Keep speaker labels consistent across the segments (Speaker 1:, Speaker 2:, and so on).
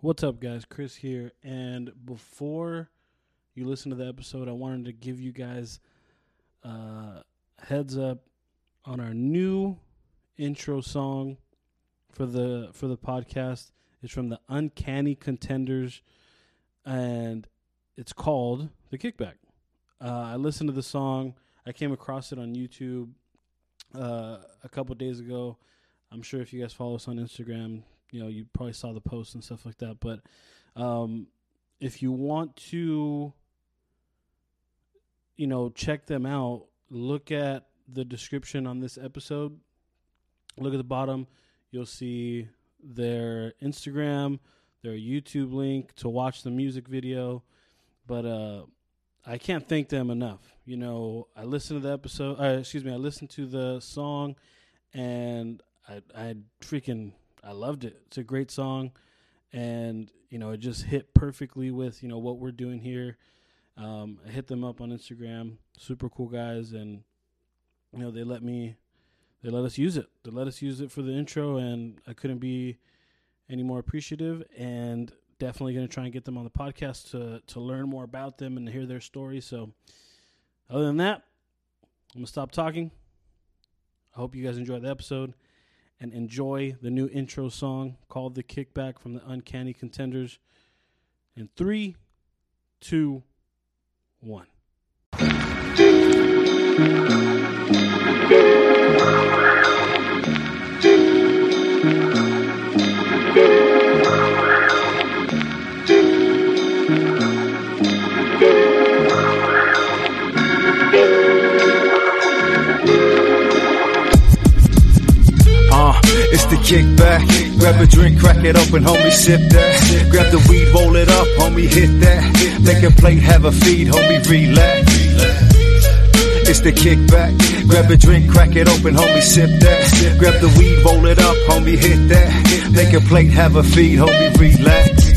Speaker 1: What's up, guys? Chris here. And before you listen to the episode, I wanted to give you guys uh, heads up on our new intro song for the for the podcast. It's from the Uncanny Contenders, and it's called "The Kickback." Uh, I listened to the song. I came across it on YouTube uh, a couple days ago. I'm sure if you guys follow us on Instagram, you know you probably saw the post and stuff like that. But um, if you want to, you know, check them out, look at the description on this episode. Look at the bottom. You'll see their Instagram, their YouTube link to watch the music video. But uh, I can't thank them enough. You know, I listened to the episode. Uh, excuse me, I listened to the song, and I, I freaking I loved it. It's a great song, and you know, it just hit perfectly with you know what we're doing here. Um, I hit them up on Instagram. Super cool guys, and you know they let me, they let us use it. They let us use it for the intro, and I couldn't be any more appreciative. And definitely going to try and get them on the podcast to to learn more about them and hear their story. So, other than that, I'm gonna stop talking. I hope you guys enjoyed the episode and enjoy the new intro song called The Kickback from the Uncanny Contenders. In three, two, one.
Speaker 2: Uh, it's the kickback. Grab a drink, crack it open, homie, sip that. Grab the weed, roll it up, homie, hit that. Make a plate, have a feed, homie, relax. It's the kickback. Grab a drink, crack it open, homie, sip that. Grab the weed, roll it up, homie, hit that. Make a plate, have a feed, homie, relax.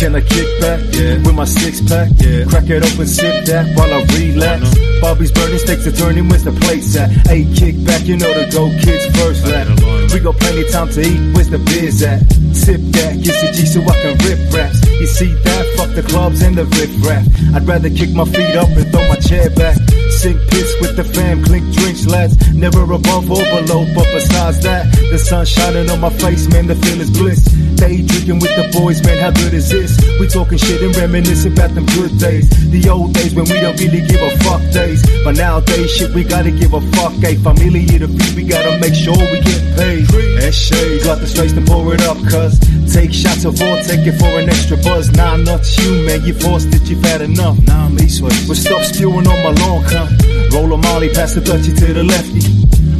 Speaker 2: Can I kick back? Yeah. With my six pack? Yeah. Crack it open, sip that while I relax. Bobby's burning stakes are turning with the plates at. Hey, kick back, you know the go kids first lap. We got plenty time to eat, where's the biz at? Sip that, kiss the G so I can rip raps. You see that? Fuck the clubs and the rip rap. I'd rather kick my feet up and throw my chair back. Sink pits with the fam, clink drinks, lads. Never above or below, but besides that, the sun shining on my face, man, the feel is bliss. Day drinking with the boys, man, how good is this? We talking shit and reminiscing about them good days. The old days when we don't really give a fuck days. But nowadays, shit, we gotta give a fuck, a familiar to be, we gotta make sure we get paid. And shades, got the space to pour it up, cuz. Take shots of all, take it for an extra buzz. Nah, not you, man, you forced it, you've had enough. Nah, me, sweet. But stop spewing on my lawn, cunt. Roll a molly, pass the dutchie to the lefty.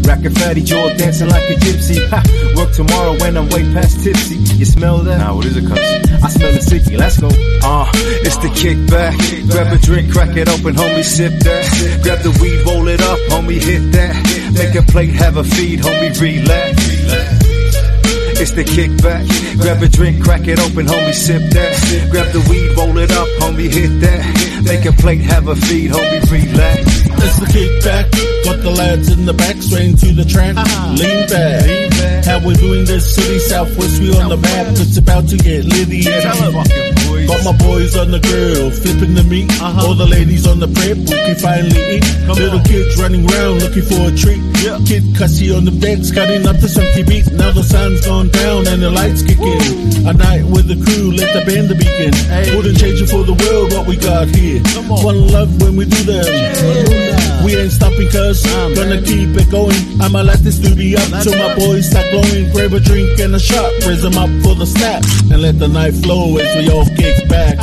Speaker 2: Rockin' fatty jaw, dancing like a gypsy. Ha! Work tomorrow when I'm way past tipsy. You smell that? Nah, what is it, cuz? I smell a sicky, let's go. Uh, it's the kickback. Grab a drink, crack it open, homie, sip that. Grab the weed, roll it up, homie, hit that. Make a plate, have a feed, homie, relax. It's the kickback. Grab a drink, crack it open, homie, sip that. Grab the weed, roll it up, homie, hit that. Make a plate, have a feed, homie, relax.
Speaker 3: It's the kickback. Got the lads in the back, straight to the track. Lean back.
Speaker 2: Lean back.
Speaker 3: How we doing this city, Southwest, we on the map. It's about to get litty and
Speaker 2: Fucking boys.
Speaker 3: Got my boys on the grill, flipping the meat. All the ladies on the prep, we can finally eat. Little kids running round looking for a treat. Kid Cussy on the decks, cutting up to some beat. Now the sun's gone down and the lights kick in. A night with the crew, let the band begin. Wouldn't change it for the world what we got here. One love when we do them. We ain't stopping cuz, gonna keep it going. I'ma light this doobie up till my boys start glowing. Grab a drink and a shot, raise them up for the snap. And let the night flow as we all kick back.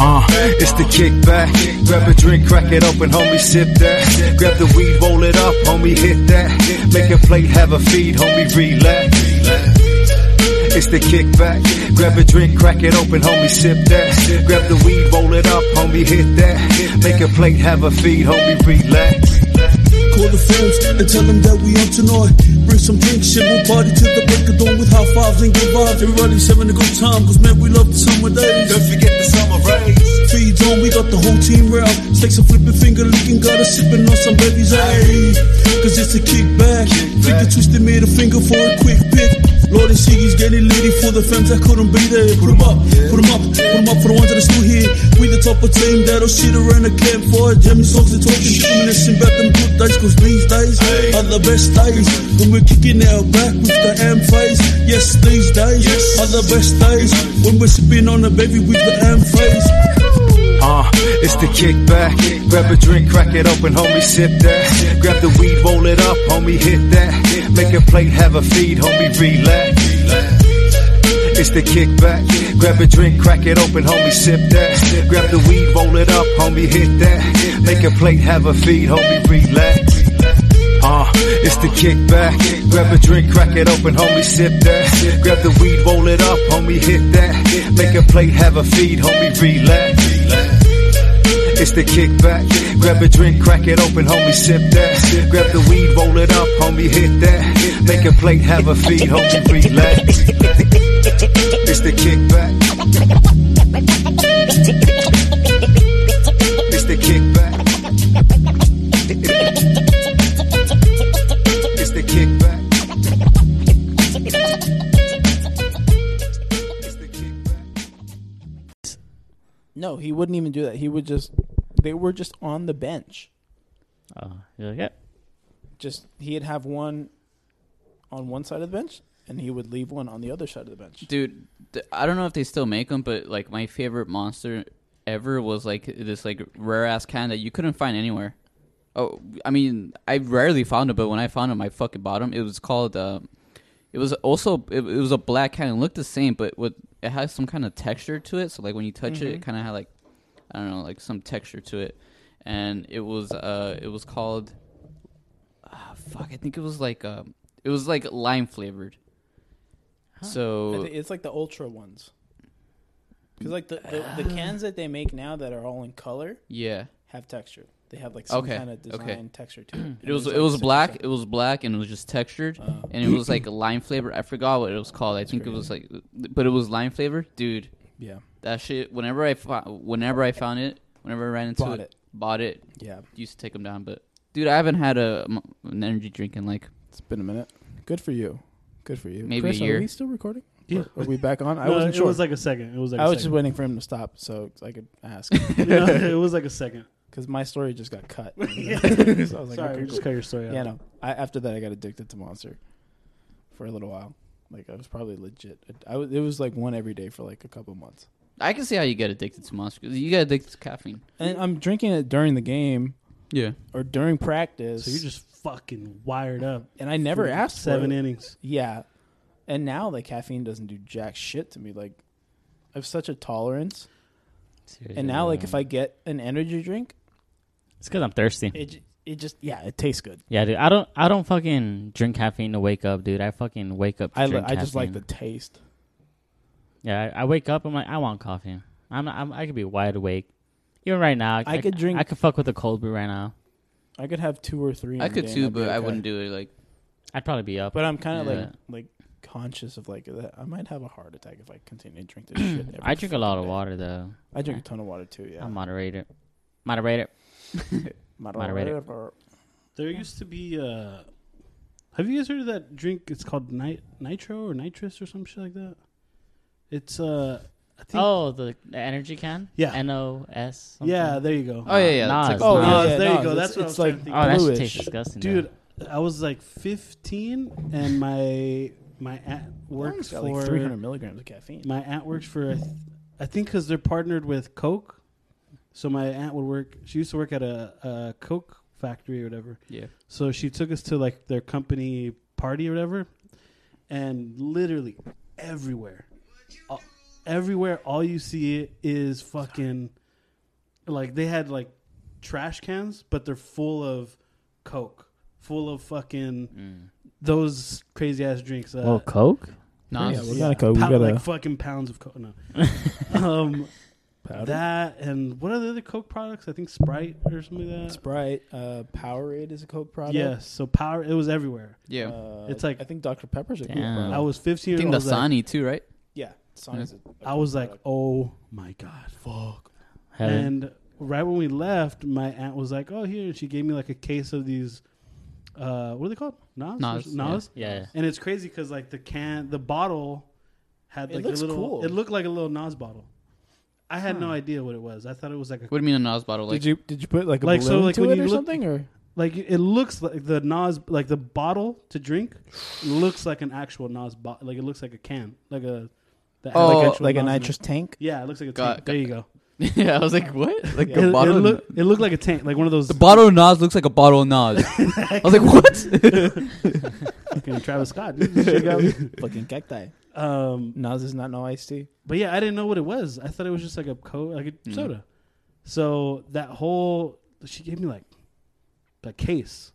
Speaker 2: Uh, it's the kickback. Grab a drink, crack it open, homie, sip that. Grab the weed, roll it up, homie, hit that. Make a plate, have a feed, homie, relax. It's the kickback. Grab a drink, crack it open, homie, sip that. Grab the weed, roll it up, homie, hit that. Make a plate, have a feed, homie, relax.
Speaker 3: Call the friends and tell them that we on tonight. Bring some drinks, shit, we'll party till the break of dawn with high fives and good vibes. Everybody's having a good time, cause man, we love the summer days.
Speaker 2: Don't forget the summer rays.
Speaker 3: Feeds on, we got the whole team round. Stakes are flipping, finger licking, got us sipping on some babies, ayy. Cause it's a kickback. Think the twisted middle finger for a quick pick. Lord, these ciggies getting litty for the fans that couldn't be there. Put 'em up, put 'em up, put 'em up for the ones that are still here. We the type of team that'll sit around the campfire, jamming songs and talking, reminiscing about them good days. Cause these days are the best days when we're kicking our back with the AM face. Yes, these days are the best days when we're sipping on the baby with the AM face.
Speaker 2: Uh, it's the kickback. Grab a drink, crack it open, homie, sip that. Grab the weed, roll it up, homie, hit that. Make a plate, have a feed, homie, relax. It's the kickback. Grab a drink, crack it open, homie, sip that. Grab the weed, roll it up, homie, hit that. Make a plate, have a feed, homie, relax. Uh, it's the kickback. Grab a drink, crack it open, homie, sip that. Grab the weed, roll it up, homie, hit that. Make a plate, have a feed, homie, relax. It's the kickback. Grab a drink, crack it open, homie, sip that. Grab the weed, roll it up, homie, hit that. Make a plate, have a feed, homie, relax. It's the kickback. It's the kickback. It's the kickback. It's the kickback.
Speaker 4: No, he wouldn't even do that. He would just. They were just on the bench.
Speaker 5: Oh, you like it?
Speaker 4: Just he'd have one on one side of the bench, and he would leave one on the other side of the bench.
Speaker 5: dude th- i don't know if they still make them but like my favorite monster ever was like this like rare ass kind that you couldn't find anywhere oh i mean i rarely found it but when i found it my fucking bottom it was called uh it was also it, it was a black kind it looked the same but with it has some kind of texture to it so like when you touch it it kind of had like i don't know like some texture to it and it was uh it was called ah, fuck i think it was like um it was like lime flavored
Speaker 4: I
Speaker 5: so
Speaker 4: thi- It's like the ultra ones. Because like the, the, the cans that they make now that are all in color
Speaker 5: yeah
Speaker 4: have texture. They have like some
Speaker 5: Okay,
Speaker 4: kind of design
Speaker 5: okay.
Speaker 4: texture to it.
Speaker 5: It was
Speaker 4: There's,
Speaker 5: it was
Speaker 4: like, Uh,
Speaker 5: black.
Speaker 4: six
Speaker 5: It was black and it was just textured, and it was like lime flavor. I forgot what it was called. I think it was like, but it was lime flavor, dude.
Speaker 4: or seven.
Speaker 5: That shit. Whenever I fo- whenever I found it, whenever I ran into
Speaker 4: Bought
Speaker 5: it, bought it.
Speaker 4: Yeah, yeah.
Speaker 5: Used to take them down, but dude, I haven't had a m- an energy drink in like
Speaker 4: It's been a minute. Good for you. Good for you.
Speaker 5: Maybe
Speaker 4: Chris,
Speaker 5: a year.
Speaker 4: Are we still recording?
Speaker 1: Yeah.
Speaker 4: Are we back on? I
Speaker 1: No,
Speaker 4: wasn't
Speaker 1: it
Speaker 4: sure.
Speaker 1: was like a second. It was like
Speaker 4: I
Speaker 1: a
Speaker 4: was just
Speaker 1: second.
Speaker 4: waiting for him to stop so I could ask
Speaker 1: No, it was like a second.
Speaker 4: because my story just got cut. so I was like,
Speaker 1: Sorry,
Speaker 4: okay,
Speaker 1: we just
Speaker 4: cool.
Speaker 1: cut your story out.
Speaker 4: yeah, no. I, after that, I got addicted to Monster for a little while. Like I was probably legit. I was, it was like one every day for like a couple months.
Speaker 5: I can see how you get addicted to monster. You get addicted to caffeine.
Speaker 4: And I'm drinking it during the game
Speaker 5: Yeah,
Speaker 4: or during practice.
Speaker 1: So you're just fucking wired up.
Speaker 4: and I never
Speaker 1: For
Speaker 4: asked for
Speaker 1: seven
Speaker 4: it.
Speaker 1: innings.
Speaker 4: Yeah. And now like caffeine doesn't do jack shit to me. Like I have such a tolerance. And now like if I get an energy drink,
Speaker 6: It's because I'm thirsty.
Speaker 4: it j- it just yeah, it tastes good.
Speaker 6: Yeah, dude. I don't. I don't fucking drink caffeine to wake up, dude. I fucking wake up. To
Speaker 4: I li-
Speaker 6: drink
Speaker 4: I just like the
Speaker 6: caffeine.
Speaker 4: taste.
Speaker 6: Yeah, I, I wake up. I'm like, I want coffee. I'm. I'm I could be wide awake. Even right now,
Speaker 4: I could drink-
Speaker 6: I could fuck with a cold brew right now.
Speaker 4: I could have two or three.
Speaker 5: I could too, but I wouldn't do it. Like
Speaker 6: I'd probably be up.
Speaker 4: But I'm kind of
Speaker 5: Yeah.
Speaker 4: like like conscious of like that. I might have a heart attack if I continue to drink this shit. every
Speaker 6: I drink a lot
Speaker 4: fucking
Speaker 6: of
Speaker 4: day.
Speaker 6: water though.
Speaker 4: I drink a ton of water too. Yeah,
Speaker 6: I moderate it. Moderate it. moderate it.
Speaker 4: Moderate.
Speaker 1: There used to be. Uh, have you guys heard of that drink? It's called nit- nitro or nitrous or some shit like that. It's uh, I think.
Speaker 6: Oh, the, the energy can.
Speaker 1: Yeah.
Speaker 6: N O S. something?
Speaker 1: yeah, there you go.
Speaker 5: oh yeah, yeah.
Speaker 6: Nah,
Speaker 5: it's
Speaker 6: it's
Speaker 5: like,
Speaker 6: not.
Speaker 4: Oh,
Speaker 6: Nah.
Speaker 4: yeah,
Speaker 1: Nas,
Speaker 4: yeah,
Speaker 1: there you
Speaker 4: Nas.
Speaker 1: go. That's
Speaker 4: It's-
Speaker 1: what I
Speaker 4: it's
Speaker 1: was
Speaker 4: like
Speaker 1: trying to
Speaker 6: Oh, that shit
Speaker 4: bluish.
Speaker 6: tastes disgusting, though.
Speaker 1: dude. I was like 15, and my my aunt works
Speaker 4: Works got
Speaker 1: for
Speaker 4: like 300 milligrams of caffeine.
Speaker 1: my aunt works for, I, th- I think, because they're partnered with Coke. So my aunt would work. She used to work at a, a Coke factory or whatever.
Speaker 5: yeah.
Speaker 1: So she took us to like their company party or whatever, and literally everywhere, all, everywhere, all you see is fucking like they had like trash cans, but they're full of Coke, full of fucking those crazy ass drinks. Uh,
Speaker 6: Oh, Coke.
Speaker 5: Nah,
Speaker 4: yeah,
Speaker 5: it's-
Speaker 4: we got a coke. We
Speaker 1: pow-
Speaker 4: got
Speaker 1: like
Speaker 4: a
Speaker 1: fucking pounds of Coke. No, um,
Speaker 4: powder.
Speaker 1: that and what are the other Coke products? I think Sprite or something like that.
Speaker 4: Sprite, uh, Powerade is a Coke product.
Speaker 1: Yes, so power. It was everywhere.
Speaker 5: yeah.
Speaker 4: Uh,
Speaker 1: It's like-
Speaker 4: I think Dr Pepper's a Coke
Speaker 6: Damn.
Speaker 1: I
Speaker 4: product.
Speaker 1: was 15
Speaker 5: Oh. I
Speaker 1: years
Speaker 5: think
Speaker 1: old. I
Speaker 5: the
Speaker 1: was like,
Speaker 5: Sony too, right?
Speaker 4: Yeah, Sony's.
Speaker 5: Mm-hmm.
Speaker 4: a- a
Speaker 1: I was
Speaker 4: Coke
Speaker 1: like,
Speaker 4: product.
Speaker 1: oh my God, fuck.
Speaker 6: Heaven.
Speaker 1: And right when we left, my aunt was like, oh, here. And she gave me like a case of these uh, what are they called? Nas,
Speaker 5: Nas,
Speaker 1: Or-
Speaker 5: yeah.
Speaker 1: Nas?
Speaker 6: Yeah.
Speaker 1: And it's crazy because like the can, the bottle had
Speaker 4: It
Speaker 1: like
Speaker 4: looks
Speaker 1: a little.
Speaker 4: cool.
Speaker 1: It looked like a little Nas bottle. I had no idea what it was. I thought it was like a
Speaker 5: What do you mean a Nas bottle? Like
Speaker 4: did you did you put like a
Speaker 1: Like, so,
Speaker 4: balloon
Speaker 1: like,
Speaker 4: to
Speaker 1: when
Speaker 4: it
Speaker 1: you
Speaker 4: or
Speaker 1: look-
Speaker 4: something or
Speaker 1: like it looks like the Nas like the bottle to drink looks like an actual Nas bottle. Like it looks like a can, like a that has
Speaker 5: Oh,
Speaker 1: actual
Speaker 5: Like
Speaker 4: like a
Speaker 1: Nas in it.
Speaker 4: nitrous tank?
Speaker 1: Yeah, it looks like a
Speaker 5: Got-
Speaker 1: tank. there you go.
Speaker 5: yeah, I was like, what? Like
Speaker 1: It,
Speaker 5: the
Speaker 1: it
Speaker 5: bottle. of-
Speaker 1: look- it looked like a tank, like one of those.
Speaker 5: the bottle of Nas looks like a bottle of Nas. I was like, what?
Speaker 1: fucking Travis Scott. dude.
Speaker 4: Fucking cacti.
Speaker 1: um,
Speaker 4: Nas is not no iced tea.
Speaker 1: but yeah, I didn't know what it was. I thought it was just like a coke, like a
Speaker 5: Mhm.
Speaker 1: soda. So that whole she gave me like a case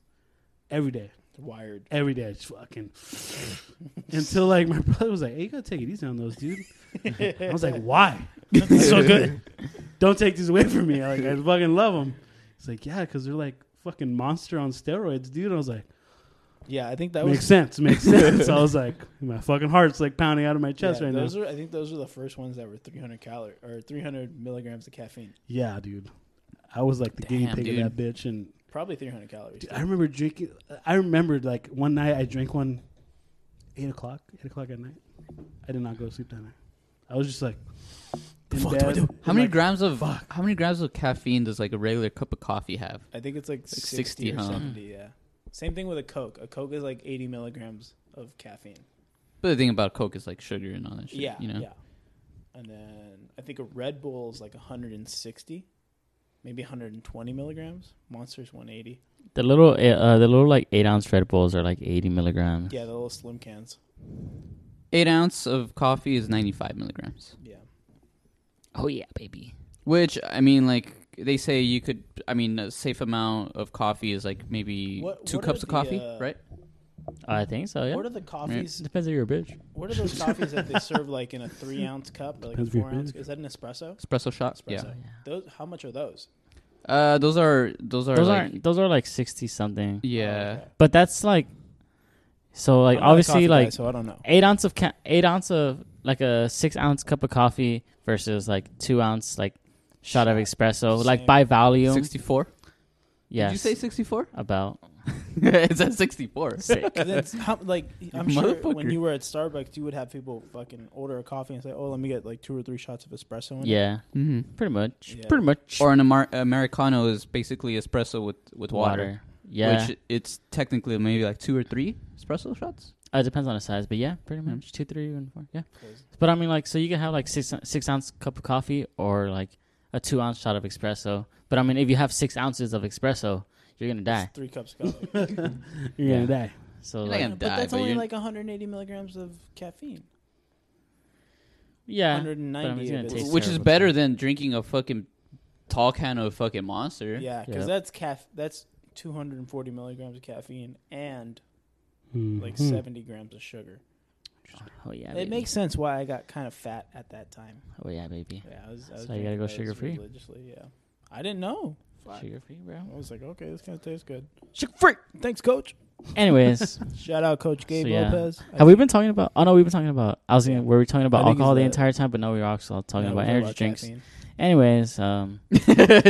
Speaker 1: every day,
Speaker 4: Wired.
Speaker 1: every day, just fucking until like my brother was like, "Hey, you gotta take it easy on those, dude." I was like, "Why? It's so good. Don't take these away from me. Like I fucking love them." He's like, "Yeah, because they're like fucking monster on steroids, dude." I was like.
Speaker 4: Yeah, I think that
Speaker 1: makes
Speaker 4: was
Speaker 1: sense. Makes sense. I was like, my fucking heart's like pounding out of my chest
Speaker 4: yeah,
Speaker 1: right now.
Speaker 4: those Are, I think those were the first ones that were 300 calorie or 300 milligrams of caffeine.
Speaker 1: yeah, dude. I was like the guinea
Speaker 5: Damn,
Speaker 1: pig
Speaker 5: dude.
Speaker 1: of that bitch, and
Speaker 4: Probably 300 calories.
Speaker 1: dude, I remember drinking. I remembered like one night I drank one, eight o'clock, eight o'clock at night. I did not go to sleep that night. I was just like, the
Speaker 4: fuck do I do?
Speaker 5: how many grams of how many grams of caffeine does like a regular cup of coffee have?
Speaker 4: I think it's like 60,
Speaker 5: 60,
Speaker 4: or
Speaker 5: huh?
Speaker 4: 70, yeah. Same thing with a Coke. A Coke is like 80 milligrams of caffeine.
Speaker 5: But the thing about Coke is like sugar and all that shit.
Speaker 4: yeah,
Speaker 5: you know.
Speaker 4: yeah. And then I think a Red Bull is like 160, maybe 120 milligrams. Monster's 180.
Speaker 6: The little, uh, uh, the little like eight ounce Red Bulls are like eighty milligrams.
Speaker 4: Yeah, the little slim cans.
Speaker 5: Eight ounce of coffee is ninety five milligrams.
Speaker 4: Yeah.
Speaker 6: Oh yeah, baby.
Speaker 5: Which I mean, like they say, you could. I mean, a safe amount of coffee is like maybe
Speaker 4: What-
Speaker 5: two
Speaker 4: what
Speaker 5: cups
Speaker 4: are
Speaker 5: of coffee,
Speaker 4: the, uh,
Speaker 5: right?
Speaker 6: I think so. Oh, Yeah.
Speaker 4: What are the coffees?
Speaker 6: Depends if you're a bitch.
Speaker 4: What are those coffees that they serve like in a three ounce cup or like a
Speaker 1: Depends if you're
Speaker 4: four ounce?
Speaker 1: big.
Speaker 4: Is that an espresso?
Speaker 5: Espresso shots.
Speaker 4: Espresso.
Speaker 6: Oh,
Speaker 4: Those, how much are those?
Speaker 5: Yeah. Uh, those are those are
Speaker 6: those
Speaker 5: like
Speaker 6: aren't. Those are like sixty something.
Speaker 5: yeah.
Speaker 4: Oh, Okay.
Speaker 6: But that's like, so like
Speaker 4: I'm not a
Speaker 6: obviously
Speaker 4: coffee guy,
Speaker 6: like
Speaker 4: so I don't know.
Speaker 6: eight ounce of ca- eight ounce of like a six ounce cup of coffee versus like two ounce like shot of espresso like
Speaker 4: Same.
Speaker 6: by volume.
Speaker 5: Sixty four.
Speaker 6: yes.
Speaker 5: Did you say sixty four?
Speaker 6: about
Speaker 5: it's at sixty four.
Speaker 6: sick.
Speaker 4: And it's how, like I'm sure when
Speaker 5: Motherfucker.
Speaker 4: you were at Starbucks, you would have people fucking order a coffee and say, "Oh, let me get like two or three shots of espresso." In it."
Speaker 6: yeah,
Speaker 5: Mm-hmm.
Speaker 6: pretty much.
Speaker 4: Yeah.
Speaker 6: Pretty much.
Speaker 5: Or an Amer- americano is basically espresso with with water.
Speaker 6: Yeah,
Speaker 5: Which it's technically maybe like two or three espresso shots.
Speaker 6: Uh, it depends on the size, but yeah, pretty
Speaker 5: Mm.
Speaker 6: much Mm-hmm. two, three, and four. Yeah,
Speaker 4: Crazy.
Speaker 6: but I mean, like, so you can have like six six ounce cup of coffee or like a two ounce shot of espresso. But I mean, if you have six ounces of espresso, you're gonna die.
Speaker 4: It's three cups of coffee. but
Speaker 1: You're
Speaker 6: Yeah.
Speaker 1: gonna die.
Speaker 6: So
Speaker 5: You're not
Speaker 6: like,
Speaker 5: gonna- die,
Speaker 4: that's
Speaker 5: but
Speaker 4: only
Speaker 5: you're-
Speaker 4: like 180 milligrams of caffeine.
Speaker 6: yeah,
Speaker 4: 190
Speaker 6: but I mean, it's gonna
Speaker 4: of it.
Speaker 6: taste
Speaker 5: Which is
Speaker 6: terrible,
Speaker 5: better
Speaker 6: too.
Speaker 5: than drinking a fucking tall can of fucking monster.
Speaker 4: Yeah, because
Speaker 6: Yeah.
Speaker 4: that's caf- that's 240 milligrams of caffeine and like
Speaker 1: Mm-hmm.
Speaker 4: 70 grams of sugar.
Speaker 6: Oh yeah,
Speaker 4: it
Speaker 6: baby.
Speaker 4: makes sense why I got kind of fat at that time.
Speaker 6: Oh yeah, baby.
Speaker 4: Yeah, I was. I was
Speaker 6: So you
Speaker 4: drinking
Speaker 6: gotta go
Speaker 4: those
Speaker 6: sugar-free.
Speaker 4: Religiously, yeah. I didn't know. Fuck.
Speaker 6: Sugar free, bro.
Speaker 4: I was like, okay, this kind of tastes good.
Speaker 6: Sugar free.
Speaker 4: Thanks, Coach.
Speaker 6: Anyways,
Speaker 4: Shout out, Coach Gabe
Speaker 6: So, yeah.
Speaker 4: Lopez. I
Speaker 6: have we been talking about? Oh no, we've been talking about. I was
Speaker 4: Yeah.
Speaker 6: thinking, were we talking
Speaker 4: I
Speaker 6: about
Speaker 4: think it's
Speaker 6: alcohol the
Speaker 4: the-
Speaker 6: entire time? But no, we were also talking
Speaker 4: No,
Speaker 6: about
Speaker 4: we're
Speaker 6: energy drinks.
Speaker 4: caffeine.
Speaker 6: Anyways, um, but
Speaker 5: but
Speaker 6: yeah,
Speaker 4: Yeah,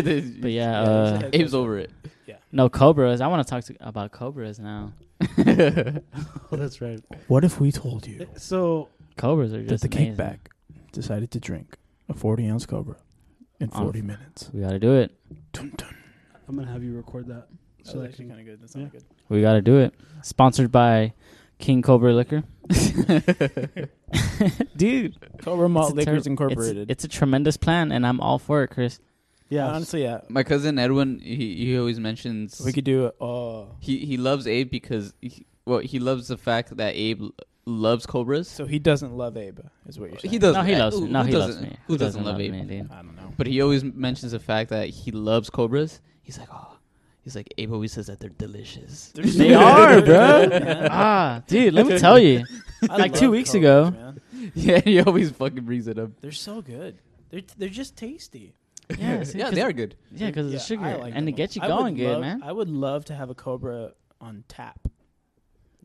Speaker 4: there's a
Speaker 6: uh,
Speaker 4: head-
Speaker 5: Abe's over it.
Speaker 6: no cobras. I want to talk to about cobras now.
Speaker 1: Oh, that's right.
Speaker 4: What if we told you
Speaker 1: So
Speaker 6: Cobras are just amazing.
Speaker 4: decided to drink a 40 ounce Cobra in
Speaker 6: Oh. 40
Speaker 4: minutes?
Speaker 6: We gotta do it.
Speaker 1: I'm gonna have you record that.
Speaker 4: That's
Speaker 1: So that
Speaker 4: actually
Speaker 1: can,
Speaker 4: kind of good. Oh, That
Speaker 1: sounded
Speaker 4: sounded good.
Speaker 6: We gotta do it. Sponsored by King Cobra Liquor, dude.
Speaker 4: Cobra
Speaker 6: it's
Speaker 4: Malt
Speaker 6: a
Speaker 4: Liquors
Speaker 6: ter-
Speaker 4: Incorporated.
Speaker 6: It's, it's a tremendous plan, and I'm all for it, Chris.
Speaker 1: yeah,
Speaker 4: Honestly, yeah.
Speaker 5: My cousin Edwin, he, he always mentions
Speaker 4: We could do it. Oh.
Speaker 5: he he loves Abe because he, well he loves the fact that Abe l- loves cobras.
Speaker 4: So he doesn't love Abe, is what you're saying.
Speaker 5: He doesn't.
Speaker 6: No, he loves
Speaker 5: Who-
Speaker 6: me. No,
Speaker 5: who
Speaker 6: he
Speaker 5: doesn't,
Speaker 6: loves me.
Speaker 5: Who doesn't, love Abe?
Speaker 6: me, dude?
Speaker 4: I don't know.
Speaker 5: But he always mentions the fact that he loves cobras. He's like, oh, he's like Abe always says that they're delicious.
Speaker 6: They are, bro. ah, dude. Let me tell you.
Speaker 4: I
Speaker 6: Like
Speaker 4: love
Speaker 6: two weeks
Speaker 4: Cobras,
Speaker 6: ago.
Speaker 4: man.
Speaker 5: yeah, he always fucking brings it up.
Speaker 4: They're so good. They're, they're just tasty.
Speaker 6: Yeah, see,
Speaker 5: yeah,
Speaker 6: 'cause-
Speaker 5: they are good.
Speaker 6: Yeah, because
Speaker 4: Yeah,
Speaker 6: the sugar
Speaker 4: I like
Speaker 6: and
Speaker 4: them.
Speaker 6: it gets you
Speaker 4: I would
Speaker 6: going good,
Speaker 4: love-
Speaker 6: man.
Speaker 4: I would love to have a Cobra on tap.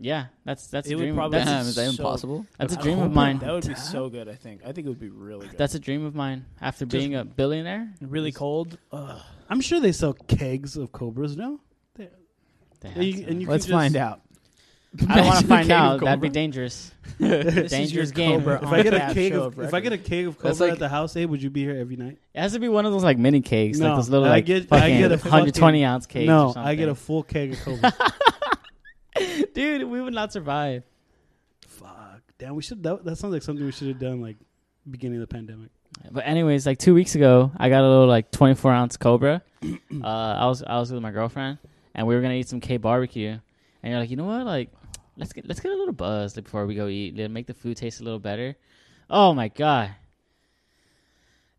Speaker 6: Yeah, that's that's
Speaker 4: It
Speaker 6: a
Speaker 4: would
Speaker 6: dream.
Speaker 4: probably-
Speaker 6: That's,
Speaker 5: Damn, is that
Speaker 4: so-
Speaker 5: impossible?
Speaker 6: that's a
Speaker 4: I
Speaker 6: dream
Speaker 4: hope
Speaker 6: of
Speaker 4: it-
Speaker 6: mine.
Speaker 4: That would be so good. I think. I think it would be really good.
Speaker 6: That's a dream of mine. After
Speaker 1: Just-
Speaker 6: being a billionaire,
Speaker 4: really cold. Ugh.
Speaker 1: I'm sure they sell kegs of cobras now.
Speaker 6: They
Speaker 1: And
Speaker 6: have
Speaker 1: you-
Speaker 6: to.
Speaker 1: and you
Speaker 4: Let's
Speaker 1: can just-
Speaker 4: find out.
Speaker 6: I don't want to
Speaker 5: Imagine
Speaker 6: find
Speaker 5: a cave
Speaker 6: out. That'd
Speaker 5: cobra.
Speaker 6: be dangerous.
Speaker 4: this
Speaker 6: Dangerous
Speaker 4: is your
Speaker 6: game.
Speaker 4: Cobra
Speaker 6: If
Speaker 1: If
Speaker 4: on
Speaker 1: I get a
Speaker 4: Cap
Speaker 1: cake
Speaker 4: show
Speaker 1: of,
Speaker 4: of
Speaker 1: if I get a cake of
Speaker 5: That's
Speaker 1: cobra
Speaker 5: like-
Speaker 1: at the house, hey, would you be here every night?
Speaker 6: It has to be one of those like mini cakes,
Speaker 1: No,
Speaker 6: like those little
Speaker 1: I
Speaker 6: like
Speaker 1: get- I
Speaker 6: fucking
Speaker 1: get a
Speaker 6: 120
Speaker 1: fucking-
Speaker 6: ounce cakes.
Speaker 1: no,
Speaker 6: or
Speaker 1: I get a
Speaker 6: something.
Speaker 1: full keg of cobra.
Speaker 6: dude. We would not survive.
Speaker 1: Fuck, damn, we should. That, that sounds like something we should have done like beginning of the pandemic.
Speaker 6: But anyways, like two weeks ago, I got a little like 24 ounce Cobra. uh, I was I was with my girlfriend, and we were gonna eat some K barbecue. And you're like, you know what? Like, let's get let's get a little buzz like, before we go eat. Let make the food taste a little better. Oh my god,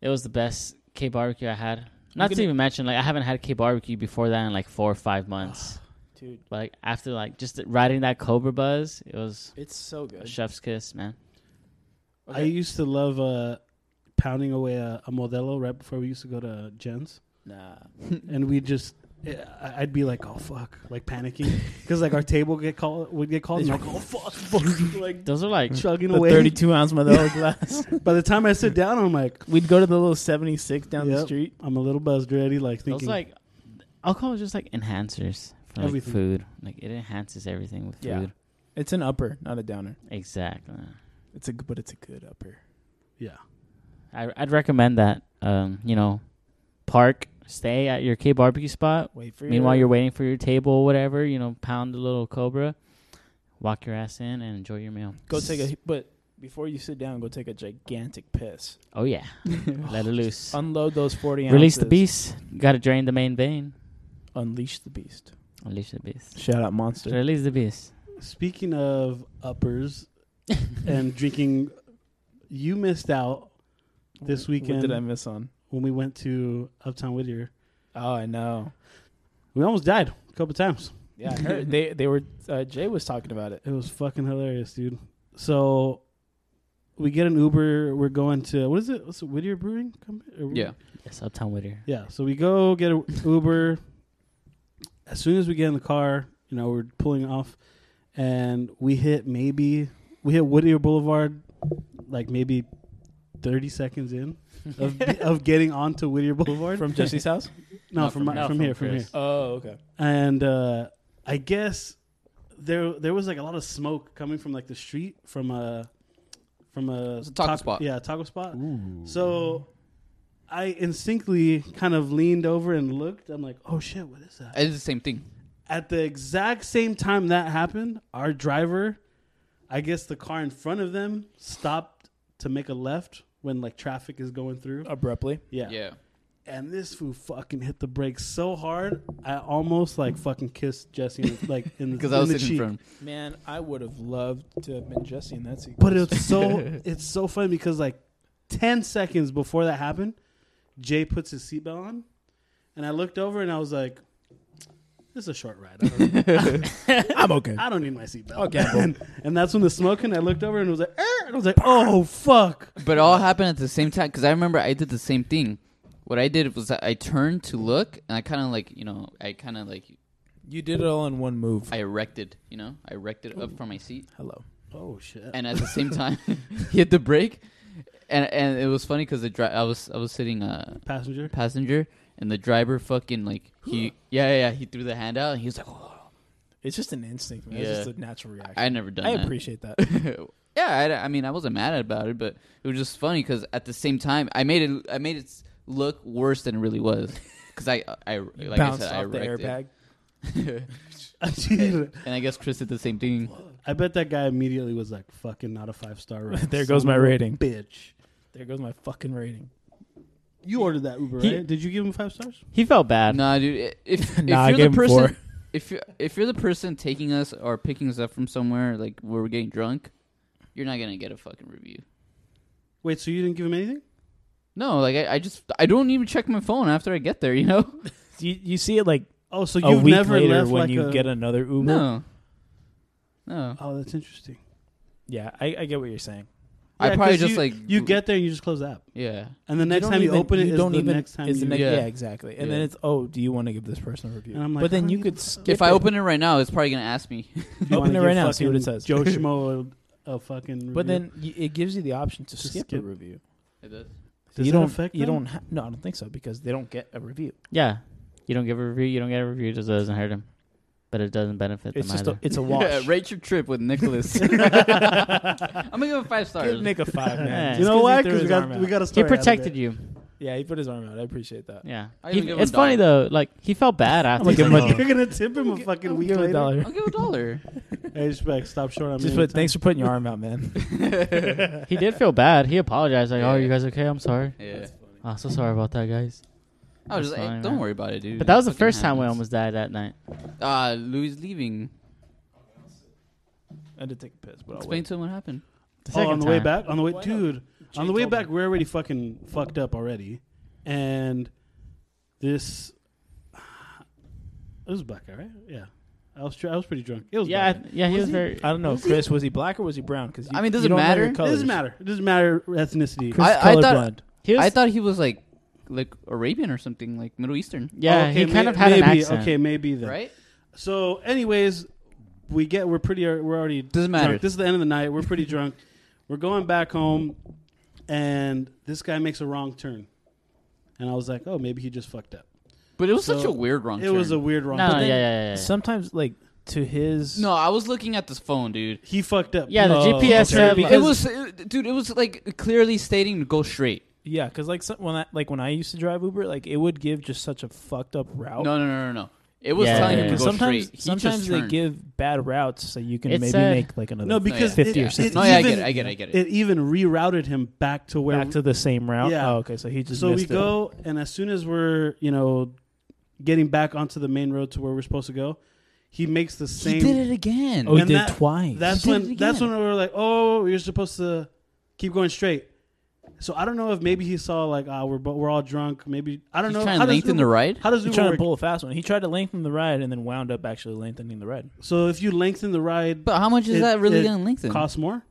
Speaker 6: it was the best K barbecue I had. Not to
Speaker 4: gonna-
Speaker 6: even mention, like I haven't had K barbecue before that in like four or five months.
Speaker 4: Dude,
Speaker 6: But like after like just riding that Cobra buzz, it was
Speaker 4: it's so good.
Speaker 6: a chef's kiss, man.
Speaker 1: I used to love uh, pounding away a, a Modelo right before we used to go to Jen's,
Speaker 4: Nah.
Speaker 1: and we just. I- I'd be like, oh fuck, like panicking because like our table get called would get called, and like oh fuck, fuck, like
Speaker 6: Those are like
Speaker 1: chugging
Speaker 4: The
Speaker 1: away.
Speaker 4: 32 ounce Modelo glass.
Speaker 1: By the time I sit down, I'm like,
Speaker 4: We'd go to the little 76 down the
Speaker 1: Yep.
Speaker 4: street.
Speaker 1: I'm a little buzzed already, like
Speaker 6: those
Speaker 1: thinking.
Speaker 6: like alcohol is just like enhancers for like
Speaker 1: Everything.
Speaker 6: food. Like it enhances everything with
Speaker 4: Yeah.
Speaker 6: food.
Speaker 4: It's an upper, not a downer.
Speaker 6: Exactly.
Speaker 4: It's a but it's a good upper.
Speaker 1: yeah,
Speaker 6: I, I'd recommend that. Um, you know, park, stay at your K barbecue spot.
Speaker 4: Wait for
Speaker 6: Meanwhile,
Speaker 4: your
Speaker 6: you're waiting for your table, or whatever. You know, pound the little cobra, walk your ass in, and enjoy your meal.
Speaker 4: go take a but before you sit down, go take a gigantic piss.
Speaker 6: Oh yeah, let it loose.
Speaker 4: Unload those 40 ounces.
Speaker 6: Release the beast. You gotta drain the main vein.
Speaker 4: Unleash the beast.
Speaker 6: Unleash the beast.
Speaker 4: Shout out monster.
Speaker 6: Release the beast.
Speaker 1: Speaking of uppers and drinking, you missed out this weekend
Speaker 4: What did I miss on?
Speaker 1: when we went to Uptown Whittier.
Speaker 4: Oh, I know.
Speaker 1: We almost died a couple times.
Speaker 4: Yeah, I heard they they were uh, Jay was talking about it.
Speaker 1: It was fucking hilarious, dude. So we get an Uber. We're going to what is it? What's it Whittier Brewing Company? Or-
Speaker 5: Yeah.
Speaker 6: Yes, Uptown Whittier.
Speaker 1: yeah. So we go get an Uber. As soon as we get in the car, you know, we're pulling off, and we hit maybe we hit Whittier Boulevard, like maybe thirty seconds in of of getting onto Whittier Boulevard
Speaker 4: From Jesse's house?
Speaker 1: no,
Speaker 5: Not
Speaker 1: from
Speaker 5: from
Speaker 1: my-
Speaker 5: here.
Speaker 1: from
Speaker 6: Not
Speaker 1: here
Speaker 6: from
Speaker 1: from here
Speaker 6: Chris.
Speaker 4: Oh, okay.
Speaker 1: and uh, I guess there there was like a lot of smoke coming from like the street from a from a,
Speaker 5: It's a taco spot.
Speaker 1: Yeah, a taco spot. So I instinctively kind of leaned over and looked. I'm like, oh shit, what is that?
Speaker 5: It's the same thing.
Speaker 1: At the exact same time that happened, our driver, I guess the car in front of them stopped to make a left when like traffic is going through.
Speaker 4: Abruptly.
Speaker 1: Yeah.
Speaker 5: Yeah.
Speaker 1: And this fool fucking hit the brakes so hard, I almost like fucking kissed Jesse in the- like in the,
Speaker 5: Because
Speaker 1: in
Speaker 5: I was
Speaker 1: the
Speaker 5: sitting
Speaker 1: cheek.
Speaker 5: in front.
Speaker 4: Man, I would have loved to have been Jesse in that sequence.
Speaker 1: But it's so it's so funny because like ten seconds before that happened, Jay puts his seatbelt on, and I looked over and I was like, "This is a short ride. I don't,
Speaker 4: I'm okay.
Speaker 1: I don't need my seatbelt."
Speaker 4: Okay.
Speaker 1: and, and that's when the smoke and I looked over and was like, "Er," and I was like, "Oh fuck!"
Speaker 5: But it all happened at the same time because I remember I did the same thing. What I did was I turned to look and I kind of like you know I kind of like
Speaker 4: You did it all in one move.
Speaker 5: I erected you know I erected up from my seat
Speaker 4: Hello.
Speaker 1: Oh shit!
Speaker 5: and at the same time hit the brake and and it was funny because the dri- I was I was sitting uh
Speaker 1: Passenger.
Speaker 5: passenger and the driver fucking like he yeah yeah, yeah he threw the hand out and he was like oh.
Speaker 4: It's just an instinct, man. It's
Speaker 5: Yeah.
Speaker 4: just a natural reaction.
Speaker 5: I never done
Speaker 4: I
Speaker 5: that.
Speaker 4: appreciate that.
Speaker 5: yeah, I, I mean, I wasn't mad about it, but it was just funny because at the same time, I made it, I made it s- look worse than it really was because I, I, like I
Speaker 4: Bounced
Speaker 5: said, I
Speaker 4: off the
Speaker 5: wrecked
Speaker 4: airbag.
Speaker 5: it.
Speaker 1: Dude,
Speaker 5: and I guess Chris did the same thing.
Speaker 1: I bet that guy immediately was like, "Fucking not a five star ride."
Speaker 4: There goes
Speaker 1: son
Speaker 4: my
Speaker 1: of a
Speaker 4: rating.
Speaker 1: bitch.
Speaker 4: There goes my fucking rating.
Speaker 1: You ordered that Uber,
Speaker 6: He-
Speaker 1: right? Did you give him five stars?
Speaker 6: He felt bad.
Speaker 5: Nah, dude, i- if, if
Speaker 4: Nah, I
Speaker 5: you're
Speaker 4: gave
Speaker 5: the
Speaker 4: him
Speaker 5: person,
Speaker 4: four.
Speaker 5: if you're if you're the person taking us or picking us up from somewhere like where we're getting drunk, you're not gonna get a fucking review.
Speaker 1: Wait, so you didn't give him anything?
Speaker 5: No, like I, I just I don't even check my phone after I get there. You know?
Speaker 4: You, you see it like
Speaker 1: Oh, so
Speaker 4: a
Speaker 1: you've
Speaker 4: week
Speaker 1: never
Speaker 4: later
Speaker 1: left
Speaker 4: when
Speaker 1: like
Speaker 4: you
Speaker 1: a-
Speaker 4: get another Uber.
Speaker 5: No. No.
Speaker 1: Oh, that's interesting.
Speaker 4: Yeah, I, I get what you're saying.
Speaker 5: I
Speaker 1: Yeah,
Speaker 5: probably
Speaker 1: 'cause
Speaker 5: just
Speaker 1: you,
Speaker 5: like
Speaker 1: you get there and you just close the app,
Speaker 5: yeah.
Speaker 1: and the next
Speaker 4: don't
Speaker 1: time
Speaker 4: even-
Speaker 1: you open it is the
Speaker 4: even-
Speaker 1: next time.
Speaker 4: is the
Speaker 1: you,
Speaker 4: next-
Speaker 5: Yeah.
Speaker 4: yeah. exactly. And then
Speaker 5: Yeah.
Speaker 4: it's oh, do you want to give this person a review?
Speaker 1: And I'm like,
Speaker 4: but
Speaker 1: I
Speaker 4: then
Speaker 1: don't
Speaker 4: you
Speaker 1: need
Speaker 4: could
Speaker 1: to-
Speaker 4: skip
Speaker 5: If I
Speaker 4: it.
Speaker 5: open it right now, it's probably gonna ask me.
Speaker 1: you
Speaker 4: open
Speaker 1: wanna
Speaker 4: it right
Speaker 1: give
Speaker 4: now, see what it
Speaker 1: fucking
Speaker 4: says.
Speaker 1: Joe Schmo a, a fucking. Review.
Speaker 4: but then y- it gives you the option to
Speaker 1: To
Speaker 4: skip, a
Speaker 1: skip.
Speaker 4: review.
Speaker 1: Does
Speaker 4: you
Speaker 1: that
Speaker 4: don't
Speaker 1: affect
Speaker 4: you
Speaker 1: them?
Speaker 4: don't ha- no, I don't think so because they don't get a review.
Speaker 6: Yeah. You don't give a review, you don't get a review, it doesn't hurt him. but it doesn't benefit
Speaker 4: It's
Speaker 6: them
Speaker 4: just a,
Speaker 6: either.
Speaker 4: it's a wash.
Speaker 5: Yeah, rate your trip with Nicholas. I'm gonna give it five stars.
Speaker 4: Give Nick a five, man.
Speaker 6: Yeah.
Speaker 4: Just
Speaker 6: You
Speaker 1: You know
Speaker 4: he
Speaker 1: why?
Speaker 4: threw
Speaker 1: Because we
Speaker 4: his arm
Speaker 1: got
Speaker 4: out.
Speaker 1: we got a
Speaker 6: he
Speaker 1: story. out of
Speaker 6: protected
Speaker 1: it.
Speaker 6: you.
Speaker 4: Yeah, he put his arm out. I appreciate that.
Speaker 6: Yeah,
Speaker 5: I
Speaker 6: He-
Speaker 5: even give him
Speaker 6: it's
Speaker 5: a
Speaker 6: funny though. Like he felt bad after.
Speaker 4: gonna give him a-
Speaker 1: You're gonna tip him a fucking week
Speaker 4: Give him a
Speaker 1: later.
Speaker 4: dollar.
Speaker 5: I'll give a dollar.
Speaker 1: Hey, respect. Stop short on
Speaker 4: Just
Speaker 1: me.
Speaker 4: put thanks for putting your arm out, man.
Speaker 6: he did feel bad. He apologized. Like, oh,
Speaker 5: Yeah.
Speaker 6: you guys okay? I'm sorry.
Speaker 5: Yeah.
Speaker 6: I'm so sorry about that, guys.
Speaker 5: I was
Speaker 6: That's
Speaker 5: just like,
Speaker 6: fine,
Speaker 5: don't
Speaker 6: man.
Speaker 5: worry about it, dude.
Speaker 6: But that was the
Speaker 5: Fucking
Speaker 6: first time we
Speaker 5: happens.
Speaker 6: almost died that night.
Speaker 5: Ah, Louis leaving.
Speaker 4: I had to take a piss, but I'll
Speaker 5: Explain
Speaker 4: wait.
Speaker 5: to him what happened.
Speaker 6: The
Speaker 1: Oh, on
Speaker 6: second
Speaker 1: the way
Speaker 6: time.
Speaker 1: back, on the way,
Speaker 4: Why not?
Speaker 1: dude, on the
Speaker 4: Jay
Speaker 1: way
Speaker 4: told
Speaker 1: back,
Speaker 4: me.
Speaker 1: we're already fucking fucked up already, and this, it was black, all right? Yeah, I was, tr- I was pretty drunk. It was,
Speaker 6: Yeah, I
Speaker 1: Blackout.
Speaker 6: th- yeah, he was, very.
Speaker 4: I don't know, Chris. Was he black or was he brown? Because
Speaker 5: I mean, does
Speaker 4: you
Speaker 5: it
Speaker 4: don't know
Speaker 5: matter?
Speaker 4: your
Speaker 5: It
Speaker 1: it
Speaker 4: colors.
Speaker 1: doesn't matter. It doesn't matter ethnicity.
Speaker 4: Chris
Speaker 5: I-
Speaker 4: is
Speaker 5: I thought-
Speaker 4: colorblind.
Speaker 6: He was
Speaker 5: I thought he was like, like Arabian or something, like Middle Eastern,
Speaker 6: yeah,
Speaker 1: Oh, Okay,
Speaker 6: he kind
Speaker 1: may-
Speaker 6: of had
Speaker 1: maybe,
Speaker 6: an accent.
Speaker 1: Okay, maybe then.
Speaker 5: right?
Speaker 1: So, anyways, we get we're pretty uh, we're already
Speaker 5: Doesn't matter.
Speaker 1: Drunk. This is the end of the night. We're pretty drunk. We're going back home, and this guy makes a wrong turn, and I was like, oh, maybe he just fucked up.
Speaker 5: But it was such
Speaker 1: So,
Speaker 5: a weird wrong.
Speaker 1: it was a
Speaker 5: turn.
Speaker 1: weird wrong.
Speaker 6: No,
Speaker 1: turn.
Speaker 6: no, yeah, yeah, yeah, yeah.
Speaker 4: Sometimes, like to his
Speaker 5: no. I was looking at this phone, dude.
Speaker 1: He fucked up.
Speaker 6: Yeah, the
Speaker 1: Oh,
Speaker 6: GPS
Speaker 1: okay.
Speaker 6: said, like-
Speaker 5: It
Speaker 6: Because-
Speaker 5: was, it- dude. It was like clearly stating to go straight.
Speaker 4: Yeah, because like some, when I like when I used to drive Uber, like it would give just such a fucked up route.
Speaker 5: No, no, no, no, no. It was
Speaker 6: Yeah,
Speaker 5: telling
Speaker 6: yeah,
Speaker 5: him
Speaker 6: yeah.
Speaker 5: to go
Speaker 4: sometimes
Speaker 5: straight. Oh. He
Speaker 4: sometimes
Speaker 5: just
Speaker 4: they
Speaker 5: turned.
Speaker 4: give bad routes, so you can
Speaker 6: It
Speaker 4: maybe
Speaker 6: said-
Speaker 4: make like another
Speaker 1: No, because
Speaker 5: yeah.
Speaker 1: it,
Speaker 4: 50 or
Speaker 1: it
Speaker 4: 60.
Speaker 5: No, yeah, I
Speaker 1: even-
Speaker 5: get it. I get it. I get it.
Speaker 1: It even rerouted him back to where.
Speaker 4: back to the same route.
Speaker 1: Yeah.
Speaker 4: Oh, okay, so he just
Speaker 1: so we
Speaker 4: missed it.
Speaker 1: go, and as soon as we're you know getting back onto the main road to where we're supposed to go, he makes the
Speaker 5: he
Speaker 1: same.
Speaker 5: did it again.
Speaker 4: Oh, he
Speaker 1: and
Speaker 4: did
Speaker 1: that-
Speaker 4: twice.
Speaker 1: That's
Speaker 5: He did
Speaker 1: when
Speaker 5: it
Speaker 1: that's when
Speaker 5: again.
Speaker 1: we were like, oh, you're supposed to keep going straight. So I don't know if maybe he saw like, ah, we're bo- we're all drunk. Maybe I don't
Speaker 5: He's
Speaker 1: know.
Speaker 5: trying
Speaker 1: how
Speaker 5: to
Speaker 1: does
Speaker 5: lengthen
Speaker 1: Uber-
Speaker 5: the ride.
Speaker 1: How does
Speaker 4: He's
Speaker 1: Uber
Speaker 4: trying to
Speaker 1: work?
Speaker 4: pull a fast one. He tried to lengthen the ride and then wound up actually lengthening the ride.
Speaker 1: So if you lengthen the ride,
Speaker 5: But how much is
Speaker 1: It-
Speaker 5: that really
Speaker 1: it
Speaker 5: gonna lengthen?
Speaker 1: costs more.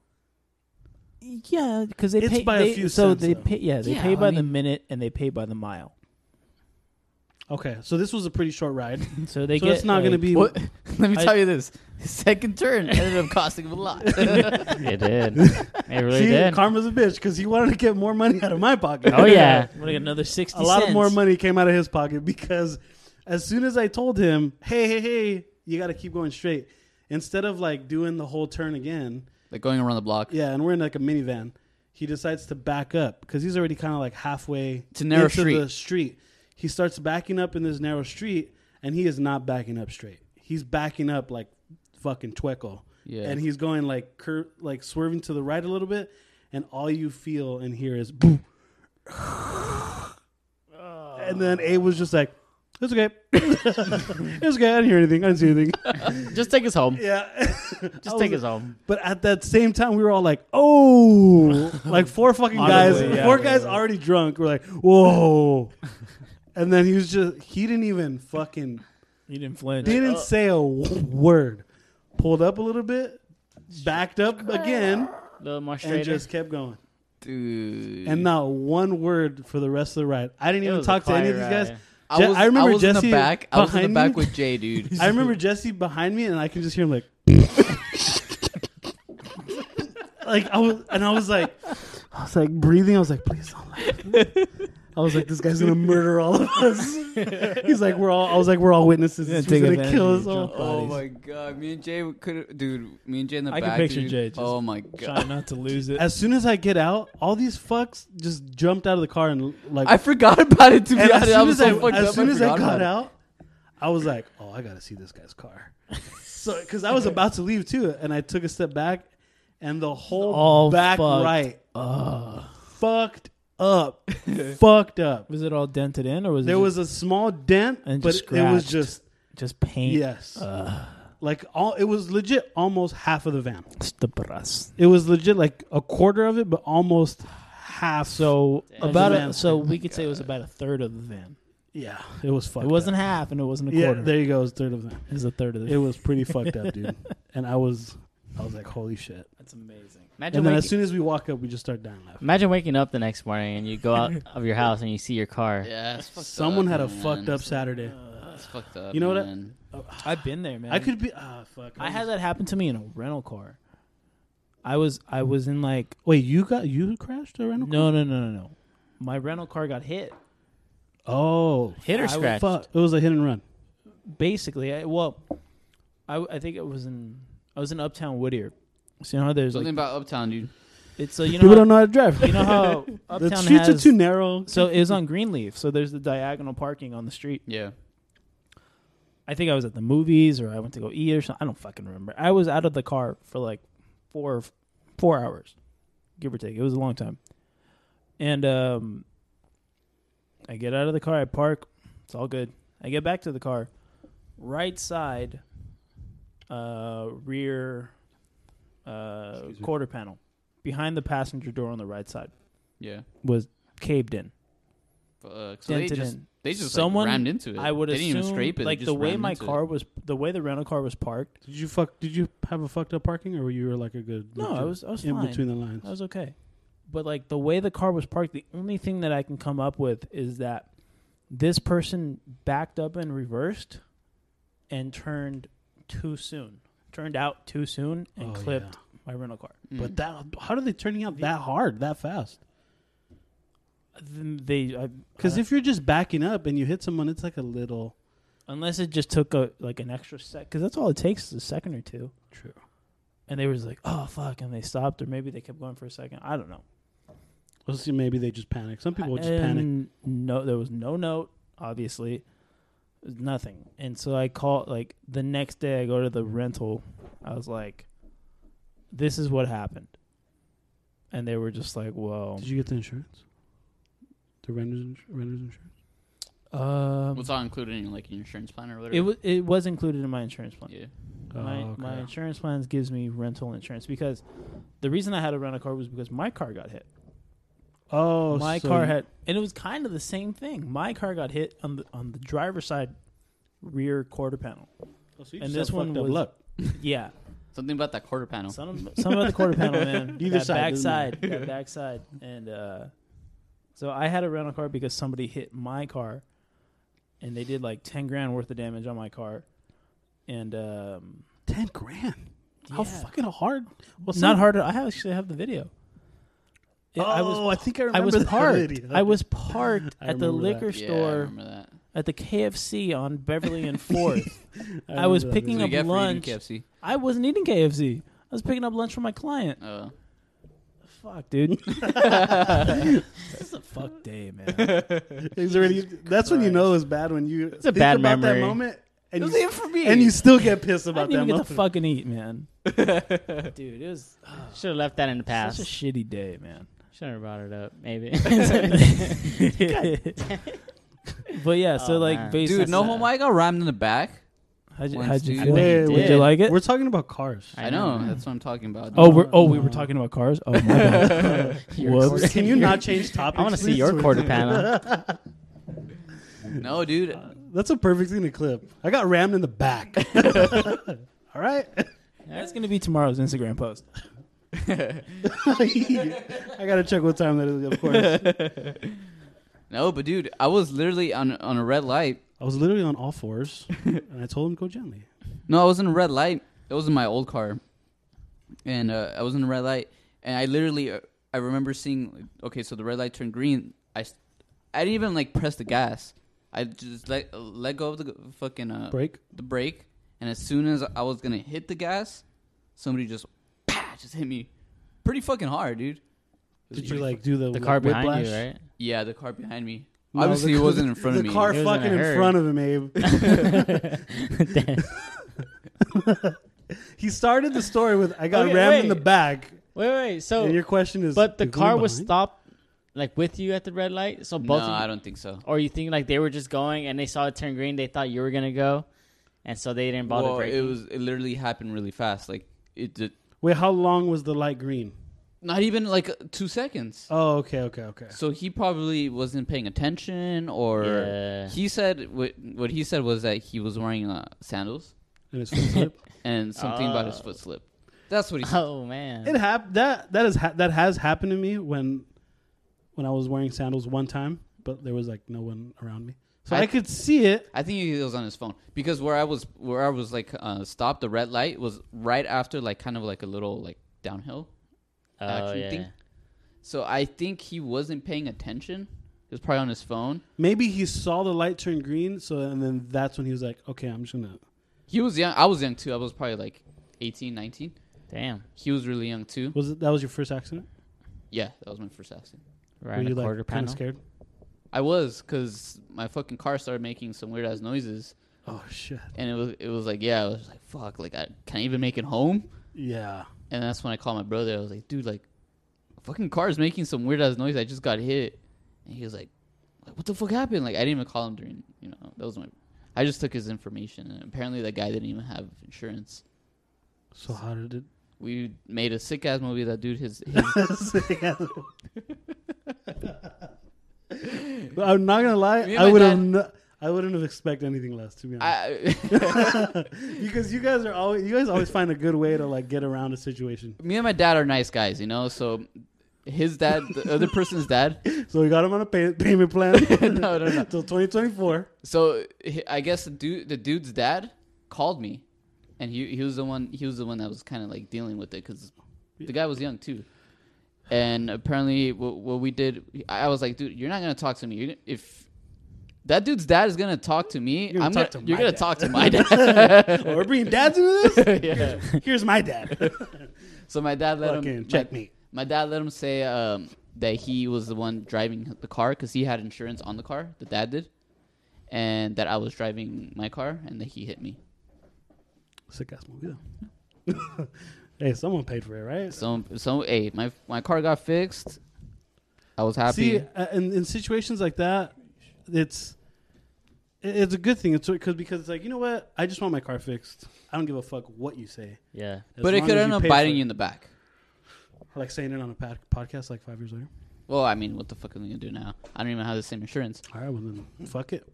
Speaker 4: Yeah, because they
Speaker 1: It's
Speaker 4: pay
Speaker 1: by a
Speaker 4: they-
Speaker 1: few
Speaker 4: So
Speaker 1: cents,
Speaker 4: they
Speaker 1: though.
Speaker 4: pay. Yeah, they
Speaker 5: Yeah,
Speaker 4: pay
Speaker 5: I
Speaker 4: by the
Speaker 5: mean-
Speaker 4: minute and they pay by the mile.
Speaker 1: Okay, so this was a pretty short ride.
Speaker 4: So they
Speaker 1: so
Speaker 4: get
Speaker 1: it's not going to
Speaker 4: like-
Speaker 1: be.
Speaker 5: What? Let me
Speaker 4: I-
Speaker 5: tell you this. His second turn ended up costing him a lot.
Speaker 6: it did. It really
Speaker 1: See,
Speaker 6: did.
Speaker 1: karma's a bitch because he wanted to get more money out of my pocket.
Speaker 6: Oh yeah.
Speaker 4: I'm gonna get another sixty.
Speaker 1: a lot of more
Speaker 4: cents.
Speaker 1: money came out of his pocket because as soon as I told him, hey, hey, hey, you got to keep going straight, instead of like doing the whole turn again,
Speaker 5: like going around the block.
Speaker 1: yeah, and we're in like a minivan, he decides to back up because he's already kind of like halfway
Speaker 5: It's a narrow
Speaker 1: into
Speaker 5: street.
Speaker 1: the street. He starts backing up in this narrow street and he is not backing up straight. He's backing up like fucking Tweckle.
Speaker 5: Yeah.
Speaker 1: And he's going like cur- like swerving to the right a little bit, and all you feel and hear is boo. and then A was just like, "It's okay, it's okay. I didn't hear anything. I didn't see anything."
Speaker 6: Just take us home.
Speaker 1: Yeah,
Speaker 6: Just take us home.
Speaker 1: But at that same time, we were all like, "Oh!" like four fucking guys,
Speaker 4: Audibly, yeah.
Speaker 1: four guys already drunk. We're like, "Whoa!" and then he was just—he didn't even fucking
Speaker 4: You didn't flinch.
Speaker 1: didn't say a
Speaker 5: "Oh."
Speaker 1: w- word. Pulled up a little bit, backed up again,
Speaker 6: A little more
Speaker 1: and
Speaker 6: straight.
Speaker 1: just kept going.
Speaker 5: Dude.
Speaker 1: And not one word for the rest of the ride. I didn't even talk to any of these guys.
Speaker 5: I,
Speaker 1: Je-
Speaker 5: was,
Speaker 1: I remember
Speaker 5: was in
Speaker 1: Jesse
Speaker 5: the back. I was in the
Speaker 1: behind me.
Speaker 5: back with Jay, dude.
Speaker 1: I remember Jesse behind me, and I can just hear him like, like I was, and I was like, I was like breathing. I was like, please don't laugh. I was like, this guy's gonna murder all of us. He's like, we're all. I was like, we're all witnesses.
Speaker 4: Yeah,
Speaker 1: He's
Speaker 4: take
Speaker 1: gonna
Speaker 4: advantage
Speaker 1: kill
Speaker 4: of
Speaker 1: us
Speaker 4: your drunk
Speaker 1: all.
Speaker 5: Oh
Speaker 4: bodies.
Speaker 5: my god, me and Jay could, dude. Me and Jay in the
Speaker 4: I can
Speaker 5: back.
Speaker 4: picture
Speaker 5: dude.
Speaker 4: Jay just
Speaker 5: oh my god,
Speaker 4: Try not to lose it.
Speaker 1: As soon as I get out, all these fucks just jumped out of the car and like.
Speaker 5: I forgot about it. To be
Speaker 1: and as
Speaker 5: honest, I
Speaker 1: soon as I,
Speaker 5: was so fucked
Speaker 1: as
Speaker 5: up.
Speaker 1: soon
Speaker 5: I
Speaker 1: as I
Speaker 5: forgot about
Speaker 1: got
Speaker 5: it.
Speaker 1: out, I was like, oh, I gotta see this guy's car. So, because I was about to leave too, and I took a step back, and the whole
Speaker 4: All
Speaker 1: back
Speaker 4: fucked
Speaker 1: right fucked up, fucked up.
Speaker 4: was it all dented in, or was
Speaker 1: There
Speaker 4: it
Speaker 1: was a small dent,
Speaker 4: And
Speaker 1: but
Speaker 4: just
Speaker 1: it was
Speaker 4: scratched.
Speaker 1: just
Speaker 4: just paint?
Speaker 1: yes, like all it was legit almost half of the van.
Speaker 4: It's the brass.
Speaker 1: It was legit like a quarter of it, but almost half.
Speaker 4: So
Speaker 1: Damn. Of
Speaker 4: about
Speaker 1: the
Speaker 4: a,
Speaker 1: van.
Speaker 4: so we could say it was about a third of the van.
Speaker 1: yeah, it was fucked.
Speaker 4: It wasn't
Speaker 1: Up.
Speaker 4: half, and it wasn't a
Speaker 1: Yeah,
Speaker 4: quarter.
Speaker 1: there you go. It was a third of the van.
Speaker 4: it was a third of the.
Speaker 1: It was pretty fucked up, dude. And I was, I was like, holy shit.
Speaker 4: That's amazing.
Speaker 6: Imagine
Speaker 1: And then
Speaker 6: waking,
Speaker 1: as soon as we walk up, we just start dying laughing.
Speaker 6: imagine waking up the next morning and you go out of your house and you see your car.
Speaker 5: Yeah, it's fucked
Speaker 1: Someone
Speaker 5: up,
Speaker 1: had a
Speaker 5: man.
Speaker 1: fucked up Saturday.
Speaker 5: It's fucked up.
Speaker 1: You know what I-
Speaker 5: man.
Speaker 4: I've been there, man.
Speaker 1: I could be ah fuck.
Speaker 4: I had that happen to me in a rental car. I was I was in like
Speaker 1: Wait, you got you crashed a rental?
Speaker 4: no no no no no. My rental car got hit.
Speaker 1: Oh,
Speaker 6: Hit or
Speaker 4: I would
Speaker 6: scratch?
Speaker 1: fuck! It was a hit and run.
Speaker 4: Basically, I, well, I, w- I think it was in I was in Uptown Whittier. So you know how there's
Speaker 5: Something
Speaker 4: like
Speaker 5: about Uptown, dude.
Speaker 4: it's uh, you know
Speaker 1: People
Speaker 4: how,
Speaker 1: don't know how to drive.
Speaker 4: you know how
Speaker 1: the
Speaker 4: Uptown
Speaker 1: streets are
Speaker 4: has
Speaker 1: too narrow.
Speaker 4: so it was on Greenleaf. So there's the diagonal parking on the street.
Speaker 5: Yeah.
Speaker 4: I think I was at the movies or I went to go eat or something. I don't fucking remember. I was out of the car for like four four hours, give or take. It was a long time. And um I get out of the car, I park, it's all good. I get back to the car. Right side uh rear uh
Speaker 5: Excuse me.
Speaker 4: quarter panel. Behind the passenger door on the right side
Speaker 5: Yeah.
Speaker 4: was caved in.
Speaker 5: Fuck. So they
Speaker 4: Dented
Speaker 5: just
Speaker 4: in.
Speaker 5: they just
Speaker 4: Someone-
Speaker 5: like, rammed into it.
Speaker 4: I would
Speaker 5: they
Speaker 4: assume
Speaker 5: didn't even scrape it. they
Speaker 4: like
Speaker 5: just
Speaker 4: the way
Speaker 5: rammed
Speaker 4: my
Speaker 5: into it.
Speaker 4: car was the way the rental car was parked.
Speaker 1: Did you fuck? Did you have a fucked up parking, or were you like a good?
Speaker 4: No, I was I was
Speaker 1: in
Speaker 4: fine.
Speaker 1: between the lines.
Speaker 4: I was okay. But like the way the car was parked, the only thing that I can come up with is that this person backed up and reversed and turned too soon. Turned out too soon and
Speaker 1: Oh,
Speaker 4: clipped my rental car.
Speaker 5: Mm.
Speaker 1: But that, how are they turning out that hard, that fast?
Speaker 4: Then They I-
Speaker 1: Because
Speaker 4: I-
Speaker 1: if you're just backing up and you hit someone, it's like a little.
Speaker 4: unless it just took a like an extra sec cuz that's all it takes is a second or two.
Speaker 1: True.
Speaker 4: And they was like, "Oh fuck," and they stopped or maybe they kept going for a second. I don't know.
Speaker 1: We'll see. Maybe they just panic. Some people
Speaker 6: Um,
Speaker 1: just panic.
Speaker 4: And Uh, No, there was no note. Obviously, There's nothing. And so I call like the next day. I go to the rental. I was like, "This is what happened," and they were just like, "Well,
Speaker 1: Did you get the insurance? The renter's, ins- renter's insurance.
Speaker 4: um,
Speaker 5: was all included in like your insurance plan or whatever.
Speaker 4: it was it was included in my insurance plan.
Speaker 5: Yeah.
Speaker 4: my
Speaker 1: Oh, okay.
Speaker 4: my insurance plans gives me rental insurance because the reason I had to rent a car was because my car got hit.
Speaker 1: oh,
Speaker 4: my
Speaker 1: so
Speaker 4: car
Speaker 1: you-
Speaker 4: had, and it was kind of the same thing. My car got hit on the on the driver's side rear quarter panel.
Speaker 1: oh, so you
Speaker 4: and
Speaker 1: just
Speaker 4: this
Speaker 1: had
Speaker 4: one
Speaker 1: fucked up
Speaker 4: was-
Speaker 1: luck.
Speaker 4: Yeah,
Speaker 5: Something about that quarter panel.
Speaker 4: Some of, some about the quarter panel, man.
Speaker 1: Either
Speaker 4: that
Speaker 1: side, doesn't
Speaker 4: backside, that backside, and uh, so I had a rental car because somebody hit my car, and they did like ten grand worth of damage on my car, and um,
Speaker 1: Ten grand. How
Speaker 4: yeah.
Speaker 1: fucking hard? Well,
Speaker 4: It's not hard. I have- actually have the video. Yeah,
Speaker 1: Oh, I, was, I think I remember
Speaker 4: was
Speaker 1: that
Speaker 4: parked.
Speaker 1: video.
Speaker 4: I was parked
Speaker 1: I
Speaker 4: at the
Speaker 1: remember
Speaker 4: liquor
Speaker 1: that.
Speaker 5: yeah, I
Speaker 4: store
Speaker 5: remember that.
Speaker 4: at the KFC on Beverly and Fourth. I
Speaker 1: remember
Speaker 4: was
Speaker 1: that
Speaker 4: picking
Speaker 5: So
Speaker 1: video.
Speaker 4: up
Speaker 5: you get free eating
Speaker 4: lunch.
Speaker 5: KFC.
Speaker 4: I wasn't eating KFC. I was picking up lunch from my client.
Speaker 5: Uh,
Speaker 4: Fuck, dude. this is a fuck day, man.
Speaker 1: He's already. That's when you know it's bad when you. It's
Speaker 6: a bad
Speaker 1: about
Speaker 6: memory.
Speaker 1: That moment, and
Speaker 5: it was
Speaker 1: you,
Speaker 5: even for me.
Speaker 1: and you still get pissed
Speaker 4: I
Speaker 1: about
Speaker 4: didn't even
Speaker 1: that moment.
Speaker 4: get to fucking eat, man. Dude, it was
Speaker 6: Should have left that in the past.
Speaker 4: such a shitty day, man.
Speaker 6: Should have brought it up. Maybe.
Speaker 4: but yeah, so
Speaker 6: Oh,
Speaker 4: like,
Speaker 6: man.
Speaker 4: based
Speaker 5: dude,
Speaker 4: on
Speaker 5: no
Speaker 4: that,
Speaker 5: homo. I got rammed in the back.
Speaker 4: How'd you,
Speaker 5: Once
Speaker 4: how'd you
Speaker 5: dude-
Speaker 4: feel?
Speaker 6: I bet you
Speaker 4: Did
Speaker 6: did.
Speaker 4: you like it?
Speaker 1: We're talking about cars.
Speaker 5: I know. That's what I'm talking about.
Speaker 4: Oh, we're oh we were talking about cars. Oh my god. Whoops.
Speaker 1: Can you not change topics?
Speaker 6: I want to see
Speaker 1: please?
Speaker 6: your quarter panel.
Speaker 5: no, dude.
Speaker 1: That's a perfect thing to clip. I got rammed in the back. All right.
Speaker 4: That's gonna be tomorrow's Instagram post.
Speaker 1: I gotta check what time that is. Of course,
Speaker 5: No, but dude, I was literally on on a red light.
Speaker 1: I was literally on all fours, and I told him go gently.
Speaker 5: No, I was in a red light. It was in my old car, and uh, I was in a red light, and I literally uh, I remember seeing. Okay, so the red light turned green. I s- I didn't even like press the gas. I just let let go of the g- fucking
Speaker 6: Oh.
Speaker 5: uh,
Speaker 1: Break.
Speaker 5: the brake, and as soon as I was gonna hit the gas, somebody just "Pah!" just hit me pretty fucking hard, dude.
Speaker 1: Did you like do the
Speaker 6: the car behind
Speaker 1: whiplash?
Speaker 6: you, right?
Speaker 5: Yeah, the car behind me.
Speaker 1: No,
Speaker 5: Obviously,
Speaker 1: the-
Speaker 5: it wasn't in front of
Speaker 1: the
Speaker 5: me.
Speaker 1: car
Speaker 6: He was in
Speaker 1: fucking
Speaker 6: a
Speaker 1: in,
Speaker 6: hurry.
Speaker 1: front of him, Abe. he started the story with "I got
Speaker 6: Okay,
Speaker 1: rammed in
Speaker 6: wait.
Speaker 1: the back,"
Speaker 6: Wait, wait. So,
Speaker 1: and your question is,
Speaker 6: but the
Speaker 1: "You're
Speaker 6: car
Speaker 1: going
Speaker 6: was
Speaker 1: behind?"
Speaker 6: stopped, like with you at the red light. So
Speaker 5: no,
Speaker 6: both. of you,
Speaker 5: I don't think so.
Speaker 6: Or you think like they were just going and they saw it turn green, they thought you were gonna go, and so they didn't bother
Speaker 5: Well,
Speaker 6: braking.
Speaker 5: it was it literally happened really fast. Like it did
Speaker 1: Wait, how long was the light green?
Speaker 5: not even like uh, two seconds.
Speaker 1: Oh, okay, okay, okay.
Speaker 5: So he probably wasn't paying attention, or
Speaker 6: Yeah.
Speaker 5: he said what what he said was that he was wearing uh, sandals
Speaker 1: And it's foot slip.
Speaker 5: and something about his
Speaker 6: Oh.
Speaker 5: foot slip. That's what he said.
Speaker 6: oh man,
Speaker 1: It hap- that that is ha- that has happened to me when when I was wearing sandals one time, but there was like no one around me, so I,
Speaker 5: I-
Speaker 1: could see it.
Speaker 5: I think he was on his phone because where I was where I was like uh, stopped, the red light was right after like kind of like a little like downhill.
Speaker 6: oh,
Speaker 5: action
Speaker 6: yeah.
Speaker 5: thing. So I think he wasn't paying attention. He was probably on his phone.
Speaker 1: Maybe he saw the light turn green, so and then that's when he was like, "Okay, I'm just gonna
Speaker 5: He was young. I was young too. I was probably like 18, 19.
Speaker 6: Damn.
Speaker 5: He was really young too.
Speaker 1: Was it that was your first accident?
Speaker 5: Yeah, that was my first accident.
Speaker 6: Right.
Speaker 1: Were
Speaker 6: in
Speaker 1: you
Speaker 6: a quarter
Speaker 1: like kind
Speaker 6: panel.
Speaker 1: of scared?
Speaker 5: I was because my fucking car started making some weird ass noises,
Speaker 1: Oh shit!
Speaker 5: and it was it was like yeah, I was like fuck, like I can I even make it home?
Speaker 1: Yeah.
Speaker 5: And that's when I called my brother. I was like, dude, like fucking car is making some weird ass noise. I just got hit, and he was like, like, what the fuck happened? Like I didn't even call him during you know that was my. I just took his information, and apparently that guy didn't even have insurance.
Speaker 1: So how did it?
Speaker 5: We made a sick ass movie. That dude, his, his
Speaker 1: But I'm not gonna lie.
Speaker 5: Me and
Speaker 1: I
Speaker 5: my
Speaker 1: would
Speaker 5: dad-
Speaker 1: have. No, I wouldn't have expected anything less, to be honest.
Speaker 5: I,
Speaker 1: because you guys are always. You guys always find a good way to like get around a situation.
Speaker 5: me and my dad are nice guys, you know. So his dad, the other person's dad,
Speaker 1: So we got him on a pay, payment plan.
Speaker 5: no, no, no.
Speaker 1: Till 2024.
Speaker 5: So h- I guess the dude, the dude's dad, called me, and he he was the one he was the one that was kind of like dealing with it because the guy was young too, and apparently what, what we did, I I was like, dude, you're not gonna talk to me You're- if. That dude's dad is gonna talk to me.
Speaker 1: You're gonna
Speaker 5: I'm
Speaker 1: talk
Speaker 5: gonna,
Speaker 1: to
Speaker 5: you're
Speaker 1: my
Speaker 5: gonna
Speaker 1: dad.
Speaker 5: talk to my dad.
Speaker 1: Oh, we're bringing dads into this.
Speaker 5: yeah.
Speaker 1: Here's my dad.
Speaker 5: So my dad let
Speaker 1: Fucking
Speaker 5: him
Speaker 1: checkmate.
Speaker 5: My, my dad let him say um, that he was the one driving the car because he had insurance on the car. The dad did, and that I was driving my car and that he hit me.
Speaker 1: Sick ass movie though. hey, someone paid for it, right?
Speaker 5: So so hey, my my car got fixed. I was happy.
Speaker 1: See, uh, in, in situations like that, it's it- it's a good thing. It's because because it's like you know what? I just want my car fixed. I don't give a fuck what you say.
Speaker 6: Yeah.
Speaker 1: As
Speaker 5: but it
Speaker 1: long
Speaker 5: could
Speaker 1: as
Speaker 5: end up
Speaker 1: pay
Speaker 5: biting
Speaker 1: for
Speaker 5: you
Speaker 1: it.
Speaker 5: in the back.
Speaker 1: Like saying it on a pad- podcast like five years later.
Speaker 5: Well, I mean, what the fuck am I gonna do now? I don't even have the same insurance.
Speaker 1: All right, well then, fuck it.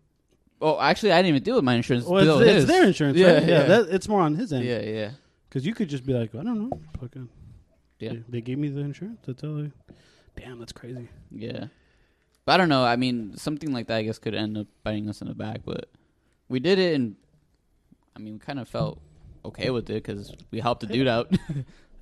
Speaker 5: Oh, actually, I didn't even deal with my insurance.
Speaker 1: Well,
Speaker 5: bill.
Speaker 1: it's, it's
Speaker 5: His.
Speaker 1: their insurance,
Speaker 5: Yeah,
Speaker 1: right? Yeah,
Speaker 5: yeah.
Speaker 1: That, it's more on his end.
Speaker 5: Yeah, yeah.
Speaker 1: because you could just be like, I don't know, fucking.
Speaker 5: Yeah.
Speaker 1: They, they gave me the insurance. That's all. I, damn, that's crazy.
Speaker 5: Yeah. But I don't know. I mean, something like that, I guess, could end up biting us in the back. But we did it, and I mean, we kind of felt okay with it because we helped the dude out.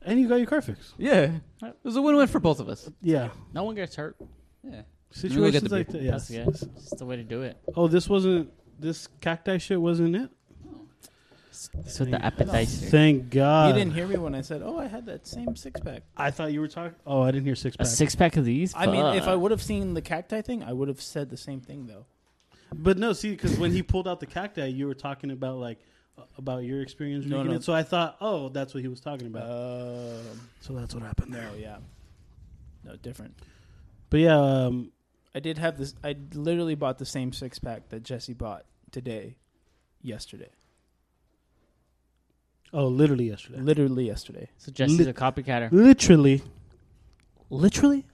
Speaker 1: And you got your car fixed.
Speaker 5: yeah. It was a win win for both of us.
Speaker 1: Yeah.
Speaker 6: No one gets hurt.
Speaker 5: Yeah. me go get the
Speaker 1: Situations like that. Yes.
Speaker 6: That's yeah.
Speaker 1: yes.
Speaker 6: It's the way to do it.
Speaker 1: Oh, this wasn't this cacti shit wasn't it?
Speaker 6: It's with the appetizer.
Speaker 1: Thank God.
Speaker 4: you didn't hear me when I said, "Oh, I had that same six pack."
Speaker 1: I thought you were talking. Oh, I didn't hear six
Speaker 6: A
Speaker 1: pack.
Speaker 6: six pack of these.
Speaker 4: I mean, if I
Speaker 6: Fuck.
Speaker 4: would have seen the cacti thing, I would have said the same thing though.
Speaker 1: But no, see, because when he pulled out the cacti, you were talking about like uh, about your experience
Speaker 4: No,
Speaker 1: making
Speaker 4: no. Uh,
Speaker 1: it. So I thought, oh, that's what he was talking about.
Speaker 4: Um,
Speaker 1: so that's what happened there.
Speaker 4: oh yeah, no different.
Speaker 1: But yeah, um,
Speaker 4: I did have this. I literally bought the same six pack that Jesse bought today, yesterday,
Speaker 1: oh, literally yesterday.
Speaker 4: literally yesterday,
Speaker 6: so Jesse's a copycatter.
Speaker 1: literally
Speaker 4: literally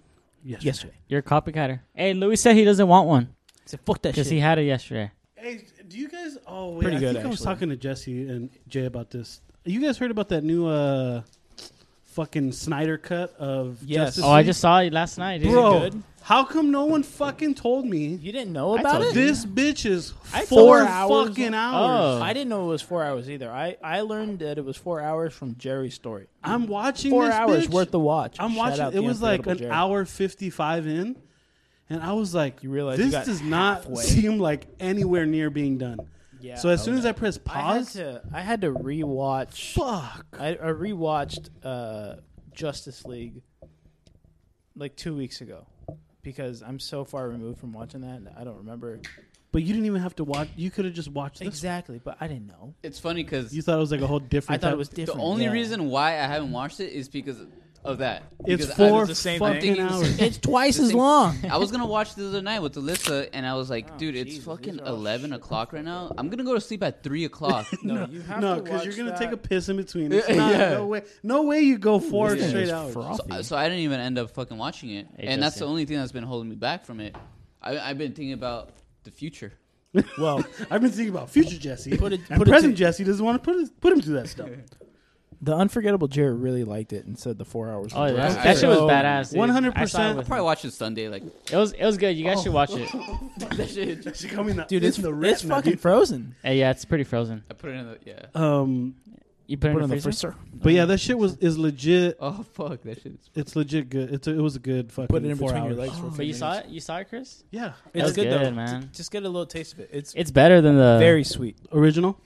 Speaker 1: yesterday.
Speaker 4: yesterday.
Speaker 6: You're a copycatter. Hey, Louis said he doesn't want one
Speaker 4: I said, "Fuck that
Speaker 6: because
Speaker 4: shit."
Speaker 6: he had it yesterday.
Speaker 1: Hey, do you guys? Oh, wait,
Speaker 4: Pretty
Speaker 1: I
Speaker 4: good,
Speaker 1: think I was
Speaker 4: actually.
Speaker 1: talking to Jesse and Jay about this. You guys heard about that new uh, fucking Snyder cut of
Speaker 4: Yes.
Speaker 1: Justice
Speaker 6: Oh, I
Speaker 1: League?
Speaker 6: just saw it last night. dude.
Speaker 1: bro.
Speaker 4: good?
Speaker 1: How come no one fucking told me?
Speaker 4: you didn't know
Speaker 6: I
Speaker 4: about
Speaker 6: told
Speaker 4: it.
Speaker 1: This bitch is
Speaker 4: I
Speaker 1: four
Speaker 4: told- hours.
Speaker 1: fucking
Speaker 4: Oh.
Speaker 1: hours.
Speaker 4: I didn't know it was four hours either. I, I learned that it was four hours from Jerry's story.
Speaker 1: I'm watching
Speaker 4: Four
Speaker 1: this
Speaker 4: hours
Speaker 1: bitch.
Speaker 4: worth of watch.
Speaker 1: I'm
Speaker 4: Shout out
Speaker 1: watching. It
Speaker 4: the
Speaker 1: was like
Speaker 4: Unforgettable
Speaker 1: an
Speaker 4: Jerry.
Speaker 1: hour fifty five in, and I was like,
Speaker 4: You realize you
Speaker 1: this
Speaker 4: got
Speaker 1: does not
Speaker 4: halfway.
Speaker 1: seem like anywhere near being done."
Speaker 4: Yeah.
Speaker 1: so as soon
Speaker 4: Oh,
Speaker 1: as I press
Speaker 4: I had
Speaker 1: pause,
Speaker 4: to I had to rewatch.
Speaker 1: fuck.
Speaker 4: I, I rewatched uh, Justice League like two weeks ago because I'm so far removed from watching that. And I don't remember
Speaker 1: But you didn't even have to watch. You could have just watched this.
Speaker 4: exactly, but I didn't know.
Speaker 5: It's funny because
Speaker 1: You thought it was like a whole different.
Speaker 4: I thought
Speaker 1: type-
Speaker 4: it was
Speaker 5: the
Speaker 4: different.
Speaker 5: only
Speaker 4: yeah.
Speaker 5: reason why I haven't watched it is because of that.
Speaker 1: It's
Speaker 5: Because I
Speaker 1: four
Speaker 5: was the same
Speaker 1: fucking
Speaker 5: thing.
Speaker 1: hours.
Speaker 4: it's twice
Speaker 5: the
Speaker 4: as
Speaker 5: same-
Speaker 4: long.
Speaker 5: I was gonna watch the other night with Alyssa, and I was like,
Speaker 4: Oh,
Speaker 5: "Dude, it's
Speaker 4: Jesus,
Speaker 5: fucking
Speaker 4: these are all
Speaker 5: eleven o'clock right now. I'm gonna go to sleep at three o'clock."
Speaker 4: No, you have
Speaker 1: no,
Speaker 4: to
Speaker 1: because you're
Speaker 4: watch
Speaker 1: gonna
Speaker 4: that.
Speaker 1: take a piss in between. It's not, No way. No way you go four
Speaker 4: thing
Speaker 1: straight
Speaker 4: is
Speaker 1: hours.
Speaker 4: frothy.
Speaker 5: so, so I didn't even end up fucking watching it,
Speaker 6: Hey,
Speaker 5: and that's the
Speaker 6: Justin.
Speaker 5: only thing that's been holding me back from it. I, I've been thinking about the future.
Speaker 4: Well,
Speaker 1: I've been thinking about future Jesse.
Speaker 4: Put it-
Speaker 1: and
Speaker 4: put it
Speaker 1: present
Speaker 4: to-
Speaker 1: Jesse doesn't want to put his, put him through that stuff.
Speaker 4: the unforgettable Jerry really liked it and said the four hours.
Speaker 6: Oh,
Speaker 4: was
Speaker 6: that,
Speaker 4: worth
Speaker 6: that
Speaker 4: it.
Speaker 6: shit was
Speaker 4: So-
Speaker 6: badass.
Speaker 1: 100%
Speaker 6: dude. I saw it
Speaker 5: I'll
Speaker 6: with-
Speaker 5: probably watch it Sunday. Like
Speaker 6: It was it was good. You guys should watch it.
Speaker 5: that shit.
Speaker 1: She coming up,
Speaker 4: Dude, it's,
Speaker 1: in the
Speaker 4: the
Speaker 1: rich
Speaker 4: it's
Speaker 1: now,
Speaker 4: fucking
Speaker 1: dude.
Speaker 4: frozen.
Speaker 6: Hey, yeah, it's pretty frozen.
Speaker 5: I put it in the yeah.
Speaker 1: Um,
Speaker 6: You put, it in the freezer.
Speaker 1: but yeah, that shit was is legit.
Speaker 5: Oh fuck, that shit's
Speaker 1: It's legit good. It's a, it was a good fucking.
Speaker 4: Put it in
Speaker 1: four
Speaker 4: between your
Speaker 1: hours.
Speaker 4: legs for a few
Speaker 6: But you saw
Speaker 4: minutes.
Speaker 6: it. You saw it, Chris.
Speaker 1: Yeah,
Speaker 6: That was
Speaker 4: It's
Speaker 6: good,
Speaker 4: good, though.
Speaker 6: man.
Speaker 4: Just get a little taste of it. It's
Speaker 6: It's better than the
Speaker 4: very sweet.
Speaker 1: original.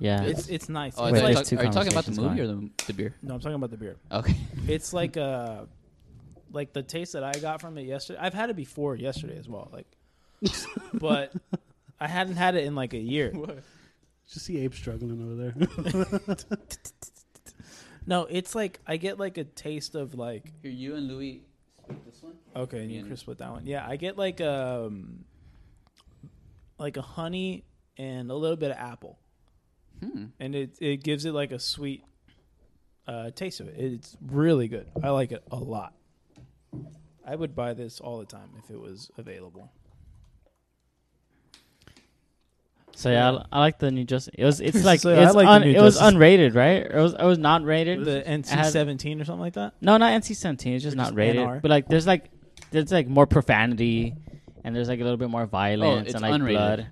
Speaker 6: Yeah.
Speaker 4: It's it's nice.
Speaker 5: Oh, I
Speaker 6: Wait,
Speaker 5: thought you
Speaker 6: there's
Speaker 5: talk-
Speaker 6: two
Speaker 5: are you talking about the
Speaker 6: conversations
Speaker 5: movie or the, the beer?
Speaker 4: no, I'm talking about the beer.
Speaker 5: Okay.
Speaker 4: It's like uh like the taste that I got from it yesterday. I've had it before yesterday as well, like but I hadn't had it in like a year.
Speaker 1: Just see Abe struggling over there.
Speaker 4: No, it's like I get like a taste of like
Speaker 5: Here, you and Louis split this one.
Speaker 4: okay, and you
Speaker 5: Yeah.
Speaker 4: crisp with that one. Yeah, I get like um like a honey and a little bit of apple.
Speaker 5: Hmm.
Speaker 4: And it it gives it like a sweet uh taste of it. It's really good. I like it a lot. I would buy this all the time if it was available.
Speaker 6: So yeah, I, I like the new Justice. It was it's like
Speaker 4: So, I
Speaker 6: it's
Speaker 4: like the
Speaker 6: un,
Speaker 4: New
Speaker 6: it was
Speaker 4: Justice.
Speaker 6: unrated, right? It was it was not rated.
Speaker 4: The
Speaker 6: It
Speaker 4: NC
Speaker 6: has-
Speaker 4: seventeen or something like that.
Speaker 6: no, not NC seventeen. It's just
Speaker 4: Or
Speaker 6: not
Speaker 4: just
Speaker 6: rated.
Speaker 4: NR?
Speaker 6: But like there's like there's like more profanity, and there's like a little bit more
Speaker 4: Oh,
Speaker 6: violence
Speaker 5: it's
Speaker 6: and like
Speaker 5: unrated.
Speaker 6: blood.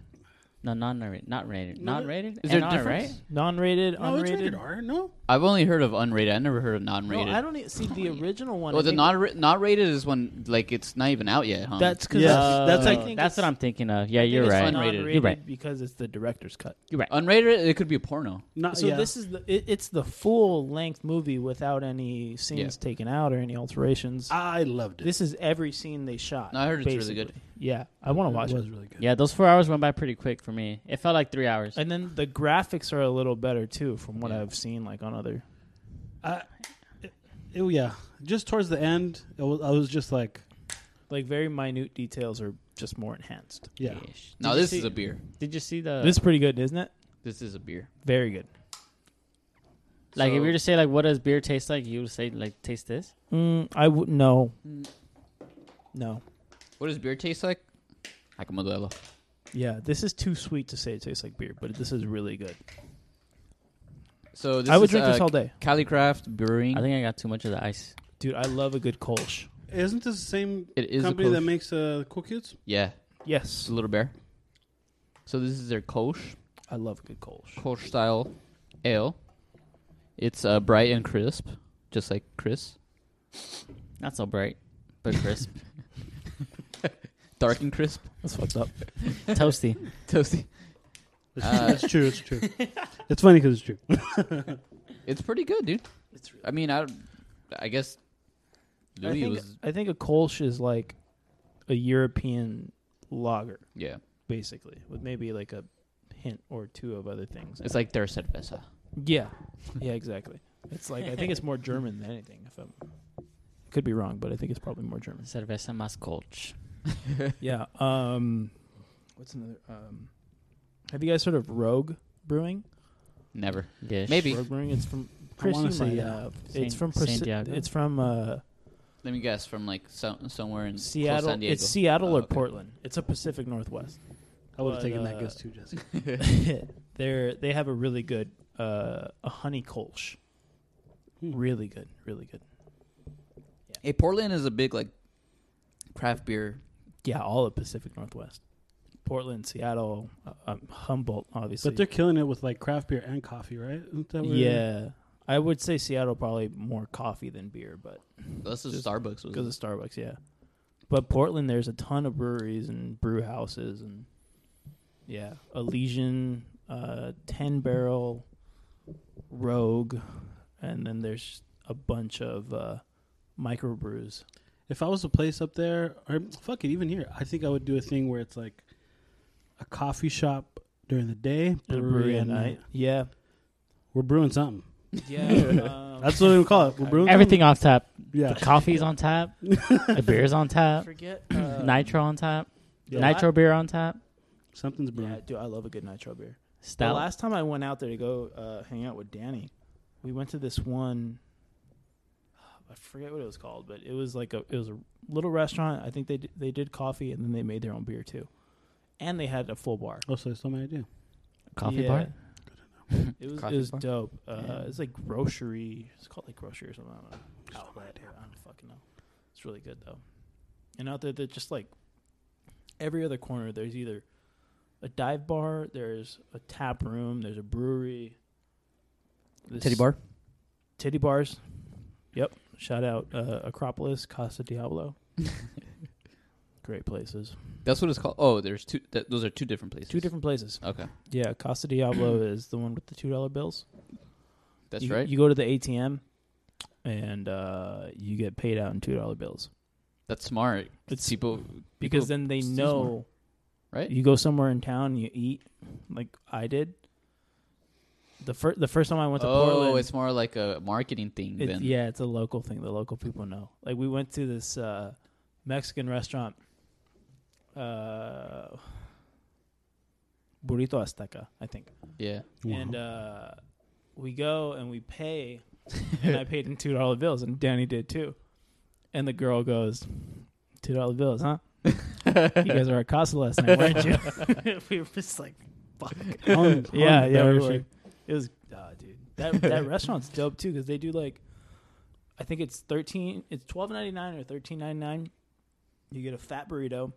Speaker 6: No, not rated. Not rated. Not rated.
Speaker 5: Is there
Speaker 6: NR,
Speaker 5: a difference?
Speaker 6: right?
Speaker 4: Non-rated,
Speaker 1: no, it's
Speaker 4: unrated.
Speaker 1: rated R. No,
Speaker 5: I've only heard of unrated. I never heard of
Speaker 4: No,
Speaker 5: non-rated.
Speaker 4: I don't e- see the original one.
Speaker 6: Oh,
Speaker 5: Well,
Speaker 4: I
Speaker 5: the
Speaker 4: think
Speaker 5: not ra- not rated is when like it's not even out yet, huh?
Speaker 4: that's because
Speaker 1: Yes.
Speaker 6: Oh,
Speaker 1: that's
Speaker 4: that's
Speaker 1: like-
Speaker 4: I think
Speaker 6: that's what
Speaker 4: it's-
Speaker 6: I'm thinking of. Yeah,
Speaker 4: I think
Speaker 6: you're
Speaker 4: it's
Speaker 6: right.
Speaker 5: unrated.
Speaker 4: non-rated
Speaker 6: You're right.
Speaker 4: because it's the director's cut.
Speaker 6: You're right.
Speaker 5: unrated. It could be a porno.
Speaker 1: not
Speaker 4: So
Speaker 1: yeah.
Speaker 4: this is the it, it's the full length movie without any scenes
Speaker 5: Yeah.
Speaker 4: taken out or any alterations.
Speaker 1: I loved it.
Speaker 4: this is every scene they shot.
Speaker 5: No, I heard it's really
Speaker 4: basically.
Speaker 5: good.
Speaker 4: Yeah, I want to watch
Speaker 1: it
Speaker 4: it.
Speaker 1: was really good.
Speaker 6: Yeah, those four hours went by pretty quick for me. It felt like three hours.
Speaker 4: And then the graphics are a little better too, from what
Speaker 5: Yeah.
Speaker 4: I've seen, like on other.
Speaker 1: I, it, it- yeah, just towards the end, it was, I was just like,
Speaker 4: Like very minute details are just more enhanced.
Speaker 1: yeah,
Speaker 6: Ish.
Speaker 5: No,
Speaker 6: Did you
Speaker 5: this
Speaker 6: see-
Speaker 5: is a beer.
Speaker 6: Did you see the
Speaker 4: this is pretty good, isn't it?
Speaker 5: This is a beer.
Speaker 4: Very good.
Speaker 6: like? if
Speaker 5: So-
Speaker 6: you were to say like, what does beer taste like? You would say like, taste this.
Speaker 4: Mm, I would no. No.
Speaker 5: What does beer taste like? Like a modelo.
Speaker 4: Yeah, this is too sweet to say it tastes like beer, but this is really good.
Speaker 5: So this
Speaker 4: I would
Speaker 5: is,
Speaker 4: drink this
Speaker 5: uh,
Speaker 4: all day.
Speaker 5: Cali Craft Brewing.
Speaker 6: I think I got too much of the ice.
Speaker 4: Dude, I love a good Kolsch.
Speaker 1: Isn't this the same
Speaker 5: it is
Speaker 1: company
Speaker 5: a
Speaker 1: that
Speaker 5: Kolsch.
Speaker 1: makes uh, Cool Kids?
Speaker 5: yeah, it's
Speaker 4: Yes.
Speaker 5: a little bear. So this is their Kolsch,
Speaker 4: I love a good Kolsch.
Speaker 5: Kolsch style ale. It's uh, bright and crisp, just like Chris.
Speaker 6: Not so bright, but crisp,
Speaker 5: Dark and crisp,
Speaker 4: That's fucked up.
Speaker 6: toasty.
Speaker 5: toasty.
Speaker 1: It's,
Speaker 5: Uh,
Speaker 1: it's true. It's true. it's funny because it's true.
Speaker 5: It's pretty good, dude. I mean, I, I guess
Speaker 4: I
Speaker 5: Louis
Speaker 4: think,
Speaker 5: was
Speaker 4: I think a Kolsch is like a European lager,
Speaker 5: yeah.
Speaker 4: basically, with maybe like a hint or two of other things.
Speaker 5: It's like their cerveza.
Speaker 4: yeah. Yeah, exactly. It's like, I think it's more German than anything. If I'm, could be wrong, but I think it's probably more German.
Speaker 6: Cerveza más colch.
Speaker 4: Yeah. Um, what's another? Um, have you guys heard of Rogue Brewing?
Speaker 5: Never.
Speaker 6: Dish.
Speaker 5: Maybe.
Speaker 4: Rogue Brewing. It's from Chris.
Speaker 1: wanna
Speaker 4: You
Speaker 1: say,
Speaker 4: might
Speaker 1: yeah.
Speaker 4: have.
Speaker 6: San-
Speaker 4: uh, it's from Persi-
Speaker 6: Santiago?
Speaker 4: It's from uh,
Speaker 5: Let me guess. From like so, somewhere in Close
Speaker 4: Seattle.
Speaker 5: San Diego.
Speaker 4: It's Seattle
Speaker 5: Oh,
Speaker 4: or
Speaker 5: okay.
Speaker 4: Portland. It's a Pacific Northwest.
Speaker 1: I would
Speaker 4: But,
Speaker 1: have taken
Speaker 4: uh,
Speaker 1: that guess too, Jesse.
Speaker 4: They're they have a really good uh, a honey kolsch.
Speaker 1: Hmm.
Speaker 4: Really good. Really good.
Speaker 5: Hey, Portland is a big like craft beer.
Speaker 4: Yeah, all of Pacific Northwest. Portland, Seattle, uh, um, Humboldt, obviously.
Speaker 1: But they're killing it with like craft beer and coffee, right? Isn't that where-
Speaker 4: yeah, I would say Seattle probably more coffee than beer, but
Speaker 5: This is
Speaker 4: Just
Speaker 5: Starbucks
Speaker 4: because
Speaker 5: was.
Speaker 4: of Starbucks, yeah. But Portland, there's a ton of breweries and brew houses, and yeah, Elysian, uh, Ten Barrel, Rogue, and then there's a bunch of uh, microbrews.
Speaker 1: If I was a place up there, or fuck it, even here, I think I would do a thing where it's like a coffee shop during the day,
Speaker 4: and a brewery at night. Yeah,
Speaker 1: We're brewing something.
Speaker 4: yeah. um,
Speaker 1: That's what we call it. We're brewing
Speaker 6: Everything off tap.
Speaker 1: something. Yeah.
Speaker 6: The coffee's on tap. the beer's on
Speaker 4: I
Speaker 6: tap.
Speaker 4: forget uh,
Speaker 6: Nitro on tap.
Speaker 1: Yeah.
Speaker 6: Nitro beer on tap.
Speaker 1: Something's brewing.
Speaker 4: Yeah, dude, I love a good nitro beer. The
Speaker 6: Stout.
Speaker 4: last time I went out there to go uh, hang out with Danny, we went to this one. I forget what it was called, but it was like a it was a little restaurant. I think they d- they did coffee and then they made their own beer too, and they had a full bar.
Speaker 1: Oh, so I stole my idea.
Speaker 6: Coffee
Speaker 4: Yeah.
Speaker 6: bar.
Speaker 4: It was
Speaker 5: Coffee
Speaker 4: it was
Speaker 5: bar?
Speaker 4: dope. Uh,
Speaker 6: Yeah.
Speaker 4: It's like grocery. It's called like grocery or something. I don't know. Outlet. I don't fucking know. It's really good though. And out there, they're just like every other corner. There's either a dive bar, there's a tap room, there's a brewery. This-
Speaker 5: Teddy Bar.
Speaker 4: Titty bars. Yep. Shout out uh, Acropolis, Casa Diablo. great places.
Speaker 5: That's what it's called. Oh, there's two. That, those are two different places.
Speaker 4: Two different places.
Speaker 5: Okay,
Speaker 4: Yeah, Casa Diablo is the one with the two dollar bills.
Speaker 5: that's
Speaker 4: you,
Speaker 5: right.
Speaker 4: You go to the ATM, and uh, you get paid out in two dollar bills
Speaker 5: that's smart.
Speaker 4: It's-
Speaker 5: people
Speaker 4: because
Speaker 5: people-
Speaker 4: then they
Speaker 5: it's
Speaker 4: know.
Speaker 5: right.
Speaker 4: You go somewhere in town, you eat like I did. The first the first time I went to
Speaker 5: oh,
Speaker 4: Portland,
Speaker 5: it's more like a marketing thing.
Speaker 4: It's-
Speaker 5: then
Speaker 4: yeah, it's a local thing. The local people know. Like we went to this uh, Mexican restaurant, uh, Burrito Azteca, I think.
Speaker 5: yeah.
Speaker 1: Wow.
Speaker 4: And uh, we go and we pay, and I paid in two dollar bills, and Danny did too. And the girl goes, two dollar bills, huh? you guys were at Casa last night, weren't you? we were just like, fuck.
Speaker 1: How em- how
Speaker 4: Yeah, yeah, we
Speaker 1: embarrassing.
Speaker 4: were. It was, uh, dude. That that restaurant's dope too because they do like, I think it's thirteen, it's twelve ninety nine or thirteen ninety nine. You get a fat burrito,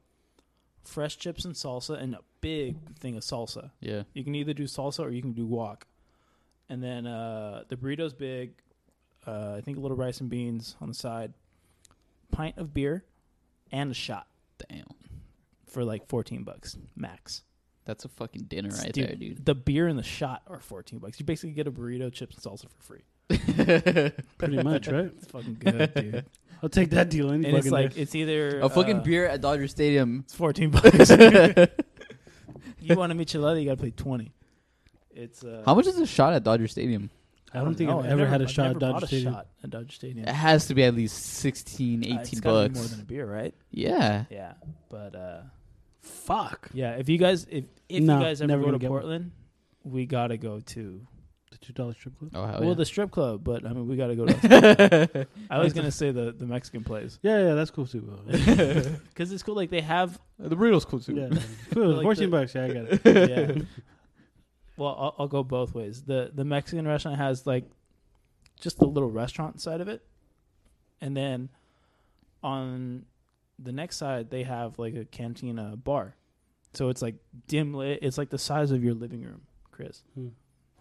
Speaker 4: fresh chips and salsa, and a big thing of salsa.
Speaker 5: Yeah.
Speaker 4: You can either do salsa or you can do wok. And then uh, the burrito's big. Uh, I think a little rice and beans on the side, pint of beer, and a shot
Speaker 5: Damn.
Speaker 4: for like fourteen bucks max.
Speaker 5: That's a fucking dinner right
Speaker 4: Dude,
Speaker 5: there, dude.
Speaker 4: The beer and the shot are fourteen bucks. You basically get a burrito, chips, and salsa for free.
Speaker 1: Pretty much, right?
Speaker 4: It's fucking good, dude. and
Speaker 1: I'll take that deal any
Speaker 4: it's
Speaker 1: fucking
Speaker 4: like
Speaker 1: day.
Speaker 4: it's either
Speaker 5: a fucking
Speaker 4: uh,
Speaker 5: beer at Dodger Stadium.
Speaker 4: It's fourteen bucks. you want a michelada? You got to pay twenty. It's uh,
Speaker 5: How much is a shot at Dodger Stadium?
Speaker 1: I don't think
Speaker 4: know.
Speaker 1: I've ever
Speaker 4: never-
Speaker 1: had a
Speaker 4: I've
Speaker 1: shot at
Speaker 4: never bought
Speaker 1: Dodger
Speaker 4: a
Speaker 1: Stadium.
Speaker 4: shot at Dodger Stadium.
Speaker 5: It has to be at least 16, 18
Speaker 4: Uh, it's gotta
Speaker 5: bucks.
Speaker 4: be more than a beer, right?
Speaker 5: yeah.
Speaker 4: Yeah, but uh,
Speaker 1: Fuck
Speaker 4: yeah. If you guys, if if
Speaker 1: No,
Speaker 4: you guys ever
Speaker 1: never
Speaker 4: go
Speaker 1: gonna
Speaker 4: to
Speaker 1: get one.
Speaker 4: Portland, we gotta go to
Speaker 1: the two dollar strip club.
Speaker 5: Oh, hell
Speaker 4: well
Speaker 5: yeah.
Speaker 4: the strip club, but I mean we gotta go to. I was gonna say the the Mexican place
Speaker 1: Yeah, yeah, that's cool too. bro.
Speaker 4: because it's cool. Like they have
Speaker 5: the burrito's cool too.
Speaker 1: yeah, cool.
Speaker 4: Like
Speaker 1: Fourteen
Speaker 4: the-
Speaker 1: bucks. Yeah, I got it.
Speaker 4: yeah. Well, I'll, I'll go both ways. the The Mexican restaurant has like just the little restaurant side of it, and then on the next side they have like a cantina bar. So it's like dim lit. It's like the size of your living room, Chris.
Speaker 1: Hmm.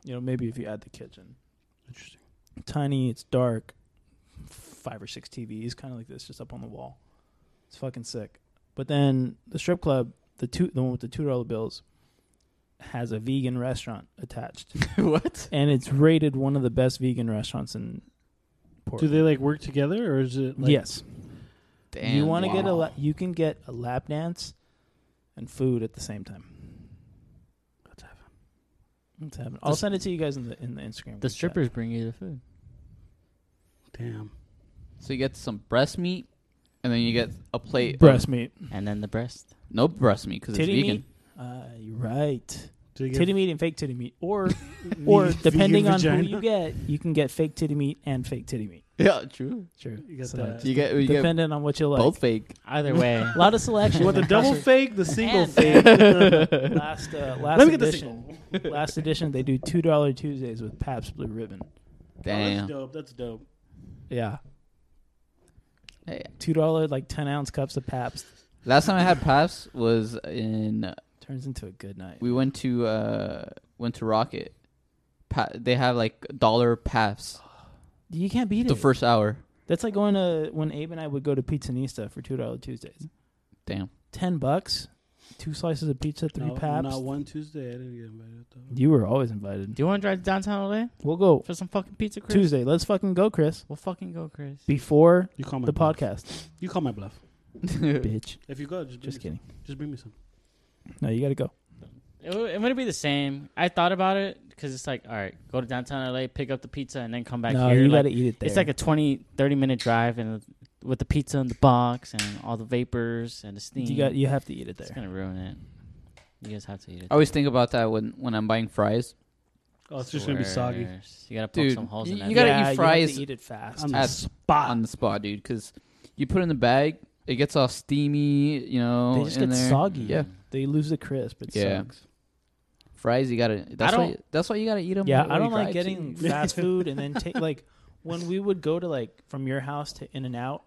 Speaker 4: You know, maybe if you add the kitchen,
Speaker 1: Interesting.
Speaker 4: tiny. It's dark. Five or six TVs, kind of like this, just up on the wall. It's fucking sick. But then the strip club, the two, the one with the two dollar bills, has a vegan restaurant attached,
Speaker 5: what?
Speaker 4: and it's rated one of the best vegan restaurants in
Speaker 1: Do
Speaker 4: Portland.
Speaker 1: they like work together or is it? like...
Speaker 4: yes,
Speaker 5: Damn.
Speaker 4: you want to get a
Speaker 5: wow.
Speaker 4: la- you can get a lap dance and food at the same time. Let's have it. Let's have it. I'll
Speaker 6: The-
Speaker 4: send it to you guys in the in the Instagram.
Speaker 6: The
Speaker 4: group chat.
Speaker 6: strippers bring you the food.
Speaker 1: Damn.
Speaker 5: So you get some breast meat, and then you get a plate. of-
Speaker 4: breast meat,
Speaker 6: And then the breast.
Speaker 5: no breast meat because it's
Speaker 4: titty
Speaker 5: vegan.
Speaker 4: meat. Uh, you're right.
Speaker 1: Do you get
Speaker 4: titty meat and fake titty meat, or or
Speaker 1: vegan
Speaker 4: depending on
Speaker 1: vagina?
Speaker 4: who you get, you can get fake titty meat and fake titty meat.
Speaker 5: Yeah, true.
Speaker 4: True.
Speaker 1: You got
Speaker 4: So
Speaker 1: that.
Speaker 5: You get you get
Speaker 4: Depending on what you like.
Speaker 5: both fake.
Speaker 4: Oh,
Speaker 6: Either way.
Speaker 4: A lot of selection.
Speaker 1: You want the double fake, the single
Speaker 4: And-
Speaker 1: fake?
Speaker 4: and last uh, last
Speaker 1: Let me get the
Speaker 4: edition.
Speaker 1: single.
Speaker 4: last edition, they do two dollar Tuesdays with Pabst Blue Ribbon.
Speaker 1: Oh, that's
Speaker 5: Damn.
Speaker 1: dope. That's dope.
Speaker 4: Yeah,
Speaker 5: Hey,
Speaker 4: two dollar like ten ounce cups of Pabst
Speaker 5: last time I had paps was in
Speaker 4: turns into a good night.
Speaker 5: we went to uh went to Rocket. Pa- they have like dollar paps
Speaker 4: You can't beat
Speaker 5: the
Speaker 4: it.
Speaker 5: first hour.
Speaker 4: That's like going to when Abe and I would go to Pizza Nista for two dollar Tuesdays.
Speaker 5: Damn.
Speaker 4: Ten bucks, two slices of pizza, three
Speaker 1: no,
Speaker 4: Pabst.
Speaker 1: Not one Tuesday. I didn't get invited. Though.
Speaker 4: You were always invited.
Speaker 6: Do you want to drive to downtown LA
Speaker 4: We'll go
Speaker 6: for some fucking pizza, Chris?
Speaker 4: Tuesday. Let's fucking go, Chris.
Speaker 6: We'll fucking go, Chris.
Speaker 4: Before
Speaker 1: You call my
Speaker 4: the
Speaker 1: bluff.
Speaker 4: podcast,
Speaker 1: You call my bluff.
Speaker 4: bitch.
Speaker 1: If you go, just,
Speaker 4: Just
Speaker 1: bring me
Speaker 4: kidding.
Speaker 1: Some. Just bring me some.
Speaker 4: No, you got to go.
Speaker 6: It, would, it wouldn't be the same. I thought about it because it's like, all right, go to downtown LA, pick up the pizza, and then come back
Speaker 4: no,
Speaker 6: here.
Speaker 4: you
Speaker 6: Like,
Speaker 4: got to eat it there.
Speaker 6: it's like a 20, 30 minute drive and with the pizza in the box and all the vapors and the steam.
Speaker 4: you got you have to eat it
Speaker 6: it's
Speaker 4: there.
Speaker 6: going to ruin it. You guys have to eat it.
Speaker 5: I always think about that when when I'm buying fries.
Speaker 1: Oh, it's just gonna be soggy.
Speaker 6: Swears. You got to poke
Speaker 5: Dude,
Speaker 6: some holes
Speaker 5: you-
Speaker 6: in that.
Speaker 5: you gotta
Speaker 4: yeah,
Speaker 5: eat
Speaker 4: you have
Speaker 5: fries
Speaker 4: to eat it fast.
Speaker 1: On the
Speaker 5: At-
Speaker 1: spot.
Speaker 5: on the spot, dude. Because you put it in the bag, it gets all steamy. You know,
Speaker 4: they just
Speaker 5: in
Speaker 4: get
Speaker 5: there.
Speaker 4: soggy.
Speaker 5: Yeah,
Speaker 4: they lose the crisp. It
Speaker 5: Yeah.
Speaker 4: sucks.
Speaker 5: fries. You gotta. That's why.
Speaker 6: don't-
Speaker 5: That's why you gotta eat them.
Speaker 4: Yeah, I don't like getting fast food and then take like when we would go to like from your house to In and Out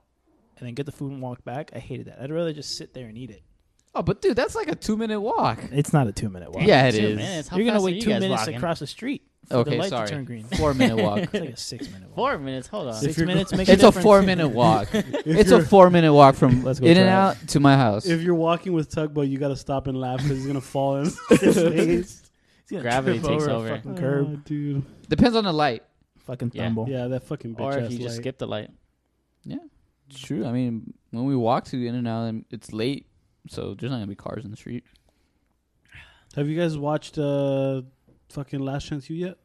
Speaker 4: and then get the food and walk back. I hated that. I'd rather just sit there and eat it.
Speaker 5: Oh, but dude, that's like a two minute walk.
Speaker 4: It's not a two minute walk.
Speaker 5: Yeah, it
Speaker 6: Two
Speaker 5: is.
Speaker 6: minutes. How
Speaker 4: you're gonna
Speaker 6: fast are
Speaker 4: wait
Speaker 6: you
Speaker 4: two
Speaker 6: guys
Speaker 4: minutes to
Speaker 6: walking?
Speaker 4: cross the street. for
Speaker 5: Okay,
Speaker 4: the light
Speaker 5: sorry.
Speaker 4: to turn green.
Speaker 5: Four minute walk.
Speaker 4: It's like a six minute walk.
Speaker 6: Four minutes. Hold on.
Speaker 1: If
Speaker 4: Six
Speaker 1: you're go-
Speaker 4: minutes makes
Speaker 5: It's
Speaker 4: a,
Speaker 5: a
Speaker 4: difference.
Speaker 5: four minute walk.
Speaker 1: If
Speaker 5: it's a
Speaker 1: you're-
Speaker 5: four minute walk from
Speaker 4: Let's go
Speaker 5: In and
Speaker 4: try
Speaker 5: Out to my house.
Speaker 1: If you're walking with Tugboat, you got to stop and laugh because he's gonna fall in his face.
Speaker 4: It's gonna
Speaker 6: Gravity
Speaker 4: trip
Speaker 6: takes
Speaker 4: a
Speaker 6: over.
Speaker 4: Fucking Uh, curb.
Speaker 1: Ah, dude.
Speaker 5: Depends on the light.
Speaker 4: Fucking
Speaker 6: Yeah.
Speaker 4: thumble.
Speaker 1: Yeah, that fucking bitch.
Speaker 6: Or
Speaker 1: ass
Speaker 6: if you just
Speaker 1: light.
Speaker 6: skip the light.
Speaker 5: It's true. I mean, when we walk to In and Out, it's late, so there's not gonna be cars in the street.
Speaker 1: Have you guys watched uh, fucking Last Chance You yet?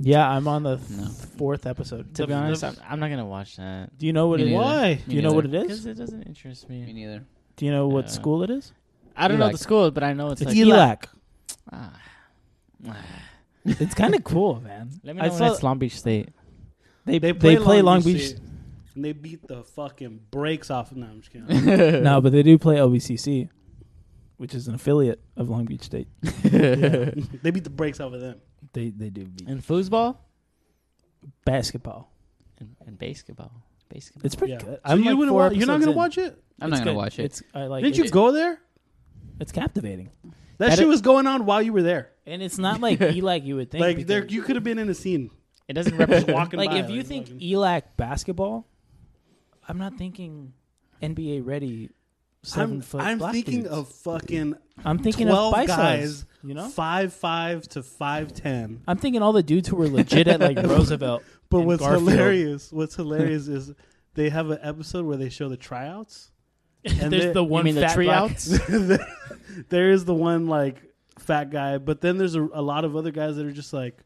Speaker 4: Yeah, I'm on the th-
Speaker 5: No.
Speaker 4: fourth episode.
Speaker 6: To
Speaker 4: The-
Speaker 6: be honest,
Speaker 4: the-
Speaker 6: I'm, I'm not gonna watch that
Speaker 4: do you know what
Speaker 5: Me
Speaker 4: it
Speaker 5: neither.
Speaker 4: is?
Speaker 5: Uh,
Speaker 1: Why?
Speaker 4: Do you know what it
Speaker 6: because
Speaker 4: is?
Speaker 6: it doesn't interest
Speaker 5: Me
Speaker 6: me.
Speaker 5: neither.
Speaker 4: Do you know what
Speaker 6: Yeah.
Speaker 4: school it is?
Speaker 6: I don't know
Speaker 5: Elac.
Speaker 6: the school, but I know it's,
Speaker 4: It's E
Speaker 6: like
Speaker 5: E
Speaker 4: ELAC.
Speaker 6: Ah.
Speaker 4: It's kind of cool, man.
Speaker 6: Let me know
Speaker 4: I
Speaker 6: when
Speaker 4: saw-
Speaker 6: it's Long Beach State.
Speaker 4: They they play, Long Beach.
Speaker 1: State, and they beat the fucking brakes off. No, I'm just kidding.
Speaker 4: no, but they do play LBCC, which is an affiliate of Long Beach State.
Speaker 1: Yeah. they beat the brakes off of them.
Speaker 4: They they do beat
Speaker 6: And foosball
Speaker 4: basketball.
Speaker 6: and, and basketball. Basketball.
Speaker 4: It's pretty
Speaker 1: Yeah.
Speaker 4: good.
Speaker 1: So you
Speaker 4: like
Speaker 1: wouldn't
Speaker 4: four
Speaker 1: wa- you're not
Speaker 4: episodes
Speaker 1: gonna
Speaker 4: in.
Speaker 1: watch it.
Speaker 5: I'm
Speaker 4: It's
Speaker 5: not gonna
Speaker 4: good.
Speaker 5: watch it.
Speaker 4: It's I like.
Speaker 1: Didn't you
Speaker 4: it's-
Speaker 1: go there?
Speaker 4: It's captivating,
Speaker 1: That,
Speaker 6: That
Speaker 1: shit
Speaker 6: it-
Speaker 1: was going on while you were there.
Speaker 4: and it's not like E ELAC you would think.
Speaker 1: like there,
Speaker 4: because-
Speaker 1: you could have been in a scene.
Speaker 6: it doesn't
Speaker 1: Just
Speaker 6: represent.
Speaker 1: walking
Speaker 4: like
Speaker 1: by,
Speaker 4: if you think E
Speaker 1: fucking-
Speaker 4: ELAC basketball, I'm not thinking NBA ready. 7
Speaker 1: I'm,
Speaker 4: foot
Speaker 1: I'm
Speaker 4: black
Speaker 1: thinking
Speaker 4: dudes.
Speaker 1: of fucking
Speaker 4: I'm thinking
Speaker 1: twelve
Speaker 4: of bicep,
Speaker 1: guys,
Speaker 4: you know.
Speaker 1: five five to five ten.
Speaker 4: I'm thinking all the dudes who were legit at like Roosevelt.
Speaker 1: But
Speaker 4: and
Speaker 1: what's
Speaker 4: Garfield.
Speaker 1: hilarious? What's hilarious is they have an episode where they show the tryouts. And
Speaker 4: There's
Speaker 1: they-
Speaker 4: the
Speaker 1: You
Speaker 4: one
Speaker 6: mean the
Speaker 4: fat
Speaker 6: tree
Speaker 4: black-
Speaker 6: outs?
Speaker 1: there is the one like fat guy, but then there's a, a lot of other guys that are just like,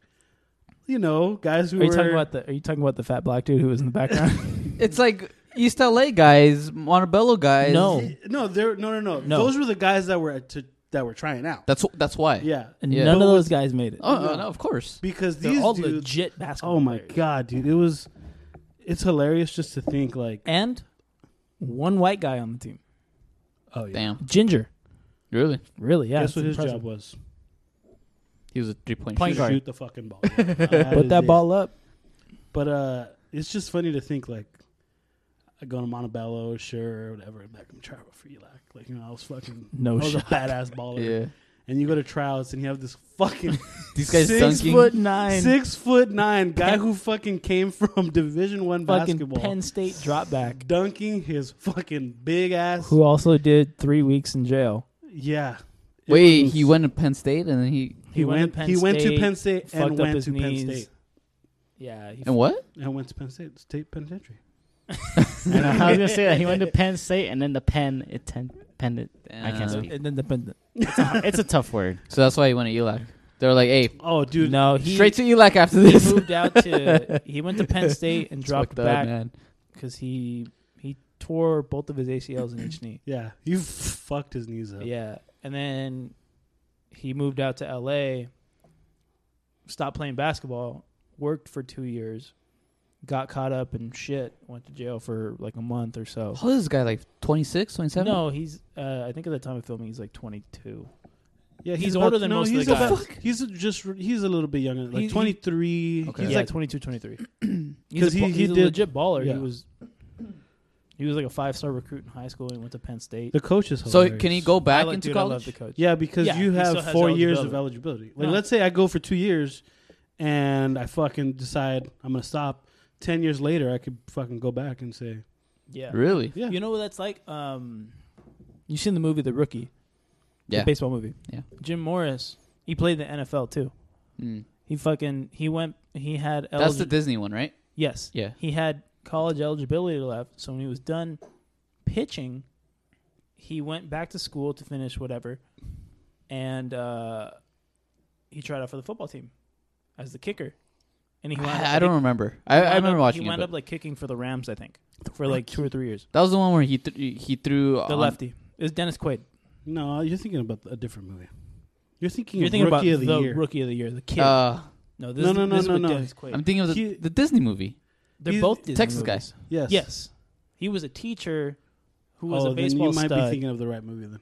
Speaker 1: you know, guys who
Speaker 4: Are you
Speaker 1: were-
Speaker 4: talking about the? Are you talking about the fat black dude who was in the background?
Speaker 5: It's like East LA guys, Montebello guys.
Speaker 4: no,
Speaker 1: Eh, no, they're no, no, no,
Speaker 4: No.
Speaker 1: Those were the guys that were at to, that were trying out.
Speaker 5: that's that's why.
Speaker 1: yeah,
Speaker 5: Yeah.
Speaker 4: none
Speaker 1: But
Speaker 4: of those guys made it.
Speaker 5: Oh no, no, of course.
Speaker 1: because
Speaker 4: They're
Speaker 1: these
Speaker 4: all
Speaker 1: dudes.
Speaker 4: legit basketball.
Speaker 1: oh my
Speaker 4: players.
Speaker 1: god, dude, it was. It's hilarious just to think like.
Speaker 4: And one white guy on the team,
Speaker 1: Oh yeah.
Speaker 5: Damn,
Speaker 4: Ginger.
Speaker 5: really?
Speaker 4: Really? Yeah.
Speaker 1: Guess
Speaker 4: it's
Speaker 1: what his
Speaker 4: impressive.
Speaker 1: job was?
Speaker 5: He was a three point
Speaker 6: Point
Speaker 5: shooter.
Speaker 6: guard.
Speaker 1: Shoot the fucking ball. Yeah,
Speaker 4: Put
Speaker 1: is
Speaker 4: that
Speaker 1: it.
Speaker 4: ball up.
Speaker 1: But uh, it's just funny to think like I go to Montebello, sure, whatever. Back in travel for Elac, like you know, I was fucking
Speaker 4: No
Speaker 1: I was
Speaker 4: shot.
Speaker 1: a badass baller.
Speaker 5: Yeah,
Speaker 1: And you go to tryouts and you have this fucking
Speaker 5: these guys
Speaker 1: Six
Speaker 5: dunking.
Speaker 4: Foot nine.
Speaker 1: six foot nine guy who fucking came from Division One
Speaker 4: fucking
Speaker 1: basketball,
Speaker 4: Penn State drop back.
Speaker 1: dunking his fucking big ass.
Speaker 4: Who also did three weeks in jail.
Speaker 1: yeah. It
Speaker 5: Wait,
Speaker 1: was-
Speaker 5: he went to Penn State and then he
Speaker 1: He, went. he went to Penn State
Speaker 4: fucked
Speaker 1: and
Speaker 4: up
Speaker 1: went
Speaker 4: his
Speaker 1: to Penn
Speaker 4: knees.
Speaker 1: State
Speaker 4: Yeah. He
Speaker 5: and what?
Speaker 1: and went to Penn State State Penitentiary.
Speaker 6: And I was gonna say that he went to Penn State and then the Penn it ten, Penn it. I can't
Speaker 5: Damn.
Speaker 6: speak.
Speaker 4: and then the,
Speaker 6: It's a tough word.
Speaker 5: So that's why he went to E ELAC. They're like, hey,
Speaker 1: Oh, dude,
Speaker 4: no, he
Speaker 5: straight to E ELAC after
Speaker 4: he
Speaker 5: this.
Speaker 4: moved out to he went to Penn State and
Speaker 5: It's
Speaker 4: dropped
Speaker 5: fucked up,
Speaker 4: back
Speaker 5: man.
Speaker 4: because he he tore both of his ACLs in each knee.
Speaker 1: Yeah, you f- fucked his knees up.
Speaker 4: Yeah, and then he moved out to LA. Stopped playing basketball. Worked for two years. Got caught up in shit. Went to jail for like a month or so.
Speaker 5: How old is this guy? Like 26, 27?
Speaker 4: No, he's. Uh, I think at the time of filming, he's like 22.
Speaker 1: Yeah,
Speaker 4: He's older than most of the
Speaker 1: he's
Speaker 4: guys.
Speaker 1: About, He's just he's a little bit younger, like
Speaker 4: He- he-
Speaker 1: 23.
Speaker 5: Okay.
Speaker 1: He's
Speaker 4: yeah,
Speaker 1: like
Speaker 4: 22, 23. Because
Speaker 1: Because
Speaker 4: he,
Speaker 1: he-
Speaker 4: he's
Speaker 1: he
Speaker 4: a
Speaker 1: did-
Speaker 4: legit baller.
Speaker 1: yeah.
Speaker 4: He was. He was like a five star recruit in high school and went to Penn State.
Speaker 1: the coach is.
Speaker 5: So
Speaker 1: hilarious.
Speaker 5: can he go
Speaker 4: I
Speaker 5: back
Speaker 4: like-
Speaker 5: into
Speaker 4: dude, I love
Speaker 5: college?
Speaker 4: the coach.
Speaker 1: Yeah, because
Speaker 4: Yeah,
Speaker 1: you
Speaker 4: he still
Speaker 1: have
Speaker 4: has
Speaker 1: four years of
Speaker 4: eligibility.
Speaker 1: eligibility. Like,
Speaker 4: No.
Speaker 1: let's say I go for two years, and I fucking decide I'm gonna stop. Ten years later, I could fucking go back and say,
Speaker 4: Yeah.
Speaker 5: Really?
Speaker 1: yeah,
Speaker 4: You know what that's like? Um, you seen the movie The Rookie?
Speaker 5: Yeah.
Speaker 4: The baseball movie.
Speaker 5: Yeah.
Speaker 4: Jim Morris, he played in the NFL too.
Speaker 5: Mm.
Speaker 4: He fucking he went he had
Speaker 5: That's
Speaker 4: eligi-
Speaker 5: the Disney one, right?
Speaker 4: yes
Speaker 5: Yeah.
Speaker 4: he had college eligibility left. So when he was done pitching, he went back to school to finish whatever, and uh, he tried out for the football team as the kicker. And he wound up-
Speaker 5: I, I don't remember. I,
Speaker 4: he
Speaker 5: I
Speaker 4: wound
Speaker 5: remember
Speaker 4: up-
Speaker 5: watching
Speaker 4: He
Speaker 5: it.
Speaker 4: wound
Speaker 5: but
Speaker 4: up like kicking for the Rams, I think, for like two or three years.
Speaker 5: that was the one where he th- he threw
Speaker 4: The
Speaker 5: on-
Speaker 4: lefty it was Dennis Quaid.
Speaker 1: no, you're thinking about a different movie. You're thinking
Speaker 4: You're
Speaker 1: of
Speaker 4: thinking
Speaker 1: rookie
Speaker 4: about
Speaker 1: of the, year.
Speaker 4: rookie of the year, the kid.
Speaker 5: Uh,
Speaker 4: no, this
Speaker 1: no,
Speaker 4: is,
Speaker 1: no, no,
Speaker 4: this is
Speaker 1: no,
Speaker 4: with
Speaker 1: no.
Speaker 4: Dennis Quaid.
Speaker 5: I'm thinking of the,
Speaker 1: He-
Speaker 5: the Disney movie.
Speaker 4: They're
Speaker 1: he's-
Speaker 4: both Disney
Speaker 5: Texas guy.
Speaker 4: movies.
Speaker 1: yes,
Speaker 4: Yes, he was a teacher who was
Speaker 1: oh,
Speaker 4: a baseball
Speaker 1: then you might
Speaker 4: stud.
Speaker 1: be thinking of the right movie then.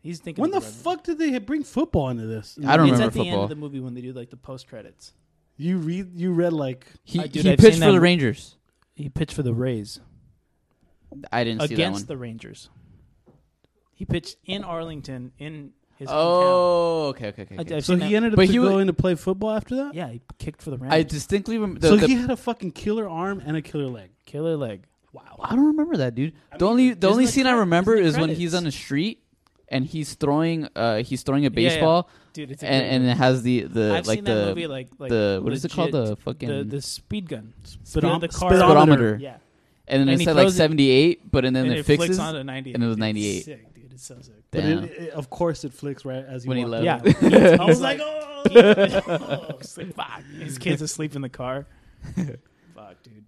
Speaker 4: He's thinking.
Speaker 1: When the
Speaker 4: of right movie.
Speaker 1: fuck did they bring football into this?
Speaker 5: I don't
Speaker 4: it's
Speaker 5: remember
Speaker 4: at the end
Speaker 5: football.
Speaker 4: of the movie when they do like the post credits.
Speaker 1: You read, you read like
Speaker 5: He,
Speaker 4: Uh, dude,
Speaker 5: he
Speaker 4: I've
Speaker 5: pitched
Speaker 4: seen
Speaker 5: for
Speaker 4: that-
Speaker 5: the Rangers.
Speaker 4: He pitched for the Rays
Speaker 5: I didn't see that one.
Speaker 4: against the Rangers. He pitched in Arlington in his hometown.
Speaker 5: Oh, okay, okay, okay.
Speaker 4: I-
Speaker 5: okay.
Speaker 4: I've
Speaker 1: So
Speaker 4: seen
Speaker 1: he
Speaker 4: that.
Speaker 1: ended up
Speaker 5: But
Speaker 1: to
Speaker 5: he wa-
Speaker 1: going to play football after that.
Speaker 4: Yeah, he kicked for the Rams.
Speaker 5: I distinctly remember.
Speaker 1: so
Speaker 5: the,
Speaker 1: he had a fucking killer arm and a killer leg.
Speaker 4: Killer leg.
Speaker 5: I don't remember that, dude. the only the
Speaker 4: isn't
Speaker 5: only
Speaker 4: it
Speaker 5: scene I
Speaker 4: cra-
Speaker 5: remember
Speaker 4: isn't it
Speaker 5: is when he's
Speaker 4: credits?
Speaker 5: on the street and he's throwing uh he's throwing a
Speaker 4: Yeah, yeah.
Speaker 5: baseball
Speaker 4: Dude, it's a
Speaker 5: and
Speaker 4: great
Speaker 5: and
Speaker 4: movie.
Speaker 5: it has the the
Speaker 4: I've
Speaker 5: like
Speaker 4: seen
Speaker 5: the
Speaker 4: that movie like like
Speaker 5: the- what is it called?
Speaker 4: legit,
Speaker 5: The fucking-
Speaker 4: the, the speed gun.
Speaker 1: Spidom-
Speaker 4: the car-
Speaker 5: speedometer.
Speaker 4: Yeah.
Speaker 5: And then
Speaker 4: and
Speaker 5: it
Speaker 4: he
Speaker 5: said like
Speaker 4: throws it-
Speaker 5: seventy eight, but and then
Speaker 4: and
Speaker 5: it,
Speaker 4: it flicks
Speaker 5: fixes
Speaker 4: on to 98.
Speaker 5: and it was
Speaker 4: It's
Speaker 5: 98.
Speaker 4: Sick, dude. It's so sick.
Speaker 1: But
Speaker 5: Damn.
Speaker 1: it, it, of course, it flicks right as he
Speaker 5: when he
Speaker 1: walked.
Speaker 5: left.
Speaker 4: Yeah.
Speaker 1: I was like, oh,
Speaker 4: oh, sleep- fuck. His kids asleep in the car. fuck, dude.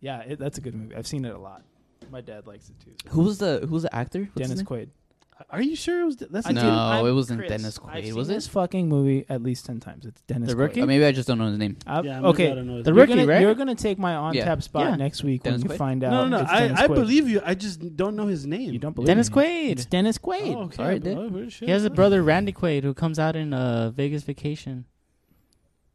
Speaker 4: Yeah, it, that's a good movie. I've seen it a lot. My dad likes it too. so.
Speaker 5: Who was the who was the actor? What's his
Speaker 4: Dennis
Speaker 5: name?
Speaker 4: Quaid.
Speaker 1: are you sure it was that's
Speaker 5: I No,
Speaker 1: the dude?
Speaker 5: it wasn't Dennis Quaid,
Speaker 4: I've seen
Speaker 5: was it?
Speaker 4: This fucking movie at least ten times. It's Dennis.
Speaker 6: The
Speaker 4: Quaid.
Speaker 6: Rookie?
Speaker 5: Or maybe I just don't know his name.
Speaker 4: I've-
Speaker 1: Yeah, maybe I
Speaker 4: okay.
Speaker 1: don't know his
Speaker 6: The
Speaker 1: name.
Speaker 4: You're
Speaker 6: Rookie,
Speaker 4: gonna,
Speaker 6: right?
Speaker 4: You're gonna take my on
Speaker 5: Yeah.
Speaker 4: tap spot
Speaker 6: Yeah.
Speaker 4: next week
Speaker 5: Dennis
Speaker 4: when
Speaker 5: Quaid?
Speaker 4: you find out.
Speaker 1: No, no, no.
Speaker 4: it's Dennis
Speaker 1: I, I
Speaker 4: Quaid.
Speaker 1: believe you. I just don't know his name.
Speaker 4: you don't believe
Speaker 6: Dennis
Speaker 4: me.
Speaker 6: Quaid.
Speaker 4: It's Dennis Quaid.
Speaker 1: Oh, okay.
Speaker 5: Sorry, dude.
Speaker 1: bro, but shit,
Speaker 6: He has a
Speaker 1: bro.
Speaker 6: brother, Randy Quaid, who comes out in uh, Vegas Vacation.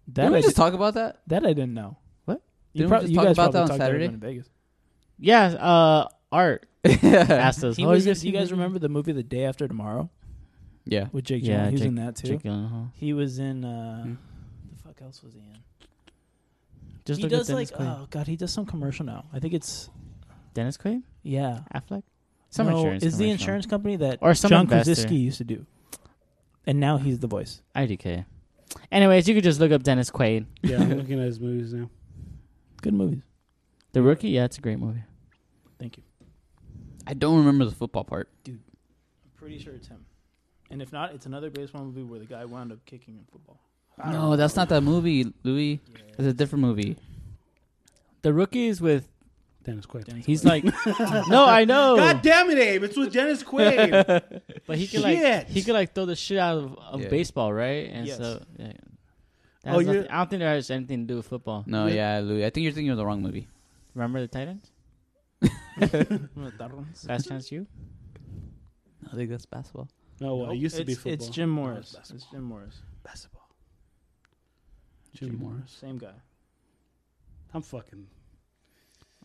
Speaker 4: That
Speaker 5: Didn't
Speaker 4: I,
Speaker 5: we
Speaker 4: did,
Speaker 5: just talk about that?
Speaker 4: that I didn't know.
Speaker 6: What?
Speaker 4: You,
Speaker 5: Didn't we
Speaker 4: prob-
Speaker 5: just
Speaker 4: you
Speaker 5: talk
Speaker 4: guys
Speaker 5: about
Speaker 4: probably
Speaker 5: that on
Speaker 4: talked about it
Speaker 5: Saturday?
Speaker 4: in Vegas.
Speaker 6: Yeah, uh, Art asked us.
Speaker 4: He
Speaker 6: "Oh,
Speaker 4: was,
Speaker 6: you
Speaker 4: do you guys remember the movie The Day After Tomorrow
Speaker 5: yeah.
Speaker 4: with Jake Gyllenhaal?
Speaker 6: Yeah,
Speaker 4: He was
Speaker 6: Jake-
Speaker 4: in that too.
Speaker 6: Jake Gyllenhaal.
Speaker 4: He was in. uh
Speaker 5: Hmm.
Speaker 4: The fuck else was he in?
Speaker 6: Just
Speaker 4: he
Speaker 6: look at
Speaker 4: does like
Speaker 6: Dennis Quaid.
Speaker 4: oh god, he does some commercial now. I think it's
Speaker 6: Dennis Quaid,
Speaker 4: yeah.
Speaker 6: Affleck, some
Speaker 4: no,
Speaker 6: insurance.
Speaker 4: is the
Speaker 6: commercial.
Speaker 4: insurance company that
Speaker 6: Or some
Speaker 4: John
Speaker 6: investor.
Speaker 4: Krasinski used to do, and now he's the voice.
Speaker 6: IDK? Anyways, you could just look up Dennis Quaid,
Speaker 1: Yeah, I'm looking at his movies now.
Speaker 4: Good movies.
Speaker 6: The Rookie. Yeah, it's a great movie.
Speaker 4: Thank you.
Speaker 5: I don't remember the football part.
Speaker 4: I'm pretty sure it's him. And if not, it's another baseball movie where the guy wound up kicking in football.
Speaker 5: No, that's not that movie, Louis. It's a different movie.
Speaker 6: The Rookie is with
Speaker 1: Dennis Quaid.
Speaker 6: he's like, no, I know,
Speaker 1: God damn it, Abe! It's with Dennis Quaid.
Speaker 6: but he could like
Speaker 1: Shit.
Speaker 6: he could like throw the shit out of, of
Speaker 5: Yeah.
Speaker 6: baseball, right? And
Speaker 4: Yes.
Speaker 6: so, yeah. That
Speaker 1: Oh,
Speaker 6: has
Speaker 1: you're-
Speaker 6: nothing- I don't think that has anything to do with football.
Speaker 5: No, yeah, Louis. I think you're thinking of the wrong movie.
Speaker 6: Remember the Titans?
Speaker 4: That
Speaker 6: Last chance you.
Speaker 5: I think that's basketball.
Speaker 1: no, well, it used to be
Speaker 4: it's,
Speaker 1: football.
Speaker 4: It's Jim
Speaker 1: Now
Speaker 4: Morris.
Speaker 1: It's
Speaker 4: It's Jim Morris.
Speaker 1: basketball. Jim,
Speaker 5: Jim
Speaker 1: Morris.
Speaker 4: Same guy.
Speaker 1: I'm fucking.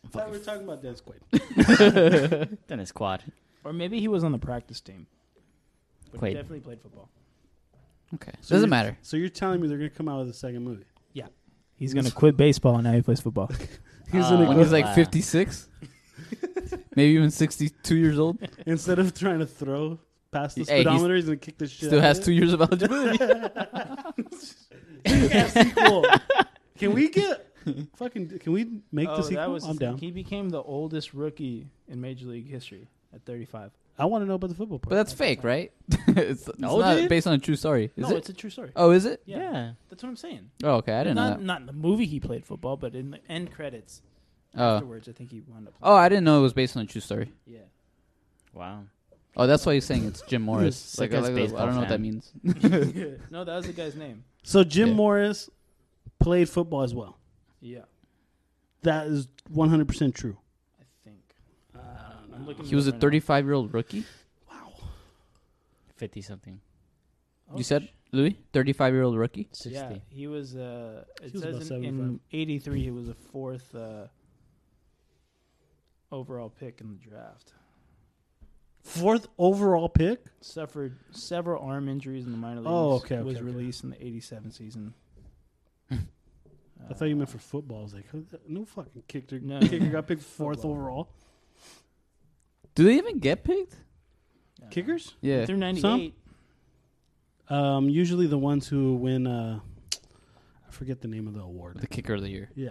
Speaker 1: I thought we were talking about Dennis Quaid.
Speaker 6: Dennis Quad.
Speaker 4: Or maybe he was on the practice team. But
Speaker 6: Quaid.
Speaker 4: he definitely played football.
Speaker 5: Okay,
Speaker 1: So
Speaker 5: doesn't
Speaker 1: you're-
Speaker 5: matter.
Speaker 1: So you're telling me they're gonna come out with a second movie?
Speaker 4: He's gonna quit baseball and now he plays football.
Speaker 1: He's
Speaker 6: Uh,
Speaker 1: gonna
Speaker 5: when
Speaker 1: go
Speaker 5: he's like
Speaker 6: Wow.
Speaker 5: 56 maybe even 62 years old
Speaker 1: instead of trying to throw past the
Speaker 5: Hey, he's-
Speaker 1: speedometer, he's, gonna kick the shit.
Speaker 5: still
Speaker 1: out
Speaker 5: has
Speaker 1: of
Speaker 5: two years of eligibility
Speaker 1: it. Yeah, sequel. Can we get fucking? Can we make Oh, the sequel? I'm
Speaker 4: Oh, his thing.
Speaker 1: down.
Speaker 4: He became the oldest rookie in Major League history at 35.
Speaker 1: I want to know about the football part.
Speaker 5: but that's fake right it's, it's
Speaker 6: No,
Speaker 5: not
Speaker 6: dude.
Speaker 5: based on a true story is
Speaker 4: no,
Speaker 5: it
Speaker 4: it's a true story.
Speaker 5: oh is it
Speaker 4: yeah.
Speaker 6: yeah.
Speaker 4: that's what I'm saying.
Speaker 5: oh okay i didn't know
Speaker 4: not,
Speaker 5: that
Speaker 4: Not in the movie he played football, but in the end credits
Speaker 5: oh.
Speaker 4: afterwards, I think he wound up.
Speaker 5: oh i didn't know it was based on a true story
Speaker 4: Yeah.
Speaker 6: Wow.
Speaker 5: oh that's why he's saying it's jim morris like,
Speaker 6: Sick-ass
Speaker 5: like, i don't
Speaker 6: baseball
Speaker 5: know what
Speaker 6: fan.
Speaker 5: that means
Speaker 4: no, that was the guy's name.
Speaker 1: so Jim
Speaker 5: Yeah.
Speaker 1: Morris played football as well.
Speaker 4: Yeah,
Speaker 1: That is 100 percent true.
Speaker 4: I think.
Speaker 1: Uh,
Speaker 4: I'm looking
Speaker 5: he was a
Speaker 4: right now.
Speaker 5: 35 year old rookie
Speaker 6: Fifty something.
Speaker 4: Oh,
Speaker 5: you said
Speaker 4: sh-
Speaker 5: louis 35 year old rookie
Speaker 6: Sixty.
Speaker 4: Yeah, he was. Uh,
Speaker 1: He
Speaker 4: it
Speaker 1: was
Speaker 4: says
Speaker 1: about
Speaker 4: in,
Speaker 1: 75.
Speaker 4: in '83 he was a fourth uh, overall pick in the draft.
Speaker 1: Fourth overall pick.
Speaker 4: Suffered several arm injuries in the minor leagues.
Speaker 1: Oh, okay,
Speaker 4: was
Speaker 1: okay, okay.
Speaker 4: released in the '87 season. Uh,
Speaker 1: I thought you meant for football. I was like, no fucking kicker.
Speaker 4: No, no,
Speaker 1: kicker
Speaker 4: no.
Speaker 1: got picked fourth
Speaker 4: Football.
Speaker 1: overall.
Speaker 5: do they even get picked
Speaker 4: Uh,
Speaker 1: Kickers?
Speaker 5: yeah
Speaker 4: through '98.
Speaker 1: Um, usually the ones who win. Uh, I forget the name of the award.
Speaker 5: the kicker of the year
Speaker 1: Yeah,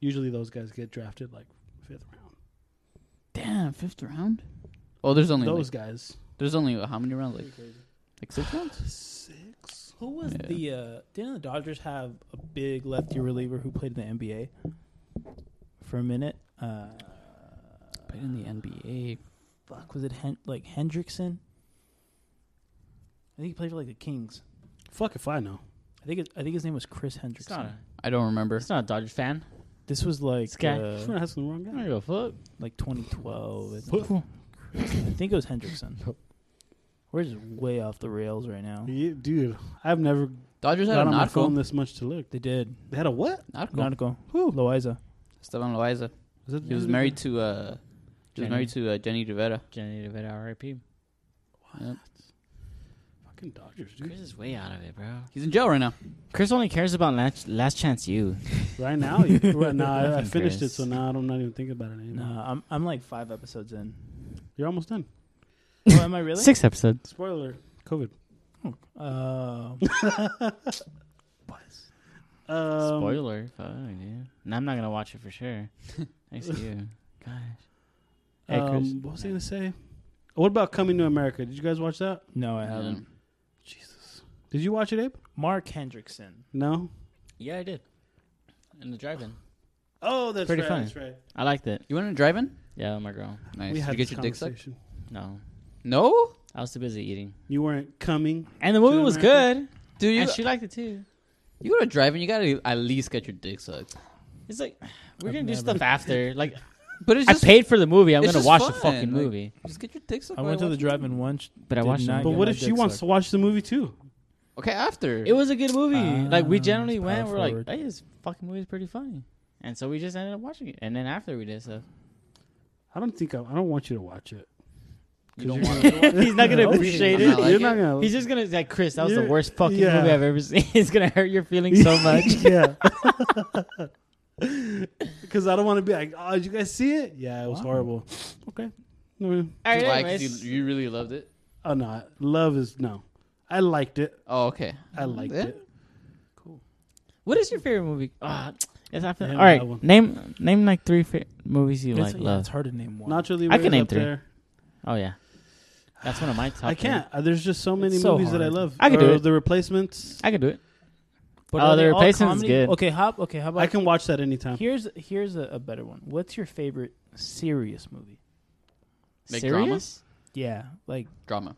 Speaker 1: usually those guys get drafted like fifth round.
Speaker 5: damn fifth round oh there's only like,
Speaker 1: those guys.
Speaker 5: there's only uh, how many rounds like like six rounds
Speaker 1: Six.
Speaker 4: Who was
Speaker 5: Yeah.
Speaker 4: the? Uh, didn't the Dodgers have a big lefty reliever who played in the NBA for a minute? Uh,
Speaker 5: But in the NBA,
Speaker 4: fuck, was it Hen- like Hendrickson? I think he played for like the Kings.
Speaker 1: Fuck if I know.
Speaker 4: I think it, I think his name was Chris
Speaker 6: It's not,
Speaker 4: Hendrickson.
Speaker 6: a,
Speaker 5: I don't remember.
Speaker 6: it's not a Dodgers fan.
Speaker 4: This was like
Speaker 6: This guy.
Speaker 1: I'm
Speaker 4: uh,
Speaker 1: gonna ask the wrong
Speaker 6: I don't
Speaker 1: guy.
Speaker 6: give a fuck.
Speaker 4: like 2012. I think.
Speaker 1: Football.
Speaker 4: I think it was Hendrickson. We're just way off the rails right now.
Speaker 1: Yeah, dude, I've never
Speaker 5: Dodgers had
Speaker 1: got
Speaker 5: a
Speaker 1: on my phone
Speaker 5: Naco.
Speaker 1: this much to look.
Speaker 4: They did.
Speaker 1: They had a what?
Speaker 5: Naco.
Speaker 4: Monaco.
Speaker 1: Who?
Speaker 4: Loiza.
Speaker 5: Esteban Loaiza.
Speaker 1: Was that the
Speaker 5: He was
Speaker 1: name
Speaker 5: married
Speaker 1: of
Speaker 5: to uh, he was married to uh, Jenny Rivera.
Speaker 6: Jenny DeVito, R.I.P.
Speaker 1: the guy? What? Fucking Dodgers, dude.
Speaker 6: Chris is way out of it, bro.
Speaker 5: He's in jail right now.
Speaker 6: Chris only cares about last, last chance you.
Speaker 1: Right now, you, right now I, I
Speaker 6: Fucking
Speaker 1: finished it,
Speaker 6: Chris.
Speaker 1: so now I don't, I'm not even thinking about it anymore.
Speaker 4: Nah, I'm I'm like five episodes in.
Speaker 1: You're almost done.
Speaker 4: Oh, am I really?
Speaker 6: Six episodes.
Speaker 1: Spoiler: COVID.
Speaker 4: Uh,
Speaker 1: Um,
Speaker 6: Spoiler. Fuck, dude. And I'm not gonna watch it for sure. Thanks to you. Gosh. Hey, Chris.
Speaker 1: um, what was I gonna say? Oh, What about Coming to America? Did you guys watch that?
Speaker 4: no, I haven't.
Speaker 1: Jesus, did you watch it, Abe?
Speaker 4: Mark Hendrickson.
Speaker 1: No.
Speaker 6: Yeah, I did. In the drive-in.
Speaker 1: Oh, that's
Speaker 6: Pretty
Speaker 1: right.
Speaker 6: funny.
Speaker 1: That's right.
Speaker 6: I liked it.
Speaker 5: You want to drive in?
Speaker 6: Yeah, my girl.
Speaker 5: Nice.
Speaker 1: We
Speaker 5: Did
Speaker 1: had
Speaker 5: you get
Speaker 1: this
Speaker 5: your dick sucked?
Speaker 1: conversation.
Speaker 6: No,
Speaker 5: No,
Speaker 6: I was too busy eating.
Speaker 1: You weren't coming.
Speaker 6: And the movie
Speaker 1: Dude,
Speaker 6: was
Speaker 1: America.
Speaker 6: good.
Speaker 5: do you?
Speaker 6: And she liked it too.
Speaker 5: you go to drive in, you gotta at least get your dick sucked.
Speaker 6: It's like we're gonna do
Speaker 4: never-
Speaker 6: stuff after. Like
Speaker 5: But it's
Speaker 6: I
Speaker 5: just
Speaker 6: paid for the movie. I'm
Speaker 5: it's
Speaker 6: gonna
Speaker 5: just
Speaker 6: watch the
Speaker 5: fun,
Speaker 6: fucking
Speaker 5: like-
Speaker 6: movie.
Speaker 5: just get your dick sucked.
Speaker 4: I
Speaker 5: while
Speaker 4: went
Speaker 5: you
Speaker 4: to the
Speaker 5: watch it.
Speaker 4: drive-in once.
Speaker 6: But I
Speaker 4: did
Speaker 6: watched the
Speaker 4: not
Speaker 6: movie.
Speaker 1: But
Speaker 4: get
Speaker 1: what
Speaker 4: my
Speaker 1: if she
Speaker 4: dick
Speaker 1: wants
Speaker 4: sucked.
Speaker 1: to watch the movie too?
Speaker 5: Okay, after
Speaker 6: It was a good movie. like we
Speaker 4: Ah,
Speaker 6: generally
Speaker 4: it's
Speaker 6: went.
Speaker 4: power
Speaker 6: We're like,
Speaker 4: forward.
Speaker 6: hey, this fucking movie's pretty funny. And so we just ended up watching it. And then after we did stuff,
Speaker 1: I don't think I, I don't want you to watch it.
Speaker 5: you don't
Speaker 1: you're
Speaker 5: want to.
Speaker 6: he's not gonna
Speaker 1: Oh,
Speaker 6: appreciate
Speaker 5: I'm
Speaker 6: it.
Speaker 5: not like
Speaker 1: You're
Speaker 5: it.
Speaker 1: not gonna.
Speaker 6: He's just gonna like Chris. That was the
Speaker 1: You're-
Speaker 6: worst fucking
Speaker 1: yeah.
Speaker 6: movie I've ever seen. it's gonna hurt your feelings so much.
Speaker 1: yeah. Because I don't want to be like, oh, did you guys see it? Yeah, it was
Speaker 4: Wow.
Speaker 1: horrible. Okay. No,
Speaker 6: All right,
Speaker 5: Why? 'Cause
Speaker 6: anyways.
Speaker 5: you, you really loved it.
Speaker 1: oh no, love is no. I liked it.
Speaker 5: Oh, okay.
Speaker 1: I liked
Speaker 5: Yeah.
Speaker 1: it.
Speaker 6: Mm-hmm. What is your favorite movie? Ah, yes, I feel.
Speaker 1: I
Speaker 6: All
Speaker 1: have
Speaker 6: right,
Speaker 1: that one.
Speaker 6: name name like three fa- movies you
Speaker 4: It's,
Speaker 6: like.
Speaker 4: yeah,
Speaker 6: Love.
Speaker 4: it's hard to name one.
Speaker 1: Nacho Libre's
Speaker 6: I can name
Speaker 1: up
Speaker 6: three.
Speaker 1: there.
Speaker 6: Oh yeah, that's one of my top.
Speaker 1: I can't. Uh, There's just so many
Speaker 4: It's so
Speaker 1: movies that I
Speaker 4: hard.
Speaker 1: love.
Speaker 6: I could
Speaker 1: Or
Speaker 6: do it.
Speaker 1: The Replacements.
Speaker 6: three. I could do it.
Speaker 4: But
Speaker 6: Oh,
Speaker 4: are they
Speaker 6: The
Speaker 4: all
Speaker 6: Replacements is
Speaker 4: comedy?
Speaker 6: good.
Speaker 4: Okay, how okay? How about
Speaker 1: I can watch that anytime.
Speaker 4: here's here's a, a better one. What's your favorite serious movie?
Speaker 5: Make
Speaker 6: Serious?
Speaker 4: Yeah, like
Speaker 5: Drama.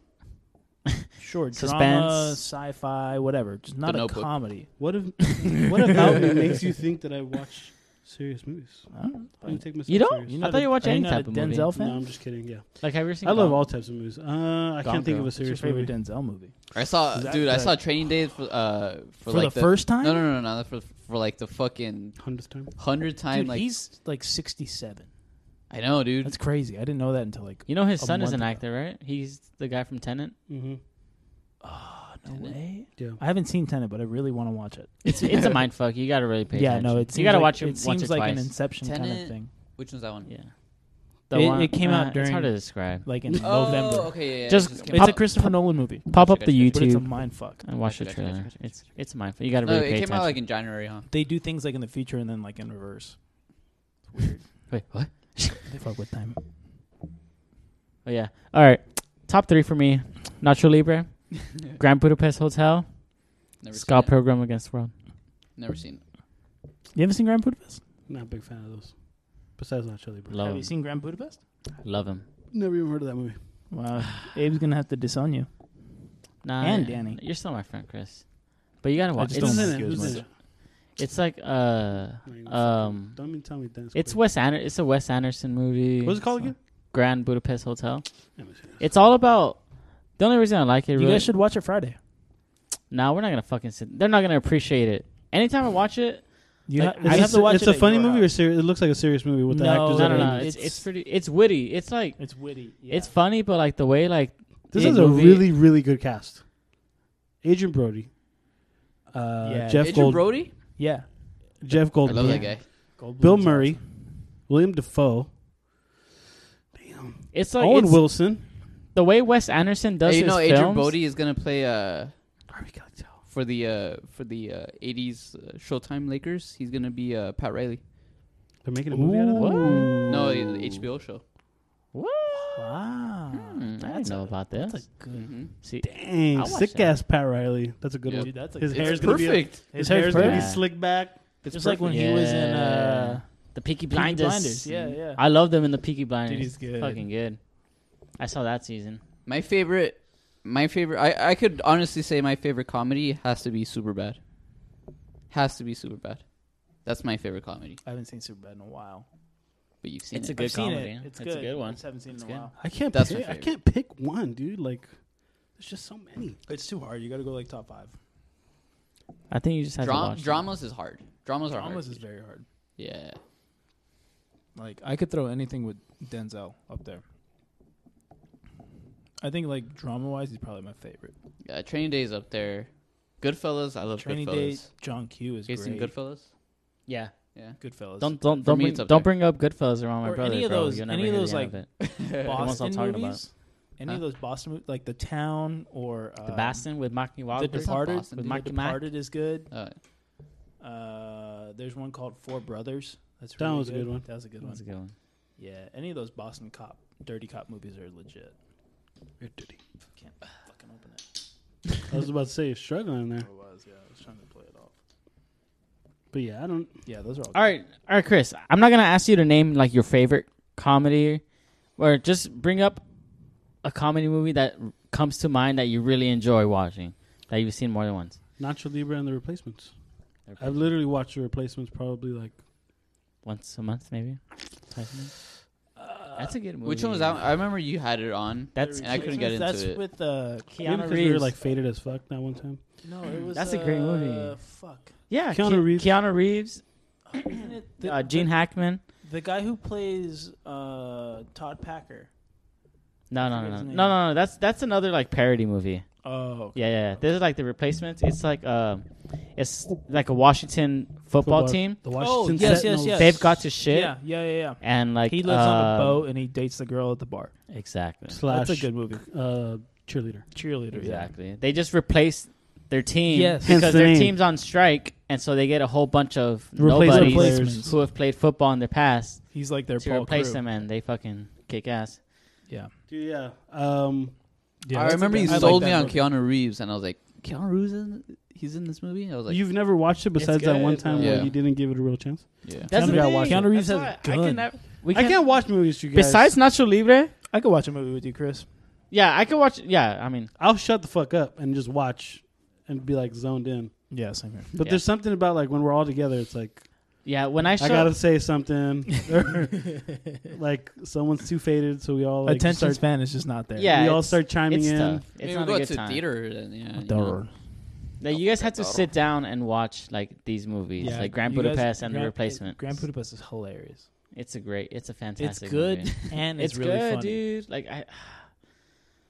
Speaker 4: short drama,
Speaker 6: Suspense.
Speaker 4: sci-fi, whatever. Just not a
Speaker 5: Notebook.
Speaker 4: comedy.
Speaker 1: What if what about me makes you think that I watch serious movies?
Speaker 4: I
Speaker 1: I
Speaker 4: don't
Speaker 1: don't
Speaker 4: know.
Speaker 1: take myself
Speaker 6: You don't?
Speaker 1: serious.
Speaker 4: You know
Speaker 6: I thought
Speaker 4: the-
Speaker 6: you watch
Speaker 4: are you
Speaker 6: Hmm. any
Speaker 4: not
Speaker 6: type
Speaker 4: a
Speaker 6: of movie.
Speaker 4: Denzel fan?
Speaker 1: No, I'm just kidding. Yeah,
Speaker 6: Like, have you ever seen?
Speaker 1: I love
Speaker 6: Gone?
Speaker 1: all types of movies. Uh, I
Speaker 6: Gone
Speaker 1: can't think
Speaker 6: Girl.
Speaker 1: of a
Speaker 6: What's
Speaker 4: What's your
Speaker 1: serious
Speaker 4: favorite
Speaker 1: movie.
Speaker 4: Denzel movie?
Speaker 5: I saw,
Speaker 4: Is that
Speaker 5: dude. I
Speaker 4: the-
Speaker 5: saw Training Day for uh
Speaker 4: For,
Speaker 5: for, like
Speaker 4: the, first time?
Speaker 5: No, no, no, no, not for for like the fucking
Speaker 1: Hundredth time.
Speaker 5: hundred time.
Speaker 4: Dude,
Speaker 5: like
Speaker 4: he's like 67.
Speaker 5: I know, dude.
Speaker 4: That's crazy. I didn't know that until like
Speaker 6: You know his
Speaker 4: A
Speaker 6: son is
Speaker 4: month
Speaker 6: an
Speaker 4: ago.
Speaker 6: actor, right? He's the guy from Tenant.
Speaker 1: Mm-hmm.
Speaker 4: no way.
Speaker 1: Yeah.
Speaker 4: I haven't seen Tenet, but I really want to watch it.
Speaker 6: It's it's a mind fuck. You gotta really pay
Speaker 4: yeah,
Speaker 6: attention.
Speaker 4: no, it's
Speaker 6: you gotta
Speaker 4: like,
Speaker 6: watch him
Speaker 4: It
Speaker 6: once
Speaker 4: seems
Speaker 6: or
Speaker 4: like
Speaker 6: twice.
Speaker 4: an Inception kind
Speaker 5: Tenet.
Speaker 4: of thing.
Speaker 5: Which one's that one?
Speaker 6: yeah,
Speaker 4: It- it came out
Speaker 6: Uh, It's
Speaker 4: during-
Speaker 6: hard to describe.
Speaker 4: Like in
Speaker 5: Oh,
Speaker 4: November.
Speaker 5: okay, yeah, yeah. it
Speaker 6: Just-
Speaker 5: came
Speaker 4: It's
Speaker 5: out.
Speaker 4: a Christopher Nolan movie,
Speaker 6: Pop up
Speaker 5: Gotcha,
Speaker 6: the
Speaker 5: gotcha,
Speaker 4: but it's a
Speaker 6: YouTube
Speaker 4: mind fuck.
Speaker 6: and watch the
Speaker 5: Gotcha, gotcha,
Speaker 6: trailer.
Speaker 5: gotcha,
Speaker 6: It's it's a mind fuck. You gotta
Speaker 5: No,
Speaker 6: really
Speaker 5: it
Speaker 6: pay
Speaker 5: came out
Speaker 6: attention.
Speaker 5: like in January, huh?
Speaker 4: They do things like in the future and then like in reverse.
Speaker 6: Wait, what?
Speaker 4: They fuck with time.
Speaker 6: Oh yeah. All right. Top three for me: Nacho Libre, Grand Budapest Hotel,
Speaker 5: Never
Speaker 6: Scott
Speaker 5: seen it.
Speaker 6: Pilgrim Against the World.
Speaker 5: Never seen it.
Speaker 4: You haven't seen Grand Budapest?
Speaker 1: Not a big fan of those. Besides Nacho Libre.
Speaker 6: Love
Speaker 4: Have
Speaker 6: him.
Speaker 4: you seen Grand Budapest?
Speaker 6: Love him.
Speaker 1: Never even heard of that movie.
Speaker 4: Wow, Abe's gonna have to disown you.
Speaker 6: Nah,
Speaker 4: And
Speaker 6: I-
Speaker 4: Danny.
Speaker 6: you're still my friend, Chris. But you gotta
Speaker 4: I
Speaker 6: watch.
Speaker 4: just don't
Speaker 6: It's,
Speaker 1: Who's
Speaker 4: like
Speaker 1: in
Speaker 6: it's,
Speaker 1: it?
Speaker 4: you as
Speaker 1: Who's in
Speaker 4: much.
Speaker 1: it?
Speaker 6: like uh,
Speaker 1: No, you're not
Speaker 6: Um,
Speaker 1: fucking- Don't even tell me Dennis.
Speaker 6: it's
Speaker 1: Quaid.
Speaker 6: Wes Ander. It's a Wes Anderson movie.
Speaker 1: What's it called
Speaker 6: So-
Speaker 1: again?
Speaker 6: Grand Budapest Hotel.
Speaker 1: Let me see this.
Speaker 6: It's all about. The only reason I like it,
Speaker 4: You
Speaker 6: really,
Speaker 4: guys should watch it Friday.
Speaker 6: nah, we're not gonna fucking sit. They're not gonna appreciate it. Anytime I watch it,
Speaker 4: You
Speaker 6: Like,
Speaker 4: ha-
Speaker 6: I
Speaker 4: I'd
Speaker 1: Is
Speaker 4: have
Speaker 1: this-
Speaker 4: to watch
Speaker 1: It's
Speaker 4: it
Speaker 1: a
Speaker 4: at
Speaker 1: funny
Speaker 4: your
Speaker 1: movie or
Speaker 4: house.
Speaker 1: serious? It looks like a serious movie with the
Speaker 4: No,
Speaker 1: actors.
Speaker 4: Oh,
Speaker 6: no,
Speaker 1: that
Speaker 6: no,
Speaker 1: are
Speaker 6: no,
Speaker 1: in it.
Speaker 6: it's it's
Speaker 4: it's-
Speaker 6: pretty, it's witty. It's like
Speaker 4: It's witty. Yeah.
Speaker 6: it's funny, but like the way like
Speaker 1: This
Speaker 6: the
Speaker 1: is a
Speaker 6: movie-
Speaker 1: really really good cast. Adrian Brody. Uh,
Speaker 4: Yeah.
Speaker 1: Jeff
Speaker 5: Adrian
Speaker 1: Gold,
Speaker 5: Brody.
Speaker 4: yeah.
Speaker 1: Jeff
Speaker 5: I
Speaker 1: Goldblum,
Speaker 5: love that guy.
Speaker 1: Bill Murray, William Defoe,
Speaker 6: it's like
Speaker 1: Owen
Speaker 6: it's-
Speaker 1: Wilson.
Speaker 6: the way Wes Anderson does
Speaker 5: Hey, you
Speaker 6: his
Speaker 5: know, Adrian
Speaker 6: films-
Speaker 5: Brody is gonna play uh
Speaker 1: Harvey Keitel.
Speaker 5: for the uh for the uh, '80s uh, Showtime Lakers. He's gonna be uh, Pat Riley.
Speaker 1: They're making a movie out of that.
Speaker 5: No, the HBO show.
Speaker 6: What?
Speaker 4: Wow,
Speaker 6: Hmm, I didn't know about this.
Speaker 4: that's a good
Speaker 5: hmm
Speaker 6: See, I'll
Speaker 1: Dang,
Speaker 6: watch
Speaker 1: sick
Speaker 6: that.
Speaker 1: ass Pat Riley. That's a good
Speaker 5: Yeah.
Speaker 1: one.
Speaker 4: dude. That's a
Speaker 1: His
Speaker 4: good-
Speaker 1: hair's
Speaker 5: It's
Speaker 1: gonna be a-
Speaker 5: perfect.
Speaker 1: His, hair's
Speaker 4: perfect.
Speaker 1: gonna be
Speaker 6: Yeah.
Speaker 1: slicked back.
Speaker 5: It's
Speaker 4: Just like when
Speaker 6: perfect.
Speaker 4: he was in
Speaker 6: Yeah.
Speaker 4: uh,
Speaker 6: the Peaky
Speaker 4: Peaky
Speaker 6: Blinders.
Speaker 4: Blinders. Yeah, yeah.
Speaker 6: I love them in the Peaky Blinders.
Speaker 4: Dude, he's good.
Speaker 6: Fucking good. I saw that season.
Speaker 5: My favorite, my favorite. I I could honestly say my favorite comedy has to be Superbad. Has to be Superbad. That's my favorite comedy.
Speaker 4: I haven't seen Superbad in a while.
Speaker 5: But you've seen
Speaker 6: It's
Speaker 5: it.
Speaker 6: a good
Speaker 4: I've seen
Speaker 6: comedy.
Speaker 4: It. It's,
Speaker 6: It's a
Speaker 4: good.
Speaker 6: good one.
Speaker 4: I just haven't seen it in a
Speaker 6: good.
Speaker 4: while.
Speaker 1: I can't.
Speaker 5: That's my
Speaker 1: pick, I
Speaker 5: favorite.
Speaker 1: can't pick one, dude. Like, there's just so many.
Speaker 4: It's too hard. You got to go like top five.
Speaker 6: I think you just have to
Speaker 5: Dra-
Speaker 6: watch.
Speaker 5: dramas is hard. Dramas are
Speaker 4: Dramas
Speaker 5: hard.
Speaker 4: is very hard.
Speaker 5: yeah.
Speaker 4: Like I could throw anything with Denzel up there. I think like drama wise, he's probably my favorite.
Speaker 5: Yeah, Training Day's up there. Goodfellas, I love
Speaker 4: Training Day,
Speaker 5: Goodfellas.
Speaker 4: John Q is
Speaker 5: You guys seen
Speaker 4: great.
Speaker 5: Goodfellas?
Speaker 6: Yeah.
Speaker 5: Yeah.
Speaker 4: Goodfellas.
Speaker 6: Don't don't
Speaker 5: For
Speaker 6: don't
Speaker 5: me,
Speaker 6: bring,
Speaker 5: it's up
Speaker 6: don't
Speaker 5: there.
Speaker 6: bring up Goodfellas around my
Speaker 4: Or
Speaker 6: brother.
Speaker 4: any of
Speaker 6: bro.
Speaker 4: those-
Speaker 6: You'll
Speaker 4: any
Speaker 6: never
Speaker 4: of
Speaker 6: hear
Speaker 4: those,
Speaker 6: the end
Speaker 4: like,
Speaker 6: of it. ones I'm
Speaker 4: Boston
Speaker 6: talking about.
Speaker 4: movies. Any
Speaker 5: Huh?
Speaker 4: of those Boston movies, like The Town or uh,
Speaker 6: the Bastion with Maki
Speaker 4: The
Speaker 6: Wilder.
Speaker 5: That's not
Speaker 4: Departed.
Speaker 5: Boston, dude.
Speaker 6: with
Speaker 4: The
Speaker 6: Mike- Mikey Mack.
Speaker 4: Departed is good.
Speaker 5: Uh,
Speaker 4: Uh, there's one called Four Brothers. That's
Speaker 1: That
Speaker 4: really
Speaker 1: was a good one.
Speaker 4: That was a good one.
Speaker 6: That's a good one.
Speaker 4: Yeah, any of those Boston cop, dirty cop movies are legit. Can't fucking open it.
Speaker 1: I was about to say you're struggling there,
Speaker 4: It was, yeah. I was trying to play it off.
Speaker 1: but yeah, I don't.
Speaker 4: Yeah, those are all.
Speaker 6: All right, all right, Chris. I'm not gonna ask you to name like your favorite comedy, or just bring up a comedy movie that r- comes to mind that you really enjoy watching that you've seen more than once.
Speaker 1: Nacho Libre and the Replacements. I've literally watched the Replacements probably like
Speaker 6: Once a month, maybe. Twice a month.
Speaker 4: Uh,
Speaker 6: That's a good movie.
Speaker 5: which one was that? I remember you had it on.
Speaker 6: That's
Speaker 5: And I couldn't get into
Speaker 4: that's
Speaker 5: it.
Speaker 4: with uh,
Speaker 1: maybe
Speaker 4: Keanu
Speaker 1: because
Speaker 4: Reeves.
Speaker 1: we were like faded as fuck that one time.
Speaker 4: No, it was.
Speaker 6: That's a great
Speaker 4: uh,
Speaker 6: movie.
Speaker 4: Fuck.
Speaker 6: yeah.
Speaker 1: Keanu
Speaker 6: Keanu
Speaker 1: Reeves.
Speaker 6: Reeves. Keanu Reeves.
Speaker 4: Isn't it the,
Speaker 6: Uh, Gene Hackman.
Speaker 4: the, the guy who plays uh, Todd Packer.
Speaker 6: No, no,
Speaker 4: forget
Speaker 6: no, no,
Speaker 4: his
Speaker 6: no,
Speaker 4: name.
Speaker 6: no, no. That's that's another like parody movie.
Speaker 4: Oh,
Speaker 6: Yeah, yeah. This is like the replacements. It's like um, it's like a Washington football, team.
Speaker 1: the Washington
Speaker 4: yes, yes,
Speaker 1: Sentinels.
Speaker 4: yes.
Speaker 6: They've got to shit,
Speaker 4: yeah, yeah, yeah, yeah.
Speaker 6: and like
Speaker 4: he lives on a
Speaker 6: um,
Speaker 4: boat and he dates the girl at the bar.
Speaker 6: Exactly,
Speaker 1: slash
Speaker 4: That's a good movie.
Speaker 1: uh, cheerleader.
Speaker 4: Cheerleader. Yeah.
Speaker 6: exactly. They just replaced their team
Speaker 4: Yes.
Speaker 6: because
Speaker 1: Hence the
Speaker 6: their
Speaker 1: name.
Speaker 6: team's on strike, and so they get a whole bunch of
Speaker 1: Replacement
Speaker 6: nobodies
Speaker 1: players.
Speaker 6: who have played football in the past
Speaker 4: He's like their
Speaker 6: to
Speaker 4: Paul
Speaker 6: replace
Speaker 4: Crewe.
Speaker 6: them, and they fucking kick ass.
Speaker 4: Yeah.
Speaker 1: Dude, yeah. Um,
Speaker 4: yeah
Speaker 5: I
Speaker 4: that's a
Speaker 5: remember
Speaker 4: good-
Speaker 5: you
Speaker 4: I like
Speaker 5: sold
Speaker 4: that
Speaker 5: me on
Speaker 4: movie.
Speaker 5: Keanu Reeves, and I was like, Keanu Reeves, in, he's in this movie. I was like,
Speaker 1: you've never watched it besides that
Speaker 4: good,
Speaker 1: one time
Speaker 5: though.
Speaker 1: where
Speaker 5: Yeah.
Speaker 1: you didn't give it a real chance.
Speaker 5: yeah.
Speaker 1: That's
Speaker 6: That's
Speaker 1: the
Speaker 6: the
Speaker 1: Somebody gotta watch thing.
Speaker 4: Keanu Reeves has a
Speaker 6: I
Speaker 4: gun.
Speaker 6: can never, we
Speaker 1: I
Speaker 6: can,
Speaker 1: can't watch movies, you guys.
Speaker 6: besides Nacho Libre.
Speaker 4: I could watch a movie with you, Chris.
Speaker 6: Yeah, I could watch. Yeah, I mean,
Speaker 1: I'll shut the fuck up and just watch and be like zoned in.
Speaker 4: Yeah, same here.
Speaker 1: But
Speaker 6: Yeah.
Speaker 1: there's something about like when we're all together, it's like
Speaker 6: yeah. When I
Speaker 1: I
Speaker 6: showed,
Speaker 1: gotta say something. Or, like someone's too faded, so we all like
Speaker 4: Attention
Speaker 1: start.
Speaker 4: span is just not there.
Speaker 6: yeah,
Speaker 1: we all
Speaker 6: it's-
Speaker 1: start chiming
Speaker 6: it's
Speaker 1: in.
Speaker 6: tough. It's
Speaker 5: Maybe
Speaker 6: not
Speaker 5: we
Speaker 6: a
Speaker 5: go
Speaker 6: good
Speaker 5: to
Speaker 6: time.
Speaker 5: theater. Then, yeah, you know.
Speaker 4: Darn.
Speaker 6: Now you guys had to
Speaker 5: Dorr.
Speaker 6: sit down and watch like these movies, like Grand
Speaker 4: you guys-
Speaker 6: Budapest and The
Speaker 4: Grand-
Speaker 6: Replacement.
Speaker 4: Grand Budapest is hilarious.
Speaker 6: it's a great, it's a
Speaker 4: It's
Speaker 6: fantastic.
Speaker 4: good
Speaker 6: movie.
Speaker 4: and it's,
Speaker 6: It's,
Speaker 4: really
Speaker 6: good,
Speaker 4: funny.
Speaker 6: dude. Like I,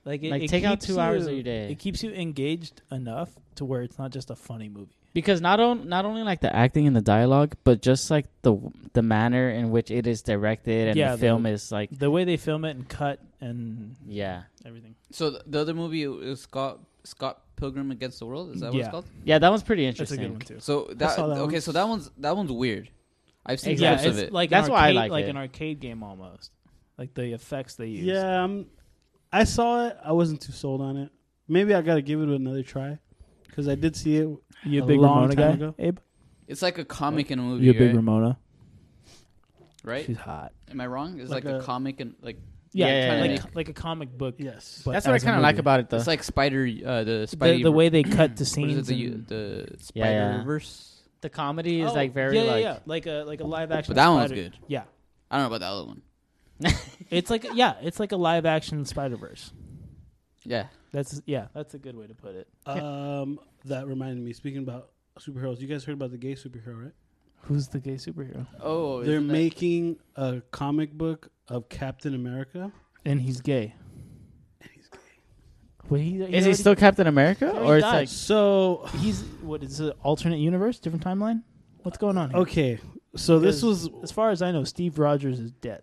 Speaker 4: Like, it,
Speaker 6: Like,
Speaker 4: it
Speaker 6: take out
Speaker 4: keeps
Speaker 6: two hours
Speaker 4: you-
Speaker 6: of your day.
Speaker 4: It keeps you engaged enough to where it's not just a funny movie.
Speaker 6: because not on, not only like the acting and the dialogue, but just like the the manner in which it is directed and
Speaker 4: Yeah,
Speaker 6: the
Speaker 4: the-
Speaker 6: film is like,
Speaker 4: The way they film it and cut and
Speaker 6: yeah,
Speaker 4: everything.
Speaker 5: So th- the other movie is Scott Scott Pilgrim Against the World. Is that what it's
Speaker 4: Yeah.
Speaker 5: called?
Speaker 6: yeah. That one's pretty
Speaker 4: That's a
Speaker 6: interesting.
Speaker 4: good one too.
Speaker 5: So that,
Speaker 1: saw that
Speaker 5: okay,
Speaker 1: one.
Speaker 5: so that one's that one's weird. I've seen
Speaker 6: Exactly.
Speaker 5: clips
Speaker 4: Yeah,
Speaker 5: of
Speaker 4: it's
Speaker 5: it.
Speaker 4: like
Speaker 6: That's
Speaker 4: an
Speaker 6: why I
Speaker 4: arcade,
Speaker 6: like it.
Speaker 4: an arcade game almost. Like the effects they use.
Speaker 1: Yeah, um, I saw it. I wasn't too sold on it. Maybe I gotta give it another try because I did see it.
Speaker 4: you a
Speaker 1: A
Speaker 4: big
Speaker 1: long
Speaker 4: Ramona guy,
Speaker 1: time ago.
Speaker 4: Abe?
Speaker 5: It's like a comic and a movie,
Speaker 4: You a big
Speaker 5: right?
Speaker 4: Ramona?
Speaker 5: right?
Speaker 4: She's hot.
Speaker 5: Am I wrong? It's like,
Speaker 1: Like
Speaker 5: a,
Speaker 1: a-
Speaker 5: comic and like
Speaker 6: Yeah,
Speaker 4: Yeah,
Speaker 6: yeah,
Speaker 5: yeah,
Speaker 4: like
Speaker 5: yeah.
Speaker 4: like a comic book.
Speaker 1: Yes,
Speaker 4: But
Speaker 6: That's what I
Speaker 4: as a
Speaker 6: kind of like
Speaker 4: movie.
Speaker 6: about it, though.
Speaker 5: it's like Spider uh, the Spidey
Speaker 4: the, the way they cut the
Speaker 5: what is
Speaker 4: scenes.
Speaker 5: it, the,
Speaker 4: and-
Speaker 5: the
Speaker 6: Yeah, yeah.
Speaker 5: Spider Verse.
Speaker 6: the comedy is
Speaker 4: Oh,
Speaker 6: like very
Speaker 4: yeah, yeah,
Speaker 6: like
Speaker 4: yeah. like a like a live action.
Speaker 5: But that one was
Speaker 4: Spider-
Speaker 5: good.
Speaker 4: Yeah,
Speaker 5: I don't know about the other one.
Speaker 4: it's like yeah, it's like a live action Spider Verse.
Speaker 5: Yeah,
Speaker 4: That's yeah, that's a good way to put it.
Speaker 1: Um, that reminded me. Speaking about superheroes, you guys heard about the gay superhero, right?
Speaker 4: Who's the gay superhero?
Speaker 5: Oh,
Speaker 1: They're
Speaker 5: isn't that-
Speaker 1: making a comic book of Captain America.
Speaker 4: And he's gay. And he's gay. Wait, he,
Speaker 6: Is he
Speaker 4: already-
Speaker 6: still Captain America,
Speaker 4: already
Speaker 6: or it's
Speaker 4: died.
Speaker 6: like
Speaker 1: So
Speaker 4: He's what is it? Alternate universe, different timeline. What's going on? Here?
Speaker 1: okay, so this was
Speaker 4: as far as I know, Steve Rogers is dead.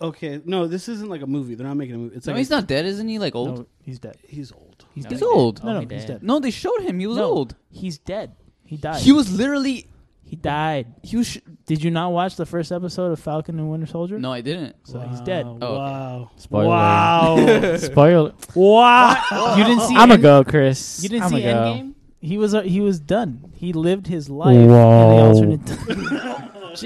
Speaker 1: okay. No, this isn't like a movie. They're not making a movie. It's
Speaker 5: no,
Speaker 1: like
Speaker 5: he's
Speaker 1: a-
Speaker 5: not dead, isn't he? Like old.
Speaker 4: No, he's dead.
Speaker 1: He's old.
Speaker 4: He's
Speaker 6: No,
Speaker 4: dead.
Speaker 5: he's old.
Speaker 4: No,
Speaker 6: Oh,
Speaker 4: no,
Speaker 6: he
Speaker 4: he's
Speaker 6: dead.
Speaker 4: dead.
Speaker 5: No, they showed him. He was
Speaker 4: No,
Speaker 5: old.
Speaker 4: He's dead. He died.
Speaker 5: He was literally.
Speaker 4: He died.
Speaker 5: He was. Sh-
Speaker 4: Did you not watch the first episode of Falcon and Winter Soldier?
Speaker 5: no, I didn't.
Speaker 4: So he's dead.
Speaker 1: Wow.
Speaker 5: okay.
Speaker 1: Wow.
Speaker 6: Spoiler.
Speaker 1: Wow.
Speaker 6: spoiler?
Speaker 1: wow.
Speaker 4: You didn't see.
Speaker 6: I'm
Speaker 4: End-
Speaker 6: gonna go, Chris.
Speaker 4: You didn't
Speaker 6: I'ma
Speaker 4: see
Speaker 6: go.
Speaker 4: Endgame. He was uh, he was done. He lived his life in the alternate.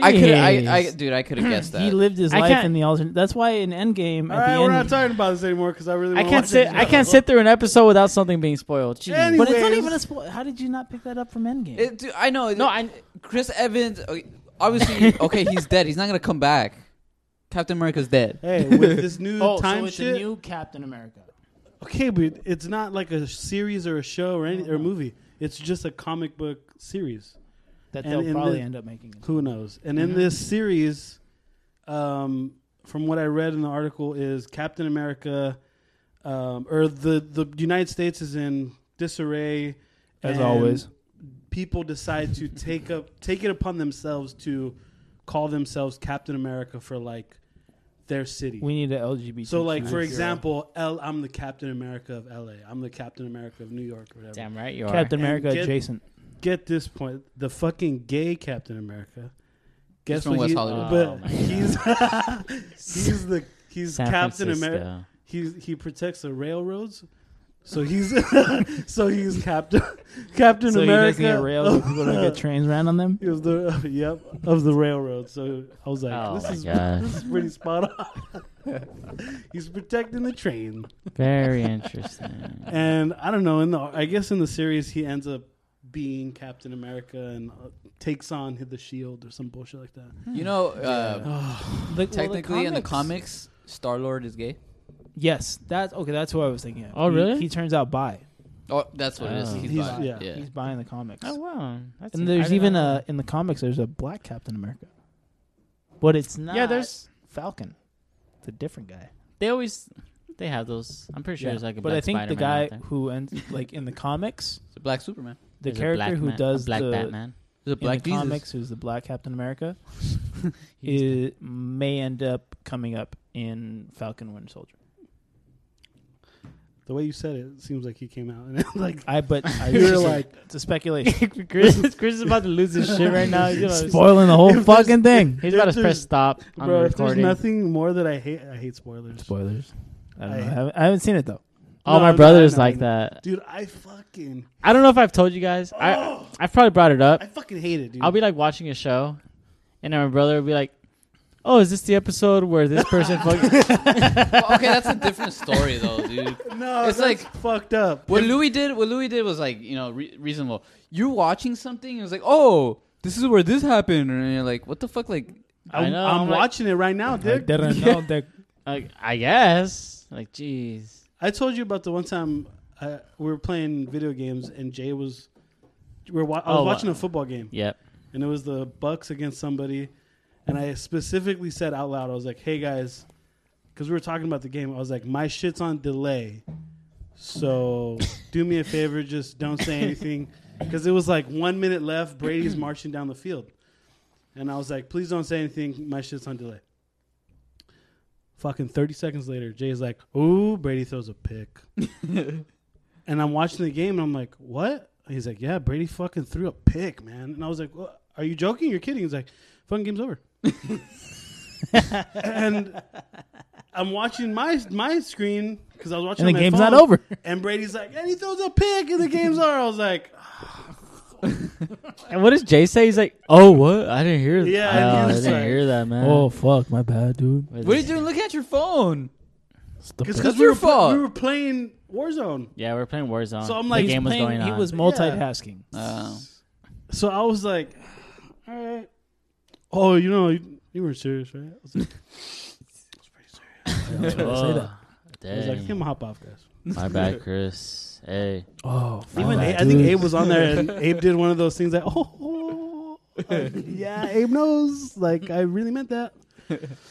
Speaker 5: I could.
Speaker 4: Jeez.
Speaker 5: I, I. Dude, I could have guessed that.
Speaker 4: He lived his
Speaker 6: I
Speaker 4: life
Speaker 6: can't-
Speaker 4: in the alternate. That's why in Endgame,
Speaker 1: All
Speaker 4: at the
Speaker 1: right,
Speaker 4: end,
Speaker 1: we're not talking about this anymore because I really.
Speaker 6: I
Speaker 1: wanna
Speaker 6: can't
Speaker 1: watch
Speaker 6: sit.
Speaker 1: this
Speaker 6: I
Speaker 1: show.
Speaker 6: can't sit through an episode without something being spoiled. Jeez.
Speaker 1: Anyway.
Speaker 4: but it's not
Speaker 1: Anyways.
Speaker 4: even a spoil. How did you not pick that up from Endgame?
Speaker 5: It, dude, I know.
Speaker 6: No, I-
Speaker 5: Chris Evans. okay, Obviously, okay, he's dead. He's not gonna come back. Captain America's dead.
Speaker 1: Hey, with this new
Speaker 4: oh,
Speaker 1: time
Speaker 4: so it's
Speaker 1: shit.
Speaker 4: a new Captain America.
Speaker 1: okay, but it's not like a series or a show or any or a movie. It's just a comic book series.
Speaker 4: That
Speaker 1: And
Speaker 4: they'll
Speaker 1: in
Speaker 4: probably
Speaker 1: the-
Speaker 4: end up making. It.
Speaker 1: Who knows? And
Speaker 4: Mm-hmm.
Speaker 1: in this series, um, from what I read in the article, is Captain America um, or the the United States is in disarray
Speaker 4: As
Speaker 1: and
Speaker 4: always.
Speaker 1: People decide to take up take it upon themselves to call themselves Captain America for like their city.
Speaker 4: We need an LGBT.
Speaker 1: so like for example, L I'm the Captain America of LA. I'm the Captain America of New York or whatever.
Speaker 6: Damn right you are.
Speaker 4: Captain
Speaker 1: And
Speaker 4: America
Speaker 1: get-
Speaker 4: adjacent.
Speaker 1: Get this point, the fucking gay Captain America. Guess
Speaker 5: from
Speaker 1: what
Speaker 5: West
Speaker 1: he-
Speaker 5: Hollywood.
Speaker 1: But
Speaker 6: Oh, my God.
Speaker 1: he's he's the he's
Speaker 6: San
Speaker 1: Captain
Speaker 6: Francisco.
Speaker 1: America. he's he protects the railroads. So he's so he's Captain Captain
Speaker 4: so
Speaker 1: America.
Speaker 4: he doesn't get railed.
Speaker 1: of
Speaker 4: when people don't get
Speaker 1: the-
Speaker 4: trains ran on them.
Speaker 1: he was the yep of the railroad. So I was like,
Speaker 6: Oh
Speaker 1: this
Speaker 6: my
Speaker 1: is
Speaker 6: God.
Speaker 1: this is pretty spot on. he's protecting the train,
Speaker 6: Very interesting.
Speaker 1: and I don't know. In the I guess in the series he ends up being Captain America and uh, takes on the Shield or some bullshit like that.
Speaker 5: You know, uh,
Speaker 4: The- well,
Speaker 5: technically in the comics, Star Lord is gay.
Speaker 4: Yes, that's okay. That's who I was thinking. Of.
Speaker 6: Oh,
Speaker 4: He-
Speaker 6: really?
Speaker 4: He, turns out bi.
Speaker 5: Oh, that's what it is.
Speaker 6: Oh.
Speaker 5: He's,
Speaker 1: He's-
Speaker 5: bi.
Speaker 1: yeah.
Speaker 5: yeah.
Speaker 4: He's bi in the comics.
Speaker 6: oh wow! That's
Speaker 4: and
Speaker 6: I
Speaker 4: there's
Speaker 6: did
Speaker 4: even
Speaker 6: not know
Speaker 4: a
Speaker 6: that.
Speaker 4: in the comics. There's a black Captain America, but it's not.
Speaker 6: yeah. There's
Speaker 4: Falcon. It's a different guy.
Speaker 6: they always they have those. I'm pretty sure
Speaker 4: Yeah,
Speaker 6: there's like a
Speaker 4: but
Speaker 6: black
Speaker 4: I think the
Speaker 6: Spider-Man
Speaker 4: guy
Speaker 6: out there.
Speaker 4: who ends like in the comics,
Speaker 5: It's a black Superman.
Speaker 4: the
Speaker 6: There's a
Speaker 4: character
Speaker 6: black
Speaker 4: who
Speaker 6: man- a
Speaker 4: does
Speaker 6: black
Speaker 4: the
Speaker 6: Batman.
Speaker 5: There's a
Speaker 4: in
Speaker 5: black
Speaker 4: the
Speaker 5: Jesus.
Speaker 4: comics, who's the black Captain America,
Speaker 6: He's
Speaker 4: it may end up coming up in Falcon Winter Soldier.
Speaker 1: The way you said it, it seems like he came out and like
Speaker 4: I but I
Speaker 1: you were like
Speaker 4: it's a speculation.
Speaker 6: Chris, Chris is about to lose his shit right now. He's, about to-
Speaker 4: Spoiling the whole
Speaker 1: If there's-
Speaker 4: fucking thing.
Speaker 6: he's about
Speaker 1: If
Speaker 6: to press
Speaker 1: there's-
Speaker 6: stop on
Speaker 1: Bro,
Speaker 6: the
Speaker 1: if there's
Speaker 6: recording.
Speaker 1: nothing more that I hate, I hate spoilers.
Speaker 4: Spoilers. I, don't know.
Speaker 1: I-
Speaker 4: I, haven't, I haven't seen it though.
Speaker 6: oh,
Speaker 1: No,
Speaker 6: my
Speaker 1: no,
Speaker 6: brother's
Speaker 1: no,
Speaker 6: like
Speaker 1: no.
Speaker 6: that.
Speaker 1: Dude, I fucking oh,
Speaker 6: I don't know if I've told you guys. I I've probably brought it up.
Speaker 1: I fucking hate it, dude.
Speaker 6: I'll be like watching a show, and then my brother will be like, "Oh, is this the episode where this person fucking?"
Speaker 5: Well, Oh, okay, that's a different story though, dude.
Speaker 1: no, it's
Speaker 5: it's like-
Speaker 1: like fucked up.
Speaker 5: What Louis did, what Louis did was like, you know, re- reasonable. You're watching something, and it's like, oh, this is where this happened, and you're like, what the fuck, like,
Speaker 6: I
Speaker 1: I'm,
Speaker 6: know,
Speaker 1: I'm
Speaker 6: I'm like-
Speaker 1: watching it right now,
Speaker 4: I
Speaker 1: dude.
Speaker 4: didn't know that.
Speaker 6: Like, I guess. Like, jeez.
Speaker 1: I told you about the one time uh, we were playing video games and Jay was. we We're wa- I was
Speaker 6: Oh, uh,
Speaker 1: watching a football game
Speaker 6: Yep.
Speaker 1: and it was the Bucks against somebody, and I specifically said out loud, I was like, "Hey guys," because we were talking about the game. I was like, "My shit's on delay, so do me a favor, just don't say anything," because it was like one minute left. Brady's marching down the field, and I was like, "Please don't say anything. My shit's on delay." Fucking thirty seconds later, Jay's like, "Ooh, Brady throws a pick," and I'm watching the game, and I'm like, "What?" He's like, "Yeah, Brady fucking threw a pick, man," and I was like, "What? "Are you joking? You're kidding?" He's like, "Fucking game's over." and I'm watching my my screen because I was watching
Speaker 4: And the
Speaker 1: on my
Speaker 4: game's
Speaker 1: phone,
Speaker 4: not over.
Speaker 1: And Brady's like, "And he throws a pick, and the game's over." I was like,
Speaker 6: And what does Jay say? He's like, "Oh, what? I didn't hear.
Speaker 1: Yeah,
Speaker 6: that.
Speaker 1: and he
Speaker 6: I
Speaker 1: was
Speaker 6: didn't
Speaker 1: like-
Speaker 6: hear that, man.
Speaker 4: Oh fuck, my bad, dude.
Speaker 6: What is
Speaker 5: what are
Speaker 6: it?
Speaker 5: you doing? Looking at your phone.
Speaker 4: It's the
Speaker 1: "Because
Speaker 4: fuck.
Speaker 5: That's
Speaker 1: we
Speaker 5: your
Speaker 1: were pl-
Speaker 5: fault.
Speaker 1: we were playing Warzone."
Speaker 6: Yeah, we're playing Warzone.
Speaker 1: So I'm
Speaker 6: The
Speaker 1: like-
Speaker 6: game was
Speaker 4: Playing-
Speaker 6: going
Speaker 4: He
Speaker 6: on.
Speaker 4: was
Speaker 1: Yeah.
Speaker 4: multitasking.
Speaker 5: Oh.
Speaker 1: So I was like, "All right, oh, you know, you, you weren't serious, right?" I was like,
Speaker 6: Oh,
Speaker 1: I was like, "I
Speaker 6: dang.
Speaker 1: think I'm gonna hop off, guys."
Speaker 6: my bad, Chris. Hey,
Speaker 4: Oh, fuck,
Speaker 1: Even Abe, I think Abe was on there, and Abe did one of those things like, oh, uh, yeah, Abe knows. Like, I really meant that. But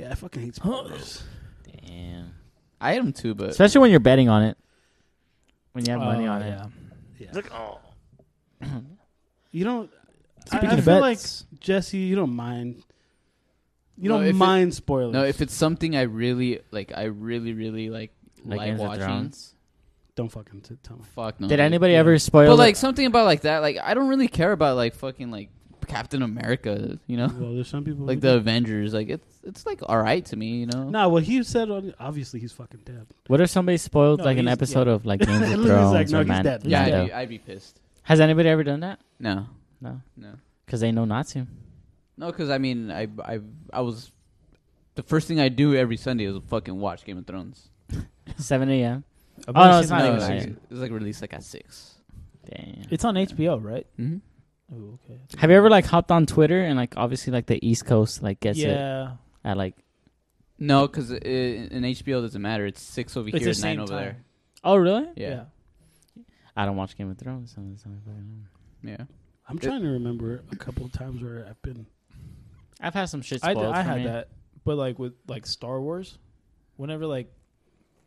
Speaker 1: yeah, I fucking hate spoilers.
Speaker 6: damn.
Speaker 5: I am too, but
Speaker 6: Especially when you're betting on it. When you have money
Speaker 4: Oh,
Speaker 6: on it.
Speaker 1: You don't. I,
Speaker 4: Speaking
Speaker 1: I
Speaker 4: of
Speaker 1: feel
Speaker 4: bets.
Speaker 1: like Jesse, you don't mind. You
Speaker 5: No,
Speaker 1: don't
Speaker 5: if it-
Speaker 1: mind spoilers.
Speaker 5: no, if it's something I really like, I really, really like,
Speaker 6: Like
Speaker 5: like,
Speaker 6: Games of
Speaker 5: watching.
Speaker 6: Thrones?
Speaker 1: don't fucking t- tell me.
Speaker 5: Fuck no.
Speaker 6: Did
Speaker 5: dude.
Speaker 6: anybody
Speaker 1: Yeah.
Speaker 6: ever spoil?
Speaker 5: But like
Speaker 6: it?
Speaker 5: something about like that, like I don't really care about like fucking like Captain America, you know,
Speaker 1: Well, there's some people
Speaker 5: like the Avengers. Like it's it's like all right to me, you know.
Speaker 1: Nah, what he said on obviously he's fucking dead.
Speaker 6: what if somebody spoiled
Speaker 4: No,
Speaker 6: like an
Speaker 4: he's-
Speaker 6: episode of like Games of
Speaker 1: He's
Speaker 6: Thrones
Speaker 1: like, no,
Speaker 6: or
Speaker 1: he's
Speaker 6: Man-
Speaker 1: dead.
Speaker 5: yeah,
Speaker 6: Mando?
Speaker 5: I'd be, I'd be pissed.
Speaker 6: Has anybody ever done that?
Speaker 5: No,
Speaker 6: No,
Speaker 5: no,
Speaker 6: because they know not to.
Speaker 5: no, because I mean, I I I was the first thing I do every Sunday is fucking watch Game of Thrones.
Speaker 6: 7 a.m.
Speaker 4: I've
Speaker 6: Oh,
Speaker 4: never
Speaker 6: no,
Speaker 4: seen
Speaker 6: it's
Speaker 4: that
Speaker 6: not even
Speaker 5: it's,
Speaker 4: movie.
Speaker 6: like-
Speaker 5: like, it's like released like at six.
Speaker 6: Damn.
Speaker 4: It's on HBO, right?
Speaker 5: Mm-hmm.
Speaker 4: Ooh, okay.
Speaker 6: Have you ever like hopped on Twitter and like obviously like the East Coast like gets it
Speaker 4: yeah,
Speaker 6: at like
Speaker 5: No, because in HBO doesn't matter. It's six over
Speaker 4: it's
Speaker 5: here,
Speaker 4: the
Speaker 5: and nine
Speaker 4: same
Speaker 5: over
Speaker 4: time.
Speaker 5: there.
Speaker 6: oh really?
Speaker 5: Yeah,
Speaker 6: I don't watch Game of Thrones. So it's not fucking-
Speaker 5: yeah.
Speaker 1: I'm trying to remember a couple of times where I've been.
Speaker 6: I've had some shit
Speaker 4: I,
Speaker 6: spoiled.
Speaker 4: I
Speaker 6: for
Speaker 4: had
Speaker 6: me.
Speaker 4: that, but like with like Star Wars, whenever like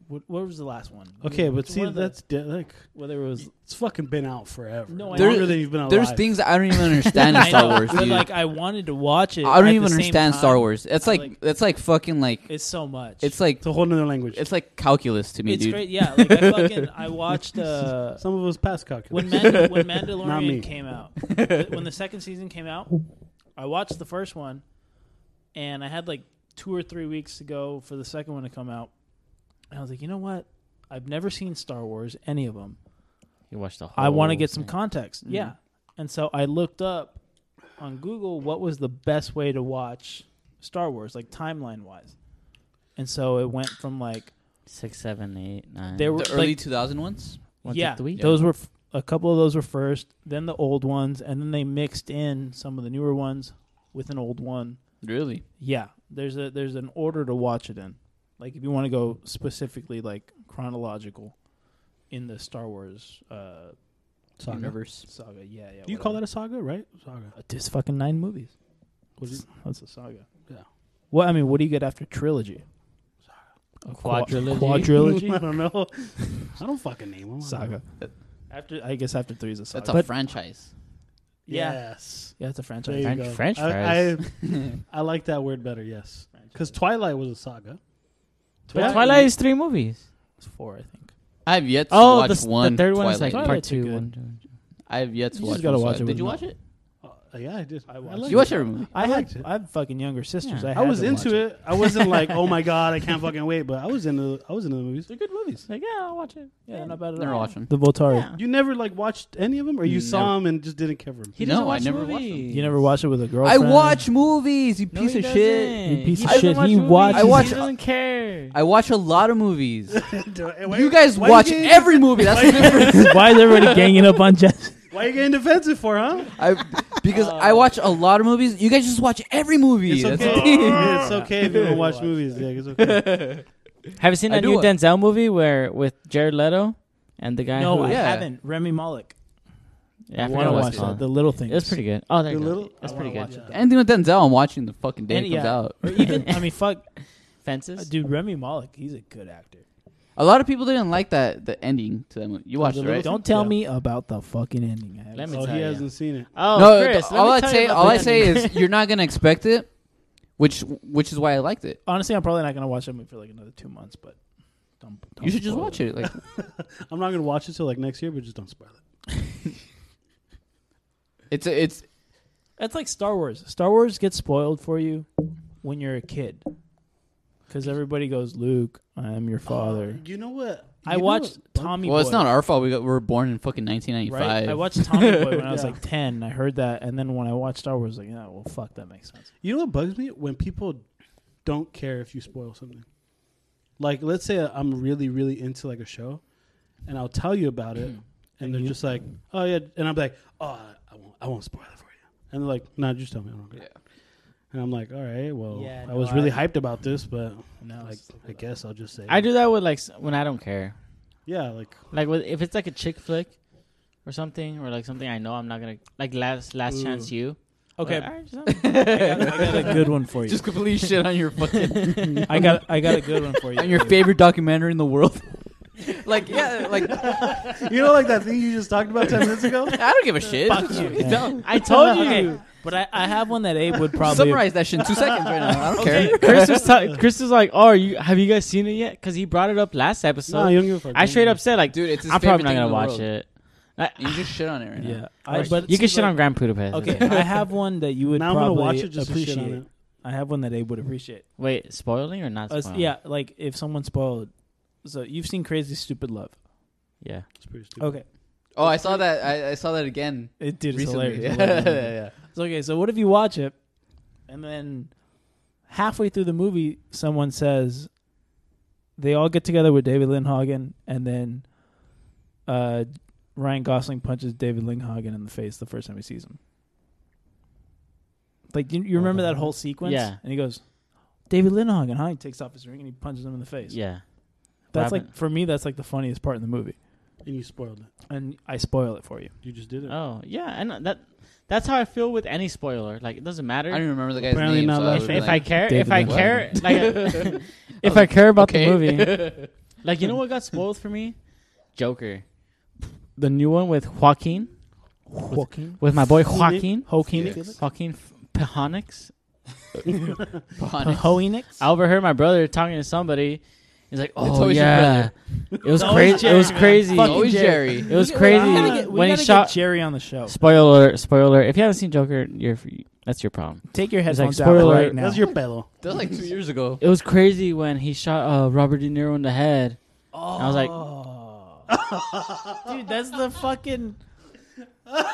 Speaker 4: What, what was the last one?
Speaker 1: Okay, but
Speaker 4: It's one
Speaker 1: see,
Speaker 4: of the-
Speaker 1: that's de- like,
Speaker 4: whether it was
Speaker 1: it's fucking been out forever.
Speaker 4: No, I
Speaker 1: longer
Speaker 5: know.
Speaker 1: than you've been alive.
Speaker 5: There's things that I don't even understand in
Speaker 4: I
Speaker 5: Star
Speaker 4: know,
Speaker 5: Wars,
Speaker 4: but
Speaker 5: dude.
Speaker 4: like I wanted to watch it.
Speaker 5: I
Speaker 4: at
Speaker 5: don't
Speaker 4: the
Speaker 5: even
Speaker 4: same
Speaker 5: understand
Speaker 4: time.
Speaker 5: Star Wars. It's
Speaker 4: I
Speaker 5: like,
Speaker 4: like-
Speaker 5: it's like fucking like
Speaker 4: It's so much.
Speaker 5: it's like
Speaker 1: It's a whole nother language.
Speaker 5: it's like calculus to me,
Speaker 4: it's
Speaker 5: dude.
Speaker 4: great. Yeah, like I fucking I watched uh,
Speaker 1: Some of us pass
Speaker 4: when
Speaker 1: calculus.
Speaker 4: Man- when
Speaker 1: Not me.
Speaker 4: Mandalorian came out. th- when the second season came out, I watched the first one, and I had like two or three weeks to go for the second one to come out. And I was like, you know what? I've never seen Star Wars, any of them.
Speaker 6: You watched the whole.
Speaker 4: I want to get some
Speaker 6: thing.
Speaker 4: context. Yeah. And so I looked up on Google what was the best way to watch Star Wars, like timeline wise. And so it went from like
Speaker 6: Six, seven, eight, nine.
Speaker 4: there were
Speaker 5: The early
Speaker 4: like,
Speaker 5: 2000 ones.
Speaker 6: one, two,
Speaker 4: yeah,
Speaker 6: three.
Speaker 4: those were f- a couple of those were first, then the old ones, and then they mixed in some of the newer ones with an old one.
Speaker 5: Really?
Speaker 4: Yeah, there's a there's an order to watch it in. Like if you want to go specifically like chronological in the Star Wars uh,
Speaker 5: Universe.
Speaker 4: saga. Yeah, yeah.
Speaker 1: you call
Speaker 4: whatever.
Speaker 1: that a saga, right? Saga.
Speaker 4: Uh, There's fucking nine movies.
Speaker 1: What is
Speaker 4: That's a saga.
Speaker 1: Yeah.
Speaker 4: Well, I mean, what do you get after trilogy? A qua-
Speaker 6: Quadrilogy.
Speaker 1: I
Speaker 4: Quadrilogy.
Speaker 1: don't know. I don't fucking name them.
Speaker 4: saga. After I guess after three is a saga.
Speaker 5: That's a
Speaker 4: But-
Speaker 5: franchise.
Speaker 4: yeah. yeah.
Speaker 1: Yes.
Speaker 4: it's a
Speaker 1: There
Speaker 4: franchise.
Speaker 1: you
Speaker 6: French-
Speaker 1: go.
Speaker 6: French
Speaker 1: I, I, I like that word better. Yes, because Twilight was a saga.
Speaker 6: But
Speaker 1: Twilight-
Speaker 6: Twilight is three movies.
Speaker 4: It's four, I think.
Speaker 5: I have yet to
Speaker 6: Oh,
Speaker 5: watch
Speaker 6: the, s-
Speaker 5: one.
Speaker 6: the third one is like
Speaker 5: Twilight.
Speaker 6: part
Speaker 4: Twilight's a
Speaker 6: two.
Speaker 4: good-
Speaker 6: one, two-
Speaker 5: I have yet to
Speaker 4: You
Speaker 5: watch.
Speaker 4: just gotta
Speaker 5: one, so
Speaker 4: watch
Speaker 5: I-
Speaker 4: it
Speaker 5: Did
Speaker 4: with
Speaker 5: you
Speaker 4: me.
Speaker 5: watch it?
Speaker 1: Uh, yeah, I did.
Speaker 4: I
Speaker 1: I
Speaker 4: watched
Speaker 1: liked
Speaker 5: You watched every movie.
Speaker 4: I,
Speaker 1: liked
Speaker 4: had
Speaker 1: it.
Speaker 4: I have fucking younger sisters.
Speaker 6: Yeah.
Speaker 4: I,
Speaker 1: I
Speaker 4: had
Speaker 1: was
Speaker 4: to
Speaker 1: into
Speaker 4: watch
Speaker 1: it. I wasn't like, oh my god, I can't fucking wait. But I was into, I was into the movies.
Speaker 4: They're good movies.
Speaker 6: Like yeah, I'll watch it.
Speaker 4: Yeah, not bad at
Speaker 5: Never
Speaker 4: all.
Speaker 5: watched them.
Speaker 4: The Voltari.
Speaker 6: Yeah.
Speaker 1: You never like watched any of them, or you saw
Speaker 5: Never.
Speaker 1: them and just didn't care for them.
Speaker 5: He doesn't No, I watch never watched them. movies.
Speaker 4: You never watched it with a
Speaker 5: I
Speaker 4: girlfriend.
Speaker 5: watch movies. You piece of shit.
Speaker 4: You piece of
Speaker 5: I-
Speaker 4: shit. He
Speaker 5: I
Speaker 4: watches.
Speaker 5: watch-
Speaker 6: He doesn't care.
Speaker 5: I watch a lot of movies. you
Speaker 1: you
Speaker 5: guys watch every movie. That's the difference.
Speaker 4: Why is everybody ganging up on Jess?
Speaker 1: Why are you getting defensive for, huh?
Speaker 5: I, because I watch a lot of movies. You guys just watch every movie.
Speaker 1: It's
Speaker 5: That's
Speaker 1: okay.
Speaker 5: the thing.
Speaker 1: Yeah, it's okay if you don't watch movies. Yeah, it's okay.
Speaker 6: Have you seen
Speaker 5: I
Speaker 6: that
Speaker 5: do
Speaker 6: new
Speaker 5: watch-
Speaker 6: Denzel movie where with Jared Leto and the guy?
Speaker 4: No,
Speaker 6: who,
Speaker 4: I
Speaker 5: Yeah.
Speaker 4: haven't. Remy Malik.
Speaker 6: yeah,
Speaker 4: I
Speaker 6: I, forgot
Speaker 4: want to
Speaker 6: what it's
Speaker 4: watch that.
Speaker 6: called.
Speaker 4: The little thing.
Speaker 6: It was pretty good. Oh, there you
Speaker 1: The
Speaker 6: go.
Speaker 1: little-
Speaker 6: That's
Speaker 1: I
Speaker 6: pretty
Speaker 1: wanna
Speaker 6: good.
Speaker 1: watch it.
Speaker 5: Anything with Denzel, I'm watching the fucking day
Speaker 4: And
Speaker 5: it comes
Speaker 4: yeah.
Speaker 5: out.
Speaker 4: Or even, I mean, fuck, uh,
Speaker 6: Fences.
Speaker 4: dude, Remy Malik, he's a good actor.
Speaker 5: A lot of people didn't like that the ending to that movie. You watched it, right?
Speaker 4: Don't tell
Speaker 1: Yeah.
Speaker 4: me about the fucking ending. I
Speaker 6: Let
Speaker 4: haven't
Speaker 6: me
Speaker 1: Oh,
Speaker 6: tell
Speaker 1: he
Speaker 6: you.
Speaker 1: hasn't seen it.
Speaker 6: Oh,
Speaker 5: no,
Speaker 6: Chris,
Speaker 5: th-
Speaker 6: let
Speaker 5: all
Speaker 6: me
Speaker 5: I
Speaker 6: tell you
Speaker 5: say,
Speaker 6: about
Speaker 5: all I
Speaker 6: that.
Speaker 5: say is you're not gonna expect it, which which is why I liked it.
Speaker 4: Honestly, I'm probably not gonna watch that movie for like another two months, but don't, don't
Speaker 5: You should just
Speaker 4: spoil
Speaker 5: watch it. Like,
Speaker 1: I'm not gonna watch it till like next year, but just don't spoil it.
Speaker 5: it's a, it's
Speaker 4: It's like Star Wars. Star Wars gets spoiled for you when you're a kid, because everybody goes, "Luke, I'm your father."
Speaker 1: You know what?
Speaker 4: I
Speaker 1: Oh, You know
Speaker 4: watched
Speaker 1: what-
Speaker 4: Tommy.
Speaker 5: well, it's
Speaker 4: Boy,
Speaker 5: not our fault. We got, we were born in fucking
Speaker 4: right.
Speaker 5: 1995.
Speaker 4: I watched Tommy Boy when I was
Speaker 1: Yeah.
Speaker 4: like ten. and I heard that, and then when I watched Star Wars, I was like, yeah, well, fuck, that makes sense.
Speaker 1: You know what bugs me when people don't care if you spoil something. Like, let's say I'm really, really into like a show, and I'll tell you about it,
Speaker 6: Mm-hmm.
Speaker 1: and they're just like, "Oh yeah," and I'm like, "Oh, I won't, I won't spoil it for you." And they're like, "No, just tell me." I don't care." And I'm like, "All right, well,
Speaker 4: Yeah,
Speaker 1: I
Speaker 4: no,
Speaker 1: was really
Speaker 4: I-
Speaker 1: hyped about this, but
Speaker 4: No,
Speaker 1: like, I guess I'll just say."
Speaker 6: I
Speaker 1: it."
Speaker 6: do that with like s- when I don't care.
Speaker 1: Yeah, like
Speaker 6: Like with, if it's like a chick flick or something, or like something I know I'm not gonna like last last
Speaker 1: Ooh.
Speaker 6: chance you.
Speaker 4: okay,
Speaker 6: Like, all right, just-
Speaker 4: I got a good one for you.
Speaker 5: just completely shit on your fucking
Speaker 4: I got, I got a good one for you.
Speaker 5: on your favorite documentary in the world. like yeah, like I
Speaker 1: you know, like that thing you just talked about ten minutes ago.
Speaker 5: don't give a shit.
Speaker 6: I told you.
Speaker 4: But I, I have one that Abe would probably
Speaker 5: Summarize that shit in two seconds right now. I don't care.
Speaker 6: Chris was ta- Chris was like, "Oh, are you have you guys seen it yet?" Because he brought it up last episode.
Speaker 1: No, you don't give a fuck.
Speaker 6: I straight up said, "Like,
Speaker 5: Dude, it's his
Speaker 6: I'm
Speaker 5: favorite
Speaker 6: probably not
Speaker 5: thing in
Speaker 6: gonna
Speaker 5: the
Speaker 6: watch
Speaker 5: world.
Speaker 6: it." Like,
Speaker 5: You just shit on it right
Speaker 4: Yeah,
Speaker 5: now.
Speaker 4: I,
Speaker 5: Alright.
Speaker 4: but
Speaker 6: you can
Speaker 4: see,
Speaker 6: shit on
Speaker 4: like-
Speaker 6: Grand Budapest.
Speaker 4: Okay, I have one that you would
Speaker 1: Now I'm gonna
Speaker 4: probably
Speaker 1: watch it just to
Speaker 4: appreciate.
Speaker 1: shit on it.
Speaker 4: I have one that Abe would appreciate.
Speaker 6: Wait, spoiling or not
Speaker 4: Us-
Speaker 6: spoiling?
Speaker 4: yeah, like if someone spoiled. So you've seen Crazy Stupid Love.
Speaker 6: yeah.
Speaker 1: It's pretty stupid.
Speaker 4: Okay,
Speaker 5: Oh, I saw that. I, I saw that again.
Speaker 4: it did it's
Speaker 5: Recently.
Speaker 4: hilarious.
Speaker 5: Yeah,
Speaker 4: I love that movie.
Speaker 5: yeah, yeah.
Speaker 4: So, okay, so what if you watch it, and then halfway through the movie, someone says they all get together with David Lindhagen, and then uh, Ryan Gosling punches David Lindhagen in the face the first time he sees him. Like you, you remember that whole sequence?
Speaker 6: Yeah.
Speaker 4: And he goes, David Lindhagen, huh? He takes off his ring and he punches him in the face.
Speaker 6: Yeah.
Speaker 4: That's
Speaker 6: Robin-
Speaker 4: like for me, that's like the funniest part in the movie,
Speaker 1: and you spoiled it.
Speaker 4: and I spoil it for you.
Speaker 1: You just did it.
Speaker 6: Oh, yeah. And that that's how I feel with any spoiler. Like it doesn't matter.
Speaker 5: I don't even remember the guy's
Speaker 1: Apparently
Speaker 5: name.
Speaker 1: not
Speaker 5: so
Speaker 1: last
Speaker 5: was
Speaker 1: name.
Speaker 6: if
Speaker 5: like-
Speaker 6: I care, if
Speaker 4: David
Speaker 6: I
Speaker 4: Lynch.
Speaker 6: care, like, if I care about
Speaker 5: Okay.
Speaker 6: the movie, Like you know what got spoiled for me? Joker, the new one with Joaquin,
Speaker 4: Joaquin.
Speaker 6: with my boy Joaquin,
Speaker 4: Joaquin.
Speaker 6: Joaquin Phoenix.
Speaker 4: Hoenix.
Speaker 6: I overheard my brother talking to somebody. He's like, "Oh
Speaker 5: always your
Speaker 6: yeah, it was crazy. It was crazy.
Speaker 5: Fucking Always Jerry.
Speaker 6: It was
Speaker 4: We gotta- we gotta
Speaker 6: crazy
Speaker 4: get- we
Speaker 6: when he
Speaker 4: gotta get
Speaker 6: shot."
Speaker 4: Jerry on the show.
Speaker 6: Spoiler! alert, Spoiler! alert. If you haven't seen Joker, you're that's your problem.
Speaker 4: Take your
Speaker 6: It's like,
Speaker 4: headphones out
Speaker 6: spoiler
Speaker 4: right
Speaker 6: alert.
Speaker 4: now.
Speaker 1: That's your pillow.
Speaker 5: That was like two years ago.
Speaker 6: It was crazy when he shot uh, Robert De Niro in the head. I was like,
Speaker 4: dude, that's the fucking.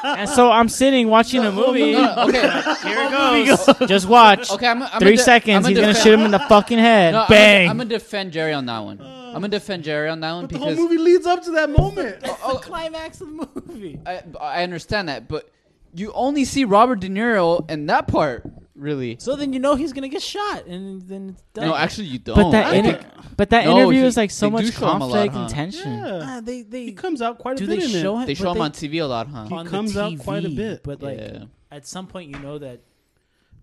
Speaker 6: and so I'm sitting watching a movie.
Speaker 5: okay,
Speaker 6: Here it goes. Just watch.
Speaker 5: okay. I'm, I'm
Speaker 6: Three
Speaker 5: gonna- I'm
Speaker 6: seconds. He's gonna
Speaker 5: defend-
Speaker 6: shoot him in the fucking head.
Speaker 5: No, I'm gonna-
Speaker 6: Bang.
Speaker 5: I'm gonna defend Jerry on that one. I'm gonna defend Jerry on that one
Speaker 1: Uh, The whole
Speaker 5: because
Speaker 1: movie leads up to that moment.
Speaker 5: oh,
Speaker 4: climax of the movie.
Speaker 5: I, I understand that, but you only see Robert De Niro in that part, really.
Speaker 4: So then you know he's gonna get shot, and then it's done.
Speaker 5: No, actually, you don't.
Speaker 6: but that
Speaker 5: I
Speaker 6: inter-
Speaker 5: think-
Speaker 6: but that
Speaker 5: No,
Speaker 6: interview
Speaker 5: he-
Speaker 6: is like so
Speaker 5: they do
Speaker 6: much
Speaker 5: show him a lot,
Speaker 6: conflict and
Speaker 5: huh?
Speaker 6: tension.
Speaker 1: yeah.
Speaker 5: uh,
Speaker 4: Ah, they they
Speaker 1: He comes out quite a
Speaker 4: do
Speaker 1: bit
Speaker 4: they
Speaker 1: in
Speaker 4: show
Speaker 1: it.
Speaker 4: him?
Speaker 5: they
Speaker 4: but
Speaker 5: show him
Speaker 4: they-
Speaker 5: on TV a lot, huh?
Speaker 1: He
Speaker 4: on the
Speaker 1: comes out quite a
Speaker 4: TV,
Speaker 1: bit.
Speaker 4: but like
Speaker 5: yeah.
Speaker 4: at some point you know that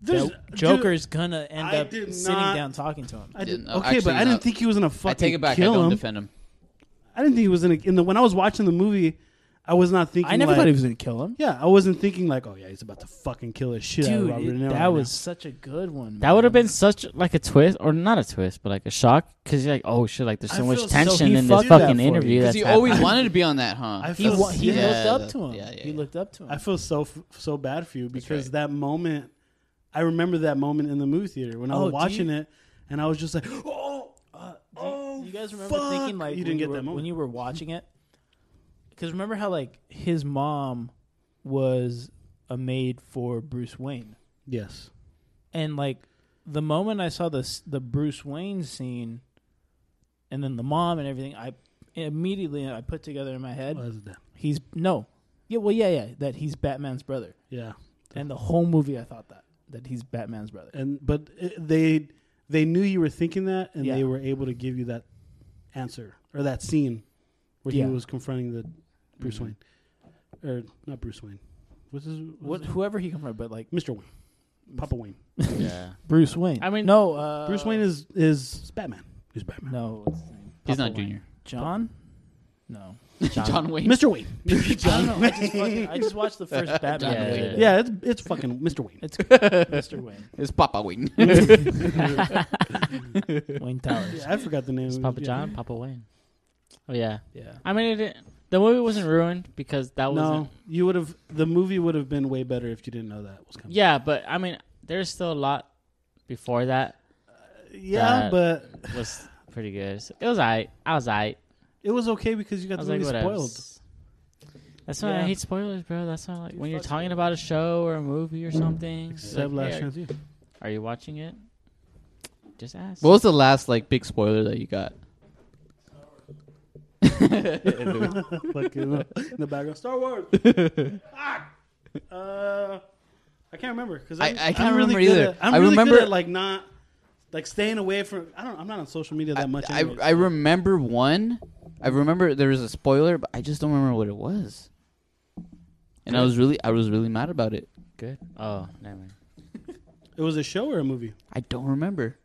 Speaker 1: There's-
Speaker 4: that Joker's gonna end
Speaker 1: I
Speaker 4: up
Speaker 1: did
Speaker 4: sitting
Speaker 1: not-
Speaker 4: down talking to him.
Speaker 1: I didn't,
Speaker 5: Didn't-
Speaker 1: okay,
Speaker 5: actually
Speaker 1: but I didn't
Speaker 5: not.
Speaker 1: think he was gonna fucking
Speaker 5: I take it back. I
Speaker 1: kill
Speaker 5: don't
Speaker 1: him.
Speaker 5: defend him.
Speaker 1: I didn't think he was in, a, in the when I was watching the movie. I was not thinking.
Speaker 4: I never
Speaker 1: like-
Speaker 4: thought he was gonna kill him.
Speaker 1: Yeah, I wasn't thinking like, oh yeah, he's about to fucking kill his shit out of
Speaker 4: Dude,
Speaker 1: Robert
Speaker 4: it-
Speaker 1: De Niro
Speaker 4: that
Speaker 1: right
Speaker 4: was such a good one.
Speaker 6: That
Speaker 4: man.
Speaker 6: would have been such like a twist, or not a twist, but like a shock, because you're like, oh shit, like there's so
Speaker 1: I
Speaker 6: much
Speaker 1: feel so-
Speaker 6: tension
Speaker 4: he
Speaker 6: in this
Speaker 4: fucked that
Speaker 6: fucking
Speaker 4: for
Speaker 6: interview.
Speaker 4: you.
Speaker 6: That's
Speaker 5: Because you always
Speaker 6: happening.
Speaker 5: wanted to be on that, huh?
Speaker 1: now. I
Speaker 4: He
Speaker 1: felt-
Speaker 4: wa- he
Speaker 1: yeah.
Speaker 5: Yeah,
Speaker 4: looked up
Speaker 5: that-
Speaker 4: to him.
Speaker 5: yeah, yeah,
Speaker 4: He
Speaker 5: yeah.
Speaker 4: looked up to him.
Speaker 1: I feel so f- so bad for you because
Speaker 5: right.
Speaker 1: that moment. I remember that moment in the movie theater when I
Speaker 4: Oh, do
Speaker 1: was watching
Speaker 4: you-
Speaker 1: it, and I was just like, oh, uh, oh.
Speaker 4: you guys remember
Speaker 1: fuck.
Speaker 4: thinking like
Speaker 1: you
Speaker 4: when,
Speaker 1: didn't
Speaker 4: you
Speaker 1: get
Speaker 4: were,
Speaker 1: that moment
Speaker 4: when you were watching it? Because remember how like his mom was a maid for Bruce Wayne,
Speaker 1: Yes.
Speaker 4: and like the moment I saw this the Bruce Wayne scene, and then the mom and everything, I immediately I put together in my head
Speaker 1: Was that-
Speaker 4: he's no, yeah, well, yeah, yeah, that he's Batman's brother,
Speaker 1: Yeah.
Speaker 4: and the whole movie I thought that that he's Batman's brother.
Speaker 1: And but it, they they knew you were thinking that, and
Speaker 4: Yeah.
Speaker 1: they were able to give you that answer or that scene where
Speaker 4: Yeah. Mm-hmm.
Speaker 1: he was confronting the Bruce Wayne, or not Bruce Wayne. What's his?
Speaker 4: What,
Speaker 1: What?
Speaker 4: whoever he come from, but like
Speaker 1: Mr. Wayne, Papa Wayne.
Speaker 6: yeah.
Speaker 4: Bruce Wayne.
Speaker 6: I mean-
Speaker 4: no, uh,
Speaker 1: Bruce Wayne is is Batman. He's Batman.
Speaker 4: no. What's his name?
Speaker 5: He's
Speaker 4: Papa
Speaker 5: not
Speaker 4: Wayne.
Speaker 5: junior.
Speaker 4: John? No.
Speaker 5: John, Wayne.
Speaker 1: Mr. Wayne.
Speaker 4: I don't know. I just, fucking, I just watched the first Batman.
Speaker 6: Yeah,
Speaker 4: movie.
Speaker 6: yeah,
Speaker 1: yeah, it's it's fucking Mr. Wayne.
Speaker 4: It's Mr. Wayne.
Speaker 5: It's Papa Wayne.
Speaker 4: Wayne Towers.
Speaker 1: Yeah, I forgot the name.
Speaker 6: It's Papa John, Papa Wayne. Oh yeah.
Speaker 4: Yeah.
Speaker 6: I mean, it, didn't- the movie wasn't ruined because that wasn't.
Speaker 1: No, you would have. The movie would have been way better if you didn't know that was coming.
Speaker 6: Yeah, but I mean, there's still a lot before that
Speaker 1: yeah,
Speaker 6: That-
Speaker 1: but
Speaker 6: was pretty good. So it was alright. I was alright.
Speaker 1: it was okay because you
Speaker 6: I
Speaker 1: got
Speaker 6: was
Speaker 1: the
Speaker 6: like,
Speaker 1: movie
Speaker 6: what
Speaker 1: spoiled.
Speaker 6: else? That's why I
Speaker 4: Yeah.
Speaker 6: hate spoilers, bro. That's why, like,
Speaker 4: Dude,
Speaker 6: when you're
Speaker 4: fuck
Speaker 6: talking about a show or a movie or something, it's
Speaker 1: Except
Speaker 6: like,
Speaker 1: last
Speaker 6: hey,
Speaker 1: chance, you.
Speaker 6: are you watching it? Just ask.
Speaker 5: What was the last like big spoiler that you got?
Speaker 1: Like, you know, in the background, Star Wars. ah! uh, I can't remember because
Speaker 5: I- I can't
Speaker 1: am really
Speaker 5: remember
Speaker 1: good
Speaker 5: either.
Speaker 1: At, I'm
Speaker 5: I
Speaker 1: really
Speaker 5: remember-
Speaker 1: good at, like not like staying away from. I don't. I'm not on social media that much.
Speaker 5: I,
Speaker 1: anyways.
Speaker 5: I remember one. I remember there was a spoiler, but I just don't remember what it was. And I was really, I was really mad about it.
Speaker 6: good? Oh, never mind.
Speaker 1: it was a show or a movie.
Speaker 5: I don't remember.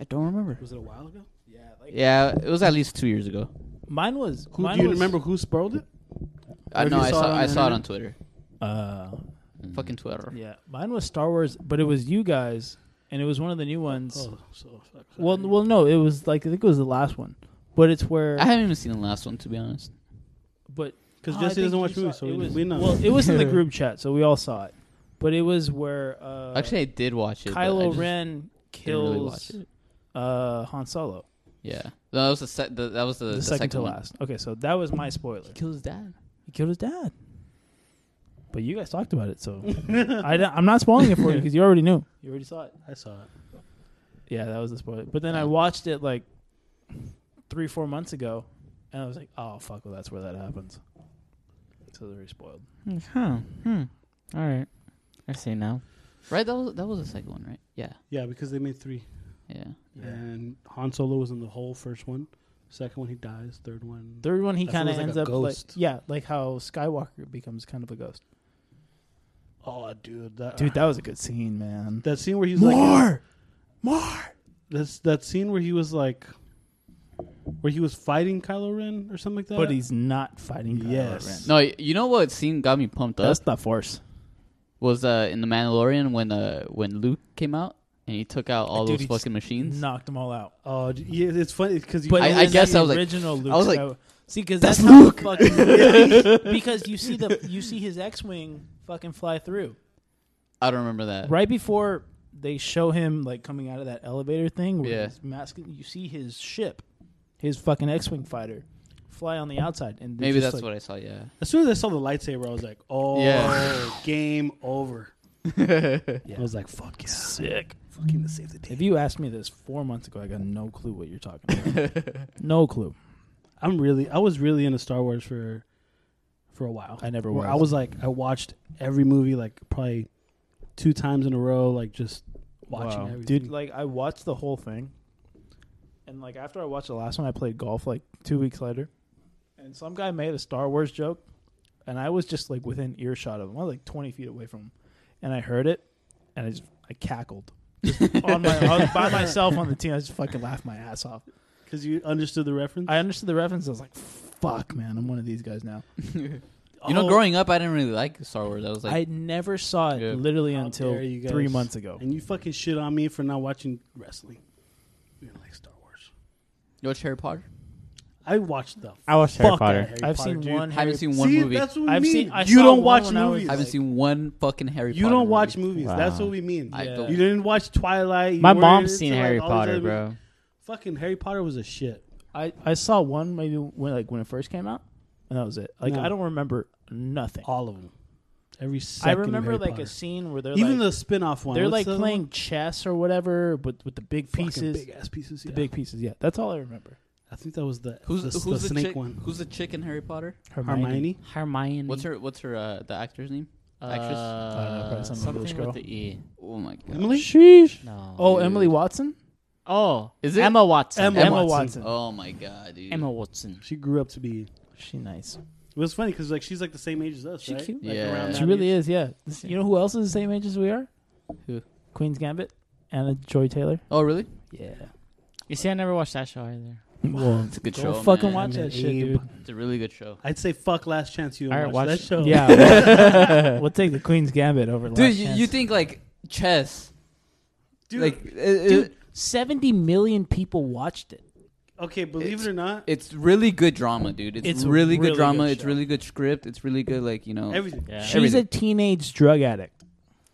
Speaker 5: I don't remember.
Speaker 1: Was it a while ago?
Speaker 4: Yeah. Like,
Speaker 5: Yeah, it was at least two years ago.
Speaker 4: Mine was.
Speaker 1: Who,
Speaker 4: mine
Speaker 1: do you
Speaker 4: was,
Speaker 1: remember who spoiled it?
Speaker 5: I
Speaker 1: Or if
Speaker 5: know.
Speaker 1: you
Speaker 5: Uh, I
Speaker 1: saw it
Speaker 5: saw.
Speaker 1: on
Speaker 5: I
Speaker 1: the
Speaker 5: saw
Speaker 1: internet?
Speaker 5: it on Twitter.
Speaker 4: Uh,
Speaker 5: Fucking Twitter.
Speaker 4: yeah. Mine was Star Wars, but it was you guys, and it was one of the new ones.
Speaker 1: Oh, so fuck.
Speaker 4: Well, well, no, it was like I think it was the last one, but it's where.
Speaker 5: I haven't even seen the last one to be honest.
Speaker 4: but
Speaker 1: Because
Speaker 4: Oh, I
Speaker 1: Jesse
Speaker 4: think
Speaker 1: doesn't
Speaker 4: you
Speaker 1: watch
Speaker 4: saw-
Speaker 1: movies, so
Speaker 4: it
Speaker 1: we,
Speaker 4: was-
Speaker 1: we know.
Speaker 4: Well, it was in the group chat, so we all saw it. But it was where uh,
Speaker 5: Actually, I did watch it. but I
Speaker 4: Kylo
Speaker 5: just
Speaker 4: Ren
Speaker 5: didn't really
Speaker 4: kills
Speaker 5: watch it.
Speaker 4: uh, Han Solo.
Speaker 5: Yeah, No, that was the, se- the that was the,
Speaker 4: the,
Speaker 5: the
Speaker 4: second, to
Speaker 5: one.
Speaker 4: last. Okay, so that was my spoiler.
Speaker 5: Kills his dad.
Speaker 4: He killed his dad. But you guys talked about it, so I don't- I'm not spoiling it for you because you already knew. You already saw it.
Speaker 1: I saw it.
Speaker 4: Yeah, that was the spoiler. But then I watched it like three, four months ago, and I was like, oh fuck, well that's where that happens. So they're spoiled.
Speaker 6: Huh. Hmm. All right. I see now.
Speaker 5: Right, that was that was the second one, right? Yeah,
Speaker 1: Yeah, because they made three,
Speaker 5: yeah.
Speaker 1: and Han Solo was in the whole first one. Second one, he dies. Third one,
Speaker 4: Third one, he
Speaker 1: I feel
Speaker 4: kind of
Speaker 1: it's like
Speaker 4: ends
Speaker 1: a
Speaker 4: up
Speaker 1: ghost.
Speaker 4: like yeah, like how Skywalker becomes kind of a ghost.
Speaker 1: oh, dude, that
Speaker 4: Dude, that was a good scene, man.
Speaker 1: that scene where he's like,
Speaker 4: More, more.
Speaker 1: That's that scene where he was like, where he was fighting Kylo Ren or something like that.
Speaker 4: But he's not fighting. Kylo
Speaker 1: Yes.
Speaker 4: Ren.
Speaker 5: No, you know what scene got me pumped up
Speaker 4: that's not force.
Speaker 5: was uh, in the Mandalorian when uh, when Luke came out and he took out all
Speaker 4: Dude,
Speaker 5: those
Speaker 4: he just
Speaker 5: fucking machines.
Speaker 4: Knocked them all out.
Speaker 1: oh, d- yeah, it's funny because
Speaker 5: I- I guess I was like-
Speaker 4: original Luke.
Speaker 5: I was like,
Speaker 4: Skywalker. see, because that's, how Luke. Fucking, because you see the you see his X-wing fucking fly through
Speaker 5: I don't remember that.
Speaker 4: right before they show him like coming out of that elevator thing. Where
Speaker 5: Yeah.
Speaker 4: his mask. You see his ship, his fucking X-wing fighter, fly on the outside, and
Speaker 5: Maybe that's what I saw. Yeah.
Speaker 1: as soon as I saw the lightsaber, I was like, oh,
Speaker 5: Yeah.
Speaker 1: game over. I was like, fuck yeah,
Speaker 4: sick.
Speaker 1: fucking to save the day.
Speaker 4: If you asked me this four months ago, I got no clue what you're talking about. no clue.
Speaker 1: I'm really, I was really into Star Wars for for a while.
Speaker 4: I never
Speaker 1: Where
Speaker 4: was.
Speaker 1: I was like, I watched every movie like probably two times in a row, like just watching
Speaker 4: Wow.
Speaker 1: everything.
Speaker 4: Dude, like I watched the whole thing, and like after I watched the last one, I played golf like two weeks later, and some guy made a Star Wars joke, and I was just like within earshot of him, I was like twenty feet away from him, and I heard it, and I just I cackled. Just on my, I was by myself on the team. I just fucking laughed my ass off.
Speaker 1: because you understood the reference.
Speaker 4: I understood the reference. I was like, "Fuck, man, I'm one of these guys now."
Speaker 5: You know,
Speaker 1: Oh,
Speaker 5: growing up, I didn't really like Star Wars. I was like,
Speaker 4: I never saw it
Speaker 5: Yeah.
Speaker 4: literally
Speaker 1: How
Speaker 4: until
Speaker 1: dare you
Speaker 4: three
Speaker 1: guys.
Speaker 4: months
Speaker 6: Oh.
Speaker 4: ago.
Speaker 1: and you fucking shit on me for not watching wrestling. You don't like Star Wars.
Speaker 5: you watch Harry Potter?
Speaker 1: I watched the.
Speaker 6: I watched
Speaker 1: fuck
Speaker 6: Harry
Speaker 1: out of
Speaker 6: Potter.
Speaker 1: Harry
Speaker 4: I've
Speaker 1: Potter,
Speaker 4: seen
Speaker 1: dude.
Speaker 4: one.
Speaker 5: I haven't
Speaker 4: Harry-
Speaker 5: seen
Speaker 1: See,
Speaker 5: one movie. I
Speaker 1: that's what we
Speaker 4: I've
Speaker 1: mean.
Speaker 4: seen- I
Speaker 1: you
Speaker 4: saw
Speaker 1: don't
Speaker 4: one
Speaker 1: watch
Speaker 4: when I was
Speaker 1: movies.
Speaker 5: haven't
Speaker 4: like-
Speaker 5: seen one fucking Harry
Speaker 1: you
Speaker 5: Potter.
Speaker 1: don't watch
Speaker 5: movie.
Speaker 1: movies.
Speaker 6: Wow.
Speaker 1: That's what we mean.
Speaker 5: I
Speaker 4: Yeah.
Speaker 5: don't.
Speaker 1: You didn't watch Twilight. you
Speaker 6: My
Speaker 1: weren't
Speaker 6: mom's seen
Speaker 1: into, like,
Speaker 6: Harry
Speaker 1: all these
Speaker 6: Potter,
Speaker 1: other-
Speaker 6: bro.
Speaker 1: Fucking Harry Potter was a shit.
Speaker 4: I, I saw one maybe when like when it first came out, and that was it. Like
Speaker 1: No.
Speaker 4: I don't remember nothing.
Speaker 1: All of them. Every second.
Speaker 4: I
Speaker 1: of
Speaker 4: remember
Speaker 1: Harry
Speaker 4: like
Speaker 1: Potter.
Speaker 4: a scene where they're
Speaker 1: even
Speaker 4: like,
Speaker 1: the spin-off one.
Speaker 4: they're
Speaker 1: What's
Speaker 4: like
Speaker 1: the other
Speaker 4: playing
Speaker 1: one?
Speaker 4: chess or whatever, but with the big
Speaker 1: Fucking
Speaker 4: pieces,
Speaker 1: big ass pieces.
Speaker 4: the
Speaker 1: yeah.
Speaker 4: big pieces. Yeah, that's all I remember.
Speaker 1: I think that was the
Speaker 5: Who's
Speaker 1: the,
Speaker 5: who's the,
Speaker 1: snake
Speaker 5: chick?
Speaker 1: one.
Speaker 5: Who's the chick in Harry Potter?
Speaker 1: Hermione?
Speaker 6: Hermione.
Speaker 5: What's her? What's her? Uh, the actor's name?
Speaker 6: Uh,
Speaker 5: Actress?
Speaker 4: probably some
Speaker 6: something
Speaker 4: English girl.
Speaker 6: with the E.
Speaker 5: Oh my god.
Speaker 1: Emily.
Speaker 4: Sheesh.
Speaker 6: No.
Speaker 4: Oh,
Speaker 5: Dude.
Speaker 4: Emily Watson.
Speaker 6: Oh,
Speaker 5: Is it-
Speaker 6: Emma Watson?
Speaker 1: Emma
Speaker 4: Emma
Speaker 1: Watson.
Speaker 4: Watson.
Speaker 5: Oh my god, dude.
Speaker 6: Emma Watson.
Speaker 1: She grew up to be.
Speaker 4: She nice.
Speaker 1: It was funny because like she's like the same age as us.
Speaker 4: She
Speaker 1: right?
Speaker 4: cute.
Speaker 1: Like,
Speaker 5: Yeah.
Speaker 1: around
Speaker 5: She
Speaker 4: She
Speaker 1: that
Speaker 4: really
Speaker 1: age.
Speaker 4: is. Yeah. This- you know who else is the same age as we are?
Speaker 5: Who?
Speaker 4: Queen's Gambit. Anna Joy Taylor.
Speaker 5: Oh really?
Speaker 4: Yeah.
Speaker 6: You see, I never watched that show either.
Speaker 4: Well,
Speaker 5: It's a good
Speaker 4: go
Speaker 5: show.
Speaker 4: fucking
Speaker 5: man.
Speaker 4: watch that
Speaker 1: And
Speaker 4: shit,
Speaker 1: Abe.
Speaker 4: dude.
Speaker 5: It's a really good show.
Speaker 1: I'd say fuck Last Chance You.
Speaker 6: All
Speaker 1: and
Speaker 6: right,
Speaker 1: watch
Speaker 6: watch
Speaker 1: that show.
Speaker 4: Yeah, we'll take the Queen's Gambit over.
Speaker 5: Dude,
Speaker 4: Last
Speaker 5: you,
Speaker 4: Chance.
Speaker 5: you think like chess?
Speaker 1: dude.
Speaker 5: like uh, it,
Speaker 4: Dude,
Speaker 5: it-
Speaker 4: 70 million people watched it.
Speaker 1: okay, believe it or not,
Speaker 5: it's really good drama, dude. It's,
Speaker 4: It's a
Speaker 5: really good
Speaker 4: really
Speaker 5: drama.
Speaker 4: good
Speaker 5: it's
Speaker 4: show.
Speaker 5: really good script. It's really good, like you know.
Speaker 1: everything.
Speaker 6: Yeah.
Speaker 5: She-
Speaker 4: She's a
Speaker 5: Everything.
Speaker 4: teenage drug addict.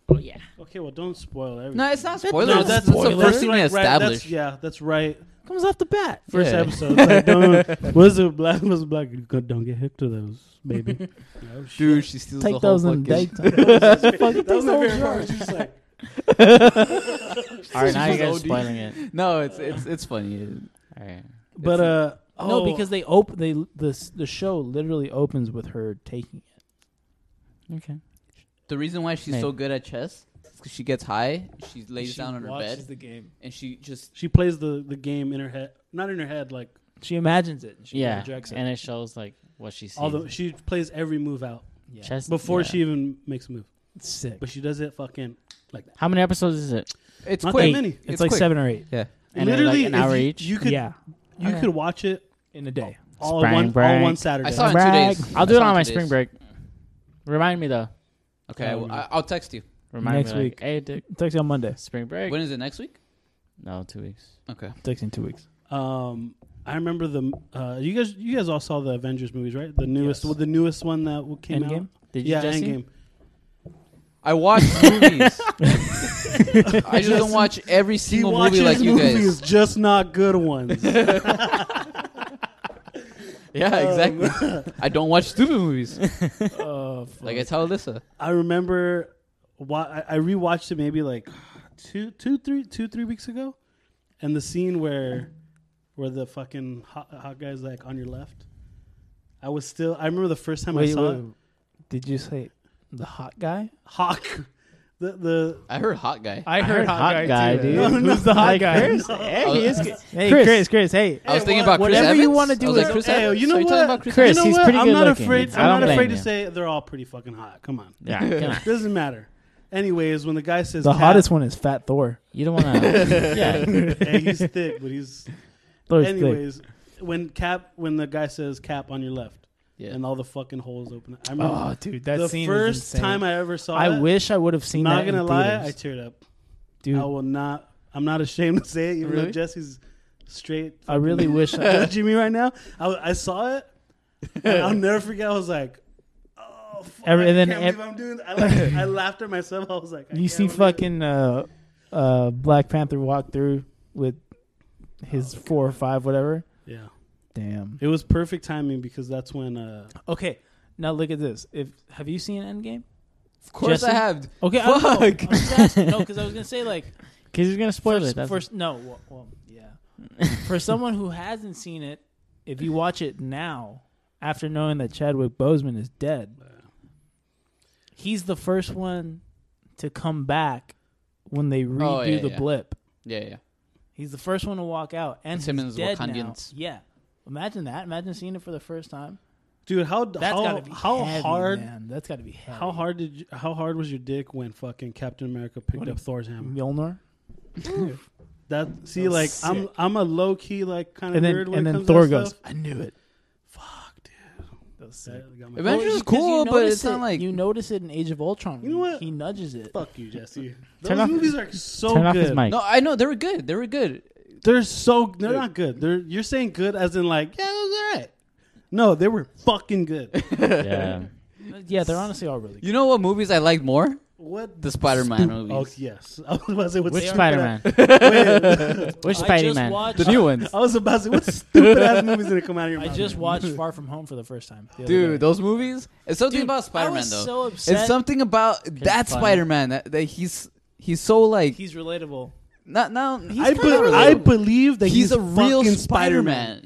Speaker 6: Oh yeah.
Speaker 1: Okay, well, don't spoil everything.
Speaker 5: no, it's not
Speaker 4: That's
Speaker 5: spoilers.
Speaker 4: not
Speaker 5: That's, that's the
Speaker 4: spoilers.
Speaker 5: first thing we
Speaker 1: like, right- that's-
Speaker 5: established.
Speaker 1: yeah, that's right.
Speaker 4: Comes off the bat.
Speaker 1: First
Speaker 5: Yeah.
Speaker 1: episode. It's like, don't, what's the black? What's the black? go- Don't get hooked to those, baby. oh, shit.
Speaker 5: Dude, she steals
Speaker 4: Take
Speaker 5: the whole
Speaker 4: those and
Speaker 5: fucking-
Speaker 4: date. Fuck, take
Speaker 1: that was my
Speaker 4: the whole
Speaker 1: favorite
Speaker 4: jar.
Speaker 1: part. She's like,
Speaker 6: All right, now you
Speaker 5: She's
Speaker 6: guys are
Speaker 5: OD.
Speaker 6: spoiling it.
Speaker 5: No, it's it's it's funny.
Speaker 6: All right.
Speaker 1: but uh, oh,
Speaker 4: No, because they op- they the the show literally opens with her taking it.
Speaker 6: Okay.
Speaker 5: The reason why she's
Speaker 6: Hey.
Speaker 5: so good at chess is 'cause she gets high, she lays
Speaker 4: She
Speaker 5: down on her
Speaker 4: watches
Speaker 5: bed,
Speaker 4: the game.
Speaker 5: and she just
Speaker 1: she plays the the game in her head, not in her head, like
Speaker 4: She imagines it. And she
Speaker 6: yeah,
Speaker 4: projects it.
Speaker 6: and it shows like what she sees.
Speaker 1: all the she plays every move out
Speaker 4: yeah.
Speaker 6: chest
Speaker 1: before
Speaker 6: yeah.
Speaker 1: she even makes a move,
Speaker 4: It's sick.
Speaker 1: but she does it fucking like that.
Speaker 6: How many episodes is it?
Speaker 5: it's
Speaker 1: Not that
Speaker 5: quick.
Speaker 1: many.
Speaker 4: It's, like
Speaker 5: quick.
Speaker 4: seven or eight
Speaker 5: Yeah.
Speaker 6: And they're,
Speaker 1: Literally,
Speaker 6: like an
Speaker 1: if
Speaker 6: hour
Speaker 1: you,
Speaker 6: each.
Speaker 1: you could
Speaker 4: Yeah.
Speaker 1: you
Speaker 6: Okay.
Speaker 1: could watch it
Speaker 4: in a day.
Speaker 1: all
Speaker 6: Spring
Speaker 1: one all
Speaker 6: break.
Speaker 1: one Saturday.
Speaker 5: I saw it in two
Speaker 4: Brag.
Speaker 5: days.
Speaker 6: I'll do
Speaker 5: I
Speaker 6: it
Speaker 5: saw
Speaker 6: on
Speaker 5: two
Speaker 6: my
Speaker 5: days.
Speaker 6: spring break. Remind me though.
Speaker 5: Okay, I will- I, I'll text you.
Speaker 6: Remind
Speaker 4: Next
Speaker 6: me. like,
Speaker 4: week.
Speaker 6: hey, Dick.
Speaker 4: Text you on Monday.
Speaker 6: Spring break.
Speaker 5: When is it next week?
Speaker 6: no, two weeks.
Speaker 5: Okay.
Speaker 4: Text in two weeks.
Speaker 1: Um, I remember the uh, you guys. You guys all saw the Avengers movies, right? The newest,
Speaker 4: Yes.
Speaker 1: well, the newest one that w- came out.
Speaker 4: Endgame?
Speaker 6: Did you
Speaker 1: yeah,
Speaker 6: just see?
Speaker 1: Endgame.
Speaker 5: I watch movies. I just don't watch every
Speaker 1: He
Speaker 5: single
Speaker 1: watches
Speaker 5: movie like you
Speaker 1: movies,
Speaker 5: guys.
Speaker 1: just not good ones.
Speaker 5: Yeah, exactly. I don't watch stupid movies.
Speaker 1: Oh,
Speaker 5: Like I tell Alyssa.
Speaker 1: I remember why I, I rewatched it maybe like two, two, three, two, three weeks ago, and the scene where where the fucking hot, hot guy's like on your left. I was still. I remember the first time I
Speaker 4: Wait,
Speaker 1: saw
Speaker 4: wait,
Speaker 1: it.
Speaker 4: Did you say the hot guy?
Speaker 1: Hawk, the the.
Speaker 5: I heard hot guy.
Speaker 4: I
Speaker 6: heard hot guy, dude.
Speaker 1: No, no,
Speaker 4: Who's the hot guy?
Speaker 5: I was,
Speaker 4: Hey,
Speaker 6: Chris.
Speaker 4: Chris, Chris, hey.
Speaker 5: I was thinking
Speaker 1: what-
Speaker 5: about Chris
Speaker 4: whatever you
Speaker 5: Evans.
Speaker 4: wanna do
Speaker 5: I was like,
Speaker 4: is-
Speaker 5: Chris
Speaker 1: Hey,
Speaker 5: Evans?
Speaker 1: you know
Speaker 5: Are you
Speaker 1: what?
Speaker 5: talking about Chris? Evans?
Speaker 6: Chris,
Speaker 1: you know
Speaker 6: he's
Speaker 1: what?
Speaker 6: pretty
Speaker 1: I'm
Speaker 6: good
Speaker 1: not
Speaker 6: looking.
Speaker 1: afraid.
Speaker 6: I
Speaker 1: I'm not
Speaker 6: don't
Speaker 1: afraid
Speaker 6: blame
Speaker 1: to
Speaker 6: you.
Speaker 1: say they're all pretty fucking hot. Come on,
Speaker 6: Yeah, come on.
Speaker 1: doesn't matter. Anyways, when the guy says
Speaker 4: The
Speaker 1: cat-
Speaker 4: hottest one is Fat Thor.
Speaker 6: You don't want to. yeah.
Speaker 1: hey, he's thick, but he's
Speaker 4: Thor's thick.
Speaker 1: Anyways, when Cap when the guy says Cap on your left,
Speaker 5: Yeah.
Speaker 1: and all the fucking holes open. I remember
Speaker 4: Oh, dude, that
Speaker 1: the
Speaker 4: scene is
Speaker 1: first
Speaker 4: insane.
Speaker 1: time I ever saw.
Speaker 4: I
Speaker 1: that,
Speaker 4: wish I would have seen
Speaker 1: Not
Speaker 4: that.
Speaker 1: gonna
Speaker 4: in
Speaker 1: lie, I
Speaker 4: theaters.
Speaker 1: teared up.
Speaker 4: dude,
Speaker 1: I will not. I'm not ashamed to say it. Even though
Speaker 5: Really?
Speaker 1: Jesse's straight
Speaker 4: I really wish. I,
Speaker 1: judging me right now. I, I saw it. and I'll never forget. I was like, oh, fuck,
Speaker 4: Every- and then
Speaker 1: I can't
Speaker 4: ev-
Speaker 1: believe I'm doing. That. I, like, I laughed at myself. I was like, I
Speaker 4: you
Speaker 1: can't
Speaker 4: see,
Speaker 1: believe it.
Speaker 4: fucking uh, uh, Black Panther walk through with his four or five, whatever.
Speaker 1: Yeah,
Speaker 4: Damn.
Speaker 1: it was perfect timing because that's when. Uh,
Speaker 4: Okay, now look at this. If have you seen Endgame?
Speaker 5: Of course
Speaker 4: Jesse?
Speaker 5: I have.
Speaker 4: Okay, I don't know. I'm just asking. no, because I was gonna say like
Speaker 6: Because he's gonna spoil
Speaker 4: for,
Speaker 6: it. That's
Speaker 4: for- no, well, well, yeah. for someone who hasn't seen it, if you watch it now, after knowing that Chadwick Boseman is dead, he's the first one to come back when they redo
Speaker 5: yeah,
Speaker 4: the
Speaker 5: yeah.
Speaker 4: blip.
Speaker 5: Yeah, yeah.
Speaker 4: He's the first one to walk out, and
Speaker 5: It's him
Speaker 4: he's
Speaker 5: and his
Speaker 4: dead
Speaker 5: Wakandians.
Speaker 4: now. Yeah, imagine that. Imagine seeing it for the first time.
Speaker 1: dude, how
Speaker 4: That's
Speaker 1: how
Speaker 4: gotta be
Speaker 1: how
Speaker 4: heavy,
Speaker 1: hard
Speaker 4: Man. That's gotta be heavy.
Speaker 1: how hard did you, how hard was your dick when fucking Captain America picked
Speaker 4: What
Speaker 1: up
Speaker 4: if-
Speaker 1: Thor's hammer?
Speaker 4: Mjolnir,
Speaker 1: That see,
Speaker 4: That was
Speaker 1: like I'm
Speaker 4: sick.
Speaker 1: I'm a low key like kind of
Speaker 4: and
Speaker 1: nerd
Speaker 4: then
Speaker 1: when
Speaker 4: and
Speaker 1: it
Speaker 4: then
Speaker 1: comes to
Speaker 4: Thor
Speaker 1: that
Speaker 4: goes.
Speaker 1: stuff.
Speaker 4: I knew it.
Speaker 1: Fuck, dude.
Speaker 4: That was sick.
Speaker 1: That got my-
Speaker 5: Avengers
Speaker 4: Well,
Speaker 5: is
Speaker 4: because you
Speaker 5: cool, but
Speaker 4: notice
Speaker 5: it's not
Speaker 4: it-
Speaker 5: like
Speaker 4: you notice it in Age of Ultron.
Speaker 1: You know what?
Speaker 4: He nudges it.
Speaker 1: Fuck you, Jesse. Those
Speaker 6: Turn off-
Speaker 1: movies are so
Speaker 6: turn off
Speaker 1: good.
Speaker 6: his mic.
Speaker 5: No, I know they were good. They were good.
Speaker 1: They're so they're not good. They're you're saying good as in like yeah, it was alright. No, they were fucking good.
Speaker 6: yeah.
Speaker 4: Yeah, they're honestly all really. good.
Speaker 5: You know what movies I liked more?
Speaker 1: What?
Speaker 5: The Spider-Man movies.
Speaker 1: Oh yes, I was about to say what's
Speaker 6: Which
Speaker 1: stupid-
Speaker 6: Spider Man?
Speaker 1: Wait.
Speaker 6: Which
Speaker 4: I
Speaker 6: Spider
Speaker 4: just
Speaker 6: Man?
Speaker 4: watched-
Speaker 5: The new ones.
Speaker 1: I was about to say what stupid ass movies gonna come out of your
Speaker 4: I
Speaker 1: mouth.
Speaker 4: just
Speaker 1: man?
Speaker 4: watched Far From Home for the first time. the other day.
Speaker 5: Dude, those movies. It's something
Speaker 4: Dude,
Speaker 5: about
Speaker 4: I
Speaker 5: Spider-Man
Speaker 4: was
Speaker 5: though.
Speaker 4: so upset.
Speaker 5: it's something about that
Speaker 6: funny.
Speaker 5: Spider-Man that, that he's he's so like
Speaker 4: He's relatable.
Speaker 5: not now.
Speaker 1: I, be- I believe that
Speaker 5: he's,
Speaker 1: he's,
Speaker 5: a real
Speaker 1: fucking
Speaker 5: Spider-Man.
Speaker 1: Spider-Man.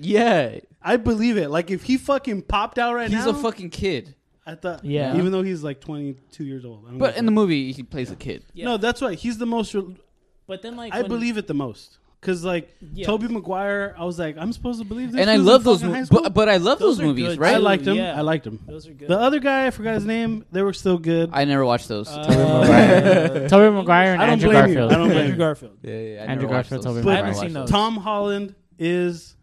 Speaker 5: Yeah,
Speaker 1: I believe it. Like if he fucking popped out right
Speaker 5: he's
Speaker 1: now,
Speaker 5: a fucking kid.
Speaker 1: I thought.
Speaker 4: Yeah.
Speaker 1: Even though he's like 22 years old. I don't
Speaker 5: But
Speaker 1: know.
Speaker 5: in the movie, he plays a kid.
Speaker 4: Yeah.
Speaker 1: no, that's right. He's the most. Re-
Speaker 4: But then, like,
Speaker 1: I
Speaker 4: when-
Speaker 1: believe it the most because like
Speaker 4: Yeah.
Speaker 1: Toby Maguire, I was like, I'm supposed to believe this.
Speaker 5: and I
Speaker 1: dude's in
Speaker 5: love those,
Speaker 1: fucking high
Speaker 5: mo-
Speaker 1: school?
Speaker 5: but, but I love
Speaker 4: Those
Speaker 5: those,
Speaker 4: are
Speaker 5: movies,
Speaker 4: good,
Speaker 5: right?
Speaker 1: I
Speaker 4: too.
Speaker 1: liked him.
Speaker 4: uh, Yeah.
Speaker 1: I liked him.
Speaker 4: those are good.
Speaker 1: The other guy, I forgot his name. They were still good.
Speaker 5: I never watched those.
Speaker 4: Uh,
Speaker 6: Tobey Maguire. Tobey Maguire and
Speaker 1: I don't
Speaker 6: Andrew
Speaker 1: blame you.
Speaker 6: Garfield.
Speaker 1: I don't blame
Speaker 4: Andrew
Speaker 1: you.
Speaker 4: Garfield.
Speaker 5: yeah, yeah, I
Speaker 6: Andrew
Speaker 5: never watched
Speaker 6: Garfield,
Speaker 5: those.
Speaker 6: Tobey
Speaker 1: But-
Speaker 5: I
Speaker 1: I haven't
Speaker 5: watched
Speaker 4: seen those.
Speaker 1: Tom Holland is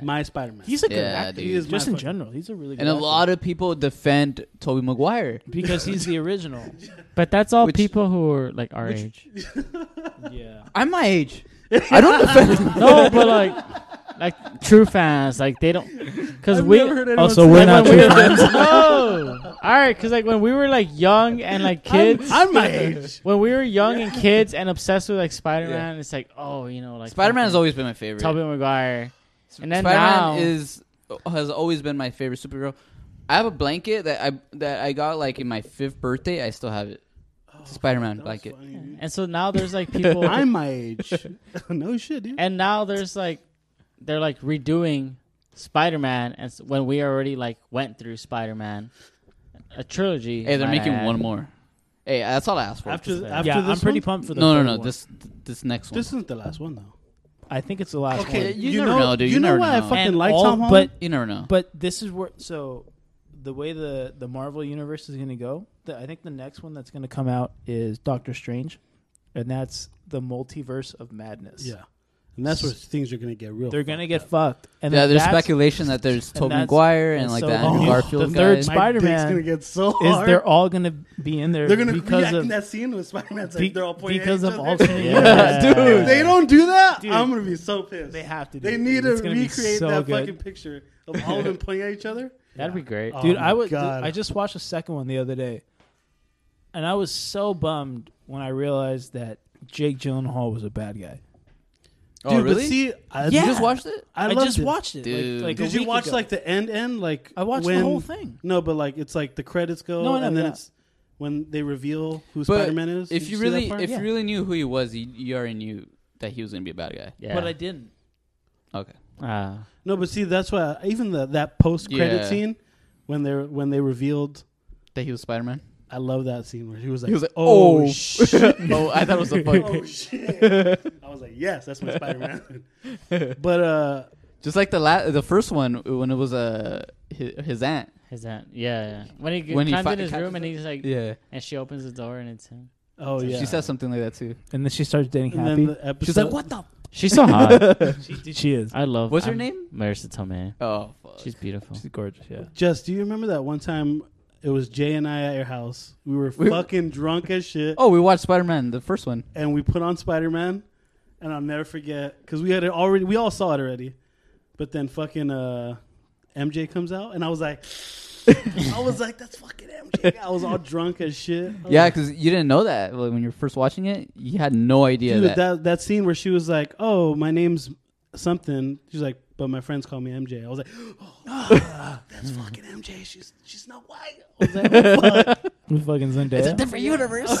Speaker 1: my Spider-Man.
Speaker 4: He's a good
Speaker 5: Yeah,
Speaker 4: actor.
Speaker 5: dude.
Speaker 1: He is
Speaker 4: Just
Speaker 1: my
Speaker 4: in
Speaker 1: fucking-
Speaker 4: general, he's a really good
Speaker 5: And a lot of people defend Toby Maguire.
Speaker 4: because he's the original.
Speaker 6: But that's all
Speaker 5: Which-
Speaker 6: people who are like our age.
Speaker 4: yeah.
Speaker 5: I'm my age. I don't defend.
Speaker 6: no, but like, like true fans, like they don't, because
Speaker 1: I've
Speaker 6: we.
Speaker 1: never heard anyone
Speaker 4: Also,
Speaker 1: say that.
Speaker 4: we're not
Speaker 6: when we
Speaker 4: true
Speaker 6: were,
Speaker 4: fans.
Speaker 6: no, all right, because like when we were like young and like kids,
Speaker 1: I'm, I'm my age.
Speaker 6: when we were young and kids and obsessed with like Spider Man, it's like oh, you know, like
Speaker 5: Spider Man has
Speaker 6: fucking
Speaker 5: always been my favorite.
Speaker 6: Tobey Maguire. And then
Speaker 5: Spider
Speaker 6: now-
Speaker 5: Man is has always been my favorite superhero. I have a blanket that I that I got like in my fifth birthday. I still have it. It's a Spider Man
Speaker 1: That was
Speaker 5: blanket.
Speaker 1: funny, dude.
Speaker 6: And so now there's like people,
Speaker 1: I'm my age. no shit, dude.
Speaker 6: and now there's like they're like redoing Spider Man, and s- when we already like went through Spider Man, a trilogy.
Speaker 5: Hey, they're
Speaker 6: might
Speaker 5: making
Speaker 6: I add.
Speaker 5: one more. Hey, that's all I asked for.
Speaker 1: After
Speaker 6: that.
Speaker 1: after
Speaker 4: yeah,
Speaker 1: this
Speaker 4: I'm pretty
Speaker 1: one?
Speaker 4: pumped for the
Speaker 5: no, no,
Speaker 4: third
Speaker 5: no.
Speaker 4: one.
Speaker 5: This this next one.
Speaker 1: This isn't the last one though.
Speaker 4: I think it's the last
Speaker 5: Okay,
Speaker 4: one.
Speaker 5: you never know, dude. You
Speaker 1: know
Speaker 5: never
Speaker 1: why
Speaker 5: know.
Speaker 1: I fucking
Speaker 4: And
Speaker 1: like
Speaker 4: all-
Speaker 1: Tom Holland?
Speaker 4: but
Speaker 5: you never know.
Speaker 4: But this is where so the way the the Marvel universe is going to go. The, I think the next one that's going to come out is Doctor Strange, and that's the multiverse of madness.
Speaker 1: yeah, and that's where things are gonna get real.
Speaker 4: they're going to get fucked. And
Speaker 5: yeah,
Speaker 4: then
Speaker 5: there's
Speaker 4: that's-
Speaker 5: speculation that there's Tobey
Speaker 4: that's-
Speaker 5: Maguire and,
Speaker 4: and
Speaker 5: like
Speaker 4: so
Speaker 5: the
Speaker 4: the-
Speaker 5: Andrew
Speaker 1: Oh,
Speaker 5: Garfield
Speaker 4: the third
Speaker 5: guys.
Speaker 1: My
Speaker 4: Spider-Man
Speaker 1: dick's gonna get so
Speaker 4: Is
Speaker 1: hard.
Speaker 4: they're all going to be in there
Speaker 1: They're gonna
Speaker 4: because
Speaker 1: react in
Speaker 4: of
Speaker 1: that scene with Spider-Man. It's
Speaker 4: be-
Speaker 1: like they're all pointing
Speaker 4: because
Speaker 1: at
Speaker 4: of
Speaker 1: each other.
Speaker 4: alternate
Speaker 6: Yeah.
Speaker 4: universe.
Speaker 6: Dude.
Speaker 1: If they don't do that,
Speaker 4: Dude.
Speaker 1: I'm gonna be so pissed.
Speaker 4: They have to. Do
Speaker 1: They
Speaker 4: it,
Speaker 1: need
Speaker 4: dude.
Speaker 1: to
Speaker 4: It's gonna be
Speaker 1: recreate
Speaker 4: so
Speaker 1: that
Speaker 4: good.
Speaker 1: fucking picture of all of them pointing at each other.
Speaker 6: That'd be great.
Speaker 1: Oh
Speaker 4: Dude,
Speaker 1: my
Speaker 4: I would.
Speaker 1: God.
Speaker 4: I just watched the second one the other day, and I was so bummed when I realized that Jake Gyllenhaal was a bad guy.
Speaker 5: Oh,
Speaker 1: Dude,
Speaker 5: really?
Speaker 1: But see, I,
Speaker 5: You just watched it?
Speaker 1: I,
Speaker 4: I,
Speaker 1: loved
Speaker 4: just
Speaker 1: it.
Speaker 4: watched it.
Speaker 5: Dude.
Speaker 4: Like, like a
Speaker 1: Did you
Speaker 4: week
Speaker 1: watch
Speaker 4: ago.
Speaker 1: like the end end? Like
Speaker 4: I watched the
Speaker 1: when-
Speaker 4: whole thing.
Speaker 1: No, but like it's like the credits go,
Speaker 4: No, I know,
Speaker 1: and then
Speaker 4: yeah.
Speaker 1: it's when they reveal who
Speaker 5: But
Speaker 1: Spider Man is. Did
Speaker 5: If you
Speaker 1: see that
Speaker 5: really,
Speaker 1: part?
Speaker 5: if
Speaker 4: Yeah.
Speaker 5: you really knew who he was, you, you already knew that he was gonna be a bad guy.
Speaker 6: Yeah.
Speaker 4: but I didn't.
Speaker 5: Okay.
Speaker 6: Ah.
Speaker 1: no, but see, that's why even the that post credit
Speaker 5: Yeah.
Speaker 1: scene when they when they revealed,
Speaker 5: That he was Spider Man.
Speaker 1: I love that scene where he was like,
Speaker 5: He was like,
Speaker 1: oh,
Speaker 5: "Oh,
Speaker 1: shit.
Speaker 5: oh, I thought it was a fuck.
Speaker 1: Oh shit! I was like, yes, that's my Spider Man. but uh,
Speaker 5: Just like the la- the first one when it was uh, his, his aunt.
Speaker 6: Is that yeah? yeah. When he
Speaker 5: When
Speaker 6: when
Speaker 5: he
Speaker 6: comes
Speaker 5: fi-
Speaker 6: in his
Speaker 5: catches
Speaker 6: room and
Speaker 5: it.
Speaker 6: he's like,
Speaker 5: Yeah.
Speaker 6: and she opens the door and it's him.
Speaker 1: oh yeah,
Speaker 5: She said something like that too.
Speaker 4: And then she starts dating
Speaker 1: and
Speaker 4: Happy.
Speaker 1: then the episode.
Speaker 5: She's like, "What the?
Speaker 6: She's so hot.
Speaker 4: she, she is.
Speaker 6: I love.
Speaker 5: What's her
Speaker 6: I'm-
Speaker 5: name?
Speaker 6: Marissa Tomei.
Speaker 5: Oh, fuck.
Speaker 6: She's beautiful.
Speaker 4: She's gorgeous. Yeah.
Speaker 1: Just, do you remember that one time it was Jay and I at your house? We were
Speaker 5: We-
Speaker 1: fucking drunk as shit,
Speaker 5: oh, we watched Spider Man, the first one.
Speaker 1: and we put on Spider Man, and I'll never forget because we had it already. We all saw it already, but then fucking uh, MJ comes out, and I was like, I was like, that's fucking MJ. I was all drunk as shit. I was
Speaker 5: Yeah,
Speaker 1: like,
Speaker 5: because you didn't know that like, when you were first watching it. You had no idea
Speaker 1: dude,
Speaker 5: that.
Speaker 1: that. that scene where she was like, "Oh, my name's something." She's like, "But my friends call me MJ." I was like, "Oh, that's fucking MJ. She's she's not white." I was like, "What the fuck?"
Speaker 4: Who's fucking Zendaya.
Speaker 5: different universe.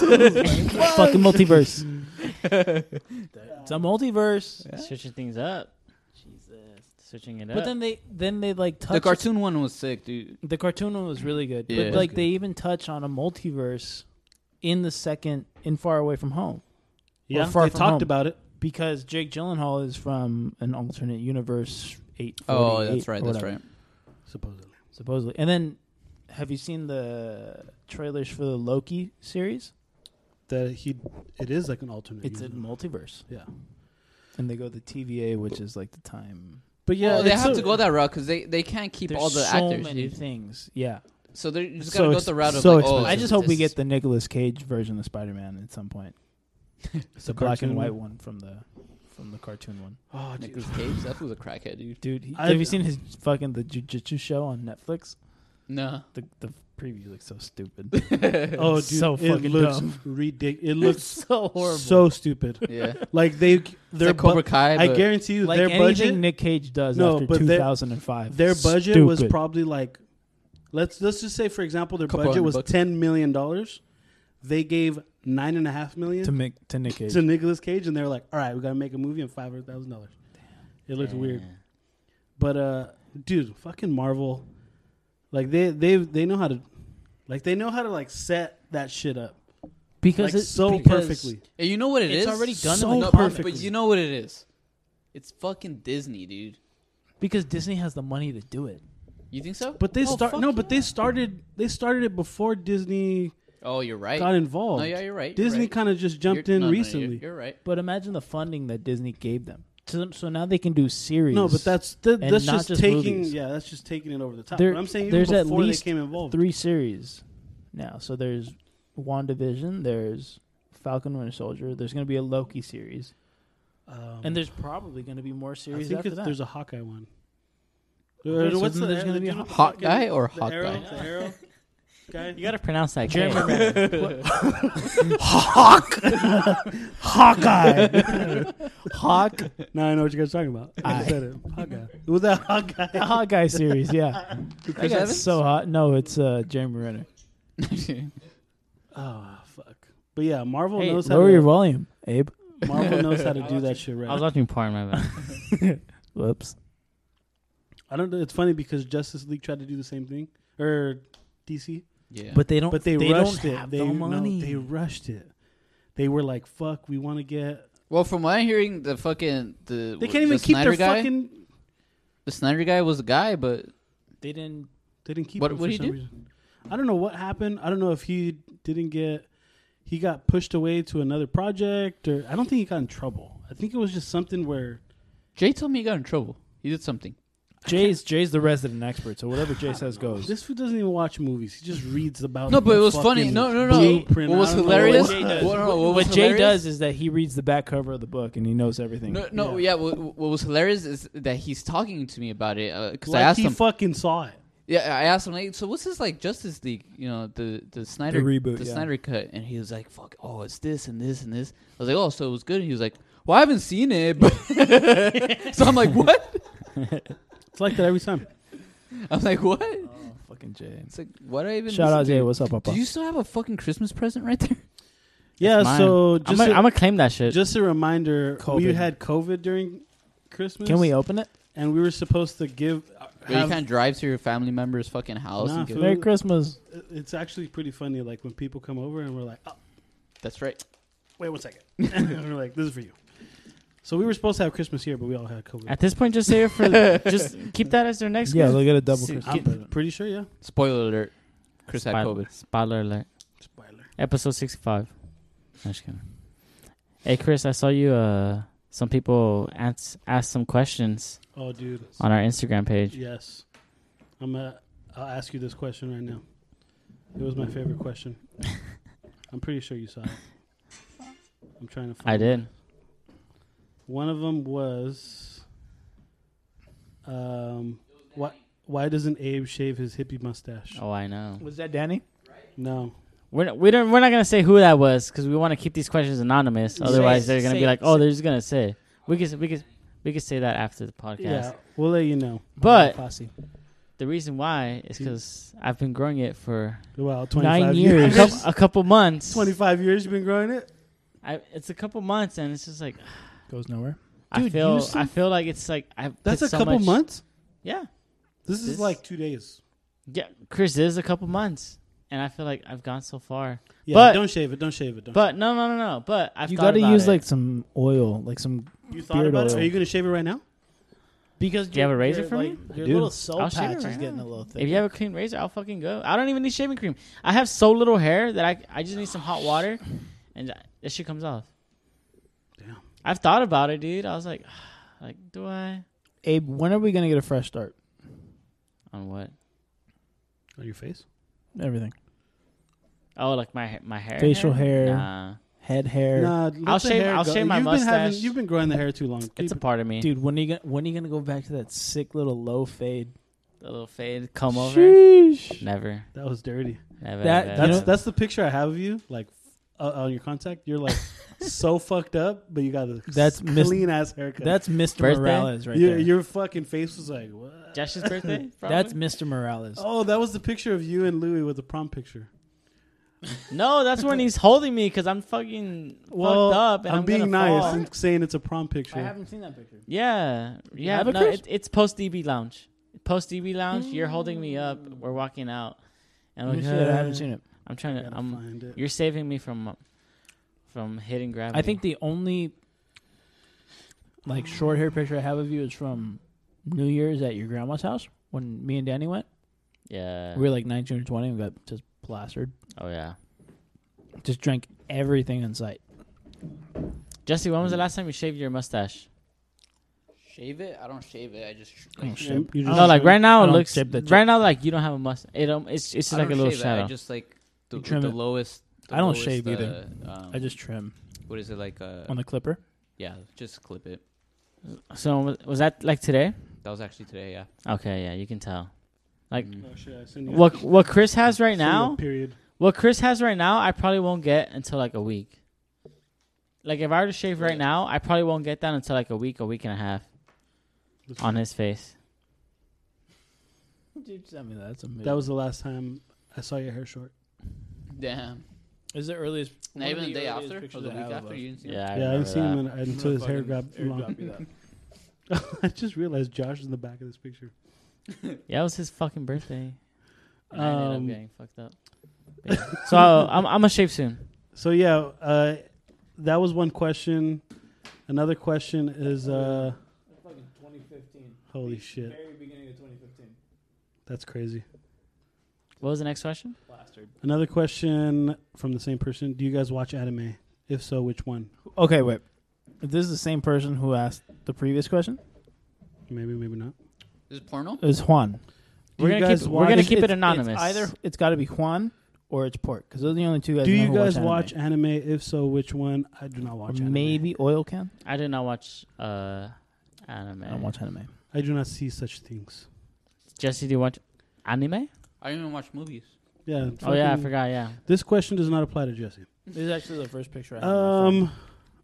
Speaker 4: fucking multiverse. it's a multiverse.
Speaker 6: Switching things up. Jesus. Switching it up.
Speaker 4: But then they then they like touch
Speaker 5: the cartoon one was sick, dude.
Speaker 4: The cartoon one was really good.
Speaker 5: Yeah.
Speaker 4: but like they even touch on a multiverse in the second in Far Away from Home
Speaker 1: Yeah,
Speaker 4: Far
Speaker 1: they
Speaker 4: From
Speaker 1: talked
Speaker 4: Home.
Speaker 1: about it.
Speaker 4: because Jake Gyllenhaal is from an alternate universe eight.
Speaker 5: Oh, that's right. That's right.
Speaker 1: Supposedly,
Speaker 4: Supposedly, and then have you seen the trailers for the Loki series?
Speaker 1: that he it is like an alternate.
Speaker 4: It's a
Speaker 1: universe.
Speaker 4: multiverse,
Speaker 1: yeah,
Speaker 4: and they go the TVA, which is like the time.
Speaker 1: but yeah,
Speaker 4: Oh,
Speaker 5: well, they
Speaker 1: it's
Speaker 5: have
Speaker 1: a-
Speaker 5: to go that route because they, they can't keep
Speaker 4: There's
Speaker 5: all the
Speaker 4: so
Speaker 5: actors.
Speaker 4: many
Speaker 5: dude.
Speaker 4: things. Yeah,
Speaker 5: So they're you just
Speaker 1: So
Speaker 5: gotta go
Speaker 1: ex-
Speaker 5: the route of
Speaker 1: so
Speaker 5: like, oh,
Speaker 1: expensive.
Speaker 4: I just hope we
Speaker 5: this-
Speaker 4: get the Nicolas Cage version of Spider Man at some point.
Speaker 1: It's
Speaker 4: The
Speaker 1: a
Speaker 4: black and
Speaker 1: cartoon.
Speaker 4: white one from the from the cartoon one.
Speaker 1: Oh,
Speaker 5: Nicolas
Speaker 1: dude.
Speaker 5: Cage. That was a crackhead, dude.
Speaker 4: Dude, he,
Speaker 1: I-
Speaker 4: have you seen his fucking the jujitsu show on Netflix?
Speaker 5: No,
Speaker 4: The the preview looks so stupid.
Speaker 1: Oh, dude,
Speaker 4: It's so
Speaker 1: it
Speaker 4: fucking
Speaker 1: looks
Speaker 4: dumb.
Speaker 1: ridiculous. It looks
Speaker 4: so horrible.
Speaker 1: so stupid.
Speaker 5: yeah,
Speaker 1: Like they,
Speaker 5: they're
Speaker 1: their
Speaker 5: like Cobra
Speaker 1: bu-
Speaker 5: Kai.
Speaker 1: I
Speaker 5: but-
Speaker 1: guarantee you,
Speaker 4: like
Speaker 1: their
Speaker 4: anything
Speaker 1: budget
Speaker 4: Nick Cage does
Speaker 1: No,
Speaker 4: after
Speaker 1: but their-
Speaker 4: 2005.
Speaker 1: their budget
Speaker 4: stupid.
Speaker 1: was probably like let's let's just say for example their
Speaker 5: Couple
Speaker 1: budget
Speaker 5: hundred
Speaker 1: was
Speaker 5: bucks.
Speaker 1: ten million dollars. They gave nine and a half million
Speaker 4: to Nick to Nick Cage.
Speaker 1: to Nicolas Cage, and they were like, "All right, we gotta make a movie on five hundred thousand dollars." It looked weird, but uh, dude, fucking Marvel, like they they they know how to, like they know how to like set that shit up
Speaker 4: because
Speaker 1: like so
Speaker 4: because-
Speaker 1: perfectly.
Speaker 5: And you know what it
Speaker 4: It's
Speaker 5: is?
Speaker 4: already done
Speaker 1: So in the comic.
Speaker 5: perfect. But
Speaker 1: perfectly.
Speaker 5: you know what it is? It's fucking Disney, dude.
Speaker 4: because Disney has the money to do it.
Speaker 5: You think so?
Speaker 1: But they
Speaker 5: Oh,
Speaker 1: start
Speaker 5: fuck
Speaker 1: no, but
Speaker 5: yeah.
Speaker 1: they started they started it before Disney
Speaker 5: Oh, you're right.
Speaker 1: got involved.
Speaker 5: No, yeah, you're right, you're
Speaker 1: Disney
Speaker 5: right.
Speaker 1: kind of just jumped
Speaker 5: You're-
Speaker 1: in
Speaker 5: no, no, you're-
Speaker 1: recently.
Speaker 5: You're, right.
Speaker 4: But imagine the funding that Disney gave them. So, so now they can do series.
Speaker 1: No, but that's th-
Speaker 4: and
Speaker 1: that's
Speaker 4: not
Speaker 1: just,
Speaker 4: just
Speaker 1: taking
Speaker 4: movies.
Speaker 1: yeah, that's just taking it over the top.
Speaker 4: There-
Speaker 1: but I'm saying even
Speaker 4: there's at
Speaker 1: before
Speaker 4: least
Speaker 1: they came involved,
Speaker 4: three series now. So there's WandaVision, there's Falcon Winter Soldier, there's going to be a Loki series,
Speaker 1: um,
Speaker 4: and there's probably going to be more
Speaker 1: I
Speaker 4: series
Speaker 1: think
Speaker 4: after
Speaker 1: it's-
Speaker 4: that.
Speaker 1: there's a Hawkeye one.
Speaker 4: Okay,
Speaker 1: Uh,
Speaker 4: so
Speaker 1: what's
Speaker 4: then
Speaker 1: the,
Speaker 4: there's gonna
Speaker 1: the
Speaker 4: be a
Speaker 1: dude with the
Speaker 5: Hawkeye
Speaker 1: fucking-
Speaker 5: or
Speaker 1: the arrow-
Speaker 5: Hawkeye?
Speaker 1: the arrow guy?
Speaker 6: You gotta pronounce that.
Speaker 4: Jeremy
Speaker 6: K.
Speaker 4: Renner.
Speaker 1: Hawk Hawkeye.
Speaker 4: Hawk
Speaker 1: now I know what you guys are talking about. I said it. Hawkeye. Was that Hawkeye?
Speaker 4: the Hawkeye series, yeah.
Speaker 5: Chris
Speaker 4: That's so hot. No, it's uh, Jeremy Renner.
Speaker 1: Oh fuck. But yeah, Marvel
Speaker 6: Hey,
Speaker 1: knows how
Speaker 4: Lower your
Speaker 1: to,
Speaker 4: volume, Abe.
Speaker 1: Marvel knows how to do that shit right.
Speaker 6: I was watching porn. My bad.
Speaker 4: Whoops.
Speaker 1: I don't know. It's funny because Justice League tried to do the same thing, or DC,
Speaker 5: yeah.
Speaker 4: But they don't.
Speaker 1: but they, rushed
Speaker 4: don't
Speaker 1: it.
Speaker 4: have
Speaker 1: They
Speaker 4: the
Speaker 1: no,
Speaker 4: money.
Speaker 1: they rushed it. They were like, "Fuck, we want to get."
Speaker 5: well, from what I'm hearing, the fucking the
Speaker 1: They can't even
Speaker 5: the
Speaker 1: keep
Speaker 5: Snyder
Speaker 1: their
Speaker 5: guy,
Speaker 1: fucking.
Speaker 5: The Snyder guy was the guy, but
Speaker 4: They didn't.
Speaker 1: They didn't keep.
Speaker 5: What-
Speaker 1: him
Speaker 5: what
Speaker 1: for
Speaker 5: did he
Speaker 1: some
Speaker 5: do?
Speaker 1: reason. I don't know what happened. I don't know if he didn't get. He got pushed away to another project, or I don't think he got in trouble. I think it was just something where
Speaker 5: Jay told me he got in trouble. He did something.
Speaker 4: Jay's Jay's the resident expert, so whatever Jay says goes.
Speaker 1: this fool doesn't even watch movies. He just reads about.
Speaker 5: No, but
Speaker 1: the
Speaker 5: it was funny.
Speaker 1: fucking
Speaker 5: No, no, no.
Speaker 1: blueprint.
Speaker 5: What
Speaker 1: I
Speaker 5: was
Speaker 1: don't know
Speaker 5: hilarious?
Speaker 1: what-
Speaker 4: Jay does.
Speaker 5: What- no, what
Speaker 4: what
Speaker 5: was
Speaker 4: Jay
Speaker 5: hilarious?
Speaker 4: does is that he reads the back cover of the book and he knows everything.
Speaker 5: No, no, yeah. what, what was hilarious is that he's talking to me about it because I
Speaker 1: like
Speaker 5: asked
Speaker 1: he
Speaker 5: him.
Speaker 1: fucking saw it.
Speaker 5: Yeah, I asked him like, so what's this like Justice League? You know, the the Snyder
Speaker 4: reboot,
Speaker 5: the
Speaker 4: yeah.
Speaker 5: Snyder cut, and he was like, "Fuck, oh, it's this and this and this." I was like, "Oh, so it was good." And he was like, "Well, I haven't seen it," but so I'm like, "What?"
Speaker 1: It's like that every time.
Speaker 5: I'm like, "What?"
Speaker 4: Oh, fucking Jay.
Speaker 5: It's like, "What?" do I even
Speaker 4: Shout out
Speaker 5: listen
Speaker 4: Jay.
Speaker 5: to?"
Speaker 4: What's up, Papa?
Speaker 5: Do you still have a fucking Christmas present right there?
Speaker 1: Yeah.
Speaker 6: Mine.
Speaker 1: So
Speaker 6: I'm
Speaker 1: just a-
Speaker 6: gonna claim that shit.
Speaker 1: Just a reminder, we
Speaker 4: COVID.
Speaker 1: had COVID during Christmas.
Speaker 4: Can we open it?
Speaker 1: And we were supposed to give.
Speaker 5: Where you
Speaker 1: have-
Speaker 5: can't drive to your family member's fucking house.
Speaker 1: Um, Nah,
Speaker 5: and give,
Speaker 1: fool.
Speaker 4: Merry Christmas.
Speaker 1: it's actually pretty funny, like when people come over and we're like, oh,
Speaker 5: that's right.
Speaker 1: wait one second. and we're like, this is for you. So we were supposed to have Christmas here, but we all had COVID.
Speaker 6: At this point, just say it for. just keep that as their next.
Speaker 4: Yeah,
Speaker 6: gift.
Speaker 4: they'll get a double
Speaker 1: Dude,
Speaker 4: Christmas.
Speaker 1: I'm pretty sure, yeah.
Speaker 5: Spoiler alert: Chris had
Speaker 6: Spoiler-
Speaker 5: COVID.
Speaker 6: Spoiler alert.
Speaker 1: Spoiler.
Speaker 6: Episode sixty-five. I'm just kidding. Hey Chris, I saw you uh some people asked asked some questions
Speaker 1: Oh, dude.
Speaker 6: on our Instagram page.
Speaker 1: Yes. I'm gonna. I'll ask you this question right now. It was my favorite question. I'm pretty sure you saw it. I'm trying to. Find
Speaker 6: I
Speaker 1: it.
Speaker 6: did.
Speaker 1: One of them was, um, why why doesn't Abe shave his hippie mustache?
Speaker 6: Oh, I know.
Speaker 4: Was that Danny?
Speaker 1: No,
Speaker 6: We're not, we don't we're not gonna say who that was because we want to keep these questions anonymous.
Speaker 4: Say
Speaker 6: Otherwise,
Speaker 4: it,
Speaker 6: they're gonna
Speaker 4: say
Speaker 6: be
Speaker 4: it,
Speaker 6: like, oh,
Speaker 4: say-
Speaker 6: they're just gonna say. We could we could we could say that after the podcast.
Speaker 1: yeah, we'll let you know.
Speaker 6: But
Speaker 4: Fosse.
Speaker 6: the reason why is because I've been growing it for
Speaker 1: Wow, 25
Speaker 6: nine years, a couple, a couple months.
Speaker 1: Twenty five years you've been growing it.
Speaker 6: I, it's a couple months, and it's just like
Speaker 4: Goes nowhere.
Speaker 6: I
Speaker 1: Dude,
Speaker 6: feel
Speaker 1: use some-
Speaker 6: I feel like it's like I.
Speaker 1: That's
Speaker 6: put
Speaker 1: a
Speaker 6: so
Speaker 1: couple
Speaker 6: much-
Speaker 1: months.
Speaker 6: Yeah,
Speaker 1: This, is
Speaker 6: This-
Speaker 1: like two days.
Speaker 6: yeah. Chris this is a couple months, and I feel like I've gone so far.
Speaker 1: Yeah,
Speaker 6: But-
Speaker 1: don't shave it. Don't shave it. Don't
Speaker 6: But no, no, no, no. But I've
Speaker 4: you
Speaker 6: got to
Speaker 4: use like some oil, like some.
Speaker 1: you thought
Speaker 4: beard
Speaker 1: about it.
Speaker 4: oil.
Speaker 1: Are you gonna shave it right now?
Speaker 7: Because
Speaker 6: Do you have a
Speaker 7: your-
Speaker 6: razor
Speaker 7: your,
Speaker 6: for
Speaker 7: like,
Speaker 1: me? I
Speaker 7: Your
Speaker 1: do.
Speaker 7: little soul
Speaker 6: I'll shave it
Speaker 7: patch is
Speaker 6: right
Speaker 7: getting
Speaker 6: now.
Speaker 7: a little thick.
Speaker 6: If you have a clean razor, I'll fucking go. I don't even need shaving cream. I have so little hair that I I just need some hot water, and that shit comes off.
Speaker 1: Damn.
Speaker 6: I've thought about it, dude. I was like, like, do I
Speaker 4: Abe, when are we gonna get a fresh start?
Speaker 6: on what?
Speaker 1: On your face?
Speaker 4: Everything,
Speaker 6: Oh, like my ha- my hair,
Speaker 4: facial hair,
Speaker 6: Nah,
Speaker 4: head hair.
Speaker 1: Nah, let
Speaker 6: I'll
Speaker 1: the
Speaker 6: shave-
Speaker 1: hair
Speaker 6: I'll
Speaker 1: go.
Speaker 6: shave my
Speaker 1: you've Been having,
Speaker 6: mustache.
Speaker 1: you've been growing the hair too long.
Speaker 6: it's
Speaker 1: Keep
Speaker 6: a part of me.
Speaker 4: Dude, when are you gonna when are you gonna go back to that sick little low fade?
Speaker 6: A little fade, comb over.
Speaker 4: Sheesh.
Speaker 6: Never,
Speaker 1: it- that was dirty.
Speaker 6: never.
Speaker 4: That-
Speaker 6: never,
Speaker 4: You
Speaker 1: That's
Speaker 4: know-
Speaker 6: ever.
Speaker 1: that's the picture I have of you. Like uh, on your contact, you're like so fucked up, but you got a
Speaker 4: That's mis-
Speaker 1: clean ass haircut.
Speaker 4: That's Mr.
Speaker 6: Birthday?
Speaker 4: Morales right
Speaker 1: your,
Speaker 4: there.
Speaker 1: your fucking face was like what?
Speaker 6: Josh's birthday.
Speaker 4: That's
Speaker 6: probably?
Speaker 4: Mr. Morales.
Speaker 1: Oh, that was the picture of you and Louis with the prom picture.
Speaker 6: no. That's when he's holding me because I'm fucking
Speaker 1: Well,
Speaker 6: fucked up and
Speaker 1: I'm,
Speaker 6: I'm,
Speaker 1: being
Speaker 6: gonna
Speaker 1: nice
Speaker 6: fall.
Speaker 1: and saying it's a prom picture.
Speaker 4: seen that picture.
Speaker 6: Yeah, yeah.
Speaker 4: have a
Speaker 6: no,
Speaker 4: crush? Mm.
Speaker 6: it, it's post DB lounge. Post DB lounge. You're holding me up. We're walking out. And I'm, like,
Speaker 4: shit, I haven't
Speaker 6: "Uh,
Speaker 4: seen it.
Speaker 6: I'm trying to.
Speaker 1: Gotta
Speaker 6: I'm.
Speaker 1: find it.
Speaker 6: You're saving me from, from hitting gravity.
Speaker 4: I think the only like short hair picture I have of you is from New Year's at your grandma's house when me and Danny went.
Speaker 6: Yeah.
Speaker 4: We were like 19 or 20 and got just plastered.
Speaker 6: Oh yeah.
Speaker 4: Just drank everything in sight.
Speaker 6: Jesse, when was
Speaker 4: Mm.
Speaker 6: the last time you shaved your mustache?
Speaker 5: Shave it? I don't shave it. I just sh-
Speaker 4: I don't
Speaker 5: like,
Speaker 4: shave.
Speaker 1: You- you just-
Speaker 6: No, like right now
Speaker 4: I
Speaker 6: it
Speaker 4: don't
Speaker 6: looks.
Speaker 4: shave the
Speaker 6: Right now, like you don't have a mustache. It um, it's it's just
Speaker 5: I
Speaker 6: like a
Speaker 5: don't
Speaker 6: little
Speaker 5: shave it.
Speaker 6: shadow.
Speaker 5: I just like the,
Speaker 4: You trim
Speaker 5: the
Speaker 4: it.
Speaker 5: lowest. The
Speaker 4: I don't
Speaker 5: lowest,
Speaker 4: shave
Speaker 5: uh,
Speaker 4: either.
Speaker 5: Um,
Speaker 4: I just trim
Speaker 5: what is it like? Uh,
Speaker 4: on the clipper.
Speaker 5: yeah, just clip it.
Speaker 6: So was- was that like today?
Speaker 5: That was actually today. Yeah.
Speaker 6: Okay, yeah, you can tell. Like-
Speaker 5: Mhm.
Speaker 1: Oh, shit, I seen you-
Speaker 6: What what Chris has
Speaker 1: seen
Speaker 6: right
Speaker 1: the
Speaker 6: now,
Speaker 1: Period.
Speaker 6: what Chris has right now, I probably won't get until like a week. Like if I were to shave
Speaker 5: Yeah.
Speaker 6: right now, I probably won't get that until like a week, a week and a half on his face.
Speaker 4: Dude, send me that. That's amazing.
Speaker 1: That was the last time I saw your hair short.
Speaker 5: Damn.
Speaker 4: is the earliest.
Speaker 5: Not even the day after or the week after. You didn't see
Speaker 6: Yeah, I
Speaker 1: yeah, I
Speaker 6: remember
Speaker 1: didn't see
Speaker 6: that.
Speaker 1: him in- until his hair got long. I just realized Josh is in the back of this picture.
Speaker 6: Yeah, it was his fucking birthday. And I ended
Speaker 1: Um,
Speaker 6: up getting fucked up. But yeah. so I'm I'm gonna shave soon.
Speaker 1: So yeah, uh, that was one question. Another question is, uh,
Speaker 4: Fucking 2015.
Speaker 1: holy shit,
Speaker 4: beginning of 2015.
Speaker 1: that's crazy.
Speaker 6: What was the next question?
Speaker 4: Plastered.
Speaker 1: Another question from the same person: Do you guys watch anime? If so, which one?
Speaker 4: Okay, wait. This is the same person who asked the previous question.
Speaker 1: Maybe, maybe not.
Speaker 5: Is it porno?
Speaker 4: It was Juan.
Speaker 1: Do
Speaker 6: We're
Speaker 1: you
Speaker 6: gonna
Speaker 1: guys
Speaker 6: keep- we're gonna
Speaker 1: watch-
Speaker 6: keep it
Speaker 4: It's-
Speaker 6: anonymous.
Speaker 4: It's either it's got to be Juan or it's Pork because those are the only two guys.
Speaker 1: Do
Speaker 4: I know
Speaker 1: you
Speaker 4: who
Speaker 1: guys
Speaker 4: anime.
Speaker 1: watch anime? If so, which one? I do not
Speaker 4: Or
Speaker 1: watch. anime.
Speaker 4: maybe Oil Can?
Speaker 6: I did not watch uh anime.
Speaker 4: I don't watch anime.
Speaker 1: I do not see such things.
Speaker 6: Jesse, do you watch anime?
Speaker 5: I don't even watch movies.
Speaker 1: Yeah.
Speaker 6: Oh yeah, I
Speaker 1: fucking-
Speaker 6: forgot. Yeah,
Speaker 1: This question does not apply to Jesse.
Speaker 4: This is actually the first picture. I have on my phone.
Speaker 1: Um,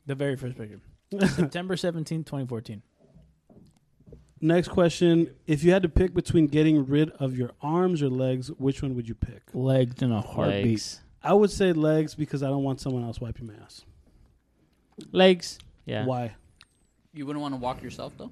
Speaker 4: the very first picture, September 17, twenty fourteen.
Speaker 1: next question: If you had to pick between getting rid of your arms or legs, which one would you pick?
Speaker 4: Legs in a heartbeat.
Speaker 6: legs.
Speaker 1: I would say legs because I don't want someone else wiping my ass.
Speaker 6: Legs. Yeah.
Speaker 1: Why?
Speaker 5: You wouldn't want to walk yourself though.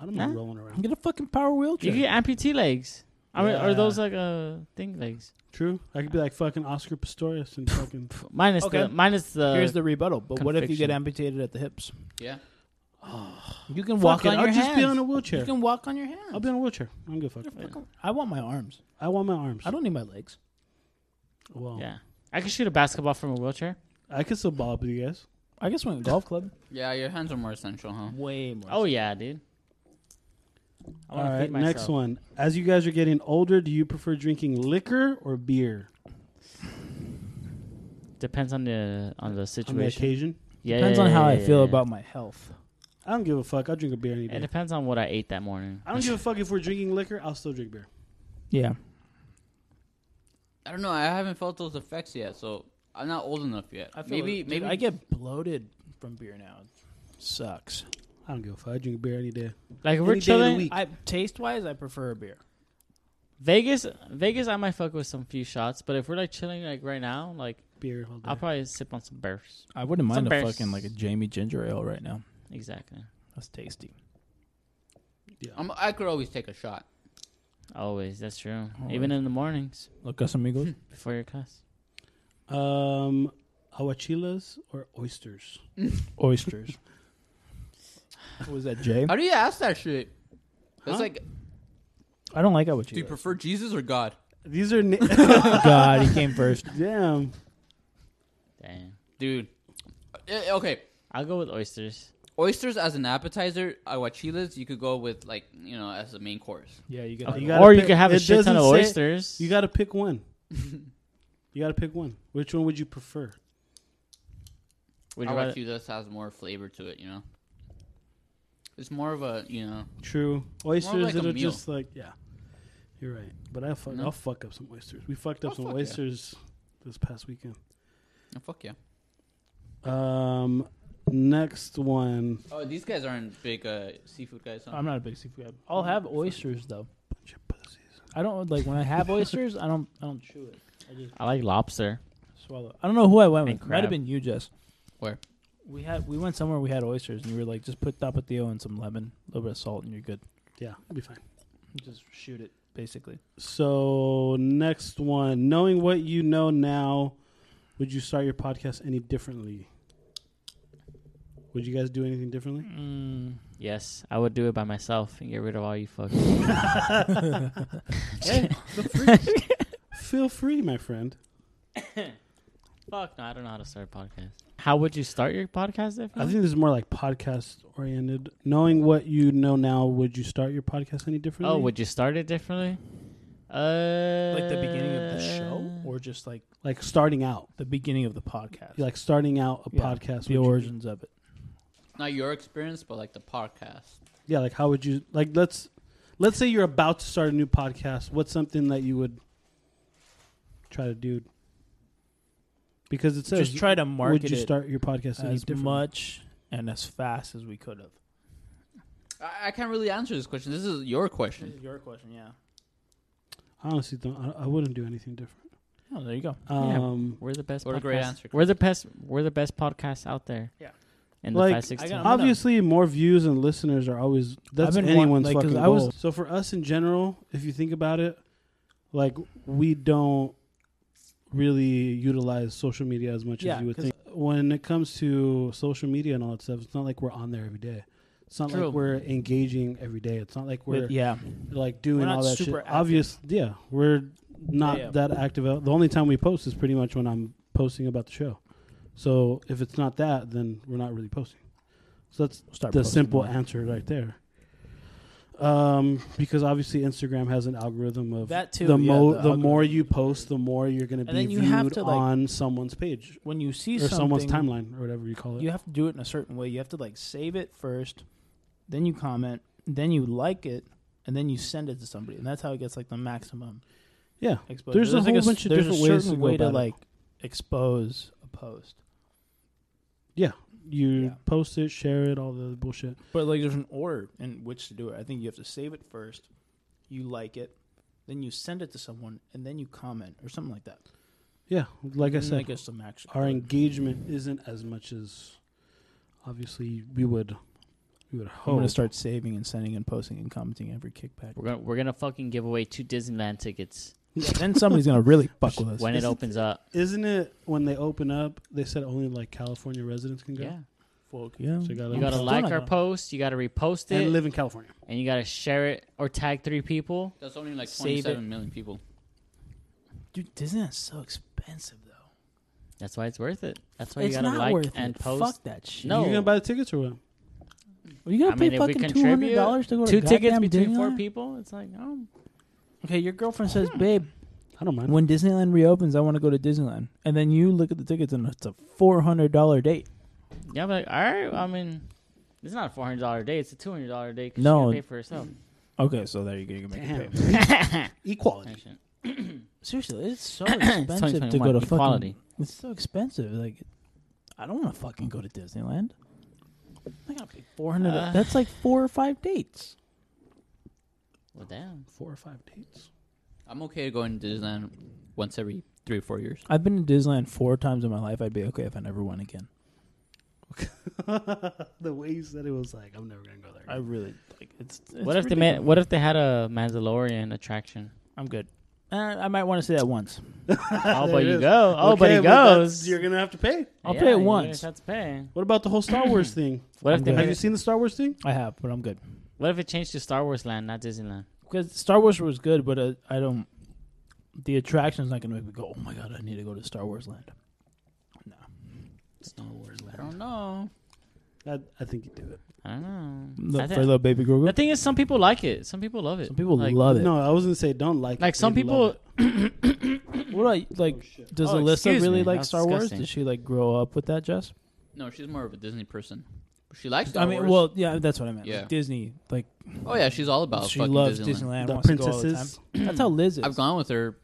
Speaker 1: I don't mind
Speaker 6: Nah.
Speaker 1: rolling around.
Speaker 4: Get a fucking power
Speaker 6: You
Speaker 4: wheelchair.
Speaker 6: get amputee legs. I mean, are
Speaker 1: Yeah.
Speaker 6: those like a thing legs?
Speaker 1: True. I could be like fucking Oscar Pistorius and fucking.
Speaker 6: Pff, Minus
Speaker 4: Okay.
Speaker 6: the uh, minus the.
Speaker 4: Here's the rebuttal. But what if you get
Speaker 6: Conviction.
Speaker 4: amputated at the hips?
Speaker 5: Yeah.
Speaker 4: You can walk
Speaker 1: Fuck
Speaker 4: on
Speaker 1: it,
Speaker 4: your
Speaker 1: I'll
Speaker 4: hands.
Speaker 1: just be on a
Speaker 4: you
Speaker 1: wheelchair.
Speaker 4: can walk on your hands.
Speaker 1: I'll be on a wheelchair. I don't give a fuck.
Speaker 4: I want my arms.
Speaker 1: I want my arms.
Speaker 4: I don't need my legs.
Speaker 1: Well,
Speaker 6: yeah, I can shoot a basketball from a wheelchair.
Speaker 1: I could still ball up with you guys.
Speaker 4: I guess when a golf club.
Speaker 5: Yeah, your hands are more essential, huh?
Speaker 4: Way more.
Speaker 6: Oh yeah, dude. I
Speaker 1: All
Speaker 6: want to
Speaker 1: right,
Speaker 6: feed myself.
Speaker 1: next one. As you guys are getting older, do you prefer drinking liquor or beer
Speaker 6: Depends on the on
Speaker 1: on
Speaker 6: the
Speaker 1: the
Speaker 6: situation.
Speaker 1: occasion?
Speaker 6: yeah,
Speaker 4: Depends on
Speaker 6: yeah,
Speaker 4: how
Speaker 6: yeah,
Speaker 4: I
Speaker 6: yeah,
Speaker 4: feel
Speaker 6: yeah.
Speaker 4: about my health.
Speaker 1: I don't give a fuck. I'll drink a beer any
Speaker 6: It
Speaker 1: day.
Speaker 6: depends on what I ate that morning.
Speaker 1: I don't give a fuck if we're drinking liquor. I'll still drink beer.
Speaker 4: Yeah.
Speaker 5: I don't know. I haven't felt those effects yet, so I'm not old enough yet. maybe,
Speaker 4: dude,
Speaker 5: maybe
Speaker 4: I get bloated from beer now. It sucks.
Speaker 1: I don't give a fuck. I drink beer any day.
Speaker 6: Like
Speaker 1: Any
Speaker 6: if we're
Speaker 1: day of the
Speaker 6: chilling,
Speaker 1: week.
Speaker 4: I taste wise, I prefer a beer.
Speaker 6: Vegas, Vegas, I might fuck with some few shots. But if we're like chilling like right now, like
Speaker 1: Beer all day.
Speaker 6: I'll probably sip on some bursts.
Speaker 4: I wouldn't
Speaker 6: Some
Speaker 4: mind a
Speaker 6: bears.
Speaker 4: fucking like a Jamie ginger ale right now.
Speaker 6: Exactly.
Speaker 4: That's tasty.
Speaker 5: I'm, I could always take a shot.
Speaker 6: Always. That's true.
Speaker 4: Always.
Speaker 6: Even in the mornings
Speaker 4: Look, amigos.
Speaker 6: before your class.
Speaker 1: Um, aguachilas or oysters?
Speaker 4: Oysters. what was that, Jay?
Speaker 5: How do you ask that shit? It's
Speaker 1: Huh?
Speaker 5: like,
Speaker 4: I don't like how
Speaker 5: do you
Speaker 4: you.
Speaker 5: prefer Jesus or God?
Speaker 1: These are na-
Speaker 4: God, he came first.
Speaker 1: damn.
Speaker 6: Damn.
Speaker 5: Dude. Eh, Okay.
Speaker 6: I'll go with oysters.
Speaker 5: Oysters as an appetizer, aguachilas, you could go with, like, you know, as a main course.
Speaker 4: Yeah, you
Speaker 1: Uh,
Speaker 4: got.
Speaker 1: you
Speaker 4: You
Speaker 1: gotta
Speaker 6: or you
Speaker 1: pick-
Speaker 6: could have a
Speaker 1: it
Speaker 6: shit ton
Speaker 1: doesn't
Speaker 6: of
Speaker 1: say-
Speaker 6: oysters.
Speaker 1: You got to pick one. you got to pick one. Which one would you prefer?
Speaker 6: Would you rather-
Speaker 5: Aguachilas has more flavor to it, you know? It's more of a, you know.
Speaker 1: True. Oysters
Speaker 5: like a
Speaker 1: that are
Speaker 5: meal.
Speaker 1: just like yeah. You're right. But I fuck,
Speaker 5: No.
Speaker 1: I'll fuck up some oysters. We fucked up
Speaker 5: Oh,
Speaker 1: some
Speaker 5: fuck yeah.
Speaker 1: oysters this past weekend.
Speaker 5: oh, Fuck yeah.
Speaker 1: Um next one.
Speaker 5: Oh, these guys aren't big uh, seafood guys, huh?
Speaker 6: Um,
Speaker 4: I'm not a big seafood guy. I'll have oysters though.
Speaker 1: Bunch of pussies.
Speaker 4: I don't like when I have oysters. I don't. I don't chew it. I just
Speaker 6: I like lobster.
Speaker 4: swallow. I don't know who I went
Speaker 6: And
Speaker 4: with. Might have
Speaker 6: crab.
Speaker 4: been you, Jess.
Speaker 5: Where?
Speaker 4: We had we went somewhere. We had oysters, and you were like, just put tapatio and some lemon, a little bit of salt, and you're good.
Speaker 1: Yeah, it'll be fine.
Speaker 4: Just shoot it, basically.
Speaker 1: So next one. Knowing what you know now, would you start your podcast any differently? Would you guys do anything differently?
Speaker 4: Mm.
Speaker 6: Yes, I would do it by myself and get rid of all you fuckers.
Speaker 1: Hey, feel free. feel free, my friend.
Speaker 6: Fuck no, I don't know how to start a podcast. How would you start your podcast? If
Speaker 1: I think this is more like podcast oriented. Knowing what you know now, would you start your podcast any differently?
Speaker 6: oh, would you start it differently? Uh,
Speaker 4: Like the beginning of the show, or just like
Speaker 1: like starting out,
Speaker 4: the beginning of the podcast,
Speaker 1: like starting out a
Speaker 4: Yeah,
Speaker 1: podcast.
Speaker 4: the
Speaker 1: would you-
Speaker 4: origins of it.
Speaker 5: Not your experience, but like the podcast.
Speaker 1: yeah, like how would you like? Let's let's say you're about to start a new podcast. What's something that you would try to do? Because it says
Speaker 4: Just try to market
Speaker 1: would you
Speaker 4: it
Speaker 1: start your podcast any
Speaker 4: as
Speaker 1: differently?
Speaker 4: much and as fast as we could have.
Speaker 5: I, I can't really answer this question. This is your question.
Speaker 4: your question, yeah.
Speaker 1: I honestly don't. I, I wouldn't do anything different.
Speaker 4: Oh, there you go.
Speaker 6: Yeah.
Speaker 1: Um,
Speaker 6: We're the best.
Speaker 5: What a
Speaker 6: podcast.
Speaker 5: great answer,
Speaker 6: We're the best. We're the best podcast out there.
Speaker 4: Yeah.
Speaker 6: In
Speaker 1: Like,
Speaker 6: the five six.
Speaker 4: I got-
Speaker 1: obviously, more views and listeners are always that's
Speaker 4: been
Speaker 1: anyone's
Speaker 4: want- like, 'cause
Speaker 1: fucking
Speaker 4: I was-
Speaker 1: goal. So for us in general, if you think about it, like we don't really utilize social media as much
Speaker 4: Yeah,
Speaker 1: as you would
Speaker 4: 'cause-
Speaker 1: think. When it comes to social media and all that stuff, it's not like we're on there every day. It's not
Speaker 5: True.
Speaker 1: like we're engaging every day. It's not like we're
Speaker 4: But yeah,
Speaker 1: like doing
Speaker 4: We're not
Speaker 1: all that
Speaker 4: super
Speaker 1: shit.
Speaker 4: active.
Speaker 1: Obvious, yeah, we're not
Speaker 4: Yeah, yeah.
Speaker 1: that active. The only time we post is pretty much when I'm posting about the show. So if it's not that, then we're not really posting. So that's
Speaker 4: start
Speaker 1: the
Speaker 4: posting
Speaker 1: simple
Speaker 4: more.
Speaker 1: answer right there. Um, because obviously Instagram has an algorithm of
Speaker 4: That too,
Speaker 1: The,
Speaker 4: yeah,
Speaker 1: mo-
Speaker 4: the
Speaker 1: the, more
Speaker 4: algorithm.
Speaker 1: you post, the more you're going to be
Speaker 4: then you
Speaker 1: viewed
Speaker 4: have to, like,
Speaker 1: on someone's page
Speaker 4: When you see
Speaker 1: or someone's
Speaker 4: something-
Speaker 1: timeline or whatever you call it.
Speaker 4: you have to do it in a certain way. You have to like save it first, then you comment, then you like it, and then you send it to somebody, and that's how it gets like the maximum
Speaker 1: Yeah,
Speaker 4: exposure.
Speaker 1: There's a
Speaker 4: like,
Speaker 1: whole
Speaker 4: s-
Speaker 1: bunch of
Speaker 4: there's
Speaker 1: different
Speaker 4: a
Speaker 1: ways
Speaker 4: certain
Speaker 1: to go
Speaker 4: way to
Speaker 1: about it.
Speaker 4: like expose a post,
Speaker 1: you
Speaker 4: Yeah.
Speaker 1: post it, share it, all the bullshit.
Speaker 4: but like there's an order in which to do it. I think you have to save it first, you like it, then you send it to someone, and then you comment or something like that.
Speaker 1: Yeah, like I
Speaker 4: And then
Speaker 1: said,
Speaker 4: I guess some action.
Speaker 1: our engagement isn't as much as obviously we would we would
Speaker 4: I'm gonna
Speaker 1: hope.
Speaker 4: start saving and sending and posting and commenting every kickback.
Speaker 6: We're gonna we're gonna fucking give away two Disneyland tickets
Speaker 4: Yeah, then somebody's gonna really fuck with us.
Speaker 6: when it
Speaker 1: Isn't-
Speaker 6: opens up.
Speaker 1: Isn't it when they open up? They said only like California residents can go.
Speaker 6: Yeah.
Speaker 4: yeah.
Speaker 1: So you gotta,
Speaker 6: You gotta
Speaker 4: still
Speaker 6: like
Speaker 4: not
Speaker 6: our
Speaker 4: gonna-
Speaker 6: post. You gotta repost it,
Speaker 1: and
Speaker 6: and,
Speaker 1: live in California.
Speaker 6: you gotta share it or tag three people.
Speaker 5: That's only like
Speaker 4: Save it.
Speaker 5: 27 million people.
Speaker 4: Dude, Disneyland's so expensive though.
Speaker 6: That's why it's worth it. That's why
Speaker 4: it's
Speaker 6: you gotta
Speaker 4: not
Speaker 6: like
Speaker 4: worth
Speaker 6: and
Speaker 4: it.
Speaker 6: post.
Speaker 4: Fuck that shit.
Speaker 6: No.
Speaker 1: You gonna buy the tickets or what?
Speaker 4: Are you gonna
Speaker 6: I
Speaker 4: pay
Speaker 6: mean, if we
Speaker 4: fucking two hundred
Speaker 6: contribute
Speaker 4: dollars to go to
Speaker 6: Two tickets
Speaker 4: goddamn
Speaker 6: between
Speaker 4: Disneyland?
Speaker 6: four people. It's like, oh,
Speaker 4: Okay, your girlfriend says, "Babe,
Speaker 1: I don't mind.
Speaker 4: when Disneyland reopens, I want to go to Disneyland." And then you look at the tickets, and it's a four hundred dollar date.
Speaker 6: yeah, but like, all right. I mean, it's not a four hundred dollar day. It's a two hundred dollar day. Cause
Speaker 4: No.
Speaker 6: no, pay for herself.
Speaker 4: Okay, so there you go. You can make it
Speaker 1: Damn.
Speaker 4: pay.
Speaker 1: Equality.
Speaker 4: Seriously, it's so Oh, expensive to
Speaker 6: 2021
Speaker 4: go to fucking.
Speaker 6: equality.
Speaker 4: It's so expensive. Like, I don't want to fucking go to Disneyland. I gotta pay four hundred.
Speaker 6: Uh.
Speaker 4: That's like four or five dates.
Speaker 6: Well, damn.
Speaker 1: Four or five dates.
Speaker 5: I'm okay going to Disneyland once every three or four years.
Speaker 4: I've been to Disneyland four times in my life. I'd be okay if I never went again.
Speaker 1: the way you said it was like, I'm never gonna go there.
Speaker 4: I really like. It's. it's
Speaker 6: What if they
Speaker 4: ridiculous.
Speaker 6: made? What if they had a Mandalorian attraction?
Speaker 4: I'm good. Uh, I might want to say that once.
Speaker 6: Oh,
Speaker 1: There
Speaker 6: but
Speaker 1: it
Speaker 6: you
Speaker 1: is.
Speaker 6: go. Oh, but
Speaker 1: Okay,
Speaker 6: he
Speaker 1: that's-
Speaker 6: goes.
Speaker 1: You're gonna have to pay.
Speaker 4: I'll
Speaker 6: Yeah,
Speaker 4: pay it
Speaker 6: you
Speaker 4: once.
Speaker 6: just have to pay.
Speaker 1: What about the whole Star Wars thing?
Speaker 6: What
Speaker 4: I'm
Speaker 6: if they
Speaker 4: good.
Speaker 1: Have
Speaker 6: made
Speaker 1: you
Speaker 6: it,
Speaker 1: seen the Star Wars thing?
Speaker 4: I have, but I'm good
Speaker 6: What if it changed to Star Wars Land, not Disneyland?
Speaker 4: because Star Wars was good, but uh, I don't. The attraction's not gonna make me go. Oh my god, I need to go to Star Wars Land. No,
Speaker 1: Star Wars
Speaker 5: I don't know.
Speaker 1: I, I think you do it.
Speaker 6: I don't know. I
Speaker 4: the,
Speaker 6: thi-
Speaker 4: for the baby girl.
Speaker 6: the thing is, some people like it. Some people love it.
Speaker 4: Some people
Speaker 6: like,
Speaker 4: love it.
Speaker 1: No, I was gonna say don't like.
Speaker 6: Like
Speaker 1: it.
Speaker 6: some
Speaker 1: They
Speaker 6: people,
Speaker 1: love
Speaker 4: What do I like?
Speaker 1: shit.
Speaker 4: does
Speaker 6: Oh,
Speaker 4: Alyssa
Speaker 6: excuse
Speaker 4: really
Speaker 6: me.
Speaker 4: like
Speaker 6: That's
Speaker 4: Star Wars?
Speaker 6: disgusting.
Speaker 4: Did she like grow up with that, Jess?
Speaker 5: No, she's more of a Disney person. She likes Star
Speaker 4: I mean,
Speaker 5: Wars.
Speaker 4: well, yeah, that's what I meant.
Speaker 5: Yeah.
Speaker 4: Like Disney, like
Speaker 5: oh yeah, she's all about
Speaker 4: she
Speaker 5: fucking
Speaker 4: loves
Speaker 5: Disneyland.
Speaker 4: Disneyland.
Speaker 1: it. the
Speaker 4: wants to go all
Speaker 1: princesses.
Speaker 4: the time. that's how Liz is.
Speaker 5: I've gone with her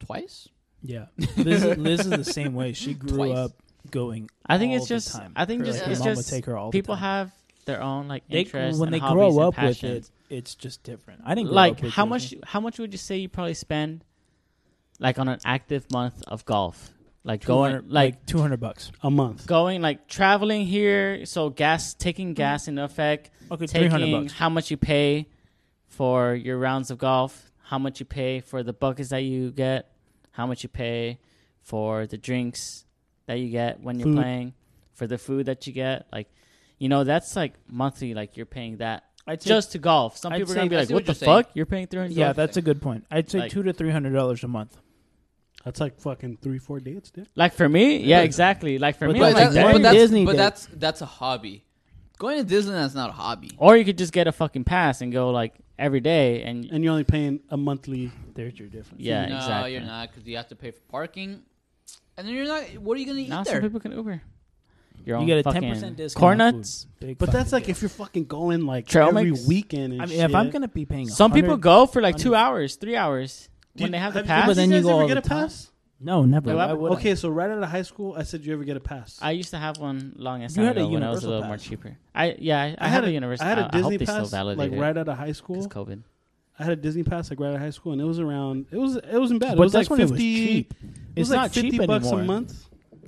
Speaker 5: twice.
Speaker 4: Yeah, Liz, Liz is the same way. She grew
Speaker 5: Twice.
Speaker 4: up going.
Speaker 6: I think
Speaker 4: all
Speaker 6: it's
Speaker 4: the
Speaker 6: just-
Speaker 4: time.
Speaker 6: I think
Speaker 4: Her,
Speaker 6: just-
Speaker 4: like, her
Speaker 6: it's
Speaker 4: mom would
Speaker 6: just
Speaker 4: take her all the
Speaker 6: people
Speaker 4: time.
Speaker 6: have their own like
Speaker 4: They-
Speaker 6: interests
Speaker 4: when
Speaker 6: and
Speaker 4: they
Speaker 6: hobbies
Speaker 4: grow
Speaker 6: and
Speaker 4: up with
Speaker 6: passions.
Speaker 4: it. It's just different. I didn't grow
Speaker 6: like
Speaker 4: up with
Speaker 6: how
Speaker 4: Disney.
Speaker 6: much how much would you say you probably spend like on an active month of golf like going
Speaker 4: 200
Speaker 6: like
Speaker 4: two hundred bucks.
Speaker 1: a month.
Speaker 6: going like traveling here so gas taking gas in effect
Speaker 4: Okay, three hundred
Speaker 6: taking
Speaker 4: bucks.
Speaker 6: how much you pay for your rounds of golf how much you pay for the buckets that you get how much you pay for the drinks that you get when you're
Speaker 1: Food.
Speaker 6: playing for the food that you get like you know that's like monthly like you're paying that
Speaker 4: I'd say-
Speaker 6: just to golf some
Speaker 4: I'd
Speaker 6: people are
Speaker 4: say-
Speaker 6: gonna be
Speaker 5: I
Speaker 6: like
Speaker 5: see
Speaker 6: what,
Speaker 5: what
Speaker 6: the
Speaker 5: you're saying.
Speaker 6: fuck you're paying 300
Speaker 4: yeah, that's a good point. I'd say
Speaker 6: Like-
Speaker 4: two to three hundred dollars a month.
Speaker 1: That's like fucking three, four dates, dude.
Speaker 6: Like for me, yeah,
Speaker 5: But-
Speaker 6: exactly. Like for
Speaker 4: but
Speaker 6: me,
Speaker 4: that's
Speaker 6: I'm like,
Speaker 4: like
Speaker 6: dang.
Speaker 4: one
Speaker 5: that's,
Speaker 4: Disney
Speaker 5: but
Speaker 4: day.
Speaker 5: that's that's a hobby. Going to Disneyland's not a hobby.
Speaker 6: or you could just get a fucking pass and go like every day, and,
Speaker 1: And you're only paying a monthly.
Speaker 4: There's your difference.
Speaker 6: yeah,
Speaker 5: no,
Speaker 6: exactly.
Speaker 5: you're not because you have to pay for parking, and then you're not. What are you gonna eat
Speaker 6: Now some
Speaker 5: there?
Speaker 6: people can Uber. Your
Speaker 4: You
Speaker 6: own
Speaker 4: get a
Speaker 6: fucking
Speaker 4: 10% discount
Speaker 6: corn
Speaker 4: on food.
Speaker 6: nuts.
Speaker 4: Big
Speaker 1: But that's
Speaker 4: fucking
Speaker 1: like if you're fucking going like
Speaker 6: Trail
Speaker 1: every
Speaker 6: mix?
Speaker 1: weekend. And
Speaker 4: I mean,
Speaker 1: shit.
Speaker 4: if I'm gonna be paying,
Speaker 6: Some people
Speaker 4: 100
Speaker 6: go for like
Speaker 4: on
Speaker 6: two hours, three hours
Speaker 1: Do
Speaker 6: when
Speaker 1: you-
Speaker 6: they have the
Speaker 1: have you-
Speaker 6: pass.
Speaker 4: But then
Speaker 1: you
Speaker 4: you
Speaker 1: guys
Speaker 4: go
Speaker 1: ever
Speaker 4: all
Speaker 1: get
Speaker 4: the
Speaker 1: a
Speaker 4: time.
Speaker 1: pass?
Speaker 4: No, never.
Speaker 6: Wait,
Speaker 4: Why
Speaker 6: what-
Speaker 4: would I?
Speaker 1: Okay, so right out of high school, I said, "You ever get a pass?"
Speaker 6: I used to have one long ass
Speaker 4: You
Speaker 6: time
Speaker 4: had a
Speaker 6: ago when I was a
Speaker 4: universal
Speaker 6: little more
Speaker 4: pass.
Speaker 6: cheaper. I yeah, I, I, had a universal.
Speaker 1: I had a
Speaker 6: I hope
Speaker 1: Disney
Speaker 6: they still
Speaker 1: pass like
Speaker 6: validate it
Speaker 1: right out of high
Speaker 6: 'cause
Speaker 1: school.
Speaker 6: COVID.
Speaker 1: I had a Disney pass like right out of high school, and it was around. It was it wasn't bad.
Speaker 4: But
Speaker 1: it was
Speaker 4: that's
Speaker 1: like
Speaker 4: when it was
Speaker 1: fifty.
Speaker 4: cheap.
Speaker 1: It was
Speaker 4: It's
Speaker 1: like
Speaker 4: not
Speaker 1: fifty
Speaker 4: cheap
Speaker 1: bucks
Speaker 4: anymore.
Speaker 1: a month.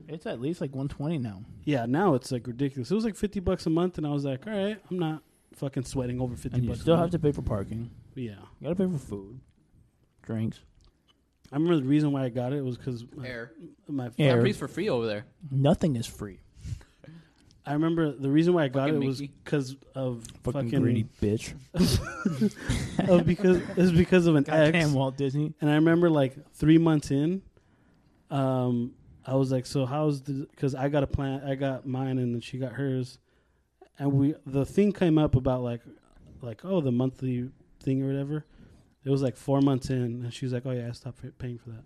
Speaker 4: It's at least like one twenty now.
Speaker 1: Yeah, now it's like ridiculous. It was like fifty bucks a month, and I was like, all right, I'm not fucking sweating over fifty
Speaker 4: And you
Speaker 1: bucks.
Speaker 4: still
Speaker 1: a
Speaker 4: have
Speaker 1: month.
Speaker 4: to pay for parking.
Speaker 1: Yeah,
Speaker 4: You gotta pay for food, drinks.
Speaker 1: I remember the reason why I got it was because
Speaker 5: Air.
Speaker 1: my.
Speaker 4: Air.
Speaker 5: Everything's for free over there.
Speaker 4: Nothing is free.
Speaker 1: I remember the reason why I got
Speaker 5: Fucking
Speaker 1: it was
Speaker 5: Mickey.
Speaker 1: because of
Speaker 4: Fucking,
Speaker 1: fucking,
Speaker 4: greedy bitch.
Speaker 1: of because it was because of an ex.
Speaker 4: Goddamn Walt Disney.
Speaker 1: And I remember like three months in, um, I was like, "So how's the?" Because I got a plan. I got mine, and then she got hers, and we the thing came up about like, like oh the monthly thing or whatever. It was like four months in, and she's like, "Oh yeah, I stopped pay- paying for that."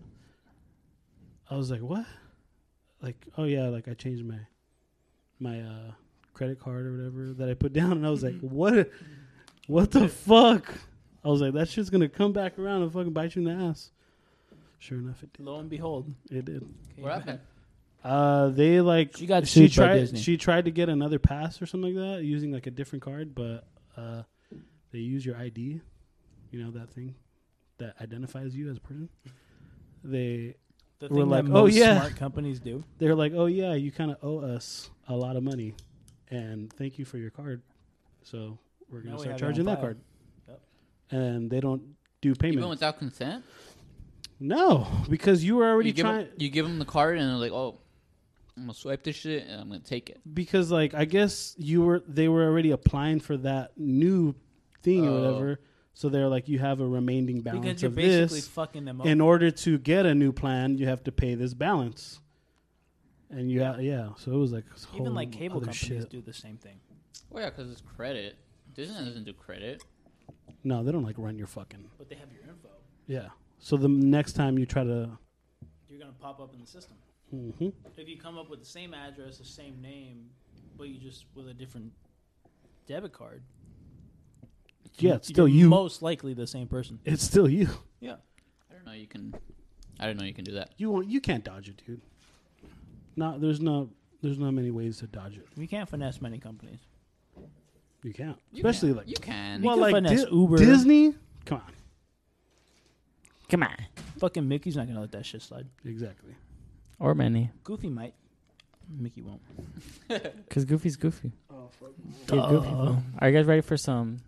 Speaker 1: I was like, "What?" Like, oh yeah, like I changed my my uh, credit card or whatever that I put down, and I was like, "What? What the fuck?" I was like, that shit's gonna come back around and fucking bite you in the ass. Sure enough, it
Speaker 4: Lo and behold,
Speaker 1: did. It did.
Speaker 5: What happened?
Speaker 1: Uh, they like
Speaker 4: She got
Speaker 1: she
Speaker 4: sued by
Speaker 1: tried
Speaker 4: Disney.
Speaker 1: she tried to get another pass or something like that using like a different card, but uh, they use your ID, you know that thing that identifies you as a person. They
Speaker 4: the
Speaker 1: We're
Speaker 4: thing
Speaker 1: like,
Speaker 4: that
Speaker 1: "Oh,
Speaker 4: most
Speaker 1: yeah."
Speaker 4: smart companies do.
Speaker 1: they're like, oh yeah, you kind of owe us a lot of money, and thank you for your card. So we're gonna
Speaker 4: Now
Speaker 1: start
Speaker 4: we have it on
Speaker 1: charging that
Speaker 4: file.
Speaker 1: card,
Speaker 4: Yep.
Speaker 1: and they don't do
Speaker 5: Even
Speaker 1: payment.
Speaker 5: without consent,
Speaker 1: No, because you were already
Speaker 5: you give,
Speaker 1: trying.
Speaker 5: them, you give them the card and they're like, "Oh, I'm gonna swipe this shit and I'm gonna take it."
Speaker 1: because like I guess you were they were already applying for that new thing or
Speaker 5: Oh.
Speaker 1: whatever. So they're like, you have a remaining balance
Speaker 4: because you're
Speaker 1: of
Speaker 4: basically
Speaker 1: this.
Speaker 4: fucking them up.
Speaker 1: In order to get a new plan, you have to pay this balance. And you, ha- yeah. So it was like this whole
Speaker 4: Even like cable
Speaker 1: other
Speaker 4: companies
Speaker 1: shit.
Speaker 4: do the same thing.
Speaker 5: Well, Oh, yeah, because it's credit. Disney doesn't do credit.
Speaker 1: No, they don't like run your fucking.
Speaker 4: But they have your info.
Speaker 1: Yeah. So the next time you try to,
Speaker 4: You're gonna pop up in the system.
Speaker 1: Mhm.
Speaker 4: If you come up with the same address, the same name, but you just with a different debit card,
Speaker 1: yeah, it's
Speaker 4: you're
Speaker 1: still you.
Speaker 4: Most likely the same person.
Speaker 1: it's still you.
Speaker 4: Yeah.
Speaker 5: I don't know. You can. I don't know. You can do that.
Speaker 1: You won't, you can't dodge it, dude. Not there's not there's not many ways to dodge it.
Speaker 4: You can't finesse many companies.
Speaker 1: You can't,
Speaker 5: You
Speaker 1: especially
Speaker 5: can.
Speaker 1: like
Speaker 5: you can.
Speaker 1: well,
Speaker 4: can
Speaker 1: like
Speaker 4: finesse
Speaker 1: Di-
Speaker 4: Uber.
Speaker 1: Disney. Come on,
Speaker 6: Come on.
Speaker 4: Fucking Mickey's not gonna let that shit slide.
Speaker 1: exactly.
Speaker 6: Or many.
Speaker 4: Goofy might. Mickey won't.
Speaker 6: Because Goofy's Goofy. Oh, fuck. Yeah,
Speaker 4: Uh,
Speaker 6: Goofy. bro. Are you guys ready for some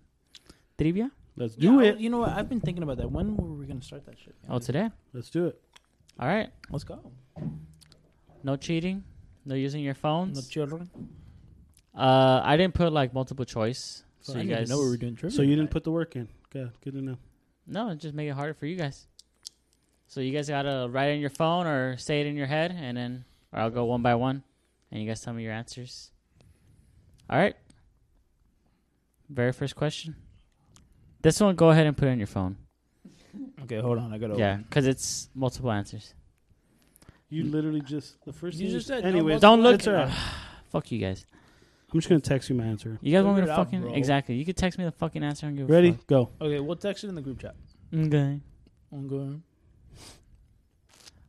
Speaker 6: trivia?
Speaker 1: Let's do
Speaker 4: Yeah,
Speaker 1: it.
Speaker 4: You know what? I've been thinking about that. When were we gonna start that shit?
Speaker 6: Oh, today?
Speaker 1: Let's do it.
Speaker 6: All right.
Speaker 4: Let's go.
Speaker 6: No cheating. No using your
Speaker 4: No
Speaker 6: phones.
Speaker 4: children.
Speaker 6: uh, I didn't put like multiple choice. So
Speaker 4: I
Speaker 6: you
Speaker 4: need to
Speaker 6: guys
Speaker 4: know what we're doing. Trivia
Speaker 1: So you didn't
Speaker 4: tonight.
Speaker 1: put the work in. Good, good to know.
Speaker 6: No, just make it harder for you guys. So you guys gotta write it in your phone or say it in your head, and then or I'll go one by one, and you guys tell me your answers. All right. Very first question. This one, go ahead and put it in your phone.
Speaker 4: Okay, hold on. I gotta.
Speaker 6: Yeah, because it's multiple answers.
Speaker 1: You literally just the first.
Speaker 4: You
Speaker 1: thing
Speaker 4: just said no
Speaker 1: Anyways,
Speaker 4: multiple Don't look-
Speaker 1: It's all right.
Speaker 6: Fuck you guys.
Speaker 1: I'm just gonna text you my answer.
Speaker 6: You guys want me
Speaker 4: Figure
Speaker 6: to
Speaker 4: it out,
Speaker 6: fucking
Speaker 4: bro.
Speaker 6: exactly? You could text me the fucking answer and give.
Speaker 1: Ready?
Speaker 6: A
Speaker 1: Go.
Speaker 4: Okay, we'll text it in the group chat.
Speaker 6: fuck. Okay.
Speaker 4: I'm going.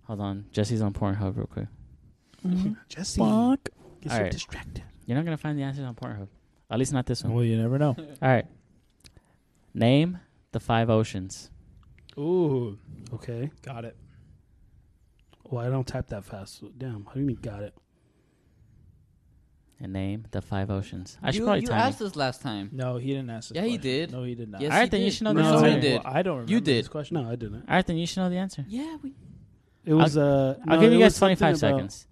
Speaker 6: Hold on, Jesse's on Pornhub real quick.
Speaker 1: Jesse, get
Speaker 6: All
Speaker 1: so
Speaker 6: right.
Speaker 1: distracted.
Speaker 6: You're not gonna find the answers on Pornhub. At least not this one.
Speaker 4: Well, you never know.
Speaker 6: All right. Name the five oceans.
Speaker 4: Ooh,
Speaker 1: Okay.
Speaker 4: got it.
Speaker 1: Well, I don't type that fast. So, damn. How do you mean? Got it.
Speaker 6: And name the five oceans. I should
Speaker 5: you,
Speaker 6: probably
Speaker 5: you
Speaker 6: time.
Speaker 5: asked
Speaker 6: it.
Speaker 5: this last time.
Speaker 4: No, he didn't ask. This
Speaker 5: Yeah, he
Speaker 4: question.
Speaker 5: did.
Speaker 4: No, he did not.
Speaker 5: Yes,
Speaker 6: All right,
Speaker 5: he
Speaker 6: then you
Speaker 5: did.
Speaker 6: should know
Speaker 1: No,
Speaker 6: the
Speaker 1: I
Speaker 6: answer.
Speaker 1: did.
Speaker 4: Well, I don't. Remember
Speaker 5: You
Speaker 4: This
Speaker 5: did.
Speaker 4: question.
Speaker 1: No, I didn't.
Speaker 6: All right, then you should know the answer.
Speaker 5: Yeah, we.
Speaker 1: It was. uh,
Speaker 6: I'll
Speaker 1: no,
Speaker 6: give you
Speaker 1: it was
Speaker 6: guys 25
Speaker 1: something about-
Speaker 6: seconds.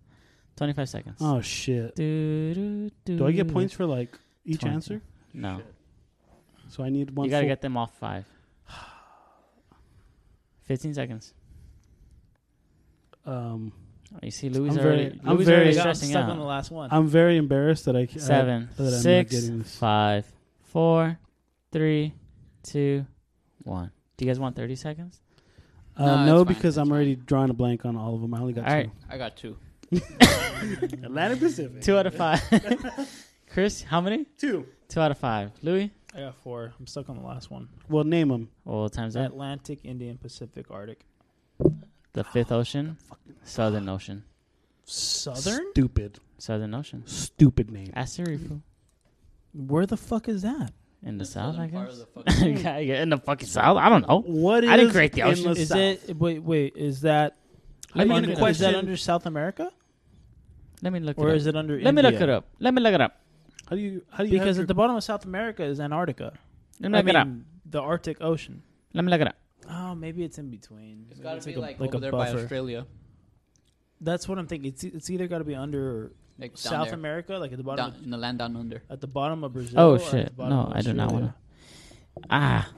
Speaker 6: 25 seconds.
Speaker 1: Oh shit.
Speaker 6: Do, do, do,
Speaker 1: Do I get points for like each
Speaker 6: 20.
Speaker 1: answer?
Speaker 6: No.
Speaker 1: So I need one.
Speaker 6: You got to
Speaker 1: full-
Speaker 6: get them all five. 15 seconds.
Speaker 1: Um,
Speaker 6: Oh, you see, Louis
Speaker 1: I'm
Speaker 6: already,
Speaker 1: very- I'm
Speaker 6: Louis
Speaker 1: very-
Speaker 6: already
Speaker 1: I got
Speaker 6: stressing
Speaker 4: stuck on the
Speaker 6: out.
Speaker 4: last one.
Speaker 1: I'm very embarrassed that I ca- I-
Speaker 6: Seven,
Speaker 1: that I'm not
Speaker 6: six,
Speaker 1: getting this.
Speaker 6: five, four, three, two, one. Do you guys want 30 seconds?
Speaker 1: Uh,
Speaker 5: No,
Speaker 1: no,
Speaker 5: it's fine,
Speaker 1: because
Speaker 5: it's
Speaker 1: I'm
Speaker 5: fine.
Speaker 1: already drawing a blank on all of them. I only got
Speaker 6: All right.
Speaker 1: two.
Speaker 5: I got two.
Speaker 1: Atlantic Pacific.
Speaker 6: Two out of five. Chris, how many?
Speaker 1: Two.
Speaker 6: Two out of five. Louis?
Speaker 4: I got four. I'm stuck on the last one.
Speaker 1: Well, name them.
Speaker 6: Well, times that.
Speaker 4: Atlantic, Indian, Pacific, Arctic,
Speaker 6: The fifth ocean, southern ocean,
Speaker 4: Southern.
Speaker 1: Stupid.
Speaker 6: southern ocean.
Speaker 1: Stupid name.
Speaker 6: Ask Siri, fool.
Speaker 4: Where the fuck is that?
Speaker 6: in the,
Speaker 5: The
Speaker 6: south, I
Speaker 5: southern part
Speaker 6: guess.
Speaker 5: of the fucking-
Speaker 6: Yeah, yeah, in the fucking south, I don't know.
Speaker 1: What is
Speaker 6: I didn't create the
Speaker 1: in
Speaker 6: ocean.
Speaker 4: Is
Speaker 1: South?
Speaker 4: it? Wait, wait. Is that?
Speaker 1: Let me
Speaker 4: under,
Speaker 1: get a
Speaker 4: Is that
Speaker 1: question.
Speaker 4: under South America,
Speaker 6: Let me look.
Speaker 4: or
Speaker 6: it
Speaker 4: is
Speaker 6: up.
Speaker 4: it under?
Speaker 6: Let me look
Speaker 4: India?
Speaker 6: it up. Let me look it up.
Speaker 1: How do you? How do you?
Speaker 4: Because
Speaker 1: have
Speaker 4: at the bottom of South America is Antarctica.
Speaker 6: Let me
Speaker 4: I
Speaker 6: look it up.
Speaker 4: mean, the Arctic Ocean.
Speaker 6: Let me look it up.
Speaker 4: Oh, maybe it's in between.
Speaker 5: It's
Speaker 4: Maybe
Speaker 5: got to be
Speaker 4: a-
Speaker 5: like,
Speaker 4: a
Speaker 5: over there by
Speaker 4: buffer.
Speaker 5: Australia,
Speaker 4: That's what I'm thinking. It's it's either got to be under
Speaker 5: like down
Speaker 4: South
Speaker 5: there.
Speaker 4: America, like at the bottom,
Speaker 5: down, in the land down under.
Speaker 4: of, at the bottom of Brazil.
Speaker 6: Oh
Speaker 4: or at the
Speaker 6: shit!
Speaker 4: bottom
Speaker 6: No,
Speaker 4: of
Speaker 6: I do not want
Speaker 4: Australia.
Speaker 6: to. Ah,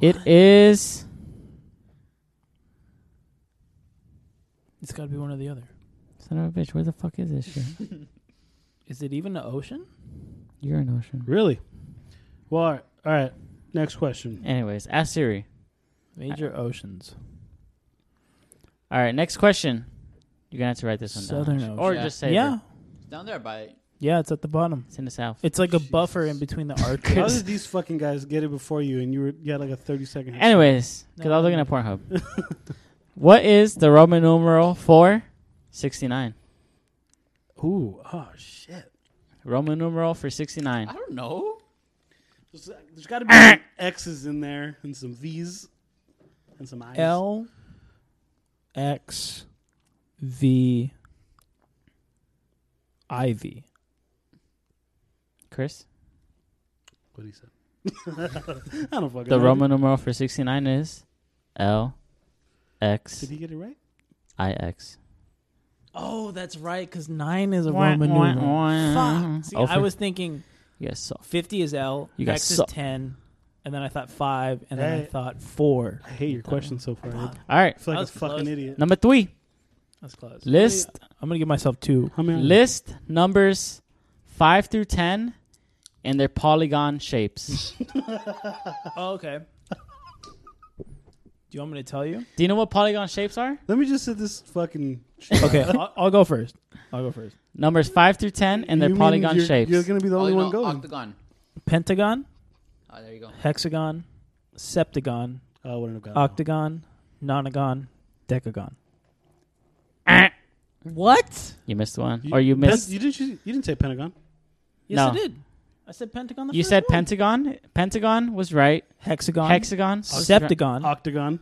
Speaker 6: it is.
Speaker 4: It's got to be one or the other.
Speaker 6: Son of a bitch! Where the fuck is this shit?
Speaker 4: Is it even an ocean?
Speaker 6: You're an ocean.
Speaker 1: Really? Well, all right. All right. Next question.
Speaker 6: Anyways, ask Siri.
Speaker 4: Major oceans.
Speaker 6: All right, next question. You're gonna have to write this one
Speaker 4: Southern
Speaker 6: down, actually. or
Speaker 5: Ocean.
Speaker 6: just say
Speaker 4: Yeah,
Speaker 5: It's down there by.
Speaker 4: yeah, it's at the bottom.
Speaker 6: It's in the south.
Speaker 4: It's like a buffer in between the Arctic.
Speaker 1: How did these fucking guys get it before you? And you were you had like a thirty second.
Speaker 6: Anyways, because I was looking at Pornhub. what is the Roman numeral for 69?
Speaker 1: Ooh. Oh shit.
Speaker 6: Roman numeral for 69.
Speaker 5: I don't know.
Speaker 1: There's, there's got to be some X's in there and some V's and some I's.
Speaker 4: L X V I V.
Speaker 6: Chris?
Speaker 1: What he said. I don't fucking.
Speaker 6: The
Speaker 1: know.
Speaker 6: Roman numeral for 69 is L X
Speaker 1: Did he get it right?
Speaker 6: I X.
Speaker 4: Oh, that's right, because nine is a
Speaker 6: Wah,
Speaker 4: Roman
Speaker 6: wah,
Speaker 4: numeral.
Speaker 6: wah.
Speaker 4: Fuck. See,
Speaker 6: Oh,
Speaker 4: I
Speaker 6: for-
Speaker 4: was thinking
Speaker 6: Yes, so.
Speaker 4: 50 is L,
Speaker 6: You got
Speaker 4: X is
Speaker 6: suck.
Speaker 4: 10, and then I thought five, and then I
Speaker 1: Hey.
Speaker 4: thought four.
Speaker 1: I hate your question so far. Ed.
Speaker 6: All right,
Speaker 1: It's like
Speaker 4: That
Speaker 1: a
Speaker 4: was
Speaker 1: fucking
Speaker 4: close.
Speaker 1: idiot.
Speaker 6: number three.
Speaker 4: That's close.
Speaker 6: List
Speaker 4: I'm gonna give myself two.
Speaker 1: How many?
Speaker 6: list numbers five through ten and their polygon shapes.
Speaker 4: Oh, okay. Do you want me to tell you?
Speaker 6: Do you know what polygon shapes are?
Speaker 1: Let me just sit this fucking.
Speaker 4: Okay, I'll, I'll go first. I'll go first.
Speaker 6: Numbers five through ten and their
Speaker 1: You mean
Speaker 6: polygon
Speaker 1: you're,
Speaker 6: shapes.
Speaker 1: You're gonna be the only one going.
Speaker 5: Oh, Octagon.
Speaker 4: Pentagon,
Speaker 5: Oh, there you go.
Speaker 4: hexagon, septagon,
Speaker 1: Oh, I wouldn't have got it.
Speaker 4: octagon, nonagon, decagon.
Speaker 5: What?
Speaker 6: you missed one, or you
Speaker 1: pen-
Speaker 6: missed.
Speaker 1: you didn't. choose- You didn't say Pentagon.
Speaker 4: Yes,
Speaker 6: No.
Speaker 4: I did. I said pentagon. The
Speaker 6: you
Speaker 4: first
Speaker 6: said
Speaker 4: one.
Speaker 6: pentagon. Pentagon was right.
Speaker 4: hexagon,
Speaker 6: Hexagon,
Speaker 1: Oh,
Speaker 6: septagon,
Speaker 4: septagon.
Speaker 1: Octagon.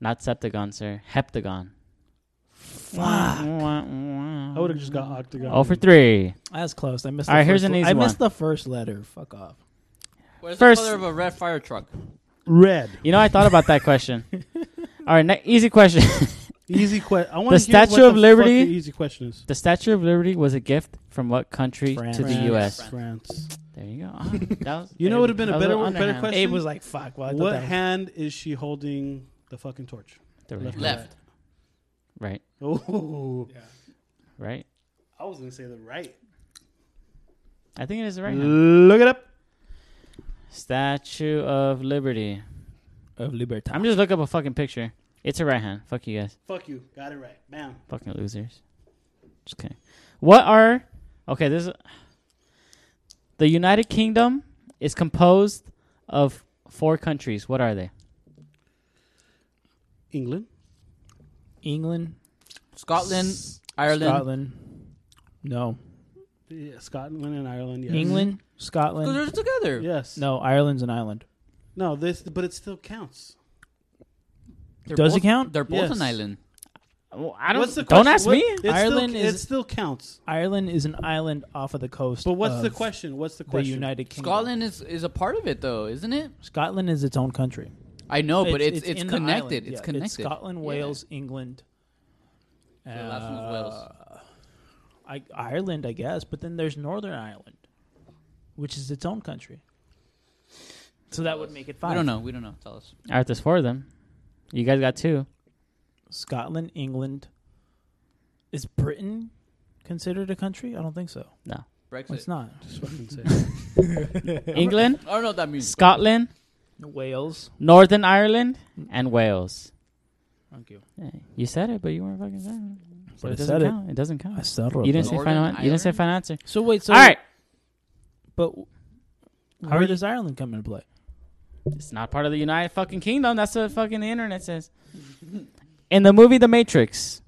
Speaker 6: not septagon, sir. Heptagon.
Speaker 1: I would have just got Octagon.
Speaker 6: Oh for three.
Speaker 4: That's close. I missed.
Speaker 6: All
Speaker 4: the
Speaker 6: right, here's
Speaker 4: first
Speaker 6: an
Speaker 4: le-
Speaker 6: easy
Speaker 4: I missed
Speaker 6: one.
Speaker 4: the first letter. Fuck off.
Speaker 5: Where's
Speaker 6: First-
Speaker 5: the color of a red fire truck?
Speaker 1: Red.
Speaker 6: You know, I thought about that question. All right, ne- easy question.
Speaker 1: Easy question. I want
Speaker 6: The
Speaker 1: to hear
Speaker 6: Statue
Speaker 1: what
Speaker 6: of
Speaker 1: the
Speaker 6: Liberty?
Speaker 1: Fuck the easy question is.
Speaker 6: the Statue of Liberty was a gift from what country to the
Speaker 4: France.
Speaker 6: U.S.?
Speaker 1: France.
Speaker 6: There you go. Ah, that was-
Speaker 1: You know
Speaker 6: that
Speaker 1: what would've been a
Speaker 6: was
Speaker 1: better-
Speaker 6: little
Speaker 1: better
Speaker 6: underhand.
Speaker 1: question?
Speaker 4: Abe was like, "Fuck." Well, I thought
Speaker 1: what
Speaker 4: that was-
Speaker 1: hand is she holding the fucking torch?
Speaker 6: The right.
Speaker 1: Left.
Speaker 5: Left.
Speaker 6: Right.
Speaker 1: Oh,
Speaker 6: Right.
Speaker 1: I was gonna say the right.
Speaker 6: I think it is the right. hand.
Speaker 1: Look it up.
Speaker 6: Statue of Liberty.
Speaker 4: of liberty.
Speaker 6: I'm just looking up a fucking picture. It's a right hand. Fuck you guys.
Speaker 1: Fuck you. Got it right. Bam.
Speaker 6: Fucking losers. Just kidding. What are okay? This is, the United Kingdom is composed of four countries. What are they?
Speaker 1: England.
Speaker 4: England,
Speaker 5: Scotland, Ireland.
Speaker 4: Scotland. No,
Speaker 1: Yeah, Scotland and Ireland. Yes.
Speaker 4: England,
Speaker 5: Because
Speaker 4: Scotland.
Speaker 5: they're together.
Speaker 1: Yes.
Speaker 4: No, Ireland's an island.
Speaker 1: No. This, but it still counts.
Speaker 5: They're
Speaker 4: Does it
Speaker 5: both-
Speaker 4: count?
Speaker 5: They're both
Speaker 1: Yes.
Speaker 5: an island.
Speaker 6: Well, I
Speaker 1: What's the
Speaker 6: don't
Speaker 1: question?
Speaker 6: ask
Speaker 1: What-
Speaker 6: me.
Speaker 1: it still-
Speaker 4: Ireland
Speaker 1: it
Speaker 4: is-
Speaker 1: still counts.
Speaker 4: Ireland is an island off of the coast.
Speaker 1: But what's
Speaker 4: of
Speaker 1: the question? What's the
Speaker 4: The
Speaker 1: question?
Speaker 4: United Kingdom.
Speaker 5: Scotland is, is a part of it, though, isn't it?
Speaker 4: Scotland is its own country.
Speaker 5: I know, but it's it's,
Speaker 4: in the
Speaker 5: connected.
Speaker 4: island.
Speaker 5: It's
Speaker 4: Yeah,
Speaker 5: connected.
Speaker 4: Scotland,
Speaker 5: Yeah.
Speaker 4: Wales, England. Uh,
Speaker 5: The last one's Wales.
Speaker 4: I, Ireland, I guess, but then there's Northern Ireland, which is its own country. So that would make it five.
Speaker 5: We don't know. We don't know. Tell us.
Speaker 6: All right, there's four of them. You guys got two.
Speaker 4: Scotland, England. Is Britain considered a country? I don't think so.
Speaker 5: Brexit.
Speaker 4: It's not.
Speaker 1: Just fucking say it.
Speaker 6: England,
Speaker 5: I don't know what that means.
Speaker 6: Scotland,
Speaker 4: Wales.
Speaker 6: Northern Ireland, and Wales.
Speaker 4: Thank you.
Speaker 6: Yeah, You said it, but you weren't fucking saying it. So
Speaker 4: But
Speaker 6: it
Speaker 4: I
Speaker 6: doesn't
Speaker 4: said it.
Speaker 6: count. It. doesn't
Speaker 4: I
Speaker 6: count.
Speaker 4: settled.
Speaker 6: You didn't say
Speaker 5: Northern
Speaker 6: final. an- You didn't say
Speaker 5: Ireland?
Speaker 6: final answer.
Speaker 4: So wait. So
Speaker 6: All right,
Speaker 4: But
Speaker 6: How
Speaker 4: how
Speaker 6: are
Speaker 4: does Ireland come into play?
Speaker 6: it's not part of the United fucking Kingdom. That's what fucking the internet says. In the movie The Matrix,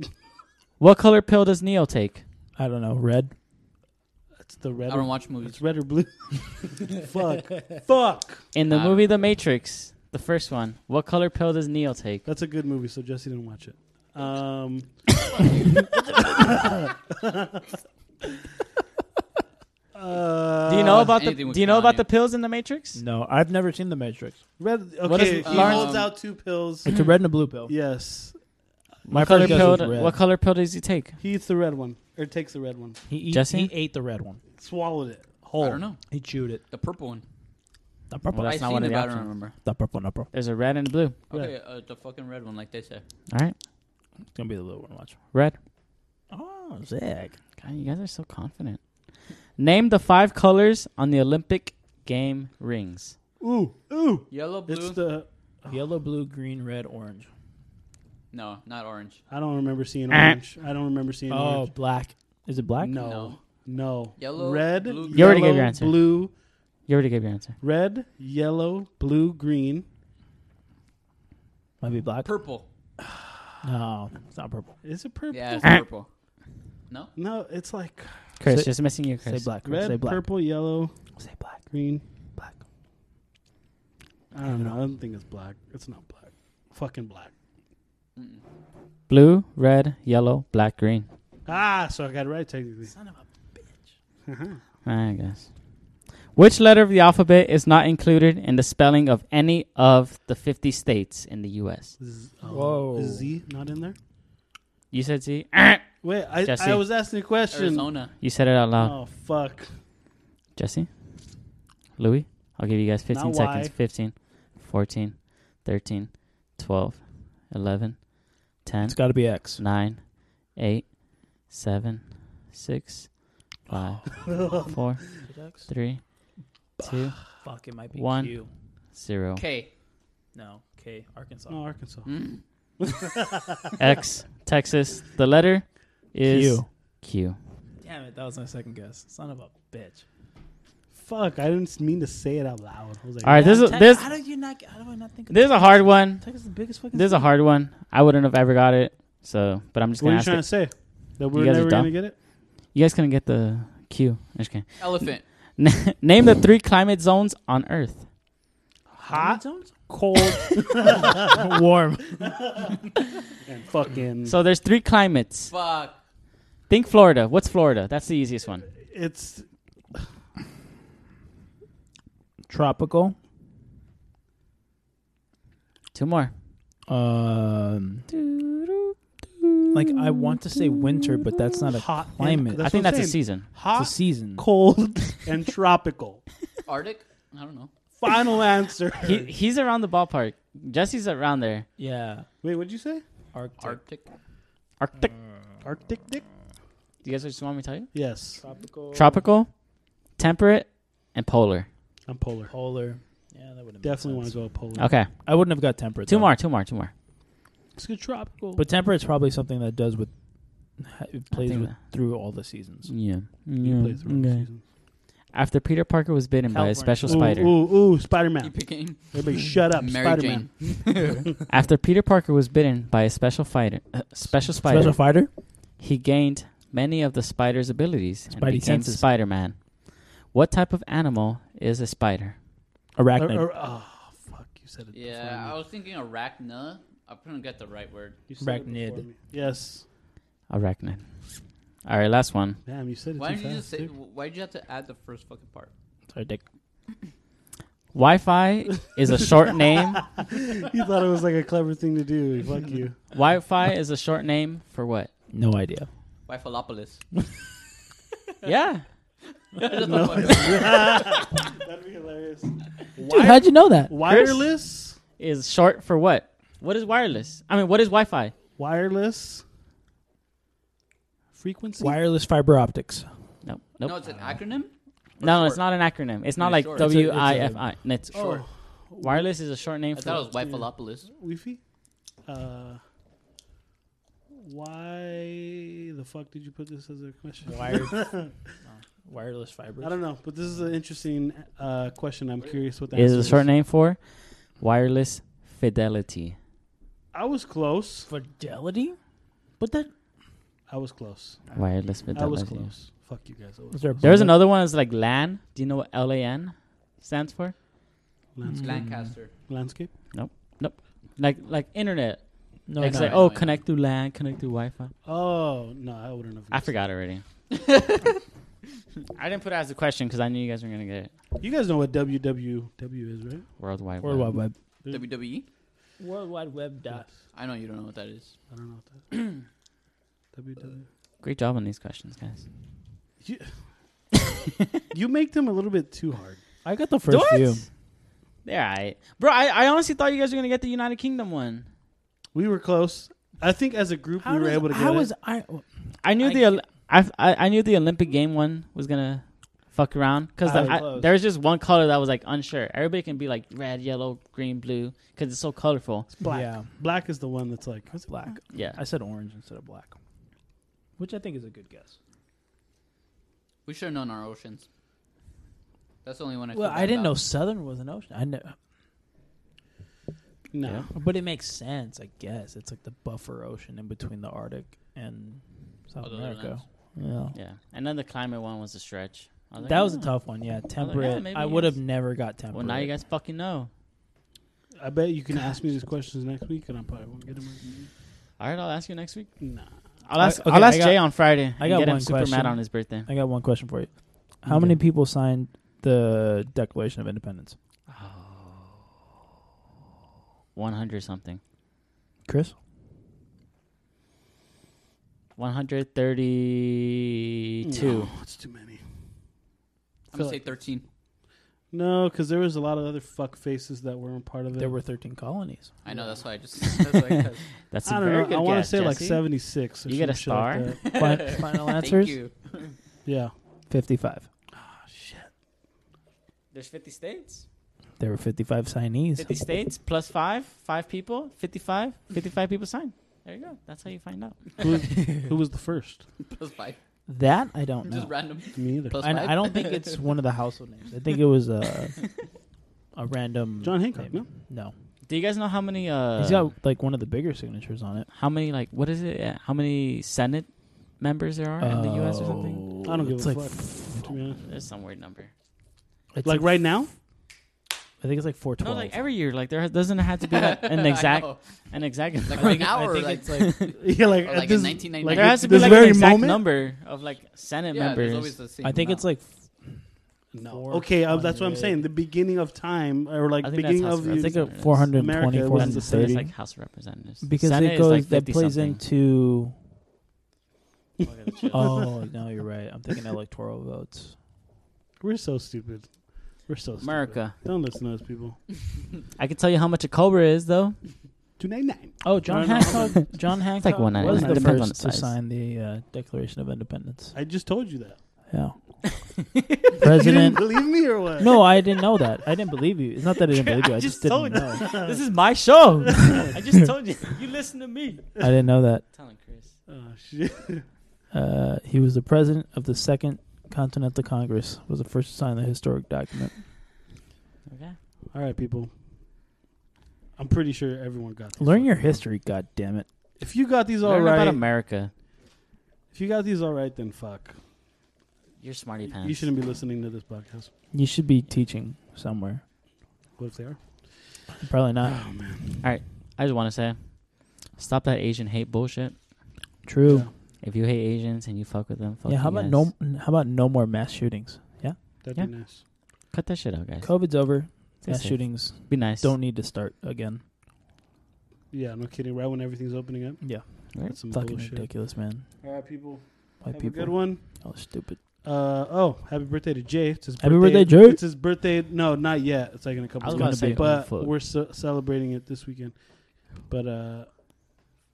Speaker 6: what color pill does Neo take?
Speaker 4: I don't know. Red.
Speaker 1: That's the red.
Speaker 5: I don't watch movies.
Speaker 1: It's red or blue. Fuck. Fuck.
Speaker 6: In the
Speaker 5: Uh,
Speaker 6: movie The Matrix, the first one, what color pill does Neo take?
Speaker 1: That's a good movie. So Jesse didn't watch it. Um, uh,
Speaker 6: Do you know about the
Speaker 5: anything with
Speaker 6: Do you know about
Speaker 5: Kanye.
Speaker 6: the pills in The Matrix?
Speaker 4: No, I've never seen The Matrix.
Speaker 1: red?
Speaker 6: What
Speaker 1: Okay,
Speaker 6: is-
Speaker 1: he
Speaker 5: Lawrence-
Speaker 1: holds
Speaker 5: um,
Speaker 1: out two pills.
Speaker 4: It's a red and a blue pill.
Speaker 1: Yes,
Speaker 4: My
Speaker 6: Hmm. What color
Speaker 4: first guess
Speaker 6: pill?
Speaker 4: was
Speaker 6: do-
Speaker 4: red.
Speaker 6: What color pill does he take?
Speaker 1: he eats the red one or takes the red one,
Speaker 4: He, eat,
Speaker 6: Jesse?
Speaker 4: he ate the red one.
Speaker 1: swallowed it whole.
Speaker 5: I don't know.
Speaker 4: He chewed it.
Speaker 5: The purple one.
Speaker 4: The purple,
Speaker 6: Well, that's
Speaker 5: I
Speaker 6: not
Speaker 5: seen
Speaker 6: one of
Speaker 5: it,
Speaker 6: the
Speaker 5: but I don't
Speaker 6: options.
Speaker 5: remember.
Speaker 4: the purple, the purple.
Speaker 6: There's a red and a blue.
Speaker 5: Okay, uh, the fucking red one, like they said.
Speaker 6: All right,
Speaker 4: It's gonna be the little one. Watch.
Speaker 6: red.
Speaker 4: Oh, sick.
Speaker 6: God, you guys are so confident. Name the five colors on the Olympic game rings.
Speaker 1: Ooh, ooh.
Speaker 5: Yellow,
Speaker 1: It's
Speaker 5: blue.
Speaker 1: the
Speaker 4: Yellow, blue, green, red, orange.
Speaker 5: no, not orange.
Speaker 1: I don't remember seeing orange. I don't remember seeing
Speaker 4: Oh,
Speaker 1: orange.
Speaker 4: black. Is it black?
Speaker 1: No, no,
Speaker 5: No. Yellow,
Speaker 1: red,
Speaker 5: blue,
Speaker 1: yellow,
Speaker 5: You
Speaker 6: already gave your answer.
Speaker 1: blue,
Speaker 6: You already gave your answer.
Speaker 1: red, yellow, blue, green.
Speaker 4: Might be black.
Speaker 5: Purple.
Speaker 4: No, it's not purple.
Speaker 1: Is it purple?
Speaker 5: Yeah, it's purple. No.
Speaker 1: No, it's like
Speaker 6: Chris,
Speaker 4: Say-
Speaker 6: just missing you,
Speaker 4: Say
Speaker 6: Chris.
Speaker 4: black. Chris.
Speaker 1: red,
Speaker 4: Say black.
Speaker 1: purple, yellow,
Speaker 4: Say black.
Speaker 1: green.
Speaker 4: Black.
Speaker 1: I don't know. I don't think it's black. It's not black. Fucking black.
Speaker 5: Mm-mm.
Speaker 6: Blue, red, yellow, black, green.
Speaker 1: Ah, so I got it right technically.
Speaker 4: Son of a bitch.
Speaker 6: I guess. Which letter of the alphabet is not included in the spelling of any of the 50 states in the U.S.?
Speaker 1: Z, um,
Speaker 4: Whoa.
Speaker 1: Is Z not in there?
Speaker 6: You said Z.
Speaker 1: Wait, I,
Speaker 6: Jesse.
Speaker 1: I
Speaker 6: Uh,
Speaker 1: was asking a question.
Speaker 5: Arizona.
Speaker 6: You said it out loud.
Speaker 1: Oh fuck.
Speaker 6: Jesse? Louis? I'll give you guys 15
Speaker 1: Not
Speaker 6: seconds.
Speaker 1: Y.
Speaker 6: 15. 14, 13, 12, 11, 10,
Speaker 4: It's got to be X.
Speaker 6: 9, 8, 7, 6, 5, 4, 3, 2,
Speaker 4: Fuck, it might be
Speaker 6: One.
Speaker 4: Q.
Speaker 6: 0.
Speaker 5: Okay.
Speaker 4: No, K, Arkansas.
Speaker 1: Oh, Arkansas.
Speaker 5: Hmm?
Speaker 6: X, Texas. The letter is
Speaker 4: Q.
Speaker 6: Q.
Speaker 4: Damn it, that was my second guess. Son of a bitch.
Speaker 1: Fuck, I didn't mean to say it out loud. I was like,
Speaker 6: All right, this is
Speaker 4: Tex-
Speaker 6: this
Speaker 4: How do you not? How do I not think? Of
Speaker 6: this is a hard one.
Speaker 4: Texas is the biggest fucking.
Speaker 6: This is a hard one. I wouldn't have ever got it. So, but I'm just
Speaker 1: what are
Speaker 6: gonna
Speaker 1: you
Speaker 6: ask.
Speaker 1: trying
Speaker 6: it.
Speaker 1: to say? That we're
Speaker 6: guys are
Speaker 1: never
Speaker 6: dumb?
Speaker 1: going to get it?
Speaker 6: You guys couldn't get the Q. I'm just kidding.
Speaker 5: Elephant.
Speaker 6: Name the three climate zones on Earth.
Speaker 1: Hot, cold,
Speaker 4: state. warm.
Speaker 1: and fucking.
Speaker 6: So there's three climates.
Speaker 5: Fuck.
Speaker 6: Think Florida. What's Florida? That's the easiest one.
Speaker 1: it's
Speaker 4: Tropical.
Speaker 6: Two more.
Speaker 4: Um, like I want to say winter, but that's not a
Speaker 1: Hot and-
Speaker 4: climate.
Speaker 1: That's
Speaker 6: I think
Speaker 1: what I'm
Speaker 6: that's a
Speaker 1: saying.
Speaker 6: season.
Speaker 1: hot,
Speaker 4: it's a season.
Speaker 1: cold, and tropical.
Speaker 5: Arctic? I don't know.
Speaker 1: Final answer.
Speaker 6: He, he's around the ballpark. Jesse's around there.
Speaker 4: Yeah,
Speaker 1: Wait, what'd you say?
Speaker 4: Arctic.
Speaker 5: Arctic.
Speaker 6: Arctic.
Speaker 1: Arctic dick?
Speaker 6: Mm. Do you guys just want me to tell you?
Speaker 1: Yes.
Speaker 4: tropical,
Speaker 6: Tropical, temperate, and polar.
Speaker 1: I'm polar.
Speaker 4: polar. Yeah, that would have
Speaker 1: Definitely want to go polar.
Speaker 6: Okay.
Speaker 4: I wouldn't have got temperate.
Speaker 6: Two
Speaker 4: though.
Speaker 6: more. Two more. Two more.
Speaker 1: Let's go tropical.
Speaker 4: but temperate's probably something that does with it plays
Speaker 6: think
Speaker 4: with
Speaker 6: that-
Speaker 4: through all the seasons.
Speaker 6: Yeah.
Speaker 1: You play throughout the
Speaker 6: Mm, Okay.
Speaker 1: season.
Speaker 6: After Peter Parker was bitten by
Speaker 4: California.
Speaker 6: a special
Speaker 1: Ooh,
Speaker 6: spider.
Speaker 1: Ooh, ooh, Spider
Speaker 5: You
Speaker 1: Man.
Speaker 5: picking
Speaker 1: Everybody shut up,
Speaker 5: Mary
Speaker 1: Spider Man.
Speaker 5: Jane.
Speaker 6: After Peter Parker was bitten by a special fighter, uh, special spider,
Speaker 4: Special fighter.
Speaker 6: he gained many of the spider's abilities and
Speaker 4: Spidey
Speaker 6: became
Speaker 4: senses.
Speaker 6: Spider-Man. What type of animal is a spider?
Speaker 1: Or-
Speaker 4: Arachnid.
Speaker 1: or- Oh, fuck, you said it.
Speaker 5: yeah, I
Speaker 1: before me.
Speaker 5: was thinking arachna. I couldn't get the right word.
Speaker 1: You said it
Speaker 4: Arachnid.
Speaker 1: before me. Yes.
Speaker 6: Arachnid. All right, last one.
Speaker 1: Damn, you said it
Speaker 5: Why
Speaker 1: too
Speaker 5: did you
Speaker 1: fast,
Speaker 5: just say?
Speaker 1: dude.
Speaker 5: Why did you have to add the first fucking part?
Speaker 4: Sorry, Dick.
Speaker 6: Wi-Fi is a short name.
Speaker 1: You thought it was like a clever thing to do. Fuck you.
Speaker 6: Wi-Fi is a short name for what?
Speaker 4: No idea.
Speaker 5: Why Falopolis?
Speaker 6: Yeah.
Speaker 1: That'd be hilarious.
Speaker 4: Dude, how'd you know that?
Speaker 1: Wireless?
Speaker 6: Is short for what? What is wireless? I mean, what is Wi-Fi?
Speaker 1: Wireless? Frequency?
Speaker 4: Wireless fiber optics.
Speaker 6: Nope. Nope.
Speaker 5: no, it's an acronym. Or
Speaker 6: No, it's
Speaker 5: short?
Speaker 6: not an acronym. It's not
Speaker 5: It's
Speaker 6: like
Speaker 5: short.
Speaker 4: It's a- it's a-
Speaker 6: W-I-F-I. No, It's short.
Speaker 1: Oh,
Speaker 6: Wireless is a short name
Speaker 5: I
Speaker 6: for
Speaker 5: thought it was Why Falopolis.
Speaker 1: Wi-Fi? Uh, why the fuck did you put this as a question?
Speaker 4: wireless
Speaker 1: I
Speaker 4: fiber.
Speaker 1: don't know, but this is an interesting uh, question. I'm curious what that
Speaker 6: is a short name for wireless fidelity.
Speaker 1: I was close.
Speaker 4: Fidelity? But that
Speaker 1: I was close.
Speaker 6: Wireless fidelity.
Speaker 1: I was close. Fuck you guys. I was
Speaker 4: Is there a
Speaker 1: close.
Speaker 6: There's another one that's like LAN. Do you know what LAN stands for?
Speaker 1: Landscape.
Speaker 5: Lancaster.
Speaker 1: Landscape.
Speaker 6: Like like internet.
Speaker 4: no,
Speaker 6: like,
Speaker 4: no.
Speaker 6: it's like,
Speaker 5: I know,
Speaker 6: oh,
Speaker 5: I know.
Speaker 6: connect through LAN, connect through Wi-Fi.
Speaker 1: Oh no, I wouldn't have.
Speaker 6: I
Speaker 1: guessed.
Speaker 6: forgot already. I didn't put it as a question because I knew you guys were gonna get it.
Speaker 1: You guys know what WWW is, right?
Speaker 6: World Wide
Speaker 4: World
Speaker 6: Web.
Speaker 4: Wide Web.
Speaker 5: WWE.
Speaker 4: World Wide Web
Speaker 5: E? I know you don't know what that is.
Speaker 1: I don't know what that. WW.
Speaker 6: Great job on these questions, guys.
Speaker 1: You, you make them a little bit too hard.
Speaker 4: I got the first few.
Speaker 6: They're alright, bro. I, I honestly thought you guys were gonna get the United Kingdom one.
Speaker 1: We were close. I think as a group we were able to get
Speaker 4: how
Speaker 1: it.
Speaker 4: was I? oh,
Speaker 6: I knew
Speaker 4: I
Speaker 6: the Oli- I, I I knew the Olympic game one was gonna fuck around because
Speaker 4: I Oh, was close.
Speaker 6: there was just one color that was like unsure. Everybody can be like red, yellow, green, blue because it's so colorful.
Speaker 1: black.
Speaker 4: Yeah,
Speaker 1: Black is the one that's like
Speaker 4: it's black.
Speaker 6: Yeah,
Speaker 4: I said orange instead of black, which I think is a good guess.
Speaker 5: We should have known our oceans. That's the only one I.
Speaker 4: Well,
Speaker 5: feel
Speaker 4: I
Speaker 5: bad
Speaker 4: didn't know
Speaker 5: about.
Speaker 4: southern was an ocean. I know,
Speaker 1: no.
Speaker 6: Yeah.
Speaker 4: but it makes sense, I guess. It's like the buffer ocean in between the Arctic and South
Speaker 5: Other
Speaker 4: America.
Speaker 5: lands.
Speaker 4: Yeah.
Speaker 6: yeah. And then the climate one was a stretch. I like,
Speaker 4: That was a
Speaker 6: "Oh."
Speaker 4: tough one, yeah.
Speaker 6: yeah,
Speaker 4: Temperate.
Speaker 6: maybe
Speaker 4: I
Speaker 6: it
Speaker 4: would
Speaker 6: is.
Speaker 4: have never got temperate.
Speaker 6: Well, now you guys fucking know.
Speaker 1: I bet you can ask me these questions next week, and I probably won't get them.
Speaker 6: All right, I'll ask you next week.
Speaker 1: Right. Nah.
Speaker 6: I'll
Speaker 4: I-
Speaker 6: ask
Speaker 4: okay,
Speaker 6: I'll
Speaker 4: I
Speaker 6: ask
Speaker 4: got-
Speaker 6: Jay on Friday.
Speaker 4: I
Speaker 6: and
Speaker 4: got
Speaker 6: get him
Speaker 4: one
Speaker 6: super mad
Speaker 4: question.
Speaker 6: on his birthday.
Speaker 4: I got one question for you. How
Speaker 6: Okay.
Speaker 4: many people signed the Declaration of Independence?
Speaker 6: One hundred something.
Speaker 4: Chris?
Speaker 6: One hundred thirty-two.
Speaker 1: No, it's too many.
Speaker 5: I'm gonna
Speaker 1: Feel
Speaker 5: say thirteen.
Speaker 1: No, because there was a lot of other fuck faces that weren't part of it.
Speaker 4: There were 13 colonies.
Speaker 5: I know that's why I just. That's why I guessed.
Speaker 6: That's a
Speaker 1: I
Speaker 6: very
Speaker 1: don't know.
Speaker 6: good
Speaker 1: I want to
Speaker 6: guess,
Speaker 1: say like
Speaker 6: Jesse.
Speaker 1: seventy six.
Speaker 6: You get a star?
Speaker 4: Fi- final
Speaker 5: Thank
Speaker 4: answers?
Speaker 5: you.
Speaker 1: Yeah.
Speaker 4: 55.
Speaker 6: There's 50 states.
Speaker 4: There were 55
Speaker 6: Fifty
Speaker 4: signees.
Speaker 6: states plus five, five people, 55, 55 people signed. There you go. That's how you find out.
Speaker 1: Who, who was the first?
Speaker 5: Plus five.
Speaker 4: That I don't
Speaker 5: Just
Speaker 4: know.
Speaker 5: random.
Speaker 1: Me either.
Speaker 5: Plus
Speaker 4: I,
Speaker 5: five.
Speaker 4: I don't think it's one of the household names. I think it was a a random
Speaker 1: John Hancock. No.
Speaker 4: name. No,
Speaker 6: Do you guys know how many? Uh,
Speaker 4: he's got like one of the bigger signatures on it.
Speaker 6: how many? Like what is it? uh, How many Senate members there are in the U.S. or something?
Speaker 1: I don't give
Speaker 4: Oh. it's
Speaker 1: a
Speaker 4: like,
Speaker 1: fuck. To be honest.
Speaker 6: There's some weird number.
Speaker 4: It's
Speaker 1: Like right now?
Speaker 4: I think it's like four
Speaker 6: No,
Speaker 4: twelve.
Speaker 6: like every year. Like there doesn't have to be like, an exact, an exact.
Speaker 5: Like
Speaker 6: I
Speaker 5: right
Speaker 6: think-
Speaker 5: now,
Speaker 6: I
Speaker 5: or
Speaker 6: think
Speaker 5: like,
Speaker 6: it's
Speaker 5: like,
Speaker 1: yeah, like,
Speaker 5: or
Speaker 1: at
Speaker 5: like
Speaker 1: this,
Speaker 5: in 1999.
Speaker 1: like,
Speaker 6: there has to be
Speaker 1: this
Speaker 6: like
Speaker 1: very
Speaker 6: an exact
Speaker 1: moment?
Speaker 6: number of like Senate
Speaker 5: yeah, there's always the
Speaker 6: members.
Speaker 5: same
Speaker 4: I think
Speaker 5: amount.
Speaker 4: it's like
Speaker 1: no.
Speaker 4: Four
Speaker 1: Okay, uh, that's what I'm
Speaker 4: hundred.
Speaker 1: saying. The beginning of time, or like
Speaker 6: I think
Speaker 1: beginning
Speaker 6: that's
Speaker 1: of uh,
Speaker 6: how
Speaker 1: the,
Speaker 6: it's
Speaker 4: I
Speaker 6: like
Speaker 4: think
Speaker 6: a
Speaker 4: a four hundred twenty
Speaker 1: America
Speaker 4: four
Speaker 1: wasn't
Speaker 4: hundred
Speaker 1: the
Speaker 6: So it's
Speaker 1: same.
Speaker 6: like
Speaker 4: thirty.
Speaker 6: House of Representatives.
Speaker 4: Because
Speaker 6: Senate
Speaker 4: it
Speaker 6: is,
Speaker 4: goes
Speaker 6: like,
Speaker 4: that
Speaker 6: 50
Speaker 4: plays
Speaker 6: something.
Speaker 4: into.
Speaker 6: Look at the
Speaker 4: Oh no, you're right. I'm thinking electoral votes.
Speaker 1: we're so stupid. We're so stupid.
Speaker 6: America.
Speaker 1: Don't listen to us, people.
Speaker 6: I can tell you how much a cobra is though.
Speaker 1: Two ninety nine.
Speaker 4: Oh, John
Speaker 1: No, no,
Speaker 4: Hancock. John Hancock
Speaker 6: like one
Speaker 4: was
Speaker 6: ninety
Speaker 4: the
Speaker 6: nine. Depends on
Speaker 4: first
Speaker 6: the
Speaker 4: to
Speaker 6: size.
Speaker 4: sign the uh, Declaration of Independence.
Speaker 1: I just told you that.
Speaker 4: Yeah,
Speaker 1: You
Speaker 4: President.
Speaker 1: didn't believe me or what?
Speaker 4: No, I didn't know that. I didn't believe you. It's not that I didn't believe you. I, just, didn't
Speaker 6: told you.
Speaker 4: know.
Speaker 6: this is my show. I just told you. You listen to me.
Speaker 4: I didn't know that.
Speaker 6: Tell him, Chris.
Speaker 1: Oh, shit.
Speaker 4: Uh, he was the president of the Second Continental Congress. Was the first to sign the historic document.
Speaker 6: Okay.
Speaker 1: All right, people. I'm pretty sure everyone got. These
Speaker 4: Learn your
Speaker 1: fucking-
Speaker 4: history, God damn it!
Speaker 1: If you got these all
Speaker 6: Learn about
Speaker 1: right,
Speaker 6: America.
Speaker 1: if you got these all right, then fuck.
Speaker 6: You're smarty pants.
Speaker 1: You shouldn't be listening to this podcast.
Speaker 4: You should be teaching somewhere.
Speaker 1: What if they are? Oh,
Speaker 4: Probably not.
Speaker 6: I just want to say, stop that Asian hate bullshit.
Speaker 4: True.
Speaker 1: Yeah.
Speaker 6: If you hate Asians and you fuck with them, fuck
Speaker 4: Yeah, how
Speaker 6: you
Speaker 4: about
Speaker 6: guys.
Speaker 4: no? How about no more mass shootings? Yeah,
Speaker 1: That'd be nice.
Speaker 6: Cut that shit out, guys.
Speaker 4: COVID's over.
Speaker 6: Stay
Speaker 4: Mass
Speaker 6: safe.
Speaker 4: shootings
Speaker 6: Be nice.
Speaker 4: don't need to start again.
Speaker 1: Yeah, no kidding. Right when everything's opening up,
Speaker 4: Yeah,
Speaker 1: that's some
Speaker 4: fucking
Speaker 1: bullshit.
Speaker 4: ridiculous, man.
Speaker 1: All right, people.
Speaker 4: White
Speaker 1: Have
Speaker 4: people,
Speaker 1: a good one.
Speaker 4: all stupid.
Speaker 1: Uh oh, happy birthday to Jay. It's his
Speaker 4: Happy
Speaker 1: birthday,
Speaker 4: birthday, Jay.
Speaker 1: It's his birthday. No, not yet. It's like in a
Speaker 6: I was
Speaker 1: couple
Speaker 6: about
Speaker 1: of
Speaker 6: to say,
Speaker 1: days. But
Speaker 6: fuck.
Speaker 1: we're ce- celebrating it this weekend. But uh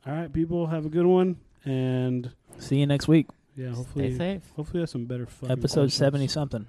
Speaker 1: all right, people, have a good one. And
Speaker 4: See you next week,
Speaker 1: yeah,
Speaker 6: Stay
Speaker 1: hopefully
Speaker 6: safe.
Speaker 1: hopefully we have some better fucking
Speaker 4: episode
Speaker 1: questions.
Speaker 4: seventy something.